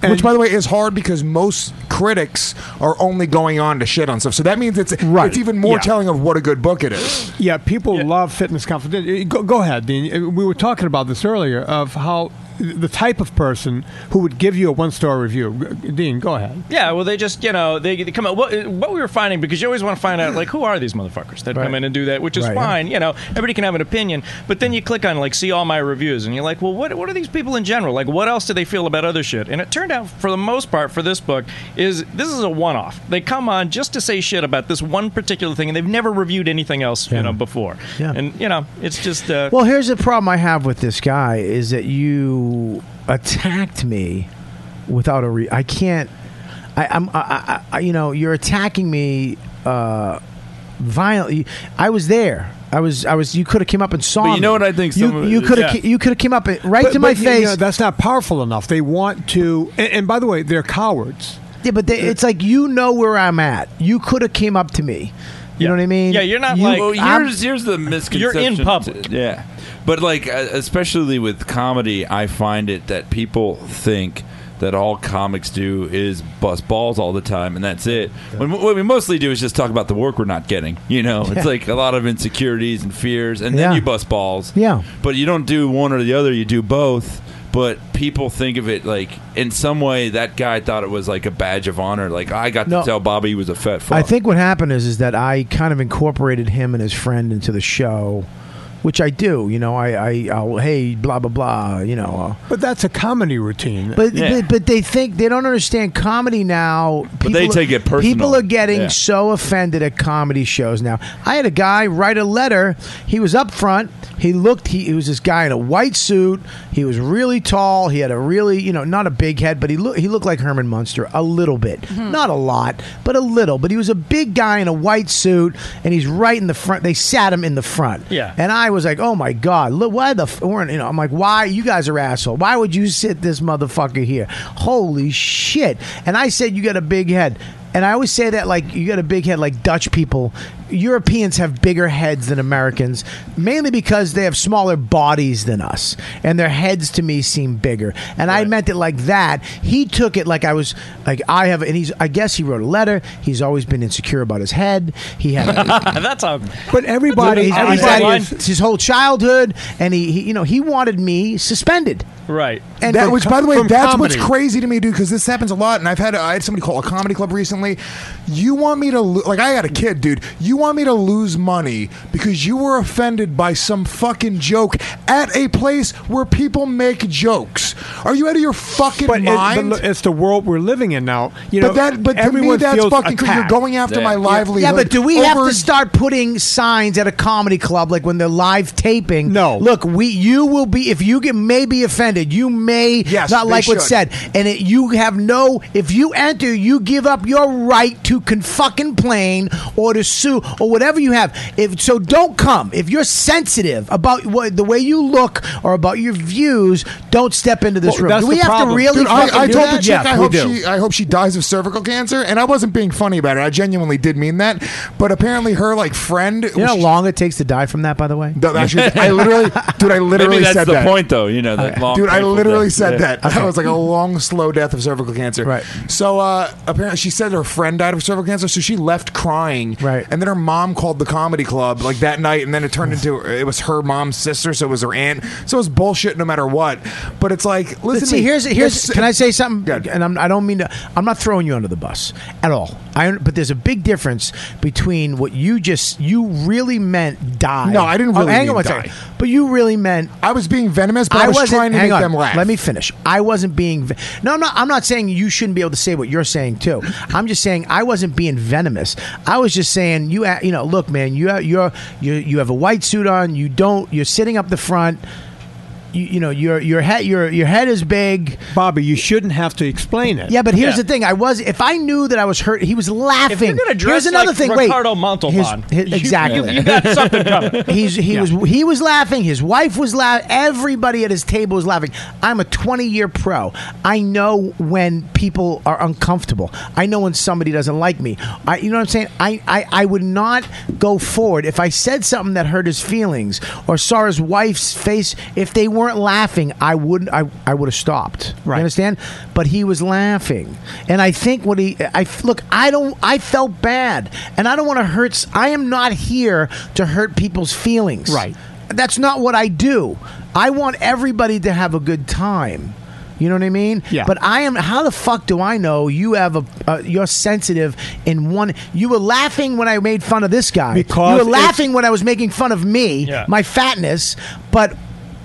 Speaker 6: Which, by the way, is hard because most critics are only going on to shit on stuff. So that means it's it's even more
Speaker 8: Yeah.
Speaker 6: telling of what a good book it is.
Speaker 8: Yeah, people love fitness confidential. Go, go ahead, Dean. Uh, We were talking about this earlier of how the type of person who would give you a one star review. G- Dean, go ahead.
Speaker 9: Yeah, well, they just you know they, they come out. What, what we were finding because you always want to find out like who are these motherfuckers that come in and do that, which is
Speaker 8: Right, yeah.
Speaker 9: fine. You know, everybody can have an opinion, but then you click on like see all my reviews, and you're like, well, what what are these people in general? Like, what else do they feel about other shit? And it turned out for the most part for this book is this is a one off. They come on just to say shit about this one particular thing, and they've never reviewed anything else you know before.
Speaker 4: Yeah.
Speaker 9: and you know it's just uh,
Speaker 4: Well, here's the problem I have with this guy is that you attacked me without a re. I can't. I, I'm. I, I, I, you know, you're attacking me uh, violently. I was there. I was. I was. You could have came up and saw.
Speaker 3: But you know
Speaker 4: me.
Speaker 3: what I think some
Speaker 4: You,
Speaker 3: of it
Speaker 4: you
Speaker 3: is-
Speaker 4: could have.
Speaker 3: Yeah.
Speaker 4: ca- You could have came up and- right
Speaker 8: But-
Speaker 4: to my
Speaker 8: but, you
Speaker 4: face.
Speaker 8: know, that's not powerful enough. They want to. And, and by the way, they're cowards.
Speaker 4: yeah, but they, it's like you know where I'm at. You could have came up to me. You know what I mean?
Speaker 3: Yeah, you're not
Speaker 4: You-
Speaker 3: like. Well,
Speaker 4: I'm-
Speaker 3: here's, here's the misconception.
Speaker 9: public.
Speaker 3: Yeah. But, like, uh, especially with comedy, I find it that people think that all comics do is bust balls all the time, and that's it. When, what we mostly do is just talk about the work we're not getting. You know,
Speaker 4: Yeah.
Speaker 3: it's like a lot of insecurities and fears, and then
Speaker 4: Yeah.
Speaker 3: you bust balls.
Speaker 4: Yeah.
Speaker 3: But you don't do one or the other, you do both. But people think of it like in some way that guy thought it was like a badge of honor. Like I got
Speaker 4: No.
Speaker 3: to tell Bobby he was a fat fuck.
Speaker 4: I think what happened is is that I kind of incorporated him and his friend into the show which I do. You know, I, I I'll, hey, blah blah blah. You
Speaker 6: Oh,
Speaker 4: know, uh,
Speaker 8: But that's a comedy routine.
Speaker 4: but, but but they think they don't understand comedy now.
Speaker 8: But they
Speaker 4: People-
Speaker 8: take it personal.
Speaker 4: People are getting
Speaker 8: Yeah.
Speaker 4: so offended at comedy shows now. I had a guy write a letter. He was up front. He looked. He, he was this guy in a white suit. He was really tall. He had a really you know not a big head, but he looked he looked like Herman Munster a little bit, not a lot, but a little. But he was a big guy in a white suit, and he's right in the front. They sat him in the front.
Speaker 15: Yeah.
Speaker 4: And I was like, oh my God, look, why the, f-? we're in- you know, I'm like, why, you guys are asshole. Why would you sit this motherfucker here? Holy shit. And I said, you got a big head. And I always say that like, you got a big head like Dutch people. Europeans have bigger heads than Americans, mainly because they have smaller bodies than us. And their heads to me seem bigger. And I meant it like that. He took it like I was, like, I have, and he's, I guess he wrote a letter. He's always been insecure about his head. He had a,
Speaker 9: <laughs> That's a.
Speaker 4: but everybody,
Speaker 9: Living
Speaker 4: everybody,
Speaker 9: timeline.
Speaker 4: his, his whole childhood, and he, he, you know, he wanted me suspended.
Speaker 9: Right.
Speaker 4: And
Speaker 6: that,
Speaker 4: from
Speaker 6: which,
Speaker 4: co-
Speaker 6: by the way,
Speaker 4: from
Speaker 6: that's what's
Speaker 4: comedy.
Speaker 6: crazy to me, dude. Because this happens a lot, and I've had I had somebody call a comedy club recently. You want me to lo- like I got a kid, dude. You want me to lose money because you were offended by some fucking joke at a place where people make jokes? Are you out of your fucking
Speaker 8: But, it, but
Speaker 6: mind?
Speaker 8: look, it's the world we're living in now. You know,
Speaker 6: But that- but to me,
Speaker 8: everyone
Speaker 6: that's
Speaker 8: feels
Speaker 6: fucking cr- you're
Speaker 8: attacked.
Speaker 6: going after my Yeah. livelihood
Speaker 4: Yeah, but do we have
Speaker 6: over-
Speaker 4: to start putting signs at a comedy club like when they're live taping? No. Look, we you will be if you get may be offended, you may
Speaker 6: Yes,
Speaker 4: not
Speaker 6: they
Speaker 4: like what's
Speaker 6: should.
Speaker 4: said, and it, you have no. If you enter, you give up your right to con fucking plane or to sue or whatever you have. If so, don't come. If you're sensitive about what the way you look or about your views, don't step into this
Speaker 6: Well,
Speaker 4: room.
Speaker 6: that's
Speaker 4: Do we
Speaker 6: the
Speaker 4: have
Speaker 6: problem.
Speaker 4: to really?
Speaker 6: Dude, I,
Speaker 4: fucking
Speaker 6: I
Speaker 4: do
Speaker 6: told
Speaker 4: that?
Speaker 6: the chick I hope she I hope she dies of cervical cancer, and I wasn't being funny about it. I genuinely did mean that. But apparently, her like friend.
Speaker 4: You know how
Speaker 6: was-
Speaker 4: long it takes to die from that, by the way?
Speaker 6: No,
Speaker 4: <laughs>
Speaker 6: actually, I literally, dude, I literally
Speaker 3: <laughs> Maybe that's
Speaker 6: said
Speaker 3: the
Speaker 6: that. Uh,
Speaker 3: point, though. You know, that long
Speaker 6: Dude, I
Speaker 3: painful
Speaker 6: literally
Speaker 3: death.
Speaker 6: said
Speaker 3: Yeah. <laughs>
Speaker 6: that. <laughs> That was like oh, a long, slow death of cervical cancer. Right. So uh, apparently, she said her friend died of cervical cancer, so she left crying. Right. And then her mom called the comedy club like that night, and then it turned into it was her mom's sister, so it was her aunt. So it was bullshit, no matter what. But it's like,
Speaker 4: But
Speaker 6: listen.
Speaker 4: see,
Speaker 6: to me,
Speaker 4: here's here's.
Speaker 6: it's-
Speaker 4: Can I say something? And I'm, I don't mean to. I'm not throwing you under the bus at all. I but there's a big difference between what you just you really meant die.
Speaker 6: No, I didn't
Speaker 4: Oh,
Speaker 6: really
Speaker 4: hang
Speaker 6: mean
Speaker 4: on one
Speaker 6: die.
Speaker 4: second. But you really meant
Speaker 6: I was being venomous, but I was
Speaker 4: wasn't-
Speaker 6: trying to
Speaker 4: hang
Speaker 6: make
Speaker 4: on,
Speaker 6: them laugh.
Speaker 4: Let me finish. I wasn't being. ve- No, I'm not. I'm not saying you shouldn't be able to say what you're saying too. I'm just saying I wasn't being venomous. I was just saying you. a- You know, look, man. You ha- you're you you have a white suit on. You don't. You're sitting up the front. You, you know your your head your your head is big.
Speaker 8: Bobby, you shouldn't have to explain it.
Speaker 4: Yeah, but here's
Speaker 8: Yeah.
Speaker 4: the thing. I was if I knew that I was hurt, he was laughing.
Speaker 9: If you're gonna dress
Speaker 4: here's another
Speaker 9: like
Speaker 4: thing.
Speaker 9: Ricardo
Speaker 4: Wait,
Speaker 9: Montalban,
Speaker 4: His- his-
Speaker 9: you-
Speaker 4: exactly.
Speaker 9: you- you got
Speaker 4: <laughs>
Speaker 9: something coming.
Speaker 4: He's he
Speaker 9: Yeah.
Speaker 4: was he was laughing. His wife was laughing. Everybody at his table was laughing. I'm a 20 year pro. I know when people are uncomfortable. I know when somebody doesn't like me. I, you know what I'm saying? I, I I would not go forward if I said something that hurt his feelings or saw his wife's face. If they weren't laughing, I wouldn't. I I would have stopped. Right. You understand? But he was laughing, and I think what he I look. I don't. I felt bad, and I don't want to hurt. s- I am not here to hurt people's feelings. Right. That's not what I do. I want everybody to have a good time. You know what I mean? Yeah. But I am. How the fuck do I know you have a? Uh, you're sensitive in one. You were laughing when I made fun of this guy.
Speaker 8: Because
Speaker 4: you were
Speaker 8: it's-
Speaker 4: laughing when I was making fun of me,
Speaker 8: Yeah.
Speaker 4: my fatness. But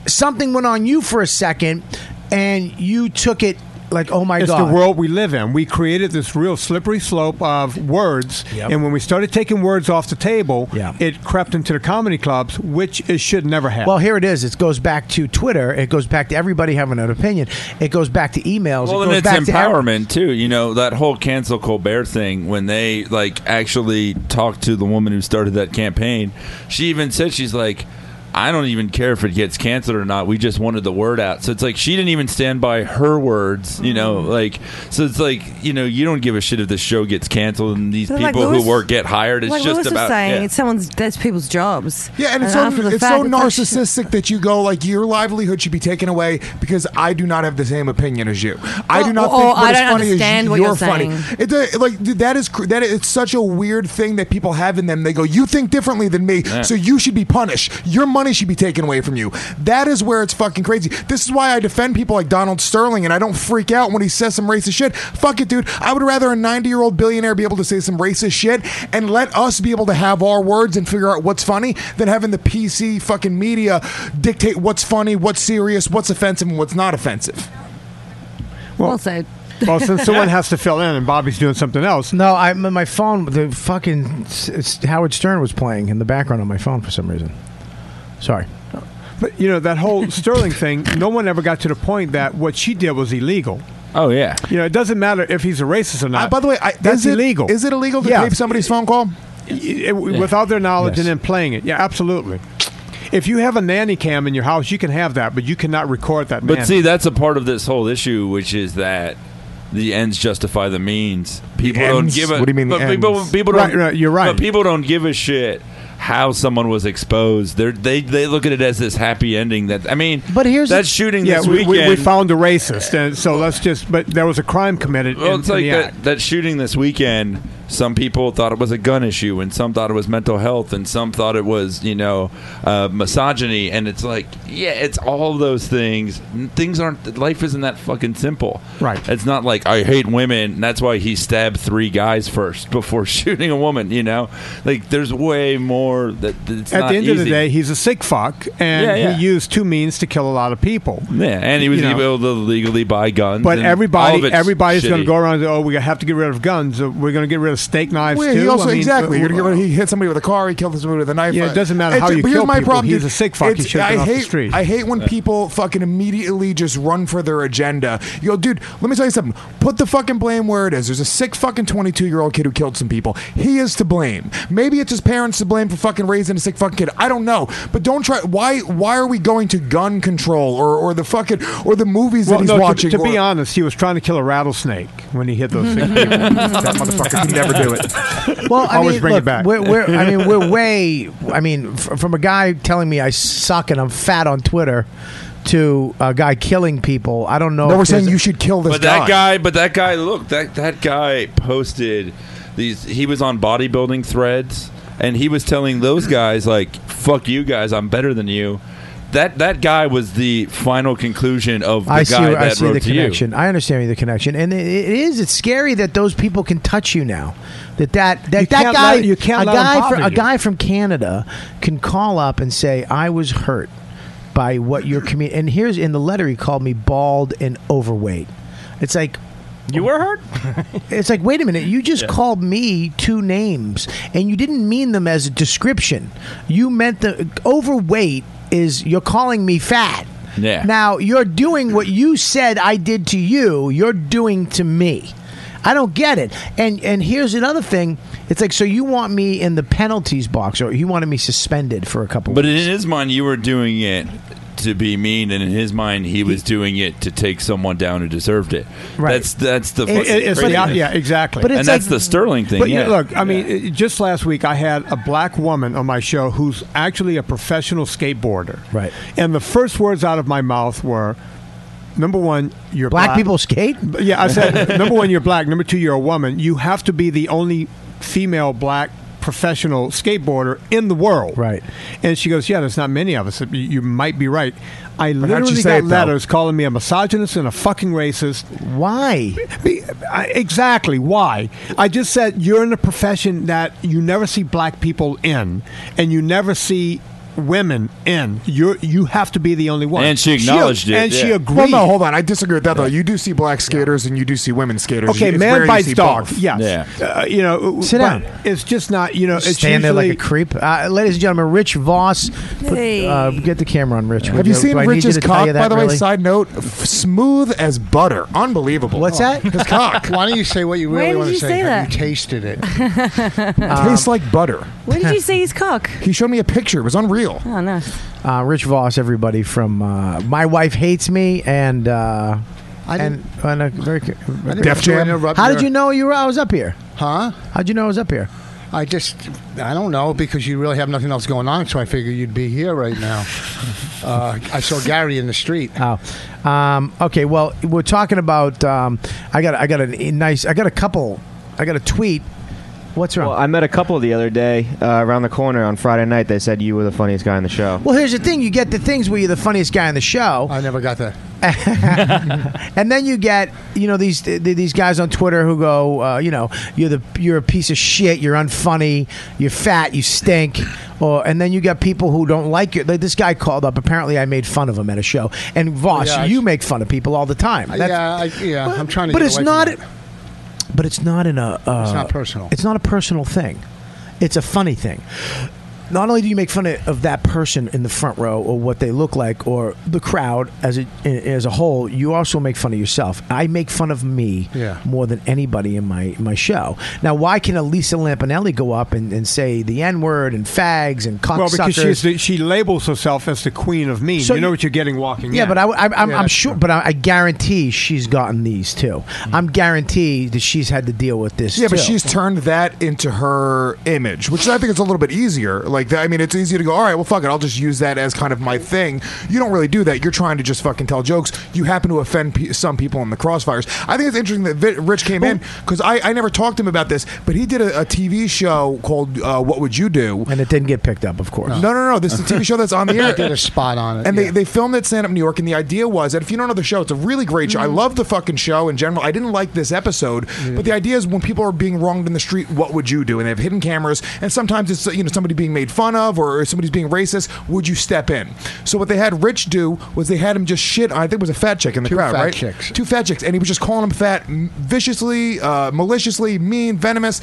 Speaker 4: something went on you for a second, and you took it like, oh my
Speaker 8: it's
Speaker 4: god.
Speaker 8: the world we live in. We created this real slippery slope of words,
Speaker 4: Yep.
Speaker 8: and when we started taking words off the table, it crept into the comedy clubs, which it should never have.
Speaker 4: Well, here it is. It goes back to Twitter. It goes back to everybody having an opinion. It goes back to emails.
Speaker 3: Well,
Speaker 4: it
Speaker 3: and
Speaker 4: goes
Speaker 3: it's
Speaker 4: back to every-
Speaker 3: empowerment too. You know that whole cancel Colbert thing when they like actually talked to the woman who started that campaign. She even said she's like, I don't even care if it gets canceled or not. We just wanted the word out. So it's like she didn't even stand by her words. You know,
Speaker 6: Mm-hmm.
Speaker 3: like so it's like you know you don't give a shit if the show gets canceled and these
Speaker 5: But
Speaker 3: people
Speaker 5: like Louis-
Speaker 3: who work get hired. It's
Speaker 5: like
Speaker 3: just
Speaker 5: Lewis
Speaker 3: about
Speaker 5: was saying,
Speaker 3: yeah.
Speaker 5: it's someone's that's people's jobs.
Speaker 6: Yeah, and it's
Speaker 5: after
Speaker 6: so
Speaker 5: the
Speaker 6: it's so
Speaker 5: fact, like, shit.
Speaker 6: narcissistic that you go like your livelihood should be taken away because I do not have the same opinion as you. I do
Speaker 5: Or-
Speaker 6: not
Speaker 5: or-
Speaker 6: think
Speaker 5: or
Speaker 6: what
Speaker 5: I
Speaker 6: is
Speaker 5: don't
Speaker 6: funny is
Speaker 5: understand what
Speaker 6: you're,
Speaker 5: you're
Speaker 6: funny.
Speaker 5: saying.
Speaker 6: It's a, Mm-hmm. like dude, that is cr- that is, it's such a weird thing that people have in them. They go, you think differently than me,
Speaker 3: Yeah.
Speaker 6: so you should be punished. Your money should be taken away from you. That is where it's fucking crazy. This is why I defend people like Donald Sterling and I don't freak out when he says some racist shit. Fuck it, dude. I would rather a 90 year old billionaire be able to say some racist shit and let us be able to have our words and figure out what's funny than having the PC fucking media dictate what's funny, what's serious, what's offensive, and what's not offensive.
Speaker 5: Well, said. <laughs>
Speaker 8: Well, since someone has to fill in and Bobby's doing something else.
Speaker 4: No, I my my phone, the fucking s- s- Howard Stern was playing in the background on my phone for some reason. Sorry.
Speaker 8: But you know that whole Sterling thing. No one ever got to the point that what she did was illegal.
Speaker 3: Oh yeah.
Speaker 8: You know it doesn't matter if he's a racist or not.
Speaker 6: by the way, I,
Speaker 8: that's
Speaker 6: is it-
Speaker 8: illegal.
Speaker 6: is it illegal to tape somebody's phone call?
Speaker 8: Without their knowledge
Speaker 6: Yes.
Speaker 8: and then playing it. Yeah, absolutely. If you have a nanny cam in your house, you can have that, but you cannot record that.
Speaker 3: But
Speaker 8: nanny.
Speaker 3: see, that's a part of this whole issue, which is that the ends justify the means. People don't
Speaker 8: ends?
Speaker 3: give a.
Speaker 8: What do you mean the
Speaker 3: But people,
Speaker 8: ends?
Speaker 3: people
Speaker 8: Right,
Speaker 3: don't-
Speaker 8: right, you're right.
Speaker 3: But people don't give a shit how someone was exposed. They're, they they look at it as this happy ending. That I mean, but here's that shooting
Speaker 8: yeah,
Speaker 3: this
Speaker 8: we,
Speaker 3: weekend.
Speaker 8: we, we found a racist, and so let's just. But there was a crime committed.
Speaker 3: Well,
Speaker 8: in,
Speaker 3: it's
Speaker 8: in
Speaker 3: like
Speaker 8: the act.
Speaker 3: that, that shooting this weekend. Some people thought it was a gun issue, and some thought it was mental health, and some thought it was, you know, uh, misogyny. And it's like, yeah, it's all those things. N- Things aren't, life isn't that fucking simple. Right. It's not like, I hate women, and that's why he stabbed three guys first <laughs> before shooting a woman, you know? Like, there's way more that that it's
Speaker 8: At
Speaker 3: not
Speaker 8: the end of the
Speaker 3: easy.
Speaker 8: day, he's a sick fuck, and
Speaker 3: Yeah, yeah.
Speaker 8: he used two means to kill a lot of people.
Speaker 3: Yeah, and he was
Speaker 8: You know.
Speaker 3: able to legally buy guns.
Speaker 8: But
Speaker 3: and all of
Speaker 8: everybody,
Speaker 3: it's
Speaker 8: everybody's going
Speaker 3: shitty.
Speaker 8: to go around. And, oh, we have to get rid of guns. uh, We're going to get rid of steak knives
Speaker 6: Well,
Speaker 8: too.
Speaker 6: he also
Speaker 8: I mean,
Speaker 6: exactly.
Speaker 8: uh,
Speaker 6: You're gonna get- he hit somebody with a car. He killed somebody with a knife.
Speaker 8: Yeah, it doesn't matter how you
Speaker 6: but here's
Speaker 8: kill
Speaker 6: my
Speaker 8: people.
Speaker 6: Problem,
Speaker 8: He's
Speaker 6: dude.
Speaker 8: a sick fuck. He
Speaker 6: It's-
Speaker 8: should have
Speaker 6: I
Speaker 8: been off the
Speaker 6: hate,
Speaker 8: street.
Speaker 6: I hate when people fucking immediately just run for their agenda. Yo, dude, let me tell you something. Put the fucking blame where it is. There's a sick fucking 22 year old kid who killed some people. He is to blame. Maybe it's his parents to blame for fucking raising a sick fucking kid. I don't know. But don't try. Why? Why are we going to gun control or or the fucking or the movies
Speaker 8: well,
Speaker 6: that he's
Speaker 8: no, to-
Speaker 6: watching?
Speaker 8: To, be
Speaker 6: or-
Speaker 8: honest, he was trying to kill a rattlesnake when he
Speaker 6: <laughs>
Speaker 8: hit those sick people. that
Speaker 6: motherfucker could never do it.
Speaker 8: <laughs>
Speaker 4: Well, I
Speaker 8: Always
Speaker 4: mean,
Speaker 8: bring
Speaker 4: look,
Speaker 8: it back.
Speaker 4: We're, we're, I mean,
Speaker 8: <laughs>
Speaker 4: we're way. I mean, f- from a guy telling me I suck and I'm fat on Twitter to a guy killing people. I don't know.
Speaker 6: No,
Speaker 4: if
Speaker 6: we're saying
Speaker 4: there's-
Speaker 6: you should kill this
Speaker 3: but that guy but that guy look that that guy posted these he was on bodybuilding threads and he was telling those guys like fuck you guys i'm better than you that that guy was the final conclusion of the
Speaker 4: I see.
Speaker 3: guy that
Speaker 4: I see
Speaker 3: wrote
Speaker 4: the
Speaker 3: to
Speaker 4: connection. I understand the connection, and it, it is. It's scary that those people can touch you now. That that that, that
Speaker 8: can't
Speaker 4: guy,
Speaker 8: let- you can't
Speaker 4: a
Speaker 8: let 'em
Speaker 4: guy,
Speaker 8: bother
Speaker 4: from, a
Speaker 8: you.
Speaker 4: guy from Canada, can call up and say, "I was hurt by what your community." And here's in the letter, he called me bald and overweight. It's like.
Speaker 9: You were hurt?
Speaker 4: <laughs> It's like, wait a minute, you just
Speaker 9: Yeah.
Speaker 4: called me two names and you didn't mean them as a description. You meant the overweight is you're calling me fat.
Speaker 3: Yeah.
Speaker 4: Now you're doing what you said I did to you, you're doing to me. I don't get it. And and here's another thing. It's like so you want me in the penalties box or you wanted me suspended for a couple
Speaker 3: But in his mind, you were doing it to be mean, and in his mind, he was doing it to take someone down who deserved it. Right. That's that's the.
Speaker 8: It-
Speaker 3: fucking
Speaker 8: it- it's the-
Speaker 3: craziness.
Speaker 8: yeah, exactly. But
Speaker 3: and
Speaker 8: it's
Speaker 3: that's
Speaker 8: like-
Speaker 3: the Sterling thing.
Speaker 8: But you-
Speaker 3: yeah.
Speaker 8: look, I mean, it- just last week I had a black woman on my show who's actually a professional skateboarder.
Speaker 4: Right.
Speaker 8: And the first words out of my mouth were, number one, you're
Speaker 4: Black
Speaker 6: Uh,
Speaker 8: black.
Speaker 4: people skate?
Speaker 8: Yeah, I said, <laughs> number one, you're black. Number two, you're a woman. You have to be the only female black professional skateboarder in the world. Right. And she goes, yeah, there's not many of us. You- You might be right. I
Speaker 6: how'd you
Speaker 8: literally
Speaker 6: say
Speaker 8: got
Speaker 6: it, though?
Speaker 8: letters calling me a misogynist and a fucking racist.
Speaker 4: Why?
Speaker 8: exactly. Why? I just said you're in a profession that you never see black people in, and you never see women in. You you have to be the only one.
Speaker 3: And she acknowledged it,
Speaker 8: And she
Speaker 3: yeah.
Speaker 8: agreed.
Speaker 6: Well, no, hold on. I disagree with that though. You do see black skaters and you do see women skaters.
Speaker 8: Okay,
Speaker 6: It's rare
Speaker 8: man
Speaker 6: you
Speaker 8: bites
Speaker 6: see
Speaker 8: dog.
Speaker 6: both.
Speaker 8: Yes. Uh, you know,
Speaker 4: Sit
Speaker 8: but
Speaker 4: down.
Speaker 8: It's just not. You know, it's
Speaker 4: Stand there like a
Speaker 8: usually-
Speaker 4: creep, uh, ladies and gentlemen. Rich Voss, put, uh, get the camera on Rich.
Speaker 6: Have
Speaker 4: would
Speaker 6: you seen
Speaker 4: do I need
Speaker 6: Rich's
Speaker 4: to tell
Speaker 6: cock?
Speaker 4: you that,
Speaker 6: by the way,
Speaker 4: really?
Speaker 6: side note: f- smooth as butter, unbelievable.
Speaker 4: What's that?
Speaker 6: His cock.
Speaker 11: Why don't you
Speaker 6: <laughs>
Speaker 11: say what you
Speaker 6: Why
Speaker 11: really
Speaker 6: did
Speaker 11: want to
Speaker 6: you
Speaker 11: say?
Speaker 6: say
Speaker 11: Have
Speaker 6: that?
Speaker 11: you tasted it?
Speaker 4: Um,
Speaker 5: <laughs>
Speaker 6: Tastes like butter.
Speaker 11: When did you say
Speaker 6: his cock? <laughs> He showed me a picture. It was unreal.
Speaker 4: Oh, nice. Uh, Rich Voss, everybody from uh, My Wife Hates Me and uh,
Speaker 11: I
Speaker 4: and, and a very
Speaker 11: didn't Def Jam? interrupt
Speaker 4: How
Speaker 11: your-
Speaker 4: did you know you were? I was up here.
Speaker 11: Huh?
Speaker 4: How'd you know I was up here?
Speaker 11: I just, I don't know because you really have nothing else going on, so I figured you'd be here right
Speaker 4: <laughs>
Speaker 11: now. uh, I saw Gary in the street.
Speaker 4: Oh, um, okay. Well, we're talking about. Um, I got. I got a nice. I got a couple. I got a tweet What's wrong?
Speaker 10: Well, I met a couple the other day uh, around the corner on Friday night. They said you were the funniest guy on the show.
Speaker 4: Well, here's the thing: you get the things where you're the funniest guy in the show. I
Speaker 11: never got that.
Speaker 4: <laughs> and then you get, you know, these th- these guys on Twitter who go, uh, you know, you're the you're a piece of shit, you're unfunny, you're fat, you stink, or and then you got people who don't like you. Like this guy called up. Apparently, I made fun of him at a show. And Voss,
Speaker 11: Yeah, I- Uh,
Speaker 4: you make fun of people all the time. <laughs> That's-
Speaker 11: yeah, I, yeah. I'm trying to.
Speaker 4: but
Speaker 11: get
Speaker 4: it's
Speaker 11: away from
Speaker 4: not-
Speaker 11: that.
Speaker 4: but it's not in a. Uh,
Speaker 11: It's not personal.
Speaker 4: It's not a personal thing. It's a funny thing. Not only do you make fun of of that person in the front row or what they look like or the crowd as a, as a whole, you also make fun of yourself. I make fun of me
Speaker 11: Yeah.
Speaker 4: more than anybody in my, my show. Now, why can Elisa Lampanelli go up and, and say the N word and fags and cocksuckers?
Speaker 8: Well, because she's the, she labels herself as the queen of mean.
Speaker 4: So
Speaker 8: you
Speaker 4: you-
Speaker 8: know what you're getting walking
Speaker 4: Yeah,
Speaker 8: in.
Speaker 4: but I, I, I'm,
Speaker 8: Yeah,
Speaker 4: I'm
Speaker 8: that's
Speaker 4: sure, but I, I guarantee she's gotten these too.
Speaker 8: Mm-hmm.
Speaker 4: I'm guarantee that she's had to deal with this.
Speaker 6: Yeah, but
Speaker 4: too.
Speaker 6: she's turned that into her image, which I think is a little bit easier. Like, I mean, it's easy to go, all right, well, fuck it, I'll just use that as kind of my thing. You don't really do that. You're trying to just fucking tell jokes. You happen to offend pe- some people in the crossfires. I think it's interesting that Vi- Rich came in because I, I never talked to him about this, but he did a, a TV show called uh, What Would You Do?
Speaker 4: And it didn't get picked up, of course.
Speaker 6: No, no, no. This is a TV show that's on the air.
Speaker 11: I did a spot on it.
Speaker 6: And
Speaker 11: yeah.
Speaker 6: they, they filmed at Stand Up New York, and the idea was that if you don't know the show, it's a really great show. I
Speaker 11: Mm-hmm.
Speaker 6: love the fucking show in general. I didn't like this episode, but the idea is when people are being wronged in the street, what would you do? And they have hidden cameras, and sometimes it's you know somebody being made fun of or somebody's being racist. Would you step in? So what they had Rich do was they had him just shit. I think it was a fat chick in the
Speaker 11: Two
Speaker 6: crowd,
Speaker 11: fat
Speaker 6: right?
Speaker 11: chicks.
Speaker 6: Two fat chicks, and he was just calling him fat, m- viciously, uh, maliciously, mean, venomous.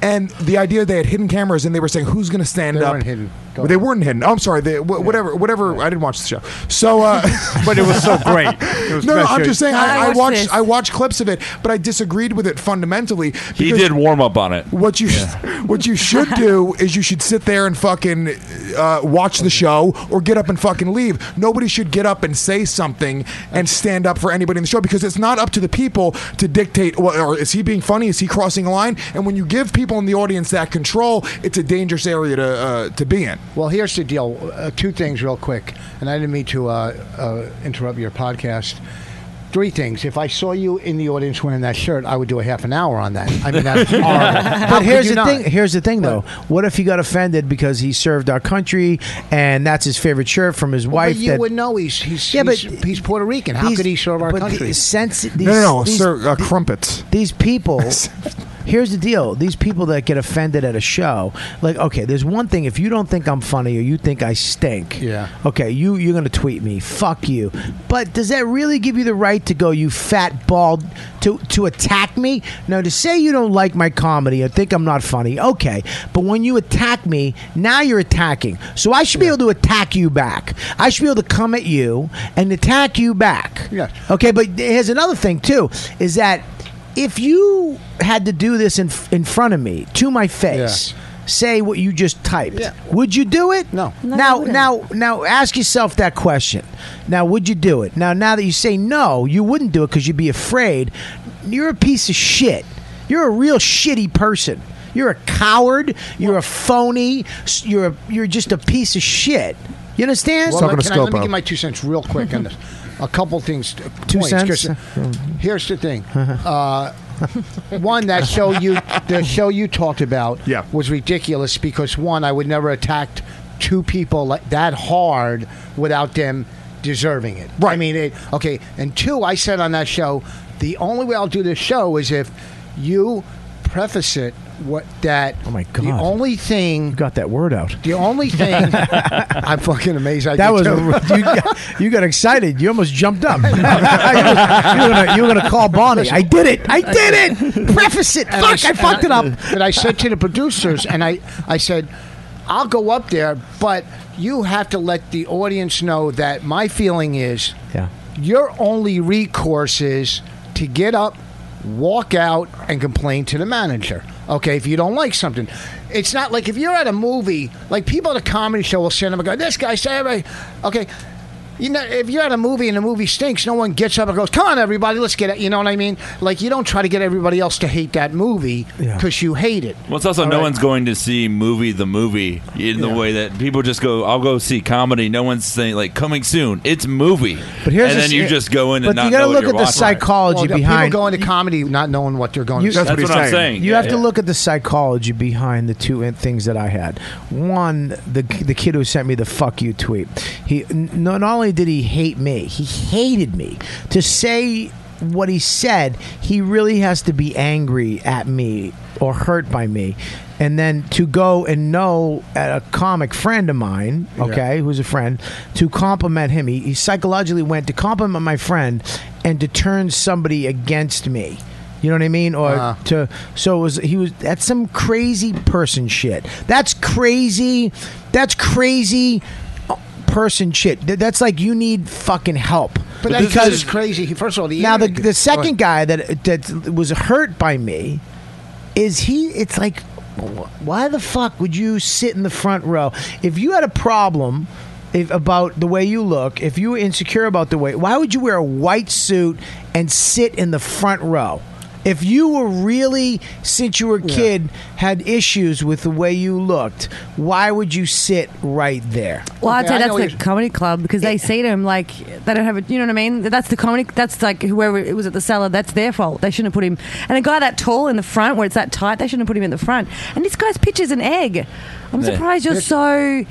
Speaker 6: And the idea they had hidden cameras and they were saying who's going to stand
Speaker 11: They
Speaker 6: up.
Speaker 11: weren't hidden. Go
Speaker 6: they weren't hidden. I'm sorry. They, wh- Whatever. Whatever. I didn't watch the show. So, uh,
Speaker 8: <laughs> But it was so great. It was
Speaker 6: no, no.
Speaker 8: best
Speaker 6: I'm
Speaker 8: show.
Speaker 6: just saying. I,
Speaker 8: I
Speaker 6: I
Speaker 8: watched
Speaker 6: watched.
Speaker 8: this.
Speaker 6: I watched clips of it, but I disagreed with it fundamentally.
Speaker 3: He
Speaker 6: because
Speaker 3: did warm up on it.
Speaker 6: What you <laughs> what you should do is you should sit there and fucking uh, watch the show or get up and fucking leave. Nobody should get up and say something and stand up for anybody in the show because it's not up to the people to dictate. Well, or is he being funny? Is he crossing a line? And when you give people in the audience that control, it's a dangerous area to uh, to be in.
Speaker 11: Well, here's the deal. Uh, two things, real quick, and I didn't mean to uh, uh, interrupt your podcast. Three things. If I saw you in the audience wearing that shirt, I would do a half an hour on that. I mean,
Speaker 4: <laughs>
Speaker 11: that's horrible.
Speaker 4: but here's the thing. Here's the thing, though. What if he got offended because he served our country and that's his favorite shirt from his
Speaker 11: But
Speaker 4: wife?
Speaker 11: you
Speaker 4: that-
Speaker 11: would know he's he's,
Speaker 4: Yeah, but-
Speaker 11: he's, he's Puerto Rican. How
Speaker 4: These-
Speaker 11: could he serve our
Speaker 4: but
Speaker 11: country?
Speaker 4: The sense, these,
Speaker 6: no, no, no,
Speaker 4: these,
Speaker 6: sir. Uh, crumpets.
Speaker 4: These
Speaker 6: <laughs>
Speaker 4: people. Here's the deal. These people that get offended at a show, like, okay, there's one thing. If you don't think I'm funny or you think I stink,
Speaker 11: Yeah.
Speaker 4: okay, you you're gonna tweet me, fuck you. But does that really give you the right to go, you fat bald, to to attack me? No, to say you don't like my comedy or think I'm not funny, okay. But when you attack me, now you're attacking. So I should be able to attack you back. I should be able to come at you and attack you back.
Speaker 11: Yes.
Speaker 4: Okay, but here's another thing too: is that if you had to do this in in front of me, to my face. Say what you just typed. Would you do it? No. Now, now, now, ask yourself that question. Now, would you do it? Now, now that you say no, you wouldn't do it because you'd be afraid. You're a piece of shit. You're a real shitty person. You're a coward. You're a phony. s- You're a, you're just a piece of shit. You understand?
Speaker 11: Well, let, can I, let me give my two cents real quick on this. A couple things.
Speaker 4: Two
Speaker 11: points,
Speaker 4: cents?
Speaker 11: 'cause Here's
Speaker 4: <laughs>
Speaker 11: the thing. Uh, one that show you the show you talked about was ridiculous because one I would never attack two people like that hard without them deserving it. Right. I mean it. Okay. And two, I said on that show, the only way I'll do this show is if you preface it what that oh my
Speaker 4: God.
Speaker 11: the only thing
Speaker 4: got that word out
Speaker 11: the
Speaker 4: <laughs>
Speaker 11: only thing <laughs> i'm fucking amazed I
Speaker 4: that
Speaker 11: did
Speaker 4: was
Speaker 11: too.
Speaker 4: you, got, you got excited. You almost jumped up. <laughs> you, were gonna, you were gonna call Bonnie. I did it. I did it.
Speaker 11: <laughs>
Speaker 4: Preface it.
Speaker 11: And
Speaker 4: Fuck. I,
Speaker 11: and
Speaker 4: fucked it up.
Speaker 11: But I said to the producers, and I, I said, I'll go up there, but you have to let the audience know that my feeling is
Speaker 4: Yeah.
Speaker 11: your only recourse is to get up, walk out, and complain to the manager. Okay, if you don't like something, it's not like if you're at a movie, like people at a comedy show will stand up and go, "This guy said," everybody-" okay. You know, if you're at a movie and the movie stinks, no one gets up and goes, "Come on, everybody, let's get it." You know what I mean? Like you don't try to get everybody else to hate that movie because you hate it.
Speaker 3: Well, it's also no one's going to see movie the movie in the way that people just go. I'll go see comedy. No one's saying like coming soon. It's movie.
Speaker 11: But here's
Speaker 3: and
Speaker 11: the
Speaker 3: then
Speaker 11: s-
Speaker 3: you just go in
Speaker 11: but
Speaker 3: and not
Speaker 11: you gotta
Speaker 3: know
Speaker 11: look
Speaker 3: what
Speaker 11: at
Speaker 3: you're
Speaker 11: the
Speaker 3: watching.
Speaker 4: psychology
Speaker 11: Well, the
Speaker 4: behind-
Speaker 11: people going to comedy not knowing what they're going.
Speaker 4: You-
Speaker 11: to see.
Speaker 4: You have to look at the psychology behind the two in- things that I had. One, the the kid who sent me the "fuck you" tweet. He n- not only did he hate me, he hated me to say what he said. He really has to be angry at me or hurt by me. And then to go and know a comic friend of mine, okay, who's a friend, to compliment him. He, he psychologically went to compliment my friend and to turn somebody against me. You know what I mean? Or
Speaker 11: Uh-huh.
Speaker 4: to so it was he was that's some crazy person shit. That's crazy. That's crazy person shit. Th- That's like you need fucking help.
Speaker 11: But that's because is crazy. He- First of all, the
Speaker 4: now the
Speaker 11: internet-
Speaker 4: the second guy that that was hurt by me is he. It's like, why the fuck would you sit in the front row if you had a problem? If, about the way you look, if you were insecure about the way, why would you wear a white suit and sit in the front row? If you were really, since you were a kid, had issues with the way you looked, why would you sit right there?
Speaker 5: Well, I'd say that's the comedy club because they say to him like they don't have a, you know what I mean? That's the comedy. That's like whoever it was at the cellar. That's their fault. They shouldn't have put him. And a guy that tall in the front where it's that tight, they shouldn't have put him in the front. And this guy's pitch is an egg. I'm
Speaker 4: Yeah.
Speaker 5: surprised you're
Speaker 4: It's-
Speaker 5: so.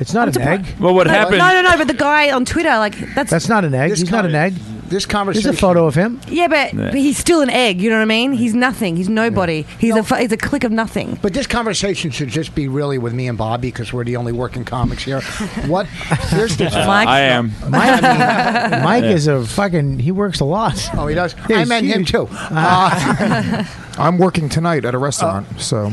Speaker 4: It's not
Speaker 5: I'm
Speaker 4: an
Speaker 5: surprised-
Speaker 4: egg. Well, what
Speaker 5: no,
Speaker 4: happened-
Speaker 5: No, no, no. But the guy on Twitter, like that's
Speaker 4: That's not an egg. He's not an egg.
Speaker 11: This
Speaker 4: There's a photo of him.
Speaker 5: yeah, but,
Speaker 4: Yeah.
Speaker 5: but he's still an egg. You know what I mean? He's nothing. He's nobody. He's a fu- he's a click of nothing.
Speaker 11: But this conversation should just be really with me and Bobby because we're the only working comics <laughs> here. What? Here's the
Speaker 3: Uh, <laughs> I am.
Speaker 4: Mike, <laughs> Mike
Speaker 11: <laughs> Yeah.
Speaker 4: is a fucking. He works a lot.
Speaker 11: Oh, he does.
Speaker 4: Yeah,
Speaker 11: I
Speaker 4: he's
Speaker 11: meant him
Speaker 4: huge.
Speaker 11: too. <laughs> Uh,
Speaker 6: <laughs> I'm working tonight at a restaurant, so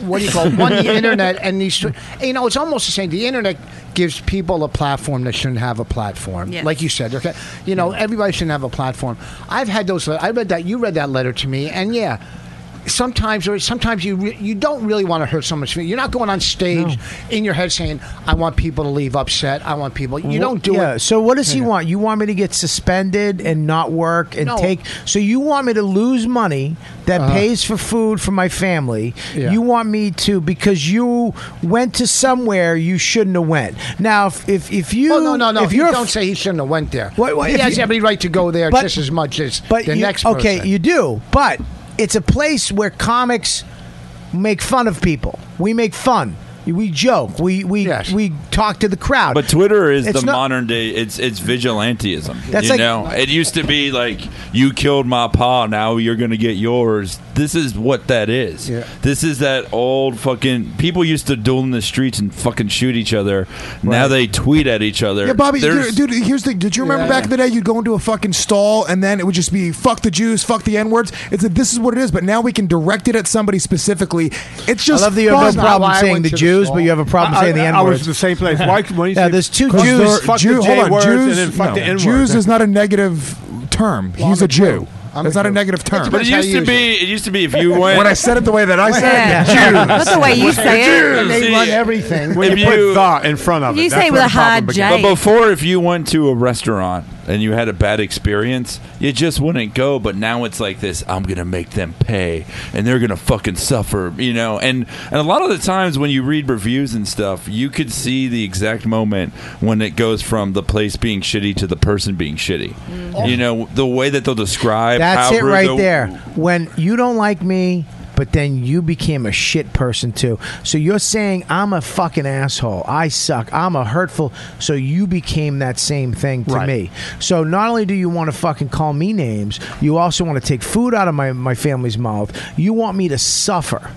Speaker 11: what do you call it?
Speaker 4: <laughs>
Speaker 11: One, the internet and these. You know, it's almost the same. The internet gives people a platform that shouldn't have a platform.
Speaker 18: Yes.
Speaker 11: Like you said, okay. You know, everybody shouldn't have a platform. I've had those. I read that. You read that letter to me, and yeah. Sometimes, or sometimes you re- you don't really want to hurt someone's feelings. You're not going on stage in your head saying, "I want people to leave upset. I want people." You don't do
Speaker 4: yeah,
Speaker 11: it.
Speaker 4: So what does he want? You want me to get suspended and not work and
Speaker 11: No.
Speaker 4: take? So you want me to lose money that
Speaker 11: Uh-huh.
Speaker 4: pays for food for my family?
Speaker 11: Yeah.
Speaker 4: You want me to because you went to somewhere you shouldn't have went. Now if if, if you
Speaker 11: Oh, No, no, no.
Speaker 4: if
Speaker 11: If you
Speaker 4: you're
Speaker 11: don't say he shouldn't have went there.
Speaker 4: What- what-
Speaker 11: he
Speaker 4: if
Speaker 11: has
Speaker 4: you-
Speaker 11: every right to go there
Speaker 4: But-
Speaker 11: just as much as
Speaker 4: but
Speaker 11: the
Speaker 4: you,
Speaker 11: next person.
Speaker 4: okay, you do, but it's a place where comics make fun of people. We make fun. We joke. We we we talk to the crowd.
Speaker 3: But Twitter is
Speaker 4: It's
Speaker 3: the
Speaker 4: not-
Speaker 3: modern day. It's it's vigilanteism.
Speaker 4: That's
Speaker 3: you
Speaker 4: like-
Speaker 3: know, it used to be like you killed my pa, now you're gonna get yours. This is what that is. This is that old fucking people used to duel in the streets and fucking shoot each other. Now they tweet at each other.
Speaker 6: Yeah, Bobby,
Speaker 3: There's-
Speaker 6: dude, dude, here's the. Did you remember
Speaker 3: Yeah.
Speaker 6: back in the day? You'd go into a fucking stall, and then it would just be "fuck the Jews," "fuck the N words." It's that this is what it is, but now we can direct it at somebody specifically. It's just.
Speaker 4: I love that you have no
Speaker 6: fun.
Speaker 4: problem That's not why I saying went the to the Jews, stall. but you have a problem saying the
Speaker 8: I- I was
Speaker 4: N-word.
Speaker 8: the same place. Why, when you
Speaker 4: Yeah,
Speaker 8: said-
Speaker 4: there's two
Speaker 8: 'cause
Speaker 4: Jews.
Speaker 8: they're- Fuck
Speaker 6: Jew-
Speaker 8: the
Speaker 6: hold
Speaker 8: J
Speaker 6: on,
Speaker 8: words
Speaker 6: Jews,
Speaker 8: and then fuck
Speaker 6: no,
Speaker 8: the N word.
Speaker 6: Jews is not a negative term. He's a Jew. That's not a negative term.
Speaker 3: but it used to be. It. used to be if you went.
Speaker 6: When I said it the way that I said it,
Speaker 3: Yeah.
Speaker 6: Jews.
Speaker 3: Not the way you Jews. say it.
Speaker 11: And they
Speaker 3: See,
Speaker 11: run everything.
Speaker 8: When
Speaker 3: If
Speaker 8: you,
Speaker 3: you-
Speaker 8: put the in front of it,
Speaker 5: You
Speaker 8: that's
Speaker 5: say
Speaker 8: where
Speaker 5: with
Speaker 8: the
Speaker 5: a
Speaker 8: problem
Speaker 5: hard
Speaker 8: begins.
Speaker 5: J.
Speaker 3: But before, if you went to a restaurant and you had a bad experience, you just wouldn't go. But now it's like this: I'm gonna make them pay, and they're gonna fucking suffer, you know. And and a lot of the times when you read reviews and stuff, you could see the exact moment when it goes from the place being shitty to the person being shitty. You know, the way that they'll describe
Speaker 4: That's
Speaker 3: how
Speaker 4: it
Speaker 3: rude
Speaker 4: right
Speaker 3: the-
Speaker 4: there. When you don't like me, but then you became a shit person too. So you're saying I'm a fucking asshole. I suck. I'm a hurtful. So you became that same thing to
Speaker 19: Right.
Speaker 4: me. So not only do you want to fucking call me names, you also want to take food out of my, my family's mouth. You want me to suffer.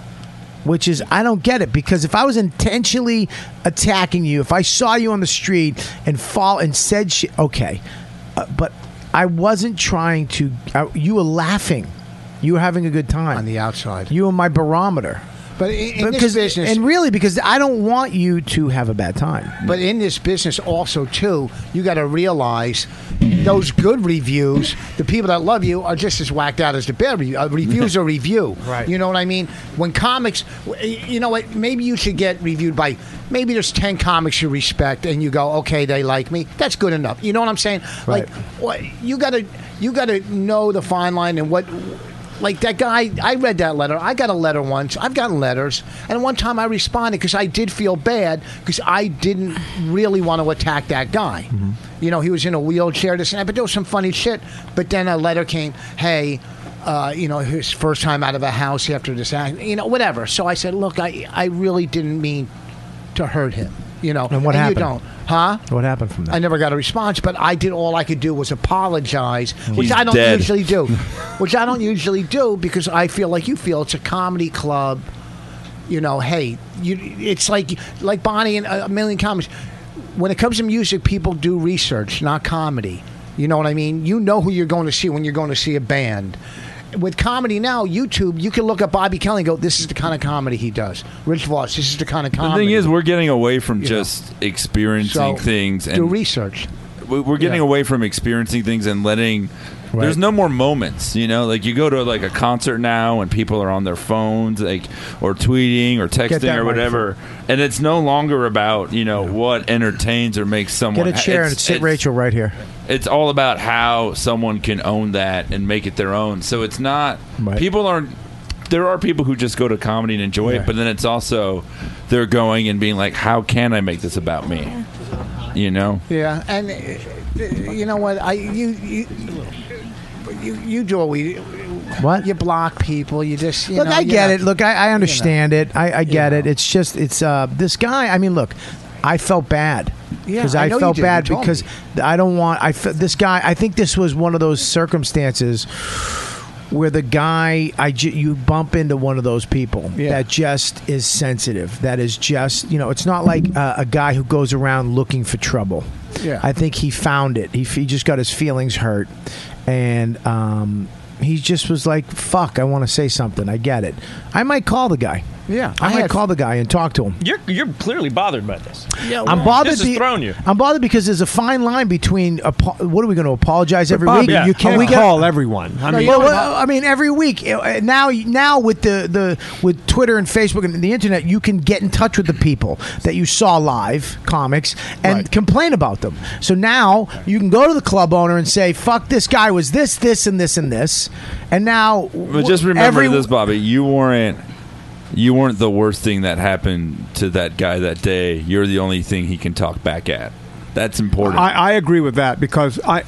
Speaker 4: Which is, I don't get it because if I was intentionally attacking you, if I saw you on the street and fall and said shit, okay, uh, but I wasn't trying to. I, you were laughing. You were having a good time on the
Speaker 11: outside.
Speaker 4: You were my barometer.
Speaker 11: But in, in this
Speaker 4: Because-
Speaker 11: business,
Speaker 4: and really, because I don't want you to have a bad time.
Speaker 11: But in this business, also too, you got to realize those good reviews, the people that love you, are just as whacked out as the bad review. A review's a review, right? You know what I mean? When comics, you know what? Maybe you should get reviewed by maybe there's ten comics you respect, and you go, okay, they like me. That's good enough. You know what I'm saying?
Speaker 4: Right.
Speaker 11: Like, what- you got to you got to know the fine line and what like that guy i read that letter i got a letter once i've gotten letters and one time i responded because i did feel bad because i didn't really want to attack that guy
Speaker 4: Mm-hmm.
Speaker 11: you know he was in a wheelchair this and that but there was some funny shit but then a letter came hey uh, you know his first time out of a house after this act you know whatever so i said look i, I really didn't mean to hurt him you know
Speaker 4: And what
Speaker 11: you
Speaker 4: happened?
Speaker 11: don't huh
Speaker 4: What happened from that?
Speaker 11: I never got a response, but I did all I could do was apologize, which
Speaker 4: He's
Speaker 11: I don't
Speaker 4: dead.
Speaker 11: usually do. which I don't usually do because I feel like you feel it's a comedy club. You know, hey, you, it's like like Bonnie and uh, a million comics. When it comes to music, people do research, not comedy. You know what I mean? You know who you're going to see when you're going to see a band. With comedy now, YouTube, you can look up Bobby Kelly and go, "This is the kind of comedy he does." Rich Voss, this is the kind of
Speaker 3: The
Speaker 11: comedy.
Speaker 3: thing is, we're getting away from just experiencing
Speaker 11: So,
Speaker 3: things
Speaker 11: do
Speaker 3: and
Speaker 11: research.
Speaker 3: we- we're getting
Speaker 11: Yeah.
Speaker 3: away from experiencing things and letting there's no more moments you know like you go to like a concert now and people are on their phones like or tweeting or
Speaker 4: Get
Speaker 3: texting
Speaker 4: that
Speaker 3: or whatever and it's no longer about you know what entertains or makes someone
Speaker 4: Get a
Speaker 3: ha-
Speaker 4: chair
Speaker 3: it's,
Speaker 4: and sit
Speaker 3: it's-
Speaker 4: Rachel right here.
Speaker 3: it's all about how someone can own that and make it their own. So it's not people aren't. There are people who just go to comedy and enjoy it, but then it's also they're going and being like, "How can I make this about me?" You know.
Speaker 11: Yeah, and uh, you know what? I you you you, you do what we
Speaker 4: what
Speaker 11: you block people. You just you
Speaker 4: look,
Speaker 11: know,
Speaker 4: I
Speaker 11: you
Speaker 4: get
Speaker 11: know.
Speaker 4: it. Look, I, I understand it. I, I get it. It's just, it's uh, this guy. I mean, look, I felt bad
Speaker 11: Yeah,
Speaker 4: because
Speaker 11: I
Speaker 4: I,
Speaker 11: know you
Speaker 4: felt
Speaker 11: did. You
Speaker 4: bad
Speaker 11: told
Speaker 4: because
Speaker 11: me.
Speaker 4: I don't want. I fe- this guy. I think this was one of those circumstances where the guy I ju- you bump into one of those people that just is sensitive. That is just you know, it's not like uh, a guy who goes around looking for trouble.
Speaker 11: Yeah.
Speaker 4: I think he found it. He, f- he just got his feelings hurt, and um, he just was like, "Fuck, I want to say something. I get it. I might call the guy.
Speaker 11: Yeah,
Speaker 4: I,
Speaker 9: I
Speaker 4: might
Speaker 9: had-
Speaker 4: call the guy and talk to him.
Speaker 9: You're you're clearly bothered by this. Yeah,
Speaker 4: I'm bothered.
Speaker 9: This has
Speaker 4: be- <laughs>
Speaker 9: thrown you.
Speaker 4: I'm bothered because there's a fine line between apo- what are we going to apologize
Speaker 8: But
Speaker 4: every
Speaker 8: Bobby, Oh,
Speaker 4: week?
Speaker 8: you can't
Speaker 4: Are we gonna-
Speaker 8: call everyone. I
Speaker 4: No,
Speaker 8: mean-
Speaker 4: well, well, I mean, every week uh, now, now with the, the with Twitter and Facebook and the internet, you can get in touch with the people that you saw live comics and complain about them. So now you can go to the club owner and say, "Fuck this guy was this, this, and this, and this," and now
Speaker 3: But just remember
Speaker 4: every-
Speaker 3: this, Bobby. You weren't. You weren't the worst thing that happened to that guy that day. You're the only thing he can talk back at. That's important.
Speaker 8: I, I agree with that because I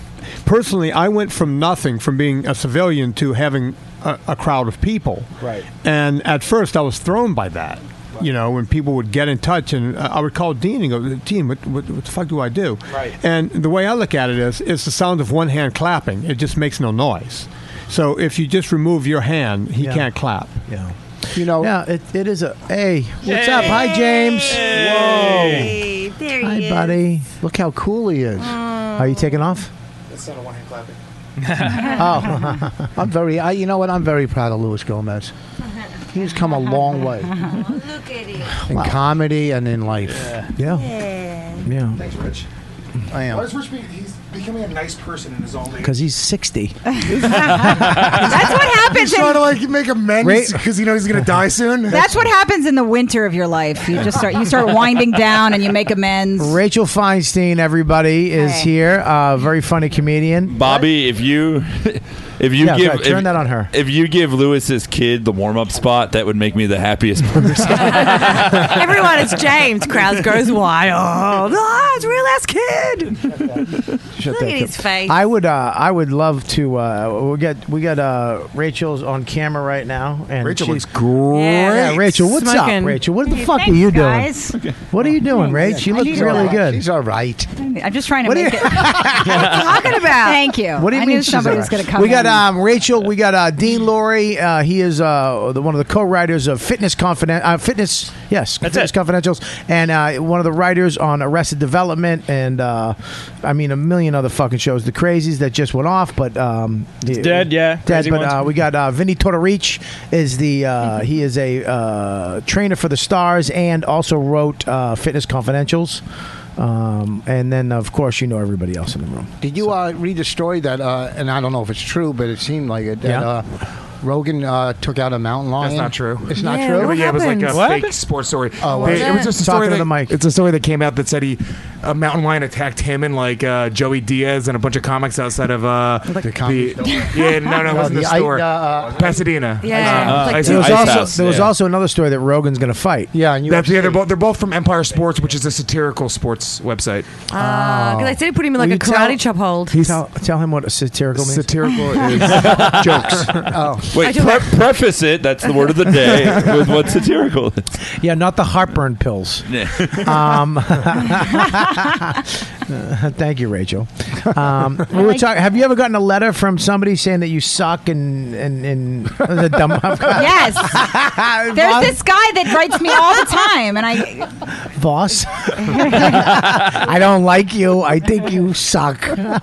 Speaker 8: personally I went from nothing, from being a civilian to having a, a crowd of people.
Speaker 4: Right.
Speaker 8: And at first, I was thrown by that. You know, when people would get in touch, and uh, I would call Dean and go, "Dean, what, what, what the fuck do I do?" Right. And the way I look at it is, it's the sound of one hand clapping. It just makes no noise. So if you just remove your hand, he
Speaker 4: Yeah.
Speaker 8: can't clap.
Speaker 4: Yeah.
Speaker 11: You know,
Speaker 4: yeah, it, it is a hey. What's up? Hi, James. Whoa.
Speaker 5: There
Speaker 4: Hi, buddy. Look how cool he is. Are you taking
Speaker 11: <laughs>
Speaker 4: off?
Speaker 11: That's not a one hand
Speaker 12: <laughs>
Speaker 11: clapping.
Speaker 4: oh,
Speaker 11: <laughs> I'm very. I, you know what? I'm very proud of Luis Gomez. He's come a long
Speaker 5: <laughs>
Speaker 11: way
Speaker 5: Look at it.
Speaker 11: in comedy and in life.
Speaker 4: Yeah.
Speaker 11: Yeah.
Speaker 4: Yeah.
Speaker 14: Thanks, Rich.
Speaker 11: I
Speaker 14: Why
Speaker 11: am.
Speaker 14: does Rich be? He's becoming a nice person in his old age.
Speaker 4: Because he's
Speaker 11: <laughs>
Speaker 4: 60.
Speaker 18: That's what happens.
Speaker 14: He's trying to
Speaker 18: in-
Speaker 14: like make amends
Speaker 4: <laughs>
Speaker 14: because he knows he's gonna die soon.
Speaker 18: That's what happens in the winter of your life. You just start you start winding down and you make amends.
Speaker 4: Rachel Feinstein, everybody, is
Speaker 18: Hey.
Speaker 4: here. Uh, very funny comedian.
Speaker 3: Bobby, if you <laughs> if you
Speaker 4: Yeah,
Speaker 3: give
Speaker 4: go ahead. Turn
Speaker 3: if-
Speaker 4: that on her.
Speaker 3: If you give Lewis's kid the warm up spot, that would make me the happiest
Speaker 4: <laughs>
Speaker 3: person.
Speaker 12: Everyone, it's James. Crowds goes wild. Ah, it's a real ass
Speaker 4: <laughs>
Speaker 12: kid. Look at his face.
Speaker 4: I would, uh, I would love to. Uh, we got, we got uh, Rachel's on camera right now, and
Speaker 1: Rachel
Speaker 4: she-
Speaker 1: looks great.
Speaker 4: Yeah, Rachel, what's
Speaker 1: Smoking.
Speaker 4: up, Rachel? What the
Speaker 18: Hey,
Speaker 4: fuck
Speaker 18: thanks,
Speaker 4: are you doing?
Speaker 18: guys. Okay.
Speaker 4: What are you doing, Rach?
Speaker 18: Thanks.
Speaker 4: She
Speaker 18: I
Speaker 4: looks
Speaker 18: need to
Speaker 4: really
Speaker 18: relax.
Speaker 4: good.
Speaker 18: She's
Speaker 11: all right.
Speaker 18: I'm just trying to
Speaker 4: What do
Speaker 18: make
Speaker 4: you-
Speaker 18: it.
Speaker 4: <laughs>
Speaker 18: talking about? Thank you.
Speaker 4: What do you
Speaker 18: I
Speaker 4: mean
Speaker 18: knew
Speaker 4: she's
Speaker 18: somebody
Speaker 4: all
Speaker 18: was
Speaker 4: right?
Speaker 18: going to come.
Speaker 4: We got
Speaker 18: in.
Speaker 4: um, Rachel. We got uh, Dean Laurie. Uh, he is uh, the, one of the co-writers of Fitness Confidential. Uh, Fitness, yes, Fitness Confidentials, and uh, one of the writers on Arrested Development Entertainment, and uh, I mean a million other fucking shows. The Crazies that just went off, but um, it's
Speaker 9: dead, yeah.
Speaker 4: dead.
Speaker 9: Crazy
Speaker 4: but
Speaker 9: ones.
Speaker 4: uh, we got uh, Vinny Tortorich is the uh, he is a uh, trainer for the Stars and also wrote uh, Fitness Confidentials. Um, and then, of course, you know everybody else in the room.
Speaker 11: Did you uh, read the story that, uh, and I don't know if it's true, but it seemed like it, that
Speaker 4: Yeah.
Speaker 11: uh, Rogan uh, took out a mountain lion?
Speaker 6: That's not true.
Speaker 11: It's not true?
Speaker 6: yeah, it was like a fake sports story.
Speaker 11: Oh,
Speaker 6: They-
Speaker 11: was
Speaker 6: it
Speaker 11: it?
Speaker 6: was just a
Speaker 11: Talking
Speaker 6: story
Speaker 11: to
Speaker 6: that,
Speaker 11: the
Speaker 6: It's a story that came out that said he, a mountain lion attacked him and like uh, Joey Diaz and a bunch of comics outside of uh, the,
Speaker 11: comedy
Speaker 6: yeah, no, no, it
Speaker 11: <laughs> No,
Speaker 6: wasn't the,
Speaker 11: the I-
Speaker 6: store,
Speaker 11: uh, uh,
Speaker 6: Pasadena.
Speaker 11: Yeah.
Speaker 6: Uh,
Speaker 11: It's like
Speaker 6: Ice-
Speaker 4: there was,
Speaker 6: Ice
Speaker 4: also,
Speaker 6: House,
Speaker 4: there was
Speaker 6: yeah.
Speaker 4: also another story that Rogan's going to fight.
Speaker 11: Yeah, and
Speaker 6: That's yeah. They're both they're both from Empire Sports, which is a satirical sports website.
Speaker 5: Ah, because I said he put him in like
Speaker 4: Will
Speaker 5: a
Speaker 4: you tell-
Speaker 5: karate chop hold.
Speaker 4: tell, tell him what a satirical means. <laughs>
Speaker 6: Satirical
Speaker 5: is
Speaker 3: <laughs>
Speaker 6: jokes.
Speaker 11: Oh,
Speaker 3: Wait, pre- preface it. That's the word of the day with what satirical
Speaker 18: <laughs>
Speaker 3: is.
Speaker 4: yeah, not the heartburn pills. um, <laughs> uh, thank you, Rachel. Um, we were talking. Have you ever gotten a letter from somebody saying that you suck and and and that was a
Speaker 10: <laughs>
Speaker 4: dumb? <laughs>
Speaker 18: <laughs> Yes. There's this guy that writes me all the time, and I
Speaker 4: boss. <laughs> I don't like you. I think you suck. I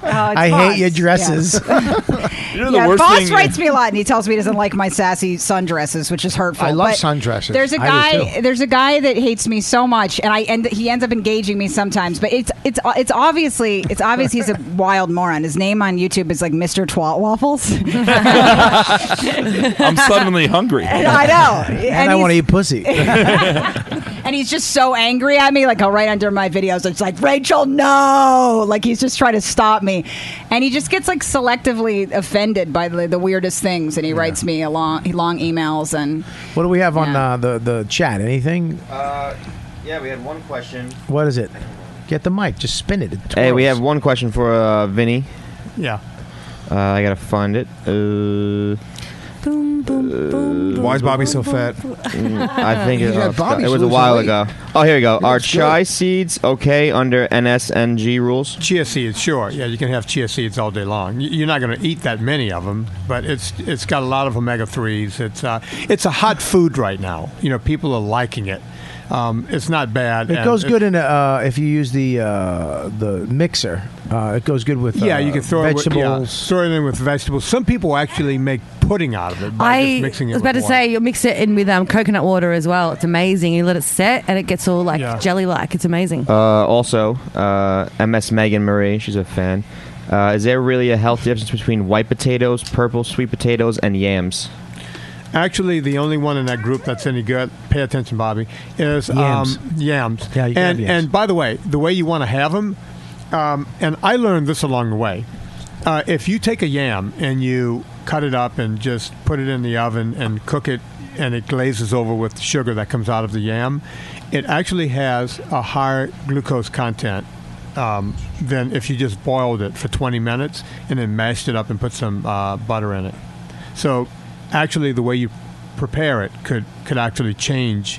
Speaker 18: Oh, boss.
Speaker 4: hate your dresses.
Speaker 11: <laughs>
Speaker 18: yeah, boss writes me a lot, and he tells me he doesn't like my sassy sundresses, which is hurtful.
Speaker 11: I love
Speaker 18: But
Speaker 11: sundresses.
Speaker 18: There's a
Speaker 11: I do
Speaker 18: guy.
Speaker 11: too.
Speaker 18: There's a guy that hates me so much, and I end. He ends up engaging me sometimes, but it's it's it's obviously it's obvious he's a wild moron. His name on YouTube is like Mr. Twat Waffles. <laughs>
Speaker 3: I'm suddenly hungry.
Speaker 18: I know.
Speaker 4: And,
Speaker 18: And
Speaker 4: I want to
Speaker 18: he's-
Speaker 4: eat
Speaker 18: <laughs>
Speaker 4: pussy.
Speaker 18: and he's just so angry at me like oh, right under my videos it's like rachel no like he's just trying to stop me and he just gets like selectively offended by the, the weirdest things and he writes me a long, long emails and
Speaker 4: What do we have on uh, the the chat? Anything?
Speaker 10: Uh, yeah, we had one question.
Speaker 4: What is it? Get the mic. Just spin it. It
Speaker 10: Hey, we
Speaker 4: twirls.
Speaker 10: have one question for uh, Vinny.
Speaker 4: Yeah.
Speaker 10: Uh, I gotta find it. Uh,
Speaker 5: boom, boom, boom,
Speaker 6: Why is Bobby so fat?
Speaker 5: <laughs>
Speaker 10: I think it,
Speaker 6: Yeah,
Speaker 10: oh,
Speaker 6: Bobby's
Speaker 10: it was a
Speaker 6: losing
Speaker 10: while
Speaker 6: weight.
Speaker 10: ago. Oh, here we go. Are
Speaker 8: looks good.
Speaker 10: chai seeds okay under NSNG rules?
Speaker 8: Chia seeds, sure. Yeah, you can have chia seeds all day long. Y- You're not going to eat that many of them, but it's it's got a lot of omega threes. It's uh, it's a hot food right now. You know, people are liking it. Um, it's not bad.
Speaker 4: It
Speaker 8: and
Speaker 4: goes
Speaker 8: it-
Speaker 4: good in a, uh, if you use the uh, the mixer. Uh, it goes good with
Speaker 8: Yeah,
Speaker 4: uh,
Speaker 8: you can throw
Speaker 4: vegetables.
Speaker 8: it with, yeah, throw it in with vegetables. Some people actually make pudding out of it by
Speaker 5: I
Speaker 8: just mixing it.
Speaker 5: was about to
Speaker 8: with
Speaker 5: say you mix it in with um, coconut water as well. It's amazing. You let it set and it gets all like jelly like. It's amazing.
Speaker 10: Uh, also, uh, MS Megan Marie, she's a fan. Uh, is there really a health difference between white potatoes, purple sweet potatoes, and yams?
Speaker 8: Actually, the only one in that group that's any good, pay attention, Bobby, is
Speaker 10: Yams.
Speaker 8: Um, yams.
Speaker 10: Yeah, you can
Speaker 8: and,
Speaker 10: have yams.
Speaker 8: And by the way, the way you want to have them, um, and I learned this along the way. Uh, if you take a yam and you cut it up and just put it in the oven and cook it, and it glazes over with the sugar that comes out of the yam, it actually has a higher glucose content um, than if you just boiled it for 20 minutes and then mashed it up and put some uh, butter in it. So, actually, the way you prepare it could could actually change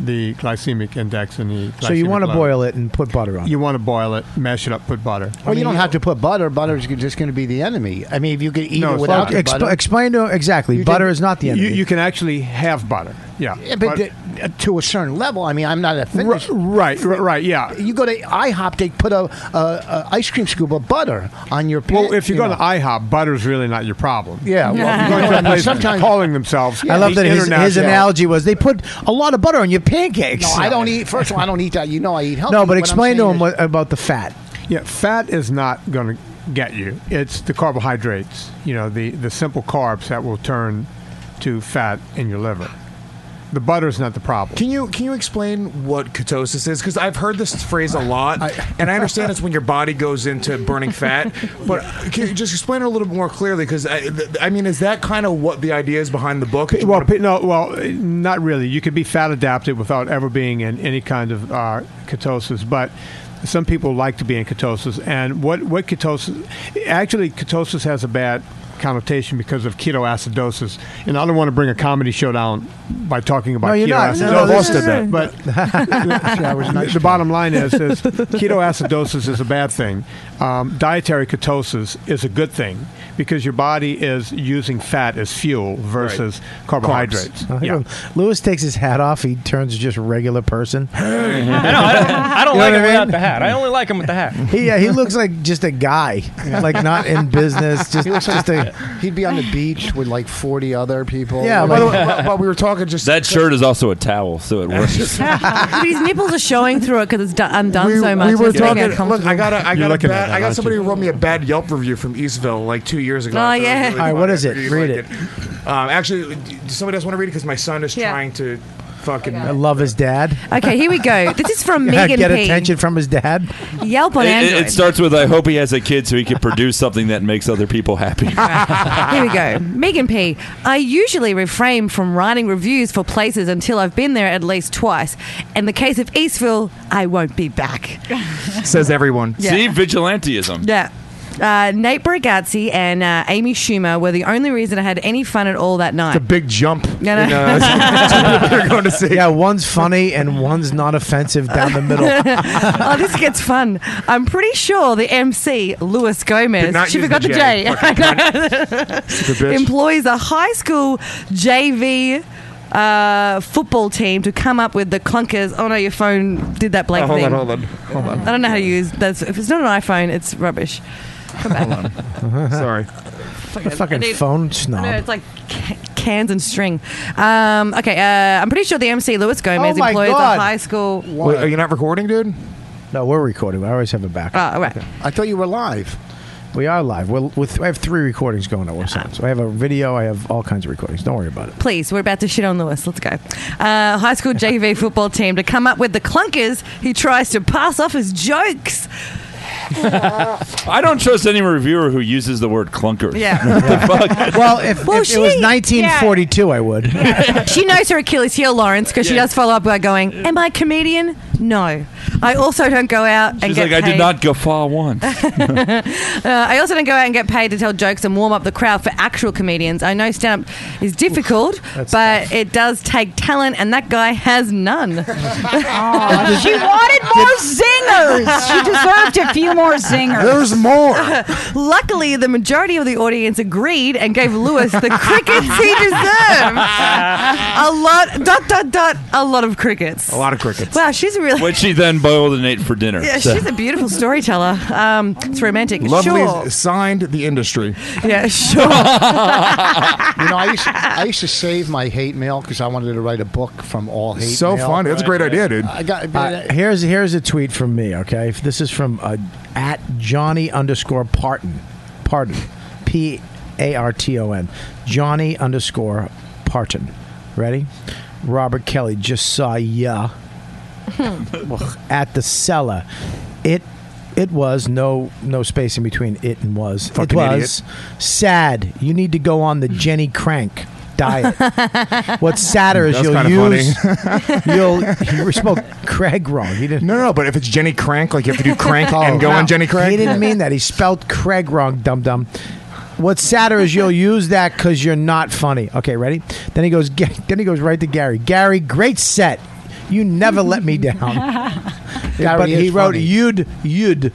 Speaker 8: the glycemic index and the.
Speaker 4: So you
Speaker 8: glycemic
Speaker 4: want to
Speaker 8: level.
Speaker 4: boil it and put butter on.
Speaker 8: You want to boil it, mash it up, put butter.
Speaker 11: Well, you don't have to put butter. Butter's just going to be the enemy. I mean, if you could eat
Speaker 8: No,
Speaker 11: it
Speaker 8: it's
Speaker 11: without
Speaker 8: not.
Speaker 11: the
Speaker 8: Exp-
Speaker 11: butter.
Speaker 4: Explain to exactly.
Speaker 11: You
Speaker 4: butter
Speaker 11: did-
Speaker 4: is not the enemy.
Speaker 8: You, you can actually have butter. Yeah.
Speaker 11: Yeah, but, the- uh, to a certain level. I mean, I'm not a fitness.
Speaker 8: right, right, right. Yeah.
Speaker 11: You go to IHOP, they put a, a, a ice cream scoop of butter on your. Pan,
Speaker 8: Well, if you, go
Speaker 11: know.
Speaker 8: to IHOP, butter's really not your problem.
Speaker 11: Yeah,
Speaker 8: Well,
Speaker 11: well, you know
Speaker 8: you
Speaker 11: what I
Speaker 8: go
Speaker 11: mean,
Speaker 8: to a place
Speaker 11: sometimes-
Speaker 8: calling themselves.
Speaker 4: I love
Speaker 8: the
Speaker 4: that his, his
Speaker 8: international-
Speaker 4: analogy was they put a lot of butter on your pancakes.
Speaker 11: No, I don't eat. First of all, I don't eat that. You know, I eat healthy.
Speaker 4: No, but
Speaker 11: What I'm
Speaker 4: explain to
Speaker 11: saying
Speaker 4: him what, about the fat.
Speaker 8: Yeah, fat is not going to get you. It's the carbohydrates, you know, the, the simple carbs that will turn to fat in your liver. The butter's not the problem.
Speaker 6: Can you can you explain what ketosis is? Because I've heard this phrase a lot, and I understand it's when your body goes into burning <laughs> fat. But can you just explain it a little bit more clearly? Because I, th- I mean, is that kind of what the idea is behind the book?
Speaker 8: Well, pe- no, well, eh, not really. You could be fat adapted without ever being in any kind of uh, ketosis, but some people like to be in ketosis. And what, what ketosis, actually, ketosis has a bad connotation because of ketoacidosis, and I don't want to bring a comedy show down by talking about
Speaker 1: No, you're not.
Speaker 8: ketoacidosis.
Speaker 1: No, no, this is-
Speaker 8: <laughs>
Speaker 4: <laughs>
Speaker 8: But the bottom line is, is ketoacidosis is a bad thing. Um, dietary ketosis is a good thing because your body is using fat as fuel versus carbohydrates.
Speaker 4: <laughs> Uh, Lewis takes his hat off. He turns just a regular person. <gasps>
Speaker 9: I know. I don't, I don't
Speaker 4: You know
Speaker 9: like
Speaker 4: what I
Speaker 9: him without
Speaker 4: mean?
Speaker 9: the hat. I only like him with the hat.
Speaker 4: He, yeah, he looks like just a
Speaker 8: <gasps>
Speaker 4: guy, like not in
Speaker 11: <laughs>
Speaker 4: business. Just,
Speaker 11: He looks like-
Speaker 4: just a.
Speaker 11: He'd be on the beach with like 40 other people.
Speaker 4: Yeah,
Speaker 11: Like- <laughs>
Speaker 4: by the way- <laughs> by-
Speaker 6: we were talking just
Speaker 3: that shirt is also a towel, so it
Speaker 5: <laughs>
Speaker 3: works.
Speaker 5: but his nipples are showing through it because it's do- undone
Speaker 6: we,
Speaker 5: so much.
Speaker 6: we were
Speaker 5: It's making
Speaker 6: talking.
Speaker 5: it
Speaker 6: Look, I got a, I
Speaker 5: You're
Speaker 6: got a
Speaker 5: looking at
Speaker 6: bad,
Speaker 5: that,
Speaker 6: I got
Speaker 5: aren't
Speaker 6: somebody who wrote me a bad Yelp review from Eastville like two years ago.
Speaker 5: Oh,
Speaker 6: I thought it was
Speaker 5: yeah.
Speaker 6: really
Speaker 5: All right,
Speaker 6: funny.
Speaker 4: what
Speaker 6: I
Speaker 4: is it?
Speaker 6: really
Speaker 4: Read
Speaker 6: liked Um, actually, does somebody else want to read it? Because my son is trying to fucking.
Speaker 4: I love his dad.
Speaker 5: Okay, here
Speaker 4: <laughs>
Speaker 5: we go. This is from Megan
Speaker 4: Get
Speaker 5: P.
Speaker 4: attention from his dad.
Speaker 5: Yelp on
Speaker 3: It- it,
Speaker 5: Android.
Speaker 3: it starts with I hope he has a kid so he can produce something that makes other
Speaker 4: <laughs>
Speaker 3: people happy.
Speaker 5: <laughs> Here we go. Megan P. I usually refrain from writing reviews for places until I've been there at least twice. In the case of Eastville, I won't be back.
Speaker 6: Says everyone.
Speaker 5: Yeah.
Speaker 3: See vigilanteism.
Speaker 5: Yeah. Uh, Nate Bargatze and uh, Amy Schumer were the only reason I had any fun at all that night.
Speaker 6: It's a big jump.
Speaker 5: No, no.
Speaker 6: in, <laughs> uh, they're going to see.
Speaker 4: Yeah, one's funny and one's not offensive down the middle.
Speaker 5: <laughs> oh, this gets fun. I'm pretty sure the MC, Luis
Speaker 4: Did
Speaker 5: Gomez,
Speaker 4: not
Speaker 5: she
Speaker 4: use
Speaker 5: forgot
Speaker 4: the
Speaker 5: the
Speaker 4: J,
Speaker 5: J, <laughs>
Speaker 4: fucking bitch.
Speaker 5: employs a high school JV uh, football team to come up with the clunkers. Oh no, your phone did that Blake
Speaker 6: Oh, hold
Speaker 5: thing.
Speaker 6: on, hold on, hold on.
Speaker 5: I don't know how to use that's if it's not an iPhone, it's rubbish. Come
Speaker 4: <laughs>
Speaker 5: back.
Speaker 6: Sorry.
Speaker 4: The fucking
Speaker 5: I need-
Speaker 4: phone snob.
Speaker 5: No, it's like ca- cans and string. Um, okay, uh, I'm pretty sure the MC Lewis Gomez
Speaker 4: Oh my
Speaker 5: employs
Speaker 4: God.
Speaker 5: a high school.
Speaker 4: Wait, are you
Speaker 6: not recording, dude?
Speaker 4: No, we're recording. I always have it back.
Speaker 5: Oh, okay.
Speaker 4: I thought you were live. We are live. We're, with, I have three recordings going at once.
Speaker 5: Uh-huh.
Speaker 4: So I have a video. I have all kinds of recordings. Don't worry about it.
Speaker 5: Please, we're about to shit on Lewis. Let's go. Uh, high school JV football team to come up with the clunkers he tries to pass off
Speaker 3: <laughs>
Speaker 5: as jokes.
Speaker 3: I don't trust any reviewer who uses the word clunker. <laughs>
Speaker 5: Yeah.
Speaker 4: <laughs> well, if,
Speaker 5: Well,
Speaker 4: if it was
Speaker 5: she-
Speaker 4: 1942, I would.
Speaker 5: she knows her Achilles heel, Lawrence, because she
Speaker 4: Yeah.
Speaker 5: does follow up by going, "Am I a comedian? No. I also don't go out <laughs> and
Speaker 3: She's
Speaker 5: get
Speaker 3: like, I
Speaker 5: paid.
Speaker 3: did not guffaw
Speaker 5: <laughs>
Speaker 3: once.
Speaker 5: uh, I also don't go out and get paid to tell jokes and warm up the crowd for actual comedians. I know stand up is difficult, but it does take talent, and that guy
Speaker 18: <laughs>
Speaker 5: has none. <laughs>
Speaker 18: she wanted more zingers. Oh. She deserved a few more zingers.
Speaker 6: There's more.
Speaker 5: <laughs> Luckily, the majority of the audience agreed and gave Lewis the crickets he
Speaker 6: <laughs>
Speaker 5: deserves. A lot, dot, dot, dot, a lot of crickets.
Speaker 3: A lot of crickets.
Speaker 5: Wow, she's really.
Speaker 3: Which she then boiled and ate for dinner.
Speaker 5: <laughs> Yeah,
Speaker 3: so.
Speaker 5: she's a beautiful storyteller. Um, it's romantic.
Speaker 6: Lovely
Speaker 5: Sure.
Speaker 6: signed the industry.
Speaker 5: <laughs> Yeah, sure.
Speaker 11: you know, I used, I used to save my hate mail because I wanted to write a book from all hate.
Speaker 4: So
Speaker 11: mail.
Speaker 4: fun. That's a great Right, idea, right. dude.
Speaker 11: I got.
Speaker 4: Uh, here's here's a tweet from me. Okay, If this is from uh, at Johnny underscore Parton, Parton, P A R T O N, Johnny underscore Parton. Ready? Robert Kelly just saw
Speaker 11: <laughs>
Speaker 4: ya at the cellar. It it was no no space in between it and was.
Speaker 6: Fucking
Speaker 4: it
Speaker 6: idiot.
Speaker 4: was sad. You need to go on the Jenny Crank
Speaker 11: <laughs>
Speaker 4: diet. What's sadder is
Speaker 6: That's
Speaker 4: you'll
Speaker 6: Mm, kinda
Speaker 4: use
Speaker 6: funny.
Speaker 4: you'll
Speaker 6: <laughs>
Speaker 4: you spoke Craig wrong. He didn't. Oh,
Speaker 6: No, no, but if it's Jenny Crank, like you have to do
Speaker 4: <laughs>
Speaker 6: Crank and go on Jenny Crank.
Speaker 4: He didn't mean that. He spelled Craig wrong, dum dum. What's sadder is you'll use that because you're not funny. Okay, ready? Then he goes. Ga- Then he goes right to Gary. Gary, great set. You never let me
Speaker 12: <laughs>
Speaker 1: <laughs>
Speaker 4: down.
Speaker 11: Gary
Speaker 4: but Um, he
Speaker 11: is
Speaker 4: wrote
Speaker 6: <laughs>
Speaker 11: funny.
Speaker 4: you'd you'd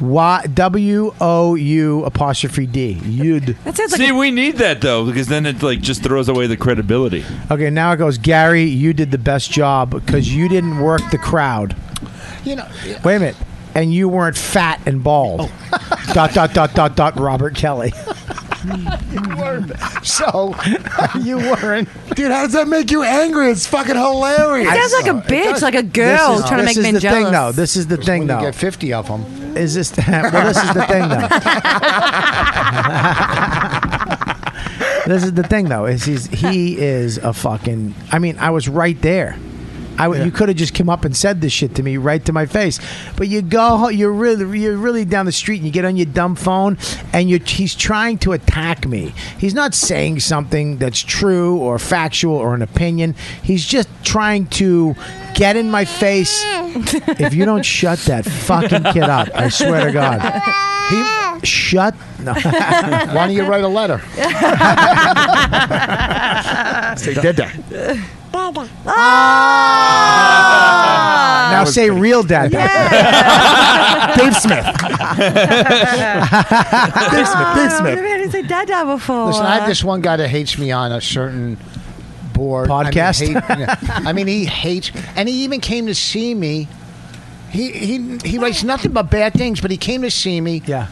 Speaker 4: y w o u apostrophe d you'd.
Speaker 5: That sounds
Speaker 3: See, we need that though, because then it like just throws away the credibility.
Speaker 4: Okay, now it goes. Gary, you did the best job because you didn't work the crowd.
Speaker 11: You know,
Speaker 4: Wait a minute. And you weren't fat and bald.
Speaker 11: Oh.
Speaker 4: <laughs> dot dot dot dot dot Robert Kelly.
Speaker 11: you weren't.
Speaker 4: <laughs>
Speaker 11: So you weren't.
Speaker 6: Dude, how does that make you angry? It's fucking hilarious.
Speaker 5: It sounds like a bitch, like a girl
Speaker 4: This is-
Speaker 5: trying to
Speaker 4: this
Speaker 5: make
Speaker 4: is
Speaker 5: men
Speaker 4: the
Speaker 5: jealous.
Speaker 4: thing, though. This is the thing, though.
Speaker 11: get fifty of them.
Speaker 4: Is this? <laughs> well, this is the thing, though. this is the thing, though. Is he's he is a fucking. I mean, I was right there. I w- You could have just come up and said this shit to me right to my face, but you go. ho- You're really, you're really down the street, and you get on your dumb phone, and you he's trying to attack me. He's not saying something that's true or factual or an opinion. He's just trying to get in
Speaker 12: <laughs>
Speaker 4: my <laughs> face. if you don't shut that fucking kid up, I swear to God. He, Shut. <laughs> No.
Speaker 11: <laughs> Why don't you write a letter?
Speaker 4: Say
Speaker 11: <laughs>
Speaker 4: dada.
Speaker 12: Oh,
Speaker 4: Now say real dada. Dave Smith. <laughs>
Speaker 11: Dave Smith. Dave
Speaker 5: I've never heard it say dada before.
Speaker 11: Listen, I have this one guy that hates me on a certain board
Speaker 4: Podcast?
Speaker 11: I mean, hate- <laughs> I mean, he hates, and he even came to see me. He he he writes nothing but bad things, but he came to see me. Yeah,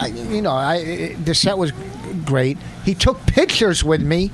Speaker 11: I, you know, I it- the set was great. He took pictures with me,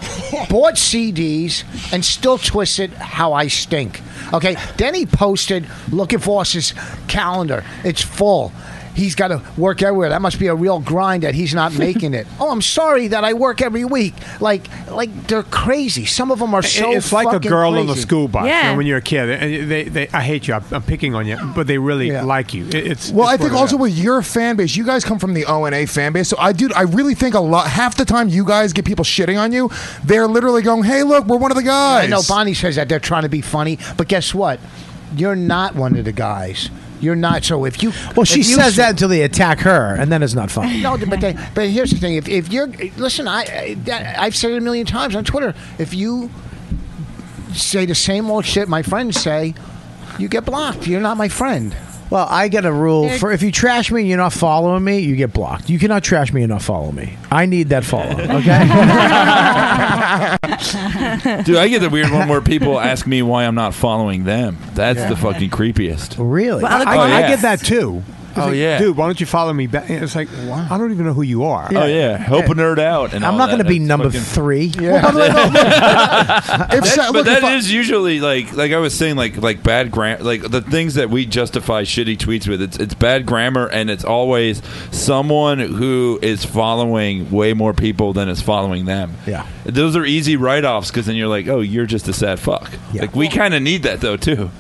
Speaker 11: bought CDs, and still twisted how I stink. Okay, then he posted looking for his calendar. It's full. He's got to work everywhere. That must be a real grind that he's not making it. Oh, I'm sorry that I work every week. Like, like they're crazy. Some of them are so.
Speaker 8: it's like a
Speaker 11: fucking
Speaker 8: girl on the
Speaker 11: crazy.
Speaker 8: school bus you know, when you're a kid. And they, they, I hate you. I'm, I'm picking on you, but they really like you. It- it's
Speaker 6: Well,
Speaker 8: it's
Speaker 6: I think
Speaker 8: one of
Speaker 6: also
Speaker 8: them.
Speaker 6: with your fan base, you guys come from the O and A fan base. So I, dude, I really think a lot. Half the time, you guys get people shitting on you. They're literally going, "Hey, look, we're one of the guys."
Speaker 11: I know Bonnie says that they're trying to be funny, but guess what? <laughs> You're not one of the guys. You're not. So if you
Speaker 4: Well, she
Speaker 11: if you
Speaker 4: says
Speaker 11: say-
Speaker 4: that until they attack her, and then it's not fun.
Speaker 11: No, but they, but here's the thing. If, if you're listen, I, I that, I've said it a million times on Twitter. If you say the same old shit my friends say, you get blocked. You're not my friend.
Speaker 4: Well, I get a rule for if you trash me and you're not following me, you get blocked. You cannot trash me and not follow me. I need that follow. Okay.
Speaker 3: <laughs> Dude, I get the weird
Speaker 1: <laughs>
Speaker 3: one where people ask me why I'm not following them. That's the fucking creepiest.
Speaker 4: Really?
Speaker 8: I, I-
Speaker 3: Oh,
Speaker 8: I
Speaker 3: yeah.
Speaker 8: get that too. It's
Speaker 3: Oh,
Speaker 8: like,
Speaker 3: yeah.
Speaker 8: dude, why don't you follow me back? And It's like I don't even know who you are.
Speaker 3: Oh yeah, help a nerd out. And
Speaker 8: I'm
Speaker 3: all
Speaker 8: not
Speaker 3: that.
Speaker 8: gonna be
Speaker 3: That's
Speaker 8: number
Speaker 3: fucking-
Speaker 4: Three.
Speaker 3: That's-
Speaker 6: so-
Speaker 3: but
Speaker 6: look,
Speaker 3: that
Speaker 6: if I-
Speaker 3: is usually like like I was saying like like bad grammar like the things that we justify shitty tweets with it's it's bad grammar and it's always someone who is following way more people than is following them.
Speaker 4: Yeah.
Speaker 3: Those are easy write offs because then you're like oh you're just a sad fuck. Like we kind of need that though too.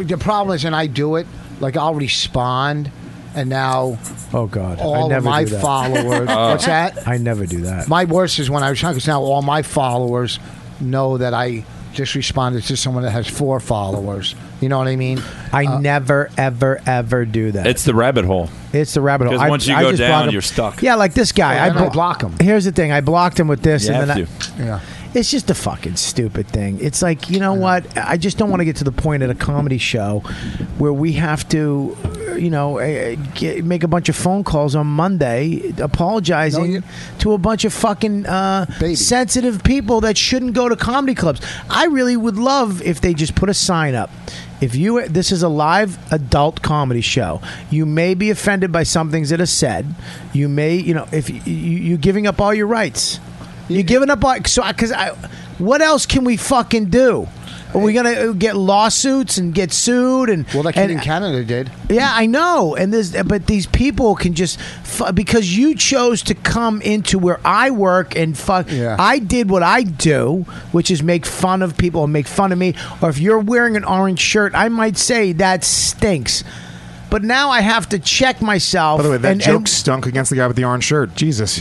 Speaker 11: The problem is, and I do it. Like I'll respond, and now
Speaker 4: oh god, I
Speaker 11: all of
Speaker 4: never
Speaker 11: my
Speaker 4: do that. <laughs>
Speaker 11: followers. What's that?
Speaker 4: I never do that.
Speaker 11: My worst is when I was young, because now all my followers know that I just responded to someone that has four followers. You know what I mean? Uh,
Speaker 4: I never, ever, ever do that.
Speaker 3: It's the rabbit hole.
Speaker 4: It's the rabbit hole.
Speaker 3: Because
Speaker 4: I-
Speaker 3: once you
Speaker 4: I
Speaker 3: go
Speaker 4: just block
Speaker 3: down,
Speaker 4: him.
Speaker 3: you're stuck.
Speaker 4: Yeah, like this guy.
Speaker 3: Well, then I
Speaker 11: block him.
Speaker 4: Here's the thing. I blocked him with this,
Speaker 3: You
Speaker 4: and
Speaker 3: have
Speaker 4: then I,
Speaker 3: to.
Speaker 11: Yeah.
Speaker 4: It's just a fucking stupid thing. It's like you know what? I just don't want to get to the point at a comedy show where we have to, uh, you know, uh, get, make a bunch of phone calls on Monday apologizing to a bunch of fucking uh, sensitive people that shouldn't go to comedy clubs. I really would love if they just put a sign up. If you this is a live adult comedy show, you may be offended by some things that are said. You may, you know, if you, you, you're giving up all your rights, you're giving up all. So, because I, what else can we fucking do? Are we gonna uh, get lawsuits and get sued and well,
Speaker 11: that kid in Canada did.
Speaker 4: Yeah, I know. And there's but these people can just fu- because you chose to come into where I work and fuck. I did what I do, which is make fun of people and make fun of me. Or if you're wearing an orange shirt, I might say that stinks. But now I have to check myself.
Speaker 6: By the way, that
Speaker 4: and-
Speaker 6: joke
Speaker 4: and-
Speaker 6: stunk against the guy with the orange shirt. Jesus.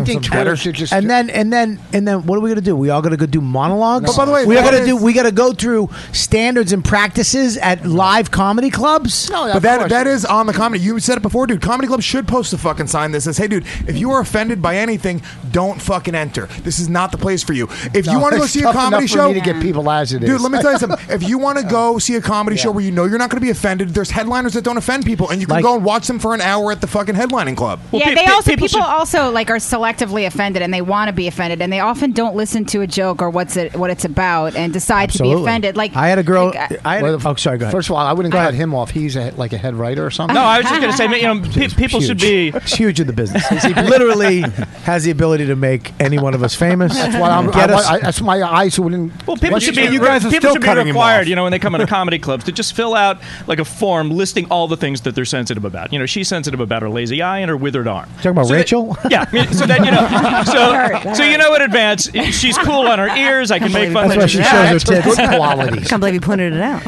Speaker 4: <laughs>
Speaker 11: think
Speaker 6: Some better.
Speaker 11: Twitter should just.
Speaker 4: and then and then and then what are we gonna do? We all gonna go do monologues?
Speaker 6: But by the way,
Speaker 4: we are
Speaker 6: that
Speaker 4: gonna
Speaker 6: is-
Speaker 4: do we gotta go through standards and practices at live comedy clubs.
Speaker 11: Oh,
Speaker 6: but that that is on the comedy. You said it before, dude. Comedy clubs should post a fucking sign that says, "Hey, dude, if you are offended by anything, don't fucking enter. This is not the place for you. If
Speaker 11: No,
Speaker 6: you want to go
Speaker 11: it's
Speaker 6: see a
Speaker 11: tough
Speaker 6: comedy
Speaker 11: enough for
Speaker 6: show,
Speaker 11: me to get people as it
Speaker 6: dude.
Speaker 11: is.
Speaker 6: Let
Speaker 11: <laughs>
Speaker 6: me tell you something. If you want to go see a comedy show where you know you're not going to be offended, there's headliners that don't offend people, and you can go and watch them for an hour at the fucking headlining club.
Speaker 18: yeah, they also people, also like are selectively offended and they want to be offended and they often don't listen to a joke or what's it what it's about and decide to be
Speaker 4: Absolutely.
Speaker 18: offended. Like uh,
Speaker 4: I had a girl. I had
Speaker 11: Well,
Speaker 4: a, oh, sorry, go ahead.
Speaker 11: First of all, I wouldn't cut him off. He's a, like a head writer or
Speaker 9: <laughs>
Speaker 11: something.
Speaker 9: No, I was just
Speaker 11: <laughs>
Speaker 9: gonna say,
Speaker 4: <laughs>
Speaker 9: you know, pe- people should be.
Speaker 4: He's huge in the business. He
Speaker 6: <laughs>
Speaker 4: literally has the ability to make any one of us famous.
Speaker 11: That's why I'm.
Speaker 4: Get
Speaker 11: I,
Speaker 4: us-
Speaker 11: I, that's my eyes wouldn't.
Speaker 9: Well, people
Speaker 11: Once
Speaker 9: should be. people should be required, you know, when they come into comedy clubs to just fill out like a form listing all the things that they're sensitive about. You know, she's sensitive about her lazy eye and her withered arm.
Speaker 4: Talking about Rachel?
Speaker 9: <laughs> Yeah. I mean, so then
Speaker 4: <laughs>
Speaker 9: you know.
Speaker 4: Alright,
Speaker 9: So,
Speaker 4: alright.
Speaker 9: so you know in advance, she's cool on her ears. I can make fun
Speaker 4: That's
Speaker 9: of
Speaker 4: why she
Speaker 9: her.
Speaker 4: shows her <laughs> tits.
Speaker 11: Good qualities.
Speaker 5: Can't believe you pointed
Speaker 6: <laughs>
Speaker 5: it out.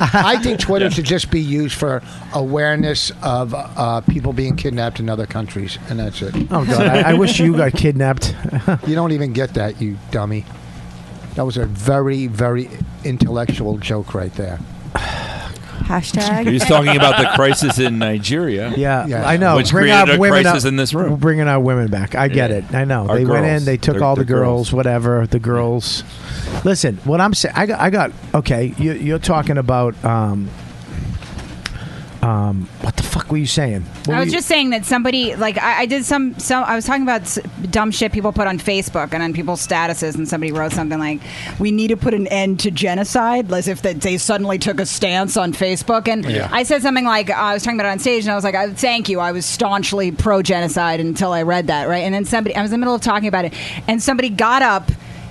Speaker 11: I think Twitter should just be used for awareness of uh, people being kidnapped in other countries, and that's it.
Speaker 4: Oh god, I, I wish you got kidnapped. <laughs>
Speaker 11: You don't even get that, you dummy. That was a very, very intellectual joke right there.
Speaker 5: Hashtag.
Speaker 3: He's talking about the crisis in Nigeria.
Speaker 4: Yeah, I know.
Speaker 3: Which
Speaker 4: Bring
Speaker 3: created
Speaker 4: our
Speaker 3: a
Speaker 4: women
Speaker 3: crisis
Speaker 4: up-
Speaker 3: in this
Speaker 4: <laughs>
Speaker 3: room.
Speaker 4: we're Bringing our women back. I get it. I know.
Speaker 3: Our
Speaker 4: they went
Speaker 3: girls.
Speaker 4: in. They took
Speaker 3: They're-
Speaker 4: all the
Speaker 3: they're
Speaker 4: girls, whatever. The girls. Listen, what I'm saying. I got. I got. Okay, you, you're talking about. Um, um, what the fuck were you saying? What
Speaker 18: I
Speaker 4: were
Speaker 18: was
Speaker 4: you-
Speaker 18: just saying that somebody like I, I did some some I was talking about s- dumb shit people put on Facebook and on people's statuses and somebody wrote something like we need to put an end to genocide as if that they suddenly took a stance on Facebook and
Speaker 20: Yeah.
Speaker 18: I said something like uh, I was talking about it on stage and I was like I, thank you I was staunchly pro genocide until I read that right and then somebody I was in the middle of talking about it and somebody got up.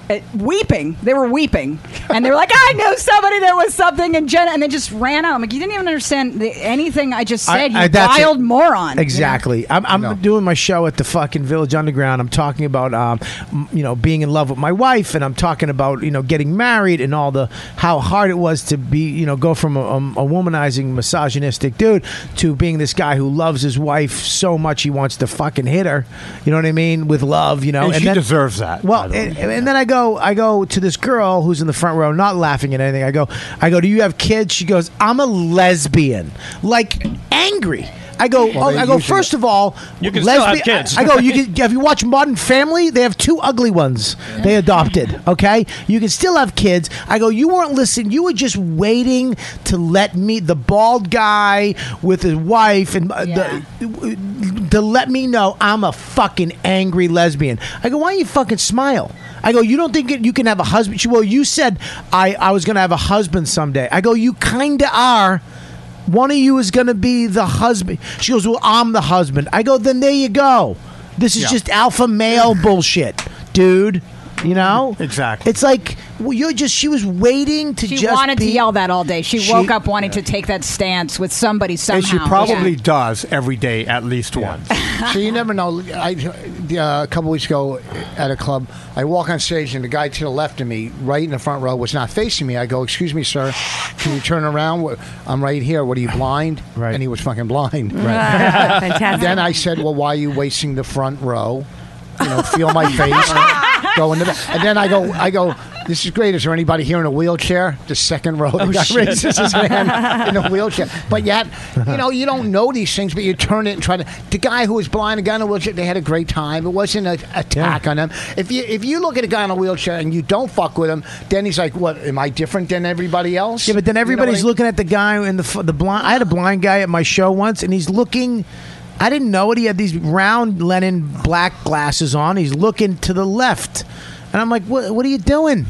Speaker 18: uh, Weeping, they were
Speaker 4: <laughs>
Speaker 18: weeping, and they were like, "I know somebody that was something," and Jenna, and they just ran out. I'm like, "You didn't even understand the, anything I just
Speaker 4: I-
Speaker 18: said, you
Speaker 4: I- that's it.
Speaker 18: wild moron."
Speaker 4: Exactly. I'm, I'm doing my show at the fucking Village Underground. I'm talking about, um, m- you know, being in love with my wife, and I'm talking about, you know, getting married and all the how hard it was to be, you know, go from a, um, a womanizing, misogynistic dude to being this guy who loves his wife so much he wants to fucking hit her. You know what I mean? With love, you know.
Speaker 8: And she deserves that,
Speaker 4: Well,
Speaker 8: by the way.
Speaker 4: and- and then I go, I go to this girl who's in the front row, not laughing at anything. I go, I go, do you have kids? She goes, I'm a lesbian, like angry. I go,
Speaker 1: Well,
Speaker 4: oh,
Speaker 1: they
Speaker 4: I go.
Speaker 1: usually-
Speaker 4: First of all,
Speaker 1: You can still have
Speaker 4: lesbian- I-
Speaker 1: kids.
Speaker 4: I, go, you can. Have you watched Modern Family? They have two ugly ones. They adopted. Okay, you can still have kids. I go, you weren't listening. You were just waiting to let me, the bald guy with his wife, and uh, the, to let me know I'm a fucking angry lesbian. I go, why don't you fucking smile? I go, you don't think that you can have a husband? She, well, you said I, I was gonna have a husband someday. I go, you kinda are. One of you is going to be the husband. She goes, Well, I'm the husband. I go, Then there you go. This is
Speaker 8: Yeah.
Speaker 4: just alpha male bullshit, dude. You know? Exactly. It's like, well, you're just, she was waiting to
Speaker 18: She
Speaker 4: just.
Speaker 18: wanted to
Speaker 4: be-
Speaker 18: yell that all day. She,
Speaker 4: She-
Speaker 18: woke up wanting to take that stance with somebody somehow.
Speaker 8: and she probably
Speaker 18: Yeah.
Speaker 8: does every day at least once.
Speaker 11: <laughs> so you never know. I, uh, a couple weeks ago at a club, I walk on stage and the guy to the left of me, right in the front row, was not facing me. I go, "Excuse me, sir, can you turn around? Wh- I'm right here. What are you blind?" Right. And he was fucking blind. <laughs>
Speaker 5: Right. Fantastic.
Speaker 11: Then I said, "Well, why are you wasting the front row? You know, feel my face." Go in the back. And then I go, I go. This is great. Is there anybody here in a wheelchair? The second row, the
Speaker 1: Oh,
Speaker 11: guy
Speaker 1: shit.
Speaker 11: raises his hand in a wheelchair. But yet, you know, you don't know these things, but you turn it and try to. The guy who was blind, the guy in a wheelchair, they had a great time. It wasn't an attack on him. If you if you look at a guy in a wheelchair and you don't fuck with him, then he's like, "What? Am I different than everybody else?"
Speaker 4: Yeah, but then everybody's looking
Speaker 11: looking.
Speaker 4: at the guy in the f- the blind. I had a blind guy at my show once, and he's looking. I didn't know it. He had these round Lennon black glasses on. He's looking to the left, and I'm like, "What? What are you doing?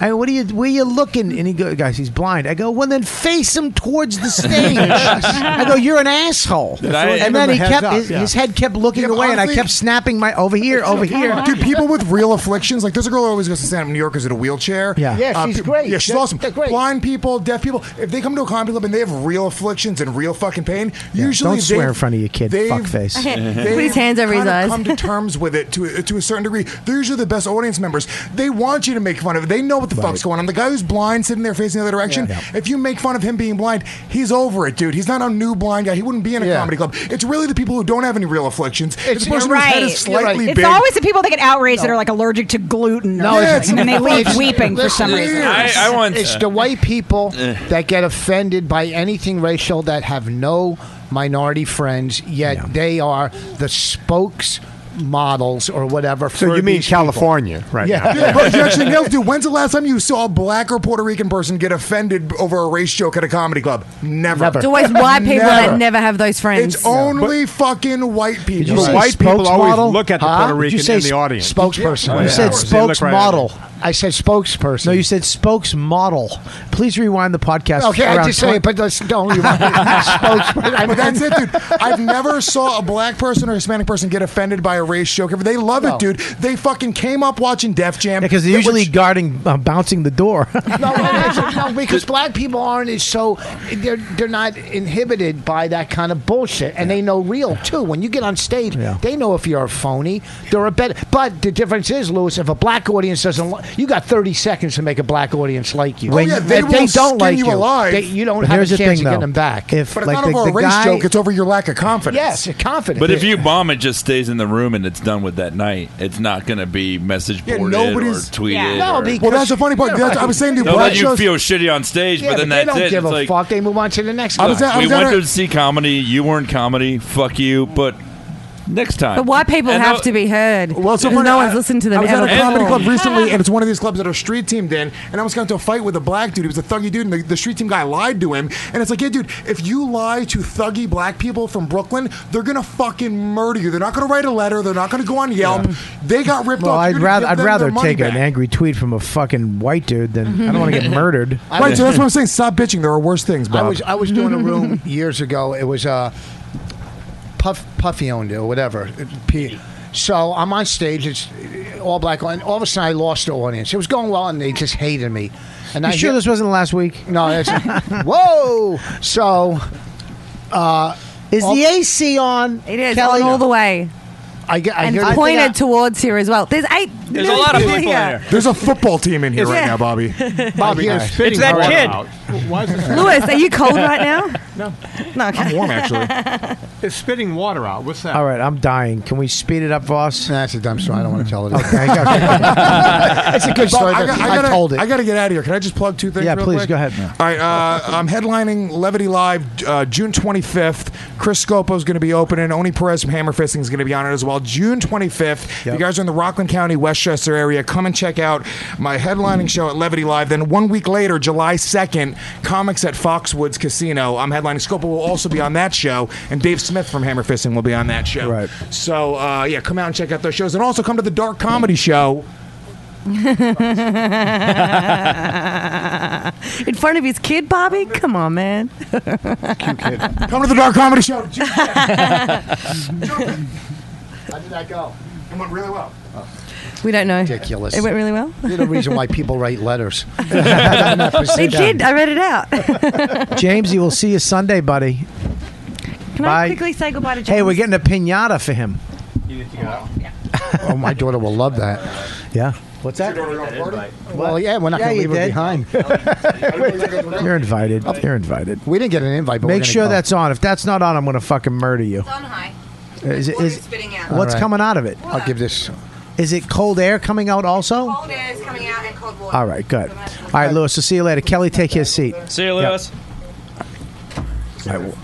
Speaker 4: I, what are you? Where you looking?" And he goes, "Guys, he's blind." I go, "Well, then face him towards the
Speaker 1: <laughs>
Speaker 4: stage." I go, "You're an asshole."
Speaker 1: Did I-
Speaker 4: and then he
Speaker 1: Give him a heads
Speaker 4: kept
Speaker 1: up,
Speaker 4: his,
Speaker 1: yeah.
Speaker 4: his head kept looking
Speaker 6: Yeah, but
Speaker 4: away, and I
Speaker 6: honestly-
Speaker 4: kept snapping my over here, over here.
Speaker 6: Dude, people with real afflictions, like there's a girl who always goes to stand up in New York is in a wheelchair. Uh,
Speaker 4: Yeah. Yeah, she's
Speaker 6: pe-
Speaker 4: great.
Speaker 6: Yeah, she's
Speaker 4: They're-
Speaker 6: awesome.
Speaker 4: they're great.
Speaker 6: Blind people, deaf people, if they come to a comedy club and they have real afflictions and real fucking pain, usually
Speaker 4: don't swear
Speaker 6: they've-
Speaker 4: in front of your kid,
Speaker 6: they've- <laughs>
Speaker 4: fuckface.
Speaker 6: they've
Speaker 4: Put his hands over his
Speaker 6: kind of
Speaker 4: eyes.
Speaker 6: Come to terms with it to to a certain degree. They're usually the best audience members. They want you to make fun of it. They know what the fuck's going on. The guy who's blind sitting there facing the other direction.
Speaker 1: Yeah.
Speaker 6: If you make fun of him being blind, he's over it, dude. He's not a new blind guy. He wouldn't be in a
Speaker 1: Yeah.
Speaker 6: comedy club. It's really the people who don't have any real afflictions. It's, the
Speaker 18: You're
Speaker 6: person whose head is
Speaker 18: You're
Speaker 6: slightly
Speaker 18: It's
Speaker 6: big.
Speaker 18: always the people that get outraged that are like allergic to gluten.
Speaker 11: No,
Speaker 18: or
Speaker 11: it's-
Speaker 18: something, and they leave
Speaker 11: it's-
Speaker 18: weeping for some
Speaker 11: listen,
Speaker 18: reason.
Speaker 11: it's-
Speaker 3: I- I want-
Speaker 11: It's the white people
Speaker 3: Eh.
Speaker 11: that get offended by anything racial that have no minority friends, yet they are the spokes models or whatever.
Speaker 8: So
Speaker 11: for
Speaker 8: you mean
Speaker 11: these people.
Speaker 8: California right
Speaker 6: Yeah,
Speaker 8: now.
Speaker 6: yeah but you actually nailed it, dude. When's the last time you saw a black or Puerto Rican person get offended over a race joke at a comedy club? Never.
Speaker 5: It's always white people that never have those friends.
Speaker 6: It's only fucking white people.
Speaker 8: But white people always look at the Puerto Rican in the audience.
Speaker 6: Oh,
Speaker 1: Oh,
Speaker 11: Spokesperson.
Speaker 8: Yeah.
Speaker 4: You said
Speaker 8: They look right at
Speaker 4: spokesmodel.
Speaker 11: I said spokesperson.
Speaker 4: No, you said spokesmodel. Please rewind the podcast.
Speaker 11: Okay, I
Speaker 4: around
Speaker 11: just say
Speaker 4: 20
Speaker 11: it, but let's- don't.
Speaker 6: <laughs>
Speaker 11: You want spokesperson. I
Speaker 6: but that's
Speaker 11: meant-
Speaker 6: it, dude. <laughs> I've never saw a black person or Hispanic person get offended by a race joke. They love
Speaker 11: No.
Speaker 6: it, dude. They fucking came up watching Def Jam
Speaker 4: because they're
Speaker 6: They
Speaker 4: usually guarding, uh, bouncing the <laughs>
Speaker 11: <laughs>
Speaker 4: door.
Speaker 11: No, no, no, no, because black people aren't as so they're they're not inhibited by that kind of bullshit, and they know real too. When you get on stage, they know if you're a phony. They're a better. But the difference is, Lewis, if a black audience doesn't, li- you got 30 seconds to make a black audience like you.
Speaker 6: Oh, yeah, they
Speaker 11: if
Speaker 6: will
Speaker 11: they don't
Speaker 6: skin
Speaker 11: like
Speaker 6: you alive.
Speaker 11: they- you don't
Speaker 6: But
Speaker 11: have a
Speaker 6: here's
Speaker 11: chance
Speaker 6: the
Speaker 11: to
Speaker 6: thing,
Speaker 11: get
Speaker 6: though.
Speaker 11: them back.
Speaker 6: If, But it's like, not the- over a the race guy- joke, it's over your lack of confidence.
Speaker 11: Yes, your confidence.
Speaker 3: But if you bomb, it just stays in the room and it's done with that night. It's not going to be message
Speaker 6: Yeah,
Speaker 3: boarded
Speaker 6: nobody's-
Speaker 3: or tweeted.
Speaker 11: No,
Speaker 3: or-
Speaker 11: because
Speaker 6: Well, that's the funny part. That's- I was saying to
Speaker 3: They'll
Speaker 6: Brad
Speaker 3: let you
Speaker 6: shows.
Speaker 3: feel shitty on stage,
Speaker 11: Yeah,
Speaker 3: but then
Speaker 11: they
Speaker 3: that's
Speaker 11: don't
Speaker 3: it.
Speaker 11: give
Speaker 3: It's
Speaker 11: a
Speaker 3: like,
Speaker 11: fuck. They move on to the next.
Speaker 3: look,
Speaker 11: guy.
Speaker 3: we went to see comedy. You weren't comedy. Fuck you. But next time.
Speaker 5: But why people
Speaker 3: And
Speaker 5: have
Speaker 3: they'll-
Speaker 5: to be heard? Well,
Speaker 6: so
Speaker 5: no
Speaker 6: funny,
Speaker 5: one's
Speaker 6: I-
Speaker 5: listened to them
Speaker 6: I was
Speaker 5: ever
Speaker 6: at a comedy
Speaker 5: before.
Speaker 6: club recently,
Speaker 5: <laughs>
Speaker 6: and <laughs> it's one of these clubs that our street team did, and I almost got into a fight with a black dude. He was a thuggy dude, and the, the street team guy lied to him. And it's like, yeah, dude, if you lie to thuggy black people from Brooklyn, they're gonna fucking murder you. They're not gonna write a letter. They're not gonna go on Yelp. They got ripped
Speaker 4: Well,
Speaker 6: off.
Speaker 4: I'd
Speaker 6: You're gonna
Speaker 4: rather
Speaker 6: give
Speaker 4: I'd
Speaker 6: them their
Speaker 4: rather
Speaker 6: money
Speaker 4: take
Speaker 6: back. Mm-hmm.
Speaker 4: an angry tweet from a fucking white dude than I don't want to get <laughs> murdered.
Speaker 6: <laughs> Right, so that's what I'm saying. Stop bitching. There are worse things, Bob.
Speaker 11: I was I
Speaker 4: <laughs>
Speaker 11: was doing a room years ago. It was uh, Puff Puffy owned it or whatever. P. So I'm on stage. It's all black, and all of a sudden I lost the audience. It was going well, and they just hated me. And
Speaker 4: You
Speaker 11: I
Speaker 4: sure
Speaker 11: hear-
Speaker 4: this wasn't last week? <laughs>
Speaker 11: No, it's, whoa. So, uh,
Speaker 4: is
Speaker 5: the
Speaker 11: AC on?
Speaker 5: It is
Speaker 11: Kelly?
Speaker 5: on all the way.
Speaker 11: I, get- I
Speaker 5: and
Speaker 11: hear that.
Speaker 5: pointed
Speaker 11: I think I-
Speaker 5: towards here as well. There's eight.
Speaker 6: <laughs> There's a football team in here
Speaker 5: Yeah.
Speaker 6: right now, Bobby.
Speaker 11: Bob, here's
Speaker 6: It's
Speaker 11: fitting
Speaker 6: that
Speaker 11: for
Speaker 6: kid.
Speaker 11: Out.
Speaker 5: <laughs>
Speaker 8: Why is it-
Speaker 5: Lewis, are you cold right now?
Speaker 8: No.
Speaker 5: No, okay. <laughs>
Speaker 8: it's spitting water out. What's that?
Speaker 4: All right, I'm dying. Can we speed it up, boss?
Speaker 11: That's a dumb story. I don't want to tell it.
Speaker 4: okay.
Speaker 11: it's a good
Speaker 6: Bob,
Speaker 11: story.
Speaker 6: I,
Speaker 11: I,
Speaker 6: got, I,
Speaker 11: have
Speaker 6: gotta,
Speaker 11: told it.
Speaker 6: I gotta get out of here. Can I just plug two things?
Speaker 4: Yeah,
Speaker 6: real
Speaker 4: please,
Speaker 6: quick?
Speaker 4: go ahead. Yeah.
Speaker 6: All right, uh, I'm headlining Levity Live uh, June 25th. Chris Scopo is going to be opening. Oni Perez from Hammer Fisting is going to be on it as well. June 25th. You guys are in the Rockland County, Westchester area. Come and check out my headlining show at Levity Live. Then one week later, July 2nd, comics at Foxwoods Casino. I'm headlining. Scopo will also be on that show, and Dave Smith from Hammer Fisting will be on that show. Right. So uh, yeah, come out and check out those shows, and also come to the Dark Comedy Show.
Speaker 5: In front of his kid, Bobby? Come on, man. Cute
Speaker 6: kid. Come to the Dark Comedy Show.
Speaker 11: How did that go? Oh.
Speaker 6: It went really well.
Speaker 5: <laughs> We don't know.
Speaker 11: Ridiculous.
Speaker 5: It went really well.
Speaker 11: You're the
Speaker 6: <laughs>
Speaker 5: <laughs>
Speaker 11: reason why people
Speaker 4: <laughs>
Speaker 11: write letters.
Speaker 5: they did. I read it out.
Speaker 11: <laughs>
Speaker 6: <laughs>
Speaker 4: Jamesy, we'll see you Sunday, buddy.
Speaker 5: Can
Speaker 4: Bye.
Speaker 5: I quickly say goodbye to James?
Speaker 4: Hey, we're getting a pinata for him.
Speaker 11: oh, my daughter will love that.
Speaker 4: <laughs> Yeah.
Speaker 11: What's that? Well, yeah, we're not
Speaker 4: Yeah,
Speaker 11: going to
Speaker 4: you
Speaker 11: leave her
Speaker 4: did.
Speaker 11: behind.
Speaker 4: You're invited. You're invited.
Speaker 11: We didn't get an invite. But
Speaker 4: Make
Speaker 11: we're
Speaker 4: sure
Speaker 11: gonna
Speaker 4: that's on. If that's not on, I'm going to fucking murder you. It's on high. Is it? Is,
Speaker 11: go.
Speaker 4: what's
Speaker 11: All right.
Speaker 4: coming out of it?
Speaker 11: I'll give this.
Speaker 4: Is it cold air coming out also?
Speaker 5: Cold air is coming out and cold water.
Speaker 4: All right, good. All right, Lewis. We'll see you later. Kelly, take his seat.
Speaker 9: See you, Lewis.
Speaker 4: All right, well-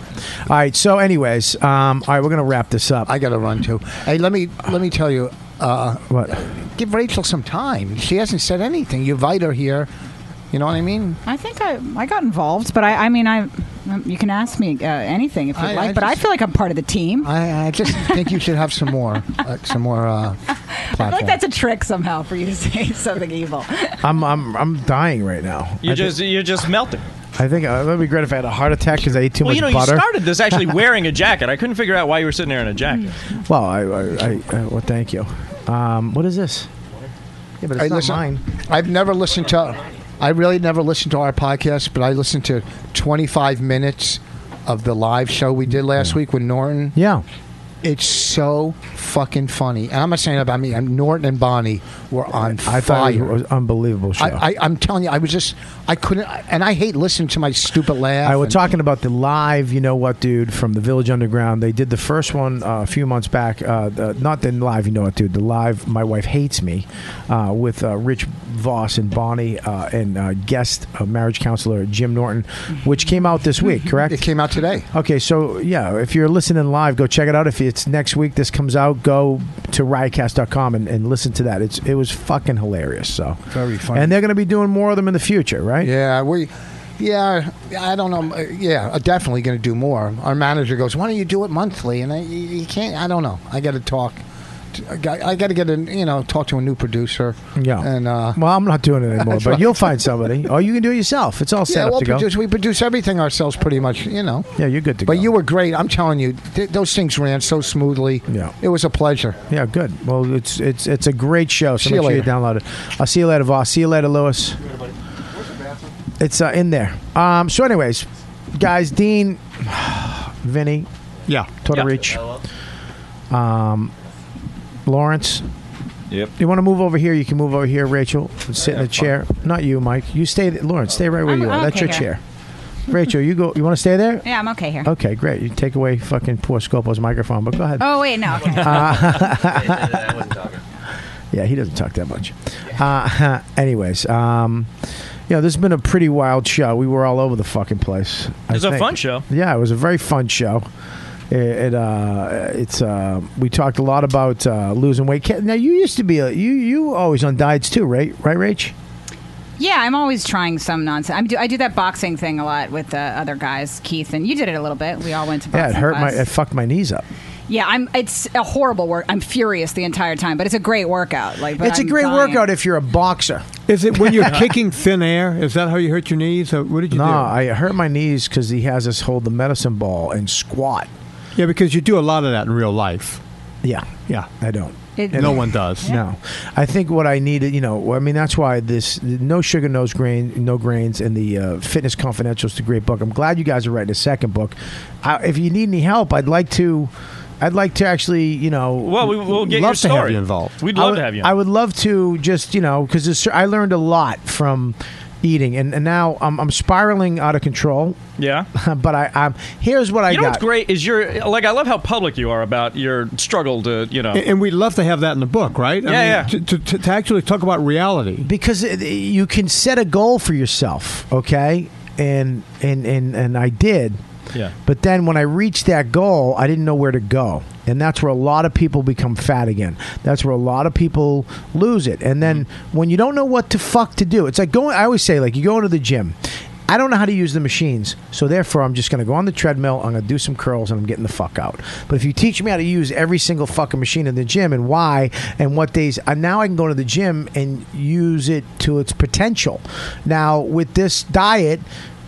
Speaker 4: all right, so anyways, um, all right, we're going to wrap this up.
Speaker 11: I got to run too. Hey, let me let me tell you. Uh,
Speaker 4: what?
Speaker 11: Give Rachel some time. She hasn't said anything. You invite her here. You know what I mean?
Speaker 18: I think I, I got involved, but I, I mean, I you can ask me uh, anything if you'd
Speaker 11: I-
Speaker 18: like,
Speaker 11: I
Speaker 18: but I
Speaker 11: just-
Speaker 18: feel like I'm part of the team.
Speaker 11: I, I just think you should have some more, uh, some more uh,
Speaker 18: I feel like
Speaker 11: platform.
Speaker 18: that's a trick somehow for you to <laughs> say something evil.
Speaker 4: I'm I'm I'm dying right now.
Speaker 9: You
Speaker 4: I
Speaker 9: just you just melted.
Speaker 4: think, I think I would regret if I had a heart attack because I ate too
Speaker 9: Well,
Speaker 4: much
Speaker 9: you know,
Speaker 4: butter.
Speaker 9: you started this
Speaker 4: <laughs>
Speaker 9: actually wearing a jacket. I couldn't figure out why you were sitting there in a jacket.
Speaker 4: Mm. well, I, I, I, I well, thank you. Um, what is this? Yeah, but it's
Speaker 11: Hey,
Speaker 4: not
Speaker 11: listen,
Speaker 4: mine.
Speaker 11: I've never listened to. I really never listened to our podcast, but I listened to 25 minutes of the live show we did last week with Norton.
Speaker 4: Yeah.
Speaker 11: It's so fucking funny. And I'm not saying that about me. I'm Norton and Bonnie were on
Speaker 4: I thought it
Speaker 11: fire.
Speaker 4: was unbelievable show.
Speaker 11: I, I, I'm telling you, I was just, I couldn't, and I hate listening to my stupid laugh.
Speaker 4: I was
Speaker 11: and-
Speaker 4: talking about the live, you know what, dude, from the Village Underground. They did the first one uh, a few months back. Uh, the, not the live, you know what, dude. The live, my wife hates me, uh, with uh, Rich Voss and Bonnie uh, and uh, guest uh, marriage counselor Jim Norton, which came out this week, correct? It
Speaker 11: came out today.
Speaker 4: Okay, so yeah, if you're listening live, go check it out. If it's next week, this comes out, go to riotcast.com and, and listen to that. It's it was fucking hilarious. So
Speaker 11: Very funny.
Speaker 4: and they're going to be doing more of them in the future, right?
Speaker 11: Yeah, we. Yeah, I don't know. Yeah, I'm definitely going to do more. Our manager goes, "Why don't you do it monthly?" And I, you you can't. I don't know. I got to talk. to- I got, I got to get a you know talk to a new producer.
Speaker 4: Yeah.
Speaker 11: And uh,
Speaker 4: well, I'm not
Speaker 11: <laughs>
Speaker 4: doing it anymore,
Speaker 11: That's
Speaker 4: but
Speaker 11: right.
Speaker 4: you'll find somebody, or you can do it yourself. It's all set
Speaker 11: yeah,
Speaker 4: up
Speaker 11: we'll
Speaker 4: to go.
Speaker 11: produce. We produce everything ourselves, pretty much. You know.
Speaker 4: Yeah, you're good to
Speaker 11: But you were great. I'm telling you, th- those things ran so smoothly. Yeah. It was a pleasure.
Speaker 4: Yeah, good. Well, it's it's it's a great show. So
Speaker 11: See you
Speaker 4: make sure
Speaker 11: later.
Speaker 4: you download it. I'll see you later, Voss. See you later, Lewis. It's uh, in there. Um, so, anyways, guys, Dean, <sighs> Vinny, yeah, Total Reach, um, Lawrence,
Speaker 3: Yep.
Speaker 4: You want to move over here? You can move over here, Rachel. and sit in a chair. Not you, Mike. You stay, Lauren. Stay right where
Speaker 18: I'm-
Speaker 4: you are.
Speaker 18: I'm
Speaker 4: That's
Speaker 18: okay
Speaker 4: your
Speaker 18: here.
Speaker 4: chair. Rachel, you go. You want to stay there?
Speaker 18: Yeah, I'm okay here.
Speaker 4: Okay, great. You take away fucking poor Scopo's microphone, but go ahead.
Speaker 18: Oh wait, no. Okay.
Speaker 4: <laughs> Uh, yeah, he doesn't talk that much. Uh, <laughs> anyways, um, you know, this has been a pretty wild show. We were all over the fucking place. I
Speaker 9: It was a
Speaker 4: think.
Speaker 9: fun show.
Speaker 4: Yeah, it was a very fun show. It, it uh, it's uh, we talked a lot about uh, losing weight. Ca- Now you used to be a, you you were always on diets too, right? Right, Rach?
Speaker 18: Yeah, I'm always trying some nonsense. I do, I do that boxing thing a lot with uh, other guys, Keith, and you did it a little bit. We all went to
Speaker 4: Yeah,
Speaker 18: boxing
Speaker 4: it hurt my
Speaker 18: class.
Speaker 4: it fucked my knees up.
Speaker 18: yeah, I'm. It's a horrible work. I'm furious the entire time, but it's a great workout. Like, but
Speaker 4: it's
Speaker 18: I'm
Speaker 4: a great
Speaker 18: dying.
Speaker 4: workout if you're a boxer.
Speaker 8: <laughs> Is it when you're kicking thin air? Is that how you hurt your knees? Or what did you
Speaker 4: no,
Speaker 8: do?
Speaker 4: I hurt my knees because he has us hold the medicine ball and squat.
Speaker 8: Yeah, because you do a lot of that in real life.
Speaker 4: Yeah,
Speaker 8: yeah,
Speaker 4: I don't.
Speaker 18: It-
Speaker 8: no one does.
Speaker 4: No, I think what I needed, you know, I mean, that's why this no sugar, no grain, no grains, and the uh, fitness confidential is a great book. I'm glad you guys are writing a second book. I, if you need any help, I'd like to. I'd like to actually, you know,
Speaker 9: Well, we- we'll get
Speaker 4: love
Speaker 9: your
Speaker 4: to have
Speaker 9: story.
Speaker 4: you involved.
Speaker 9: We'd love
Speaker 4: I would-
Speaker 9: to have you.
Speaker 4: I would love to just, you know, because I learned a lot from eating, and, and now I'm, I'm spiraling out of control.
Speaker 9: Yeah.
Speaker 4: <laughs> but I, I'm here's what I
Speaker 9: you know
Speaker 4: got.
Speaker 9: what's great is you're like I love how public you are about your struggle to you know.
Speaker 8: And, and we'd love to have that in the book, right?
Speaker 9: Yeah, yeah.
Speaker 8: To, to, to, to actually talk about reality.
Speaker 4: because it- you can set a goal for yourself okay and and and, and i did
Speaker 9: Yeah.
Speaker 4: but then when i reached that goal i didn't know where to go and that's where a lot of people become fat again that's where a lot of people lose it and then when you don't know what to fuck to do it's like going i always say like you go into the gym I don't know how to use the machines, so therefore I'm just going to go on the treadmill. I'm going to do some curls, and I'm getting the fuck out. But if you teach me how to use every single fucking machine in the gym and why and what days, and now I can go to the gym and use it to its potential. Now with this diet,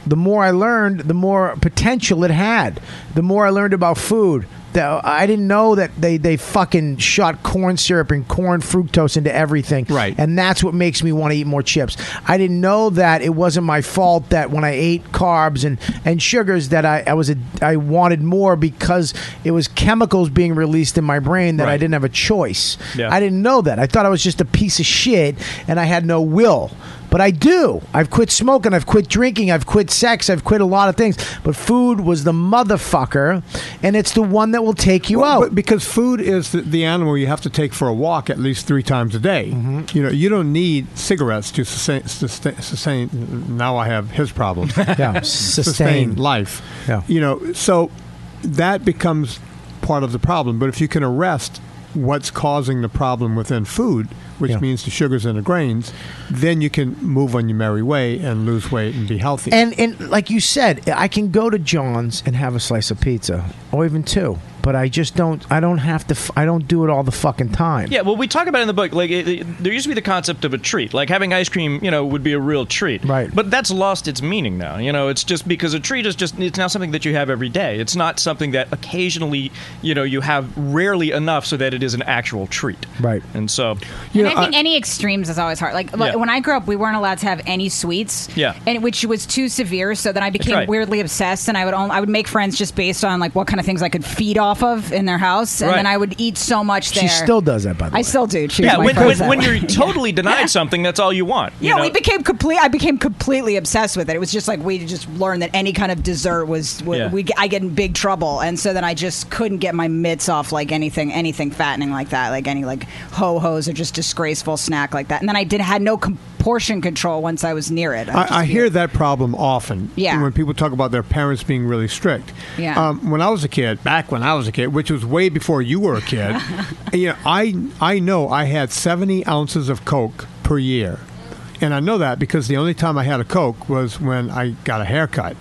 Speaker 4: the more I learned, the more potential it had. The more I learned about food. the- I didn't know that they, they fucking shot corn syrup and corn fructose into everything. Right. And that's what makes me want to eat more chips. I didn't know that it wasn't my fault that when I ate carbs and, and sugars that I, I was a, I wanted more because it was chemicals being released in my brain that I
Speaker 20: Right.
Speaker 4: didn't have a choice.
Speaker 20: Yeah.
Speaker 4: I didn't know that. I thought I was just a piece of shit and I had no will. But I do. I've quit smoking. I've quit drinking. I've quit sex. I've quit a lot of things. But food was the motherfucker, and it's the one that will take you out.
Speaker 8: But because food is the, the animal you have to take for a walk at least three times a day.
Speaker 4: Mm-hmm.
Speaker 8: You know, you don't need cigarettes to sustain. sustain, sustain now I have his problem.
Speaker 4: <laughs>
Speaker 8: <laughs>
Speaker 4: Yeah, sustain.
Speaker 8: life.
Speaker 4: Yeah.
Speaker 8: You know, so that becomes part of the problem. But if you can arrest what's causing the problem within food, which
Speaker 4: Yeah.
Speaker 8: means the sugars and the grains, then you can move on your merry way and lose weight and be healthy.
Speaker 4: And and like you said, I can go to John's and have a slice of pizza, or even two. But I just don't. I don't have to. F- I don't do it all the fucking time.
Speaker 9: Yeah, well, we talk about it in the book. Like, it, it- there used to be the concept of a treat. Like, having ice cream, you know, would be a real treat. Right. But that's lost its meaning now. You know, it's just because a treat is just, it's now something that you have every day. It's not something that occasionally, you know, you have rarely enough so that it is an actual treat.
Speaker 4: Right.
Speaker 9: And so.
Speaker 18: and I think any extremes is always hard. Like like,
Speaker 9: Yeah.
Speaker 18: when I grew up, we weren't allowed to have any sweets,
Speaker 9: Yeah.
Speaker 18: and which was too severe. So then I became
Speaker 9: right.
Speaker 18: weirdly obsessed, and I would only, I would make friends just based on like what kind of things I could feed off of in their house, and
Speaker 9: Right.
Speaker 18: then I would eat so much there.
Speaker 4: She still does that, by the way.
Speaker 18: I still do. Choose
Speaker 9: yeah,
Speaker 18: my
Speaker 9: when,
Speaker 18: friends
Speaker 9: when,
Speaker 18: that
Speaker 8: <laughs>
Speaker 9: when
Speaker 18: way.
Speaker 9: you're totally denied something, that's all you want. You
Speaker 18: yeah,
Speaker 9: know?
Speaker 18: we became complete. I became completely obsessed with it. It was just like we just learned that any kind of dessert was we,
Speaker 9: Yeah.
Speaker 18: we I get in big trouble, and so then I just couldn't get my mitts off like anything, anything fattening like that, like any like ho hos or just disgraceful snack like that. And then I did had no com- portion control once I was near it.
Speaker 8: I, I hear that problem often.
Speaker 18: Yeah.
Speaker 8: When people talk about their parents being really strict.
Speaker 18: Yeah.
Speaker 8: Um, when I was a kid, back when I was a kid, which was way before you were a
Speaker 18: <laughs>
Speaker 8: kid, you know, I I know I had seventy ounces of Coke per year, and I know that because the only time I had a Coke was when I got a haircut,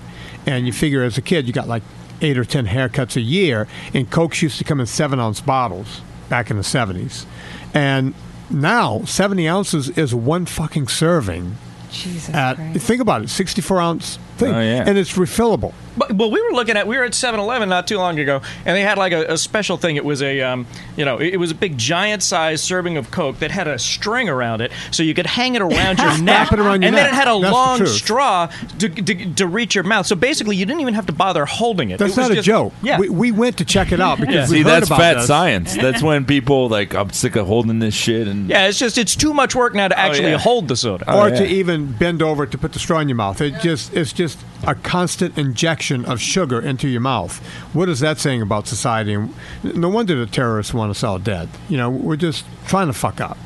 Speaker 8: and you figure as a kid you got like eight or ten haircuts a year, and Cokes used to come in seven ounce bottles back in the seventies, and now seventy ounces is one fucking serving
Speaker 18: Jesus
Speaker 8: at, Think about it, 64 ounce thing, and it's refillable.
Speaker 9: But, but we were looking at we were at 7-Eleven not too long ago, and they had like a, a special thing. It was a um, you know it, it was a big giant sized serving of Coke that had a string around it, so you could hang it around your
Speaker 8: <laughs> Strap
Speaker 9: neck,
Speaker 8: it around your
Speaker 9: and then
Speaker 8: neck.
Speaker 9: it had a
Speaker 8: That's the
Speaker 9: long
Speaker 8: truth.
Speaker 9: straw to, to, to reach your mouth. So basically, you didn't even have to bother holding it.
Speaker 8: That's
Speaker 9: It was
Speaker 8: not a
Speaker 9: just-
Speaker 8: joke.
Speaker 9: Yeah,
Speaker 8: We, we went to check it out because we
Speaker 3: See,
Speaker 8: heard
Speaker 3: that's
Speaker 8: about
Speaker 3: fat
Speaker 8: this.
Speaker 3: science. That's when people like I'm sick of holding this shit and Oh,
Speaker 9: yeah. It's just it's too much work now to actually
Speaker 3: yeah.
Speaker 9: hold the soda,
Speaker 8: <laughs> or to even bend over to put the straw in your mouth. It just it's just a constant injection of sugar into your mouth. What is that saying about society? And No wonder the terrorists want us all dead. You know, we're just trying to fuck up.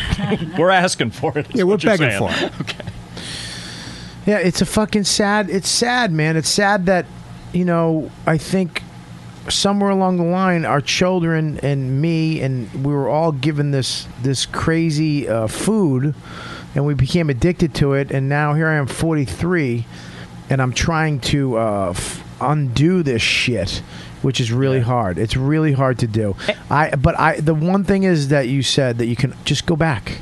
Speaker 9: <laughs> we're asking for it. is
Speaker 8: Yeah, we're
Speaker 9: what you're
Speaker 8: begging
Speaker 9: saying.
Speaker 8: for it.
Speaker 9: <laughs>
Speaker 4: Yeah, it's a fucking sad. It's sad, man. It's sad that you know. I think somewhere along the line, our children and me and we were all given this this crazy uh, food, and we became addicted to it. And now here I am, forty three, and I'm trying to uh, f- undo this shit. Which is really hard. It's really hard to do. I but I the one thing is that you said that you can just go back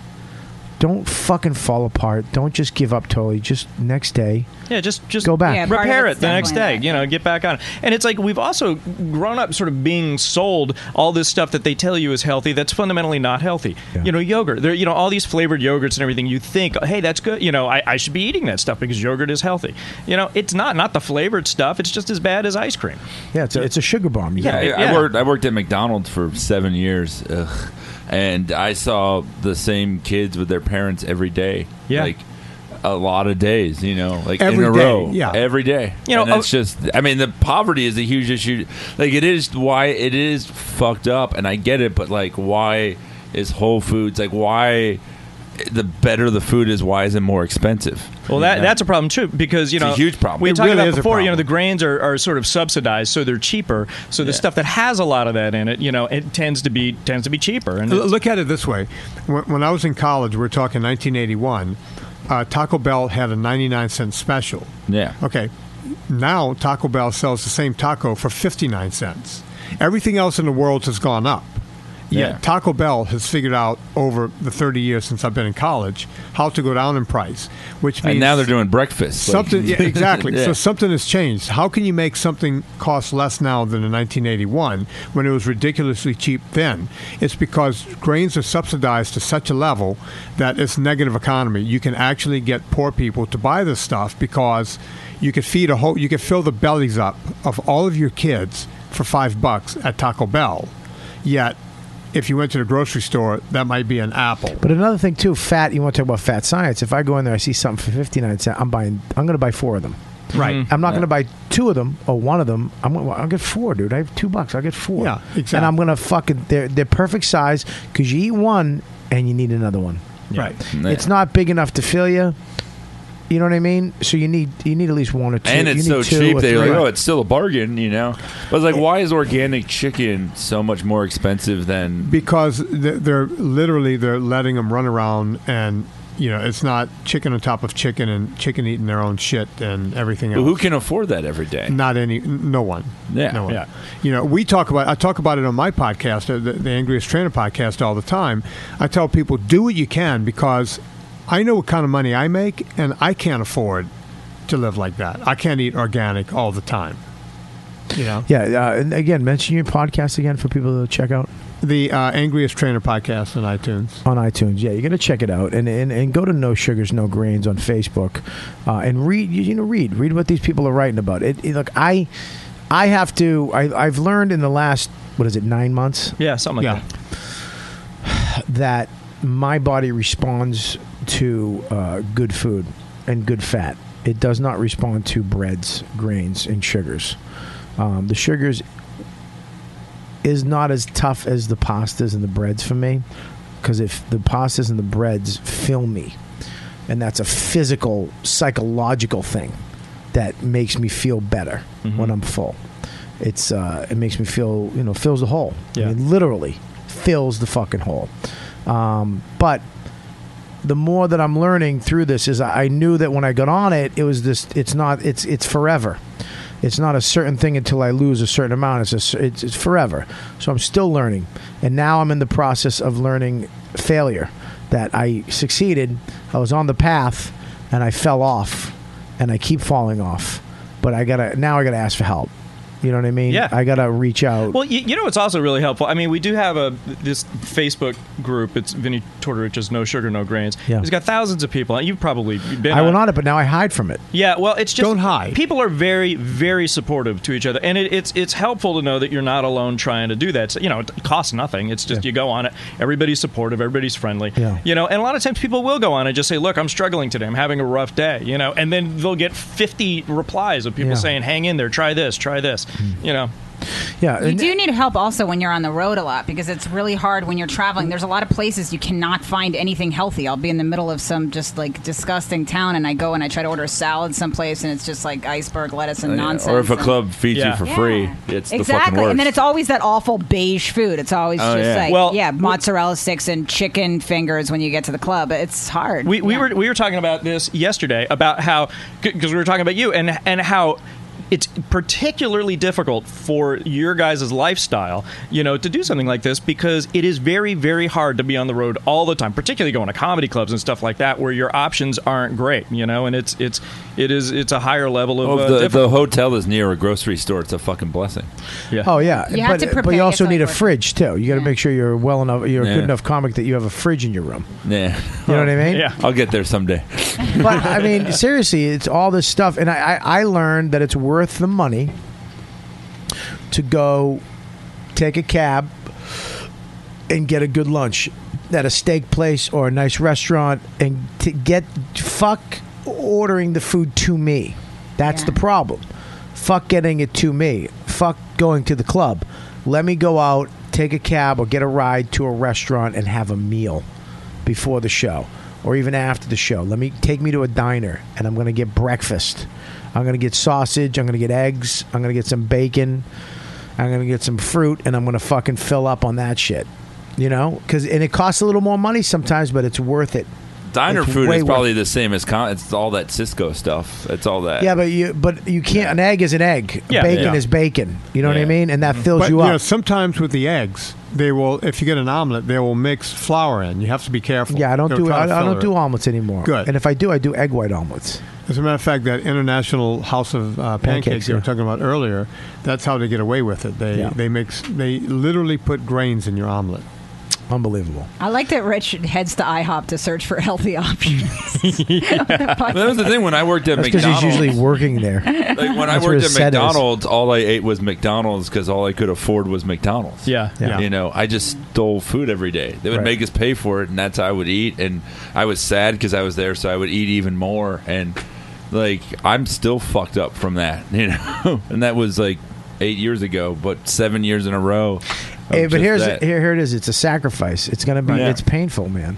Speaker 4: don't fucking fall apart. Don't just give up totally. Just next day.
Speaker 9: Yeah, just just
Speaker 4: Go back. Yeah, part of
Speaker 9: repair
Speaker 4: it's
Speaker 9: it the next day.
Speaker 4: definitely
Speaker 9: You know, get back on. it. And it's like we've also grown up sort of being sold all this stuff that they tell you is healthy. That's fundamentally not healthy. You know, yogurt. There, you know, all these flavored yogurts and everything. You think, hey, that's good. You know, I, I should be eating that stuff because yogurt is healthy. You know, it's not. Not the flavored stuff. It's just as bad as ice cream.
Speaker 4: Yeah, it's a, it's a sugar bomb. You
Speaker 3: Yeah,
Speaker 4: know?
Speaker 3: I- I worked. I worked at McDonald's for seven years, Ugh. and I saw the same kids with their parents every day.
Speaker 9: Yeah.
Speaker 3: like a lot of days. You know, like
Speaker 9: Every
Speaker 3: in a
Speaker 9: day,
Speaker 3: row.
Speaker 9: yeah.
Speaker 3: every day.
Speaker 9: You know,
Speaker 3: and it's
Speaker 9: oh-
Speaker 3: just. I mean, the poverty is a huge issue. Like it is why it is fucked up, and I get it. But like, why is Whole Foods like why? The better the food is, why is it more expensive?
Speaker 9: Well, that, that's a problem too because you
Speaker 3: It's a
Speaker 9: know
Speaker 3: huge problem.
Speaker 9: We
Speaker 3: It
Speaker 9: talked
Speaker 3: really
Speaker 9: about
Speaker 3: is a
Speaker 9: before. You know, the grains are, are sort of subsidized, so they're cheaper. So the stuff that has a lot of that in it, you know, it tends to be tends to be cheaper. And
Speaker 8: L- Look at it this way: when, when I was in college, we we're talking 1981. Uh, Taco Bell had a 99 cent special.
Speaker 3: Yeah.
Speaker 8: Okay. Now Taco Bell sells the same taco for 59 cents. Everything else in the world has gone up. Yet
Speaker 3: Yeah.
Speaker 8: Taco Bell has figured out over the 30 years since I've been in college how to go down in price, which means
Speaker 3: and now they're doing breakfast. like-
Speaker 8: Something,
Speaker 3: <laughs>
Speaker 8: yeah, exactly.
Speaker 3: Yeah.
Speaker 8: So something has changed. How can you make something cost less now than in 1981 when it was ridiculously cheap then? It's because grains are subsidized to such a level that it's negative economy. You can actually get poor people to buy this stuff because you could feed a whole, you could fill the bellies up of all of your kids for five bucks at Taco Bell. Yet, if you went to the grocery store, that might be an apple.
Speaker 4: But another thing too, fat. You want to talk about fat science? If I go in there, I see something for fifty nine cents. I'm buying. I'm going to buy four of them.
Speaker 8: Right.
Speaker 4: I'm not going to buy two of them or one of them. I'm gonna, I'll get four, dude. I have two bucks. I'll get four.
Speaker 8: Yeah, exactly.
Speaker 4: And I'm going to fucking. They're they're perfect size because you eat one and you need another one.
Speaker 8: Right.
Speaker 4: It's not big enough to fill you. You know what I mean? So you need you need at least one or two.
Speaker 3: and
Speaker 4: you
Speaker 3: it's
Speaker 4: need
Speaker 3: so
Speaker 4: two
Speaker 3: cheap.
Speaker 4: or
Speaker 3: They're like,
Speaker 4: three.
Speaker 3: oh, it's still a bargain, you know. But it's like, why is organic chicken so much more expensive than?
Speaker 8: because th- they're literally they're letting them run around and you know it's not chicken on top of chicken and chicken eating their own shit and everything else
Speaker 3: Well, who can afford that every day?
Speaker 8: not any n- no one
Speaker 3: Yeah.
Speaker 8: no one.
Speaker 3: Yeah.
Speaker 8: you know we talk about i talk about it on my podcast uh, the, the angriest trainer podcast all the time i tell people do what you can because i know what kind of money i make and i can't afford to live like that i can't eat organic all the time you know
Speaker 4: Yeah, uh, and again, mention your podcast again for people to check out.
Speaker 8: The uh, Angriest Trainer podcast on iTunes.
Speaker 4: On iTunes, yeah, you got to check it out, and, and and go to No Sugars No Grains on Facebook, uh, and read you, you know read read what these people are writing about. It, it- look, I I have to I I've learned in the last what is it nine months?
Speaker 9: Yeah, something like
Speaker 4: that my body responds to uh, good food and good fat. It does not respond to breads, grains, and sugars. Um, the sugars is not as tough as the pastas and the breads for me because if the pastas and the breads fill me, and that's a physical, psychological thing that makes me feel better when I'm full. It's uh, it makes me feel you know fills the hole. Yeah, I mean, literally fills the fucking hole. Um, but the more that I'm learning through this is I I knew that when I got on it, it was this. It's not. It's it's forever. It's not a certain thing until I lose a certain amount. It's a, cer- it's, it's forever. So I'm still learning, and now I'm in the process of learning failure. That I succeeded. I was on the path, and I fell off and I keep falling off. But I gotta now. I gotta ask for help. You know what I mean?
Speaker 9: Yeah.
Speaker 4: I gotta reach out.
Speaker 9: Well, you, you know, it's also really helpful. I mean, we do have a this Facebook group. It's Vinny Tortorich's No Sugar, No Grains.
Speaker 4: Yeah.
Speaker 9: It's got thousands of people. You've probably been.
Speaker 4: I
Speaker 9: on
Speaker 4: went on it, but now I hide from it.
Speaker 9: Yeah, well, it's just don't hide. People are very, very supportive to each other, and it, it's it's helpful to know that you're not alone trying to do that. So, you know, it costs nothing. It's just you go on it. Everybody's supportive. Everybody's friendly.
Speaker 4: Yeah.
Speaker 9: You know, and a lot of times people will go on and just say, "Look, I'm struggling today. I'm having a rough day." You know, and then they'll get 50 replies of people
Speaker 4: Yeah. Mm.
Speaker 9: saying, "Hang in there. Try this. Try this." You know.
Speaker 4: Yeah.
Speaker 18: You
Speaker 4: and-
Speaker 18: do need help also when you're on the road a lot because it's really hard when you're traveling. There's a lot of places you cannot find anything healthy. I'll be in the middle of some just like disgusting town and I go and I try to order a salad someplace and it's just like iceberg lettuce and
Speaker 3: Uh, yeah.
Speaker 18: nonsense.
Speaker 3: Or if a
Speaker 18: and-
Speaker 3: club feeds
Speaker 18: Yeah.
Speaker 3: you for
Speaker 18: Yeah.
Speaker 3: free, it's the fucking
Speaker 18: Exactly.
Speaker 3: worst.
Speaker 18: and then it's always that awful beige food. It's always
Speaker 3: Oh,
Speaker 18: just
Speaker 3: yeah.
Speaker 18: like
Speaker 9: Well-
Speaker 18: yeah, mozzarella sticks and chicken fingers when you get to the club. It's hard.
Speaker 9: We, we were we were talking about this yesterday about how because we were talking about you and and how it's particularly difficult for your guys' lifestyle, you know, to do something like this because it is very very hard to be on the road all the time, particularly going to comedy clubs and stuff like that where your options aren't great, you know, and it's it's it is it's a higher level of
Speaker 3: Oh,
Speaker 9: uh,
Speaker 3: if the,
Speaker 9: diff-
Speaker 3: the hotel is near a grocery store. It's a fucking blessing.
Speaker 9: Yeah.
Speaker 4: Oh yeah,
Speaker 18: You
Speaker 4: but,
Speaker 18: have to
Speaker 4: but
Speaker 18: prepare
Speaker 4: you also
Speaker 18: yourself
Speaker 4: need a
Speaker 18: for it.
Speaker 4: fridge too. You got to make sure you're well enough, you're a
Speaker 3: Yeah.
Speaker 4: good enough comic that you have a fridge in your room.
Speaker 3: Yeah.
Speaker 4: You know what I mean?
Speaker 3: Yeah. I'll get there someday.
Speaker 4: but I mean, seriously, it's all this stuff, and I, I, I learned that it's worth the money to go take a cab and get a good lunch at a steak place or a nice restaurant, and to get fuck ordering the food to me. That's the problem. Fuck getting it to me. Fuck going to the club. Let me go out, take a cab, or get a ride to a restaurant and have a meal before the show or even after the show. Let me take me to a diner and I'm going to get breakfast. I'm going to get sausage, I'm going to get eggs, I'm going to get some bacon, I'm going to get some fruit and I'm going to fucking fill up on that shit. You know? Cuz and it costs a little more money sometimes, but it's worth it.
Speaker 3: Diner
Speaker 4: It's
Speaker 3: food
Speaker 4: way
Speaker 3: is
Speaker 4: worth
Speaker 3: probably the same as con- it's all that Cisco stuff. It's all that.
Speaker 4: Yeah, but you but you can't an egg is an egg.
Speaker 3: Yeah.
Speaker 4: bacon
Speaker 3: Yeah. Mm-hmm.
Speaker 4: is bacon. You know what I
Speaker 8: Yeah. Mm-hmm.
Speaker 4: mean? And that fills
Speaker 8: but,
Speaker 4: you up.
Speaker 8: know, sometimes with the eggs, they will. If you get an omelet, they will mix flour in. You have to be careful.
Speaker 4: yeah, I don't
Speaker 8: They'll
Speaker 4: do
Speaker 8: try
Speaker 4: I,
Speaker 8: to
Speaker 4: I
Speaker 8: fill
Speaker 4: don't
Speaker 8: it.
Speaker 4: do omelets anymore.
Speaker 8: Good.
Speaker 4: And if I do, I do egg white omelets.
Speaker 8: As a matter of fact, that international house of uh, pancakes,
Speaker 4: Pancakes,
Speaker 8: you were
Speaker 4: yeah.
Speaker 8: talking about earlier, that's how they get away with it. They
Speaker 4: Yeah.
Speaker 8: they mix they literally put grains in your omelet.
Speaker 4: Unbelievable.
Speaker 18: I like that Rich heads to IHOP to search for
Speaker 3: <laughs>
Speaker 18: healthy <laughs> options.
Speaker 3: But that was the thing when I worked at
Speaker 4: That's because
Speaker 3: McDonald's.
Speaker 4: he's usually working
Speaker 8: <laughs>
Speaker 4: there.
Speaker 3: like when I
Speaker 4: That's where
Speaker 3: worked
Speaker 4: his
Speaker 3: at
Speaker 4: set is.
Speaker 3: McDonald's, all I ate was McDonald's because all I could afford was McDonald's.
Speaker 9: Yeah. Yeah.
Speaker 3: You know, I just stole food every day. They would
Speaker 9: Right.
Speaker 3: make us pay for it, and that's how I would eat. And I was sad because I was there, so I would eat even more. And like, I'm still fucked up from that, <laughs> you know. and that was like eight years ago, but seven years in a row. of
Speaker 4: Hey, but
Speaker 3: just
Speaker 4: here's
Speaker 3: that.
Speaker 4: here here it is. It's a sacrifice. It's gonna be.
Speaker 3: Right.
Speaker 4: It's painful, man.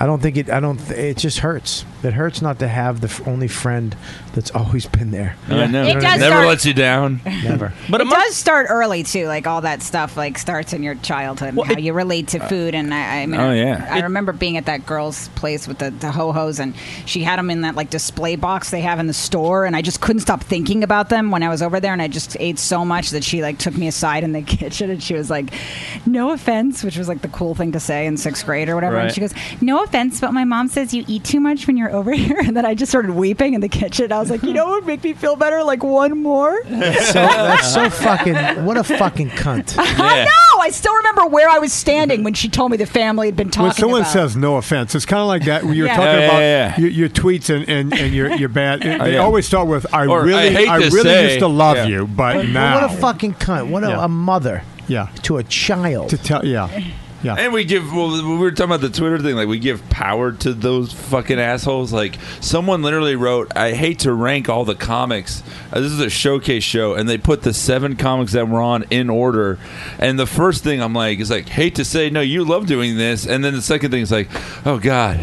Speaker 4: I don't think it. I don't. Th- it just hurts. It hurts not to have the f- only friend that's always been there.
Speaker 3: I know.
Speaker 18: It does
Speaker 3: Never
Speaker 18: start-
Speaker 3: lets you down.
Speaker 4: Never.
Speaker 18: But it does start early too. Like all that stuff, like starts in your childhood, and how you relate to food. And I, I mean,
Speaker 3: Oh, yeah.
Speaker 18: I remember being at that girl's place with the, the ho hos, and she had them in that like display box they have in the store, and I just couldn't stop thinking about them when I was over there, and I just ate so much that she like took me aside in the <laughs> kitchen, and she was like, "No offense," which was like the cool thing to say in sixth grade or whatever. And
Speaker 20: Right.
Speaker 18: she goes, "No offense, but my mom says you eat too much when you're over <laughs> here," and then I just started weeping in the kitchen. I was like, "You know what would make me feel better? Like one more."
Speaker 4: so that's Uh-huh. so fucking. What a fucking cunt.
Speaker 18: <laughs> I know. I still remember where I was standing when she told me the family had been talking
Speaker 8: when someone
Speaker 18: about.
Speaker 8: says no offense, it's kind of like that. when
Speaker 18: <laughs>
Speaker 8: You're
Speaker 18: Yeah.
Speaker 8: talking
Speaker 18: Yeah,
Speaker 8: about
Speaker 3: yeah,
Speaker 8: Your, your tweets and, and, and your, your bad.
Speaker 3: <laughs> Oh,
Speaker 8: they
Speaker 3: yeah.
Speaker 8: always start with <laughs> I
Speaker 3: Or, I
Speaker 8: really
Speaker 3: hate
Speaker 8: I,
Speaker 3: to
Speaker 8: really
Speaker 3: say-
Speaker 8: used to love
Speaker 3: Yeah.
Speaker 8: you, but
Speaker 4: But
Speaker 8: now
Speaker 4: What a fucking cunt. What a,
Speaker 8: Yeah.
Speaker 4: a mother.
Speaker 8: Yeah.
Speaker 4: To a child.
Speaker 8: To tell. Yeah. Yeah.
Speaker 3: And we give. Well, we were talking about the Twitter thing. Like we give power to those fucking assholes. Like someone literally wrote, "I hate to rank all the comics." Uh, This is a showcase show, and they put the seven comics that were on in order. And the first thing I'm like is like, "Hate to say, no, you love doing this." And then the second thing is like, "Oh God."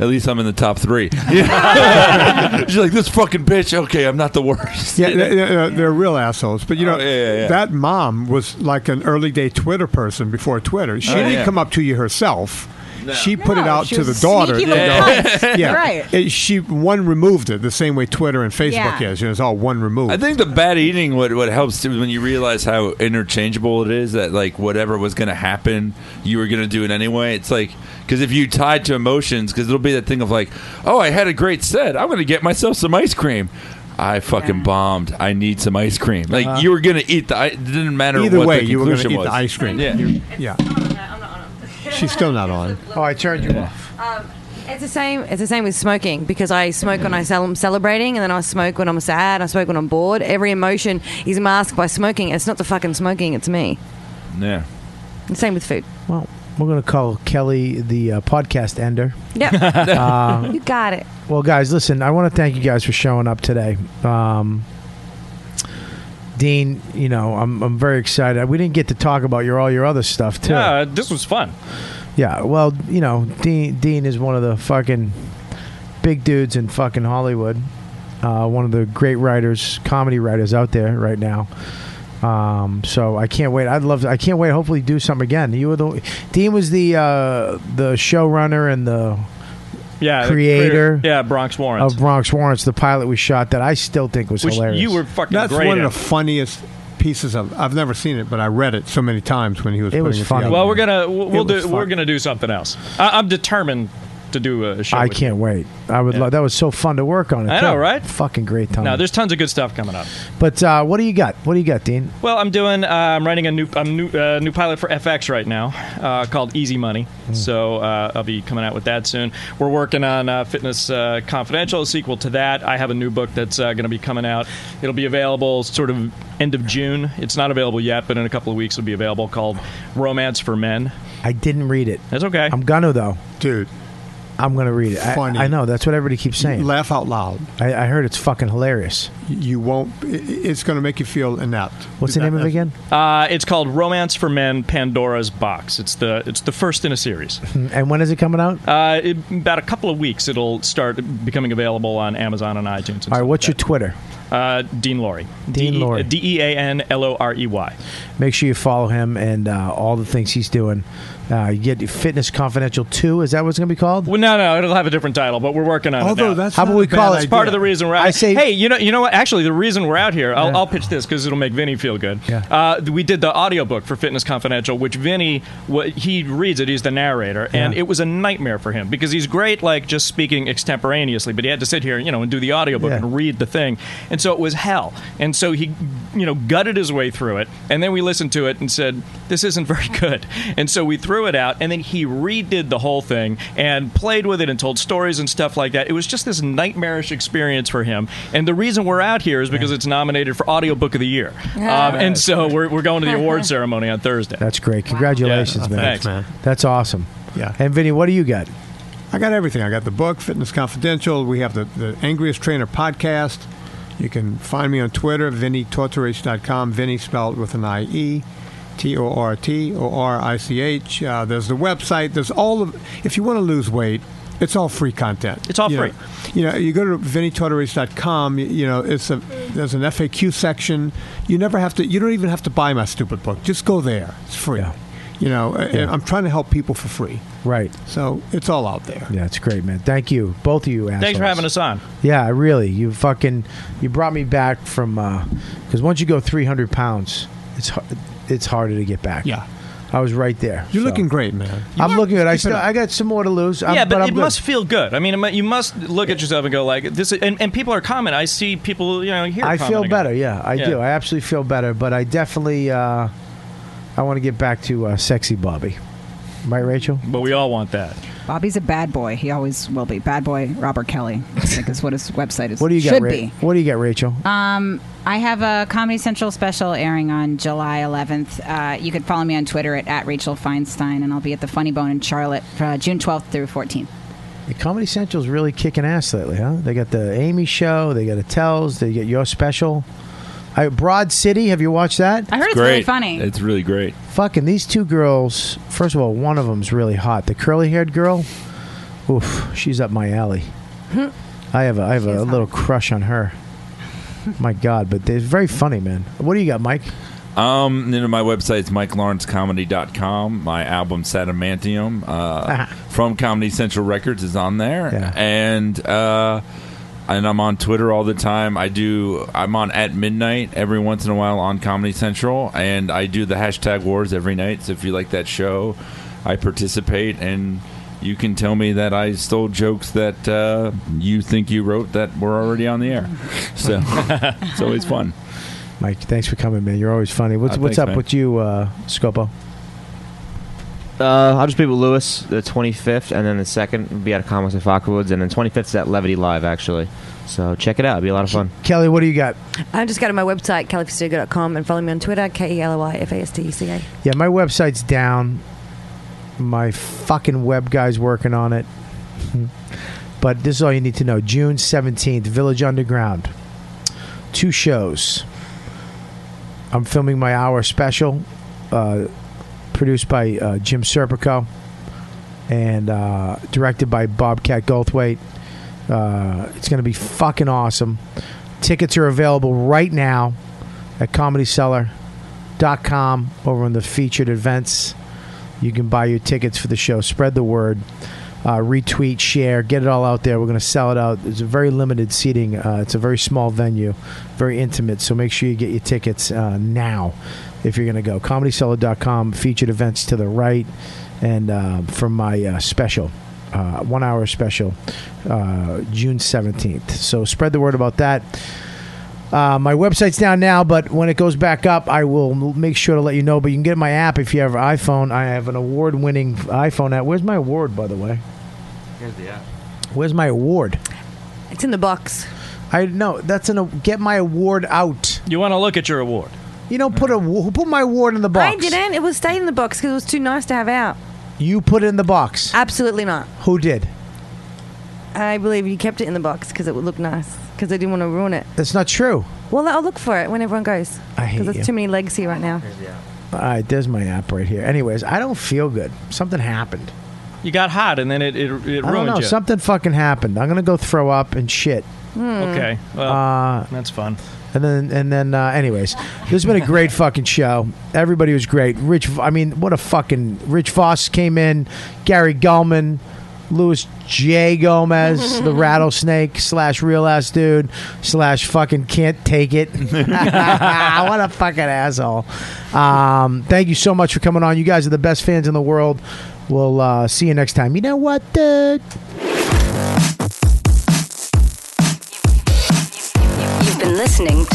Speaker 3: At least I'm in the top three. <laughs> She's like, this fucking bitch. Okay, I'm not the worst.
Speaker 8: Yeah, they- they're, they're real assholes. But you know,
Speaker 3: Oh, yeah, yeah, yeah.
Speaker 8: that mom was like an early day Twitter person before Twitter. She
Speaker 3: Oh,
Speaker 8: didn't
Speaker 3: yeah.
Speaker 8: come up to you herself. She put it
Speaker 7: No,
Speaker 8: out
Speaker 7: she
Speaker 8: to
Speaker 7: was
Speaker 8: the daughter.
Speaker 7: sneaky
Speaker 8: you
Speaker 7: little
Speaker 8: know.
Speaker 7: cunt.
Speaker 8: <laughs> yeah,
Speaker 7: Right.
Speaker 8: It- she one removed it the same way Twitter and Facebook
Speaker 3: Yeah.
Speaker 8: is. You know, it's all one removed.
Speaker 3: I think the bad eating what what helps too is when you realize how interchangeable it is that like whatever was going to happen, you were going to do it anyway. It's like because if you tie it to emotions, because it'll be that thing of like, oh, I had a great set, I'm going to get myself some ice cream. I fucking bombed. I need some ice cream. Like
Speaker 8: Uh-huh.
Speaker 3: you were going to eat the. i- It didn't matter
Speaker 8: Either
Speaker 3: what
Speaker 8: way,
Speaker 3: the
Speaker 8: you were going to
Speaker 3: conclusion
Speaker 8: eat
Speaker 3: was.
Speaker 8: the ice cream.
Speaker 3: Yeah.
Speaker 8: You- yeah. She's still not on.
Speaker 4: Oh, I turned you off.
Speaker 5: It's the same. It's the same with smoking because I smoke when I cel- I'm celebrating, and then I smoke when I'm sad. I smoke when I'm bored. Every emotion is masked by smoking. It's not the fucking smoking. It's me.
Speaker 3: Yeah.
Speaker 5: And same with food.
Speaker 4: Well, we're going to call Kelly the uh, podcast ender.
Speaker 5: <laughs>
Speaker 4: <laughs>
Speaker 5: Yep.
Speaker 4: Uh,
Speaker 5: you got it.
Speaker 4: Well, guys, listen, I want to thank you guys for showing up today. Um, Dean, you know, I'm, I'm very excited. We didn't get to talk about your all your other stuff too.
Speaker 9: Yeah, this was fun.
Speaker 4: Yeah, well, you know, Dean Dean is one of the fucking big dudes in fucking Hollywood. Uh, one of the great writers, comedy writers out there right now. Um, so I can't wait. I'd love. To, I can't wait. to Hopefully, do something again. You were the Dean was the uh, the showrunner and the
Speaker 9: Yeah, the
Speaker 4: creator.
Speaker 9: Yeah, Bronx Warrens.
Speaker 4: of Bronx Warrants, the pilot we shot that I still think was
Speaker 9: Which
Speaker 4: hilarious.
Speaker 9: you were fucking
Speaker 8: That's
Speaker 9: great
Speaker 8: one
Speaker 9: at.
Speaker 8: of the funniest pieces of. I've never seen it, but I read it so many times when he was.
Speaker 4: It
Speaker 8: putting
Speaker 4: was
Speaker 8: it
Speaker 4: funny.
Speaker 8: together.
Speaker 9: well, we're gonna we'll, we'll
Speaker 8: It was
Speaker 9: do we're
Speaker 8: fun.
Speaker 9: gonna do something else. I, I'm determined to do a show.
Speaker 4: I
Speaker 9: with
Speaker 4: can't wait. I would. love That was so fun to work on. It
Speaker 9: I know,
Speaker 4: too.
Speaker 9: right?
Speaker 4: Fucking great
Speaker 9: you.
Speaker 4: time.
Speaker 9: No, there's tons of good stuff coming up.
Speaker 4: but uh, what do you got? What do you got, Dean?
Speaker 9: Well, I'm doing. Uh, I'm writing a new. I'm new. Uh, new pilot for FX right now, uh, called Easy Money. So uh, I'll be coming out with that soon. We're working on uh, Fitness uh, Confidential, a sequel to that. I have a new book that's uh, going to be coming out. It'll be available sort of end of June. It's not available yet, but in a couple of weeks it'll be available. Called Romance for Men.
Speaker 4: I didn't read it.
Speaker 9: That's okay.
Speaker 4: I'm gonna though,
Speaker 8: dude.
Speaker 4: I'm gonna read it. I-
Speaker 8: Funny.
Speaker 4: I, know. That's what everybody keeps saying.
Speaker 8: Laugh out loud.
Speaker 4: I, I heard it's fucking hilarious.
Speaker 8: You won't. i- i- It's going to make you feel inept.
Speaker 4: What's the name of it again?
Speaker 9: Uh, it's called Romance for Men: Pandora's Box. It's the it's the first in a series.
Speaker 4: Mm, And when is it coming out?
Speaker 9: Uh, in about a couple of weeks, it'll start becoming available on Amazon and iTunes. And
Speaker 4: All right. What's your Twitter?
Speaker 9: Uh, Dean Laurie.
Speaker 4: Dean Lorry.
Speaker 9: D E A N L O R E Y.
Speaker 4: Make sure you follow him and uh, all the things he's doing. Uh, you get Fitness Confidential Two. Is that what it's gonna be called?
Speaker 9: Well, no, no, it'll have a different title, but we're working on it.
Speaker 4: Although
Speaker 9: now.
Speaker 4: that's How not about a we bad call it- idea.
Speaker 9: part of the reason we're out. I say, hey, you know, you know what? Actually, the reason we're out here, I'll,
Speaker 4: Yeah.
Speaker 9: I'll pitch this because it'll make Vinny feel good.
Speaker 4: Yeah.
Speaker 9: Uh, th- we did the audiobook for Fitness Confidential, which Vinny wha- he reads it. He's the narrator, and
Speaker 4: Yeah.
Speaker 9: it was a nightmare for him because he's great, like just speaking extemporaneously, but he had to sit here, you know, and do the audiobook
Speaker 4: Yeah.
Speaker 9: and read the thing, and so it was hell. And so he, you know, gutted his way through it, and then we listened to it and said, "This isn't very <laughs> good," and so we threw it out, and then he redid the whole thing and played with it and told stories and stuff like that. It was just this nightmarish experience for him, and the reason we're out here is because it's nominated for audiobook of the year, um, and so we're we're going to the award ceremony on Thursday.
Speaker 4: That's great. Congratulations,
Speaker 9: Yeah.
Speaker 4: man.
Speaker 9: Thanks, man.
Speaker 4: That's awesome.
Speaker 8: Yeah.
Speaker 4: And Vinny, what do you got?
Speaker 8: I got everything. I got the book, Fitness Confidential. We have the, the Angriest Trainer podcast. You can find me on Twitter, VinnyTortorich.com. Vinny spelled with an E, I-E, T-O-R-T-O-R-I-C-H. Uh, there's the website. There's all of, if you want to lose weight, it's all free content. It's
Speaker 9: all
Speaker 8: you
Speaker 9: free.
Speaker 8: Know, you know, you go to VinnyTortorich.com, you, you know, it's a, there's an FAQ section. You never have to, you don't even have to buy my stupid book. Just go there. It's free. You know, and
Speaker 4: Yeah.
Speaker 8: I'm trying to help people for free.
Speaker 4: Right.
Speaker 8: So it's all out there.
Speaker 4: Yeah, it's great, man. Thank you, both of you. Assholes.
Speaker 9: Thanks for having us on.
Speaker 4: Yeah, really. You fucking you brought me back from because once you go 300 pounds, it's har- it's harder to get back.
Speaker 8: Yeah.
Speaker 4: I was right there.
Speaker 8: You're looking great, man.
Speaker 4: I'm looking good. I
Speaker 9: Keep it
Speaker 4: still
Speaker 9: up.
Speaker 4: I got some more to lose. I'm-
Speaker 9: yeah, but,
Speaker 4: I'm
Speaker 9: it
Speaker 4: good.
Speaker 9: must feel good. I mean, it mu- you must look at yourself and go like this. is- And, and people are commenting. I see people, you know, here.
Speaker 4: I feel
Speaker 9: commenting.
Speaker 4: better. Yeah, I do. I absolutely feel better, but I definitely uh, I want to get back to uh, sexy Bobby. Right, Rachel?
Speaker 9: But we all want that.
Speaker 18: Bobby's a bad boy. He always will be. Bad boy Robert Kelly, I think is what his website is.
Speaker 4: What do you
Speaker 18: Should
Speaker 4: got? Ra-
Speaker 18: be.
Speaker 4: What do you got, Rachel?
Speaker 18: Um, I have a Comedy Central special airing on July 11th. Uh, you could follow me on Twitter at, at Rachel Feinstein, and I'll be at the Funny Bone in Charlotte uh, June 12th through 14th.
Speaker 4: The Comedy Central's really kicking ass lately, huh? They got the Amy show, they got a Tells, they got your special. I, Broad City, have you watched that?
Speaker 18: I heard it's, really funny.
Speaker 3: It's really great.
Speaker 4: Fucking these two girls. First of all, one of them's really hot. The curly-haired girl. Oof, she's up my
Speaker 18: <laughs>
Speaker 4: alley. I have a, I have a little crush on her. My God, but they're very funny, man. What do you got, Mike?
Speaker 3: Um, then my website's mikelawrencecomedy.com. My album Sadamantium uh, from Comedy Central Records is on there, and uh, and I'm on Twitter all the time. I do. I'm on at midnight every once in a while on Comedy Central, and I do the hashtag wars every night. So if you like that show, I participate and. You can tell me that I stole jokes that uh, you think you wrote that were already on the air. So <laughs> it's always fun.
Speaker 4: Mike, thanks for coming, man. You're always funny. What's,
Speaker 10: Uh,
Speaker 4: what's
Speaker 10: thanks,
Speaker 4: up
Speaker 10: man.
Speaker 4: with you, uh, Scopo?
Speaker 10: Uh, I'll just be with Lewis the 25th, and then the second will be at Comics and Fockawoods, and then 25th is at Levity Live, actually. So check it out; it'll be a lot of fun.
Speaker 4: Kelly, what do you got?
Speaker 5: I just go to my website, califastega.com, and follow me on Twitter, K E L O I F A S T E C A.
Speaker 4: Yeah, my website's down. My fucking web guy's working on it. <laughs> But this is all you need to know. June 17th, Village Underground. Two shows. I'm filming my hour special, uh, produced by uh, Jim Serpico and uh, directed by Bobcat Goldthwait. Uh, it's going to be fucking awesome. Tickets are available right now at comedyseller.com over on the featured events. You can buy your tickets for the show. Spread the word, uh, retweet, share, get it all out there. We're going to sell it out. It's a very limited seating. Uh, it's a very small venue, very intimate. So make sure you get your tickets uh, now if you're going to go. ComedySeller.com, featured events to the right, and uh, for my uh, special. Uh, one hour special, uh, June 17th. So spread the word about that. Uh, my website's down now, but when it goes back up, I will m- make sure to let you know. But you can get my app if you have an iPhone. I have an award-winning iPhone app. Where's my award, by the way?
Speaker 10: Here's the app.
Speaker 4: Where's my award?
Speaker 5: It's in the box.
Speaker 4: I no, that's an a- get my award out.
Speaker 9: You want to look at your award.
Speaker 4: You don't put a wa- who put my award in the box.
Speaker 5: I didn't. It was stayed in the box because it was too nice to have out.
Speaker 4: You put it in the box.
Speaker 5: Absolutely not.
Speaker 4: Who did?
Speaker 5: I believe you kept it in the box because it would look nice because I didn't want to ruin it.
Speaker 4: That's not true.
Speaker 5: Well, I'll look for it when everyone goes.
Speaker 4: I hate
Speaker 5: Because there's
Speaker 4: you.
Speaker 5: too many legs here right now.
Speaker 4: All right, there's my app right here. Anyways, I don't feel good. Something happened.
Speaker 9: You got hot, and then it it, it
Speaker 4: I don't
Speaker 9: ruined
Speaker 4: know.
Speaker 9: you.
Speaker 4: Something fucking happened. I'm gonna go throw up and shit.
Speaker 9: Okay, well,
Speaker 4: Uh,
Speaker 9: that's fun.
Speaker 4: And then, and then, uh, anyways, this has been a great fucking show. Everybody was great. Rich, I mean, what a fucking Rich Voss came in, Gary Gulman, Louis J. Gomez, the rattlesnake slash real ass dude slash fucking can't take it. <laughs> what a fucking asshole. Um, thank you so much for coming on. You guys are the best fans in the world. We'll uh, see you next time. You know what, dude?
Speaker 20: You've been listening to